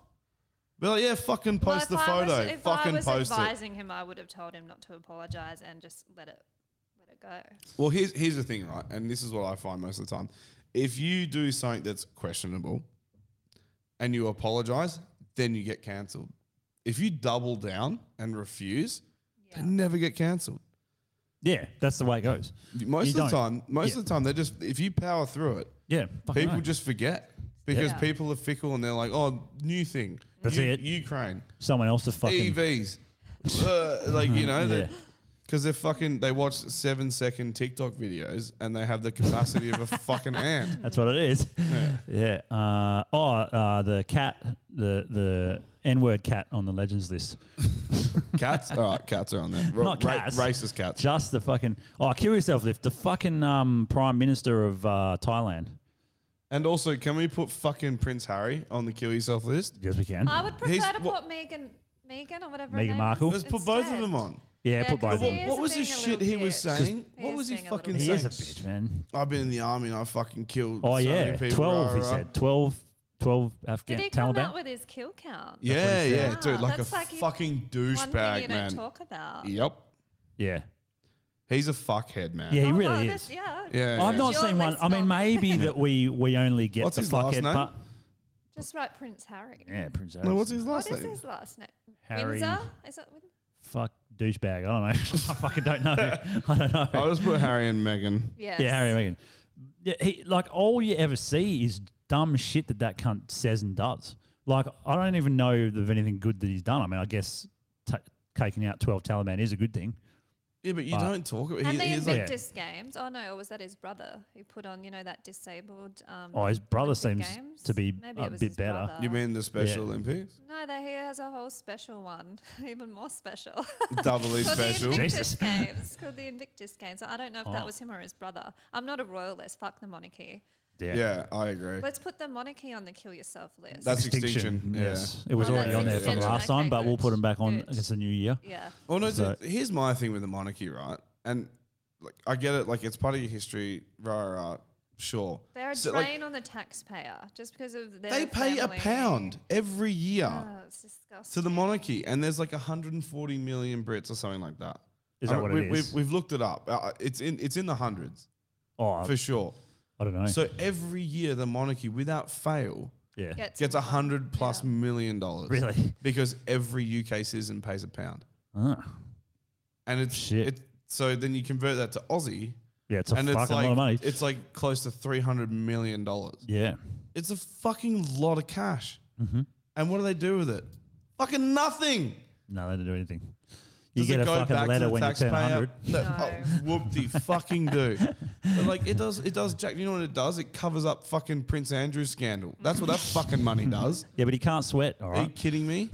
Speaker 4: Be like, yeah, fucking
Speaker 8: Well,
Speaker 4: post
Speaker 8: if
Speaker 4: the
Speaker 8: I was-
Speaker 4: photo.
Speaker 8: if
Speaker 4: fucking
Speaker 8: I was
Speaker 4: post it.
Speaker 8: advising him, I would have told him not to apologize and just let it let it go.
Speaker 4: Well, here's here's the thing, right? And this is what I find most of the time. If you do something that's questionable and you apologize, then you get cancelled. If you double down and refuse, they never get cancelled.
Speaker 2: Yeah, that's the way it goes.
Speaker 4: Most
Speaker 2: You
Speaker 4: of the
Speaker 2: don't.
Speaker 4: time, most
Speaker 2: Yeah.
Speaker 4: of the time, they just if you power through it,
Speaker 2: Yeah, fucking
Speaker 4: people
Speaker 2: right.
Speaker 4: just forget because
Speaker 2: Yeah.
Speaker 4: people are fickle and they're like, oh, new thing,
Speaker 2: That's
Speaker 4: U-
Speaker 2: it.
Speaker 4: Ukraine,
Speaker 2: Someone else to fucking.
Speaker 4: EVs, E Uh, like you know,
Speaker 2: Yeah.
Speaker 4: they because they're fucking. They watch seven second TikTok videos and they have the capacity of a fucking ant.
Speaker 2: That's what it is. Yeah. Uh, oh, uh, the cat, the the N word cat on the legends list.
Speaker 4: Cats? All right, cats are on there. Ra-
Speaker 2: Not
Speaker 4: ra-
Speaker 2: cats.
Speaker 4: racist cats.
Speaker 2: Just the fucking. Oh, kill yourself, lift the fucking um, prime minister of uh, Thailand.
Speaker 4: And also, can we put fucking Prince Harry on the kill yourself list?
Speaker 2: Yes, we can.
Speaker 8: I would prefer
Speaker 4: He's-
Speaker 8: to
Speaker 4: what-
Speaker 8: put Megan, Megan or whatever. her
Speaker 4: Meghan
Speaker 8: name
Speaker 4: Markle?
Speaker 8: is
Speaker 4: Let's put both of
Speaker 8: instead.
Speaker 4: them on.
Speaker 2: Yeah,
Speaker 8: Yeah,
Speaker 2: put
Speaker 8: 'cause
Speaker 2: both of
Speaker 8: he
Speaker 2: them.
Speaker 8: is
Speaker 4: What was
Speaker 8: being
Speaker 4: the
Speaker 8: a
Speaker 4: shit
Speaker 8: little
Speaker 4: he was
Speaker 8: bitch.
Speaker 4: saying?
Speaker 8: He
Speaker 4: what
Speaker 8: is
Speaker 4: was he
Speaker 8: being a little
Speaker 4: fucking
Speaker 2: He
Speaker 4: saying?
Speaker 2: is a bitch, man.
Speaker 4: I've been in the army and I fucking killed.
Speaker 2: Oh
Speaker 4: so
Speaker 2: yeah,
Speaker 4: many people, uh,
Speaker 2: twelve.
Speaker 4: rah,
Speaker 2: He
Speaker 4: rah,
Speaker 2: said 12, 12 Afghan
Speaker 8: Did he come
Speaker 2: Taliban.
Speaker 8: out with his kill count?
Speaker 4: Yeah,
Speaker 2: That's what he
Speaker 4: yeah,
Speaker 2: said.
Speaker 4: dude, like a
Speaker 8: Ah, That's like you-
Speaker 4: fucking
Speaker 8: One thing
Speaker 4: douchebag,
Speaker 8: you
Speaker 4: man.
Speaker 8: don't talk about.
Speaker 4: Yep.
Speaker 2: Yeah.
Speaker 4: He's a fuckhead, man.
Speaker 2: Yeah, he
Speaker 8: Oh,
Speaker 2: really
Speaker 8: this-
Speaker 2: is.
Speaker 8: yeah.
Speaker 4: Yeah,
Speaker 2: I've
Speaker 4: yeah.
Speaker 2: not seen one. I mean, maybe that we we only get
Speaker 4: What's
Speaker 2: the
Speaker 4: his last
Speaker 2: fuckhead
Speaker 4: name?
Speaker 2: part.
Speaker 8: Just write Prince Harry.
Speaker 2: Yeah, Prince Harry.
Speaker 4: No, what's his last
Speaker 8: what is
Speaker 4: name?
Speaker 8: his last name?
Speaker 2: Harry-
Speaker 8: Windsor? Is that Win-
Speaker 2: Fuck douchebag. I don't know. I fucking don't know. I don't know.
Speaker 4: I'll just put Harry and Meghan.
Speaker 8: Yes.
Speaker 2: Yeah, Harry and Meghan. Yeah, he, like all you ever see is dumb shit that that cunt says and does. Like, I don't even know of anything good that he's done. I mean, I guess ta taking out 12 Taliban is a good thing.
Speaker 4: Yeah, but you don't talk about.
Speaker 8: And
Speaker 4: he-
Speaker 8: the
Speaker 4: he's like-
Speaker 8: Invictus Games. Oh no, or was that his brother who put on, you know, that disabled? Um,
Speaker 2: Oh, his brother
Speaker 8: Olympic
Speaker 2: seems
Speaker 8: Games?
Speaker 2: to be
Speaker 8: Maybe
Speaker 2: a
Speaker 8: it was
Speaker 2: bit
Speaker 8: his
Speaker 2: better.
Speaker 8: brother. You
Speaker 4: mean the Special Olympics?
Speaker 8: No, that he has a whole special one, even more special.
Speaker 4: Doubly
Speaker 8: It's called
Speaker 4: special.
Speaker 8: The Invictus
Speaker 4: Jesus.
Speaker 8: Games. It's called the Invictus Games. I don't know if
Speaker 4: Oh.
Speaker 8: that was him or his brother. I'm not a royalist. Fuck the monarchy.
Speaker 4: Yeah. I agree.
Speaker 8: Let's put the monarchy on the kill yourself list.
Speaker 4: That's extinction. yeah.
Speaker 2: Yes. It was
Speaker 8: Oh,
Speaker 2: already
Speaker 8: that's
Speaker 2: on there from
Speaker 8: extinction.
Speaker 2: last time, but we'll put him back on against the new year.
Speaker 8: Yeah.
Speaker 4: Well, no,
Speaker 2: So-
Speaker 4: th- here's my thing with the monarchy, right? And like, I get it. Like, it's part of your history, rah rah. rah, Sure.
Speaker 8: They're a
Speaker 4: So, like,
Speaker 8: drain on the taxpayer just because of their.
Speaker 4: they pay a
Speaker 8: family.
Speaker 4: pound every year
Speaker 8: Oh, it's disgusting.
Speaker 4: to the monarchy, and there's like 140 million Brits or something like that.
Speaker 2: Is that
Speaker 4: Uh,
Speaker 2: what it
Speaker 4: we,
Speaker 2: is?
Speaker 4: We've, we've looked it up. Uh, it's in it's in the hundreds.
Speaker 2: Oh,
Speaker 4: for sure.
Speaker 2: I don't know.
Speaker 4: So every year, the monarchy, without fail,
Speaker 2: Yeah.
Speaker 4: gets,
Speaker 2: Gets
Speaker 4: a hundred plus million dollars.
Speaker 2: Really?
Speaker 4: Because every UK citizen pays a pound.
Speaker 2: Ah.
Speaker 4: And it's It, so then you convert that to Aussie.
Speaker 2: Yeah, it's a
Speaker 4: and
Speaker 2: fucking lot
Speaker 4: like,
Speaker 2: of money.
Speaker 4: It's like close to three hundred million dollars.
Speaker 2: Yeah.
Speaker 4: It's a fucking lot of cash.
Speaker 2: Mhm.
Speaker 4: And what do they do with it? Fucking nothing.
Speaker 2: No, they didn't do anything. You
Speaker 4: Does
Speaker 2: get
Speaker 4: it
Speaker 2: a
Speaker 4: go
Speaker 2: fucking
Speaker 4: back to
Speaker 2: letter
Speaker 4: the
Speaker 2: when you turn
Speaker 4: taxpayer?
Speaker 2: 100.
Speaker 4: That- oh, whoopty fucking do. But like it does, it does. Jack, you know what it does? It covers up fucking Prince Andrew's scandal. That's what that fucking money does.
Speaker 2: Yeah, but he can't sweat. All
Speaker 4: Are you
Speaker 2: right.
Speaker 4: kidding me?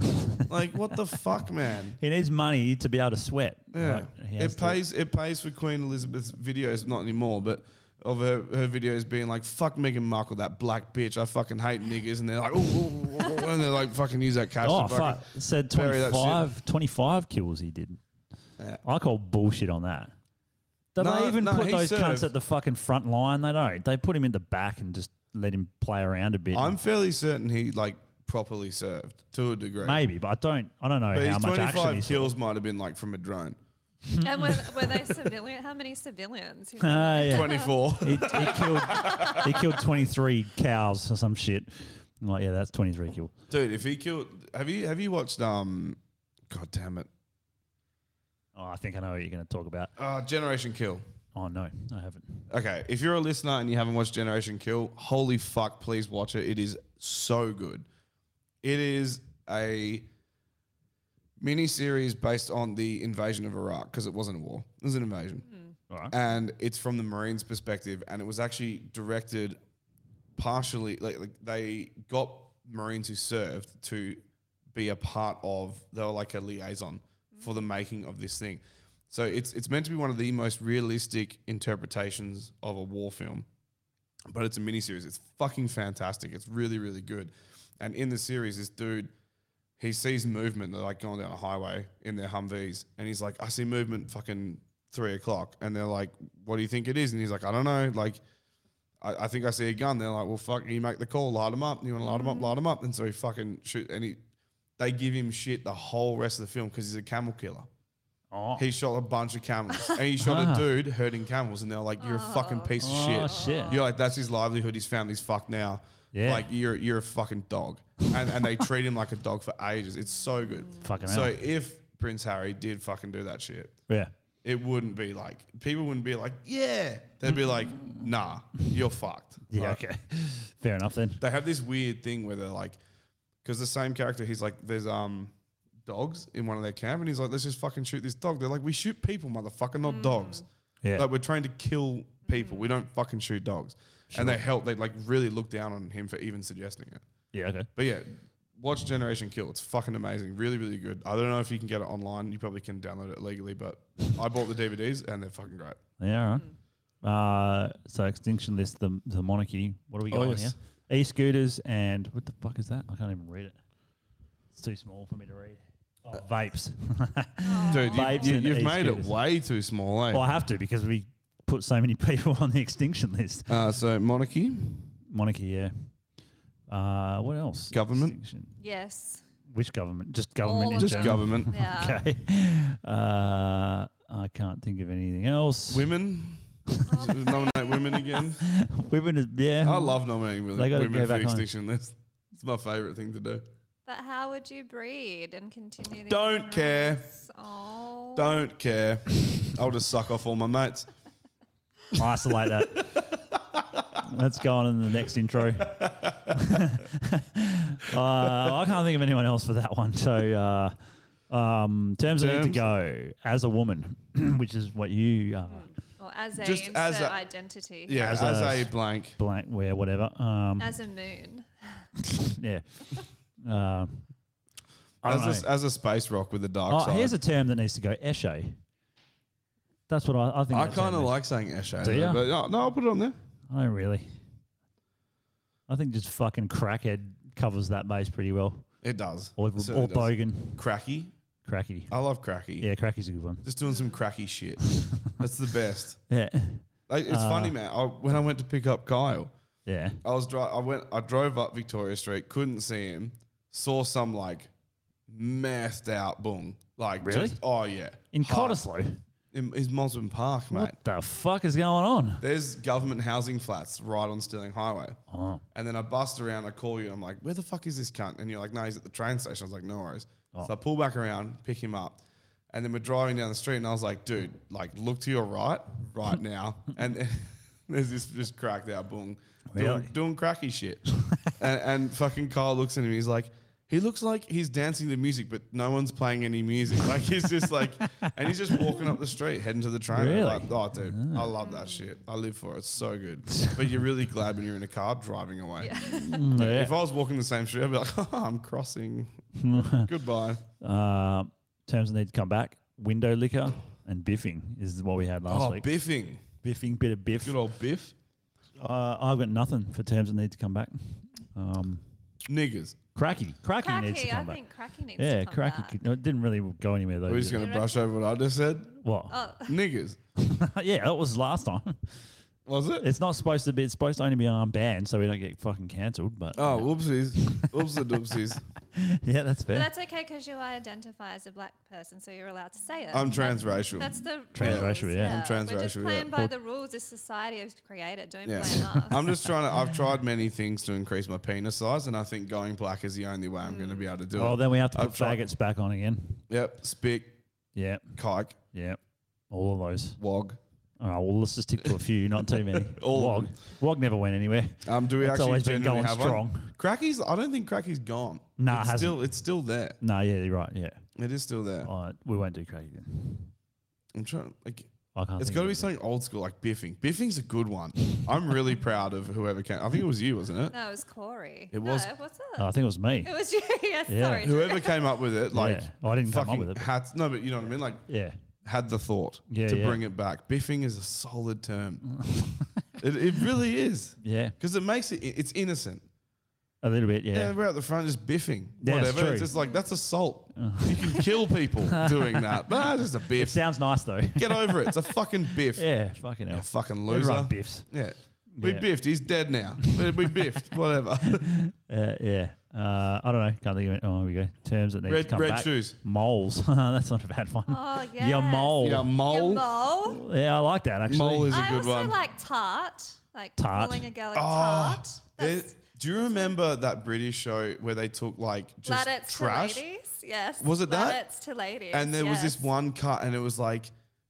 Speaker 4: Like what the fuck, man?
Speaker 2: He needs money to be able to sweat.
Speaker 4: Yeah,
Speaker 2: right? He has
Speaker 4: it
Speaker 2: to-
Speaker 4: pays. It pays for Queen Elizabeth's videos, not anymore, but of her, her videos being like, "Fuck Meghan Markle, that black bitch. I fucking hate niggas," and they're like, "Ooh," ooh, ooh, ooh," and they're like, "Fucking use that cash."
Speaker 2: Oh,
Speaker 4: to fucking
Speaker 2: fuck. It said
Speaker 4: bury that shit.
Speaker 2: 25, 25 kills he did. I call bullshit on that. Do
Speaker 4: No,
Speaker 2: they even
Speaker 4: no,
Speaker 2: put
Speaker 4: he
Speaker 2: those
Speaker 4: served.
Speaker 2: cunts at the fucking front line? They don't. They put him in the back and just let him play around a bit.
Speaker 4: I'm fairly certain he like properly served to a degree.
Speaker 2: Maybe, but I don't. I don't know
Speaker 4: But
Speaker 2: how
Speaker 4: his
Speaker 2: much action
Speaker 4: 25
Speaker 2: he's.
Speaker 4: kills might have been like from a drone.
Speaker 8: And were, were they civilian? How many civilians? Who-
Speaker 2: Ah, yeah.
Speaker 4: 24.
Speaker 2: he, he killed. He killed 23 cows or some shit. I'm like, yeah, that's 23 kill.
Speaker 4: Dude, if he killed, have you have you watched? Um, God damn it,
Speaker 2: Oh, I think I know what you're going to talk about.
Speaker 4: uh, Generation Kill.
Speaker 2: Oh no, I haven't.
Speaker 4: Okay, if you're a listener and you haven't watched Generation Kill, holy fuck, please watch it. It is so good. It is a mini series based on the invasion of Iraq because it wasn't a war, it was an invasion. And it's from the Marines' perspective, and it was actually directed partially, like, like they got Marines who served to be a part of, they were like a liaison for the making of this thing. So it's it's meant to be one of the most realistic interpretations of a war film, but it's a miniseries. It's fucking fantastic. It's really really good. And in the series, this dude he sees movement. They're like going down a highway in their Humvees, and he's like, "I see movement, fucking three o'clock." And they're like, "What do you think it is?" And he's like, "I don't know. Like, I, I think I see a gun." They're like, "Well, fuck, you make the call. Light them up. You want to light them
Speaker 2: Mm-hmm.
Speaker 4: up? Light them up." And so he fucking shoot, and he they give him shit the whole rest of the film because he's a camel killer.
Speaker 2: Oh.
Speaker 4: He shot a bunch of camels, and he shot
Speaker 2: Ah.
Speaker 4: a dude herding camels, and they're like, "You're a fucking piece of
Speaker 2: Oh,
Speaker 4: shit. You're like, that's his livelihood. His family's fucked now.
Speaker 2: Yeah.
Speaker 4: like you're you're a fucking dog, and and they treat him like a dog for ages. It's so good.
Speaker 2: Fucking
Speaker 4: So
Speaker 2: hell.
Speaker 4: if Prince Harry did fucking do that shit,
Speaker 2: Yeah.
Speaker 4: it wouldn't be like people wouldn't be like, yeah. They'd be like, nah, you're fucked.
Speaker 2: Mm-hmm. Yeah.
Speaker 4: Like,
Speaker 2: Okay. Fair enough then.
Speaker 4: they have this weird thing where they're like, because the same character, he's like, there's um dogs in one of their camp, and he's like, let's just fucking shoot this dog. They're like, we shoot people, motherfucker, not dogs.
Speaker 2: Yeah.
Speaker 4: Like we're trying to kill people. We don't fucking shoot dogs. And they help. They like really look down on him for even suggesting it.
Speaker 2: Yeah. Okay.
Speaker 4: But yeah, watch Generation Kill. It's fucking amazing. Really, really good. I don't know if you can get it online. You probably can download it legally, but I bought the DVDs and they're fucking great.
Speaker 2: Yeah. All right. Uh, so extinction list the the monarchy. What are we
Speaker 4: Oh,
Speaker 2: going
Speaker 4: yes.
Speaker 2: here? E scooters and what the fuck is that? I can't even read it. It's too small for me to read. Oh,
Speaker 4: Uh,
Speaker 2: vapes.
Speaker 4: Dude,
Speaker 2: Vapes
Speaker 4: you,
Speaker 2: and
Speaker 4: have made it
Speaker 2: e-scooters.
Speaker 4: way too small, eh?
Speaker 2: Well, I have to because we put so many people on the extinction list.
Speaker 4: Uh, so monarchy,
Speaker 2: monarchy, yeah. Uh, what else?
Speaker 4: Government.
Speaker 8: Yes.
Speaker 2: Which government? Just government.
Speaker 8: All
Speaker 2: in
Speaker 8: of
Speaker 4: Just
Speaker 2: general?
Speaker 4: government.
Speaker 8: Yeah.
Speaker 2: Okay. Uh, I can't think of anything else.
Speaker 4: Women. Nominate women again.
Speaker 2: Women, is- yeah.
Speaker 4: I love nominating women,
Speaker 2: They gotta
Speaker 4: women
Speaker 2: go
Speaker 4: for
Speaker 2: back
Speaker 4: the
Speaker 2: on.
Speaker 4: extinction list. It's my favorite thing to do.
Speaker 8: But how would you breed and continue? these
Speaker 4: Don't
Speaker 8: lives?
Speaker 4: care.
Speaker 8: Oh.
Speaker 4: Don't care. I'll just suck off all my mates.
Speaker 2: Isolate that. Let's go on in the next intro. Uh, I can't think of anyone else for that one. So, uh, um, terms, I need to
Speaker 4: Terms?
Speaker 2: go as a woman, which is what you uh, are.
Speaker 8: Or as a
Speaker 4: Just
Speaker 8: insert
Speaker 4: as a-
Speaker 8: identity.
Speaker 4: blank,
Speaker 2: blank, where whatever. Um,
Speaker 8: As a moon.
Speaker 2: yeah. Uh, I don't
Speaker 4: As
Speaker 2: know.
Speaker 4: a, as a space rock with the dark
Speaker 2: Oh,
Speaker 4: side.
Speaker 2: here's a term that needs to go: esche. That's what I, I think.
Speaker 4: I
Speaker 2: that term
Speaker 4: kind of
Speaker 2: is.
Speaker 4: like saying Esche.
Speaker 2: Do
Speaker 4: though,
Speaker 2: ya?
Speaker 4: But uh, no, no, I'll put it on there.
Speaker 2: I don't really. I think just fucking crackhead covers that base pretty well.
Speaker 4: It does.
Speaker 2: Or,
Speaker 4: It
Speaker 2: or
Speaker 4: certainly does.
Speaker 2: bogan.
Speaker 4: Cracky.
Speaker 2: Cracky.
Speaker 4: I love cracky.
Speaker 2: Yeah, cracky's a good one.
Speaker 4: Just doing some cracky shit. That's the best.
Speaker 2: Yeah.
Speaker 4: Like, it's
Speaker 2: Uh,
Speaker 4: funny, man. I, when I went to pick up Kyle,
Speaker 2: Yeah.
Speaker 4: I was dri- I went. I drove up Victoria Street. Couldn't see him. Saw some like messed out boom. Like
Speaker 2: Really?
Speaker 4: Just, oh yeah.
Speaker 2: In
Speaker 4: Hard.
Speaker 2: Cottesloe?
Speaker 4: In, in Mosman Park, mate.
Speaker 2: What the fuck is going on?
Speaker 4: There's government housing flats right on Stirling Highway.
Speaker 2: Oh.
Speaker 4: And then I bust around, I call you, and I'm like, where the fuck is this cunt? And you're like, no, he's at the train station. I was like, no worries.
Speaker 2: Oh.
Speaker 4: So I pull back around, pick him up. And then we're driving down the street, and I was like, dude, like, look to your right, right now. And there's this just cracked out boom,
Speaker 2: Really?
Speaker 4: doing, doing cracky shit. and, and fucking Kyle looks at him, he's like, he looks like he's dancing to music, but no one's playing any music. Like, he's just like, and he's just walking up the street, heading to the train.
Speaker 2: Really?
Speaker 4: Like, oh, dude, I love that shit. I live for it. It's so good. But you're really glad when you're in a car driving away.
Speaker 2: Mm, yeah.
Speaker 4: If I was walking the same street, I'd be like, oh, I'm crossing. Goodbye.
Speaker 2: Uh, terms that need to come back: window liquor and biffing is what we had last
Speaker 4: oh,
Speaker 2: week.
Speaker 4: biffing.
Speaker 2: Biffing, bit of biff.
Speaker 4: Good old biff.
Speaker 2: Uh, I've got nothing for terms that need to come back. Um,
Speaker 4: Niggers.
Speaker 2: Cracky. Cracky, needs to
Speaker 8: Cracky,
Speaker 2: come
Speaker 8: I
Speaker 2: back.
Speaker 8: think cracky needs
Speaker 2: yeah,
Speaker 8: to come
Speaker 2: cracky.
Speaker 8: back.
Speaker 2: could- no, it didn't really go anywhere though.
Speaker 4: We're just
Speaker 2: did
Speaker 4: going
Speaker 2: it?
Speaker 4: to brush over what I just said.
Speaker 2: What?
Speaker 8: Oh.
Speaker 4: Niggers.
Speaker 2: yeah, that was last time.
Speaker 4: Was it?
Speaker 2: It's not supposed to be. It's supposed to only be unbanned, so we don't get fucking cancelled. But
Speaker 4: Oh, whoopsies. Oopsie doopsies.
Speaker 2: yeah, that's fair.
Speaker 8: But that's okay because you identify as a black person, so you're allowed to say it.
Speaker 4: I'm
Speaker 8: That's-
Speaker 4: transracial.
Speaker 8: That's the
Speaker 2: Transracial,
Speaker 8: rules,
Speaker 2: yeah. I'm
Speaker 8: We're
Speaker 4: transracial,
Speaker 8: just
Speaker 4: yeah.
Speaker 8: playing by
Speaker 4: Well-
Speaker 8: the rules this society has created. Don't
Speaker 4: Yeah.
Speaker 8: blame us.
Speaker 4: I'm just trying to, I've tried many things to increase my penis size, and I think going black is the only way I'm going to be able to do it.
Speaker 2: well, Oh, then we have to
Speaker 4: I've
Speaker 2: put
Speaker 4: tried-
Speaker 2: faggots back on again.
Speaker 4: Yep. Spick.
Speaker 2: Yep.
Speaker 4: Kike.
Speaker 2: Yep. All of those.
Speaker 4: Wog.
Speaker 2: All right. Well, let's just stick to a few, not too many.
Speaker 4: All of
Speaker 2: Wog. Wog never went anywhere.
Speaker 4: Um, do we
Speaker 2: It's
Speaker 4: actually
Speaker 2: always been
Speaker 4: genuinely
Speaker 2: going
Speaker 4: have
Speaker 2: strong.
Speaker 4: One? Cracky's, I don't think Cracky's gone.
Speaker 2: Nah, it
Speaker 4: it's
Speaker 2: hasn't.
Speaker 4: still it's still there.
Speaker 2: No, yeah, you're right. Yeah.
Speaker 4: It is still there.
Speaker 2: All right, we won't do cracky then.
Speaker 4: I'm trying. Like,
Speaker 2: I can't
Speaker 4: it's
Speaker 2: think
Speaker 4: got
Speaker 2: of
Speaker 4: to be something old school, like biffing. Biffing's a good one. I'm really proud of whoever came. I think it was you, wasn't it?
Speaker 8: No, it was Corey.
Speaker 4: It was-
Speaker 8: No, what's up?
Speaker 2: Oh, I think it was me.
Speaker 8: It was you. yeah,
Speaker 2: Yeah.
Speaker 8: sorry.
Speaker 4: Whoever came up with it, like,
Speaker 2: Yeah. oh, I didn't come up
Speaker 4: fucking
Speaker 2: with it.
Speaker 4: Had, no, but you know what I mean. Like,
Speaker 2: Yeah.
Speaker 4: had the thought
Speaker 2: Yeah,
Speaker 4: to
Speaker 2: yeah.
Speaker 4: bring it back. Biffing is a solid term. it, it really is.
Speaker 2: Yeah.
Speaker 4: because it makes it. It's innocent.
Speaker 2: A little bit.
Speaker 4: Yeah,
Speaker 2: Yeah.
Speaker 4: we're out the front just biffing.
Speaker 2: Yeah, it's
Speaker 4: Whatever.
Speaker 2: true. Uh-huh.
Speaker 4: It's just like that's assault. you can kill people doing that. But that's just a biff.
Speaker 2: It sounds nice though.
Speaker 4: Get over it. It's a fucking biff.
Speaker 2: Yeah. Fucking hell.
Speaker 4: You fucking loser.
Speaker 2: Everyone biffs.
Speaker 4: Yeah. We
Speaker 2: Yeah.
Speaker 4: biffed. He's dead now. We, we biffed. Whatever.
Speaker 2: Uh, yeah. Uh, I don't know. Can't think of it. Oh, here we go. Terms that need
Speaker 4: Red-
Speaker 2: to come
Speaker 4: red
Speaker 2: back.
Speaker 4: shoes.
Speaker 2: Moles. That's not a bad one.
Speaker 8: Oh, yes.
Speaker 2: Your mole.
Speaker 4: Yeah,
Speaker 8: Your
Speaker 4: mole.
Speaker 8: mole.
Speaker 2: Yeah, I like that actually.
Speaker 4: Mole is a
Speaker 8: I
Speaker 4: good
Speaker 8: also
Speaker 4: one.
Speaker 8: like tart. Like
Speaker 4: Tart.
Speaker 8: calling a Gaelic
Speaker 4: Ah,
Speaker 8: tart.
Speaker 4: there- do you remember that British show where they took like just
Speaker 8: Laddits to
Speaker 4: trash?
Speaker 8: ladies. Yes.
Speaker 4: Was it that?
Speaker 8: Laddits to ladies.
Speaker 4: And there was
Speaker 8: yes.
Speaker 4: this one cut, and it was like,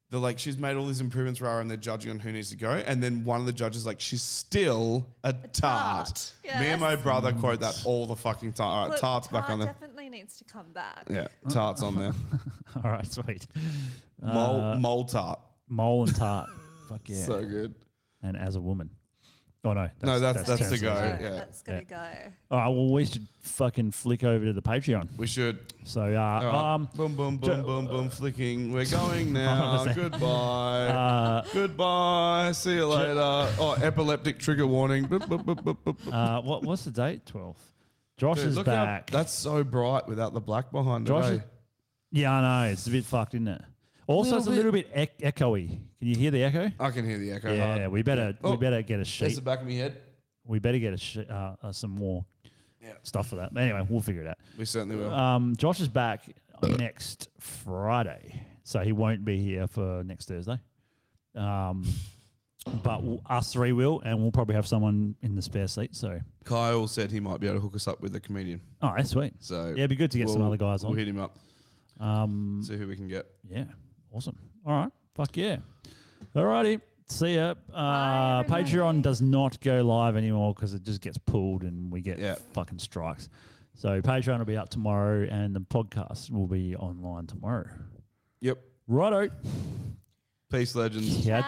Speaker 4: they're like, she's made all these improvements, rah, rah, and they're judging on who needs to go. And then one of the judges is like, she's still a tart. Me and my
Speaker 8: yes.
Speaker 4: brother quote that all the fucking time. All right,
Speaker 8: Look,
Speaker 4: tart's back
Speaker 8: tart
Speaker 4: on there.
Speaker 8: definitely needs to come back.
Speaker 4: Yeah, tart's on there.
Speaker 2: All right, sweet.
Speaker 4: Mole,
Speaker 2: Uh,
Speaker 4: mole tart.
Speaker 2: mole and tart. Fuck yeah.
Speaker 4: So good.
Speaker 2: And as a woman. Oh no.
Speaker 4: No, that's- that's
Speaker 2: terms
Speaker 4: the
Speaker 2: that
Speaker 4: go,
Speaker 2: need-
Speaker 4: yeah.
Speaker 8: That's gonna go.
Speaker 2: All right. Well, we should fucking flick over to the Patreon.
Speaker 4: We should.
Speaker 2: So, uh,
Speaker 4: All right.
Speaker 2: um,
Speaker 4: boom, boom, boom,
Speaker 2: Jo-
Speaker 4: boom, boom, flicking. We're going
Speaker 2: I
Speaker 4: now.
Speaker 2: was saying-
Speaker 4: Goodbye.
Speaker 2: Uh,
Speaker 4: Goodbye. See you later. Oh, epileptic trigger warning. Boop, boop, boop, boop, boop, boop.
Speaker 2: uh, what what's the date? Twelfth. Josh
Speaker 4: Dude,
Speaker 2: is
Speaker 4: look how-
Speaker 2: back.
Speaker 4: that's so bright without the black behind
Speaker 2: Josh
Speaker 4: it.
Speaker 2: is-
Speaker 4: eh?
Speaker 2: yeah, I know. It's a bit fucked, isn't it? Also, it's a
Speaker 4: Little
Speaker 2: little bit ec- echoey. Can you hear the echo?
Speaker 4: I can hear the echo.
Speaker 2: yeah,
Speaker 4: hard.
Speaker 2: we better
Speaker 4: Oh,
Speaker 2: we better get a
Speaker 4: That's
Speaker 2: sheet.
Speaker 4: the back of my head.
Speaker 2: we better get a sh- uh, uh, some more stuff for that. But anyway, we'll figure it out.
Speaker 4: We certainly will.
Speaker 2: Um, Josh is back next Friday, so he won't be here for next Thursday. Um, but w- us three will, and we'll probably have someone in the spare seat. So,
Speaker 4: Kyle said he might be able to hook us up with a comedian.
Speaker 2: all right, sweet.
Speaker 4: So
Speaker 2: yeah, it'd be good to get some
Speaker 4: we'll-
Speaker 2: other guys
Speaker 4: We'll
Speaker 2: on.
Speaker 4: hit him up.
Speaker 2: Um,
Speaker 4: See who we can get.
Speaker 2: yeah, awesome. All right, fuck yeah. All righty, see ya. Uh, Patreon does not go live anymore because it just gets pulled and we get
Speaker 4: Yeah.
Speaker 2: fucking strikes. So Patreon will be up tomorrow, and the podcast will be online tomorrow.
Speaker 4: Yep.
Speaker 2: Righto.
Speaker 4: Peace, legends.
Speaker 2: Yeah.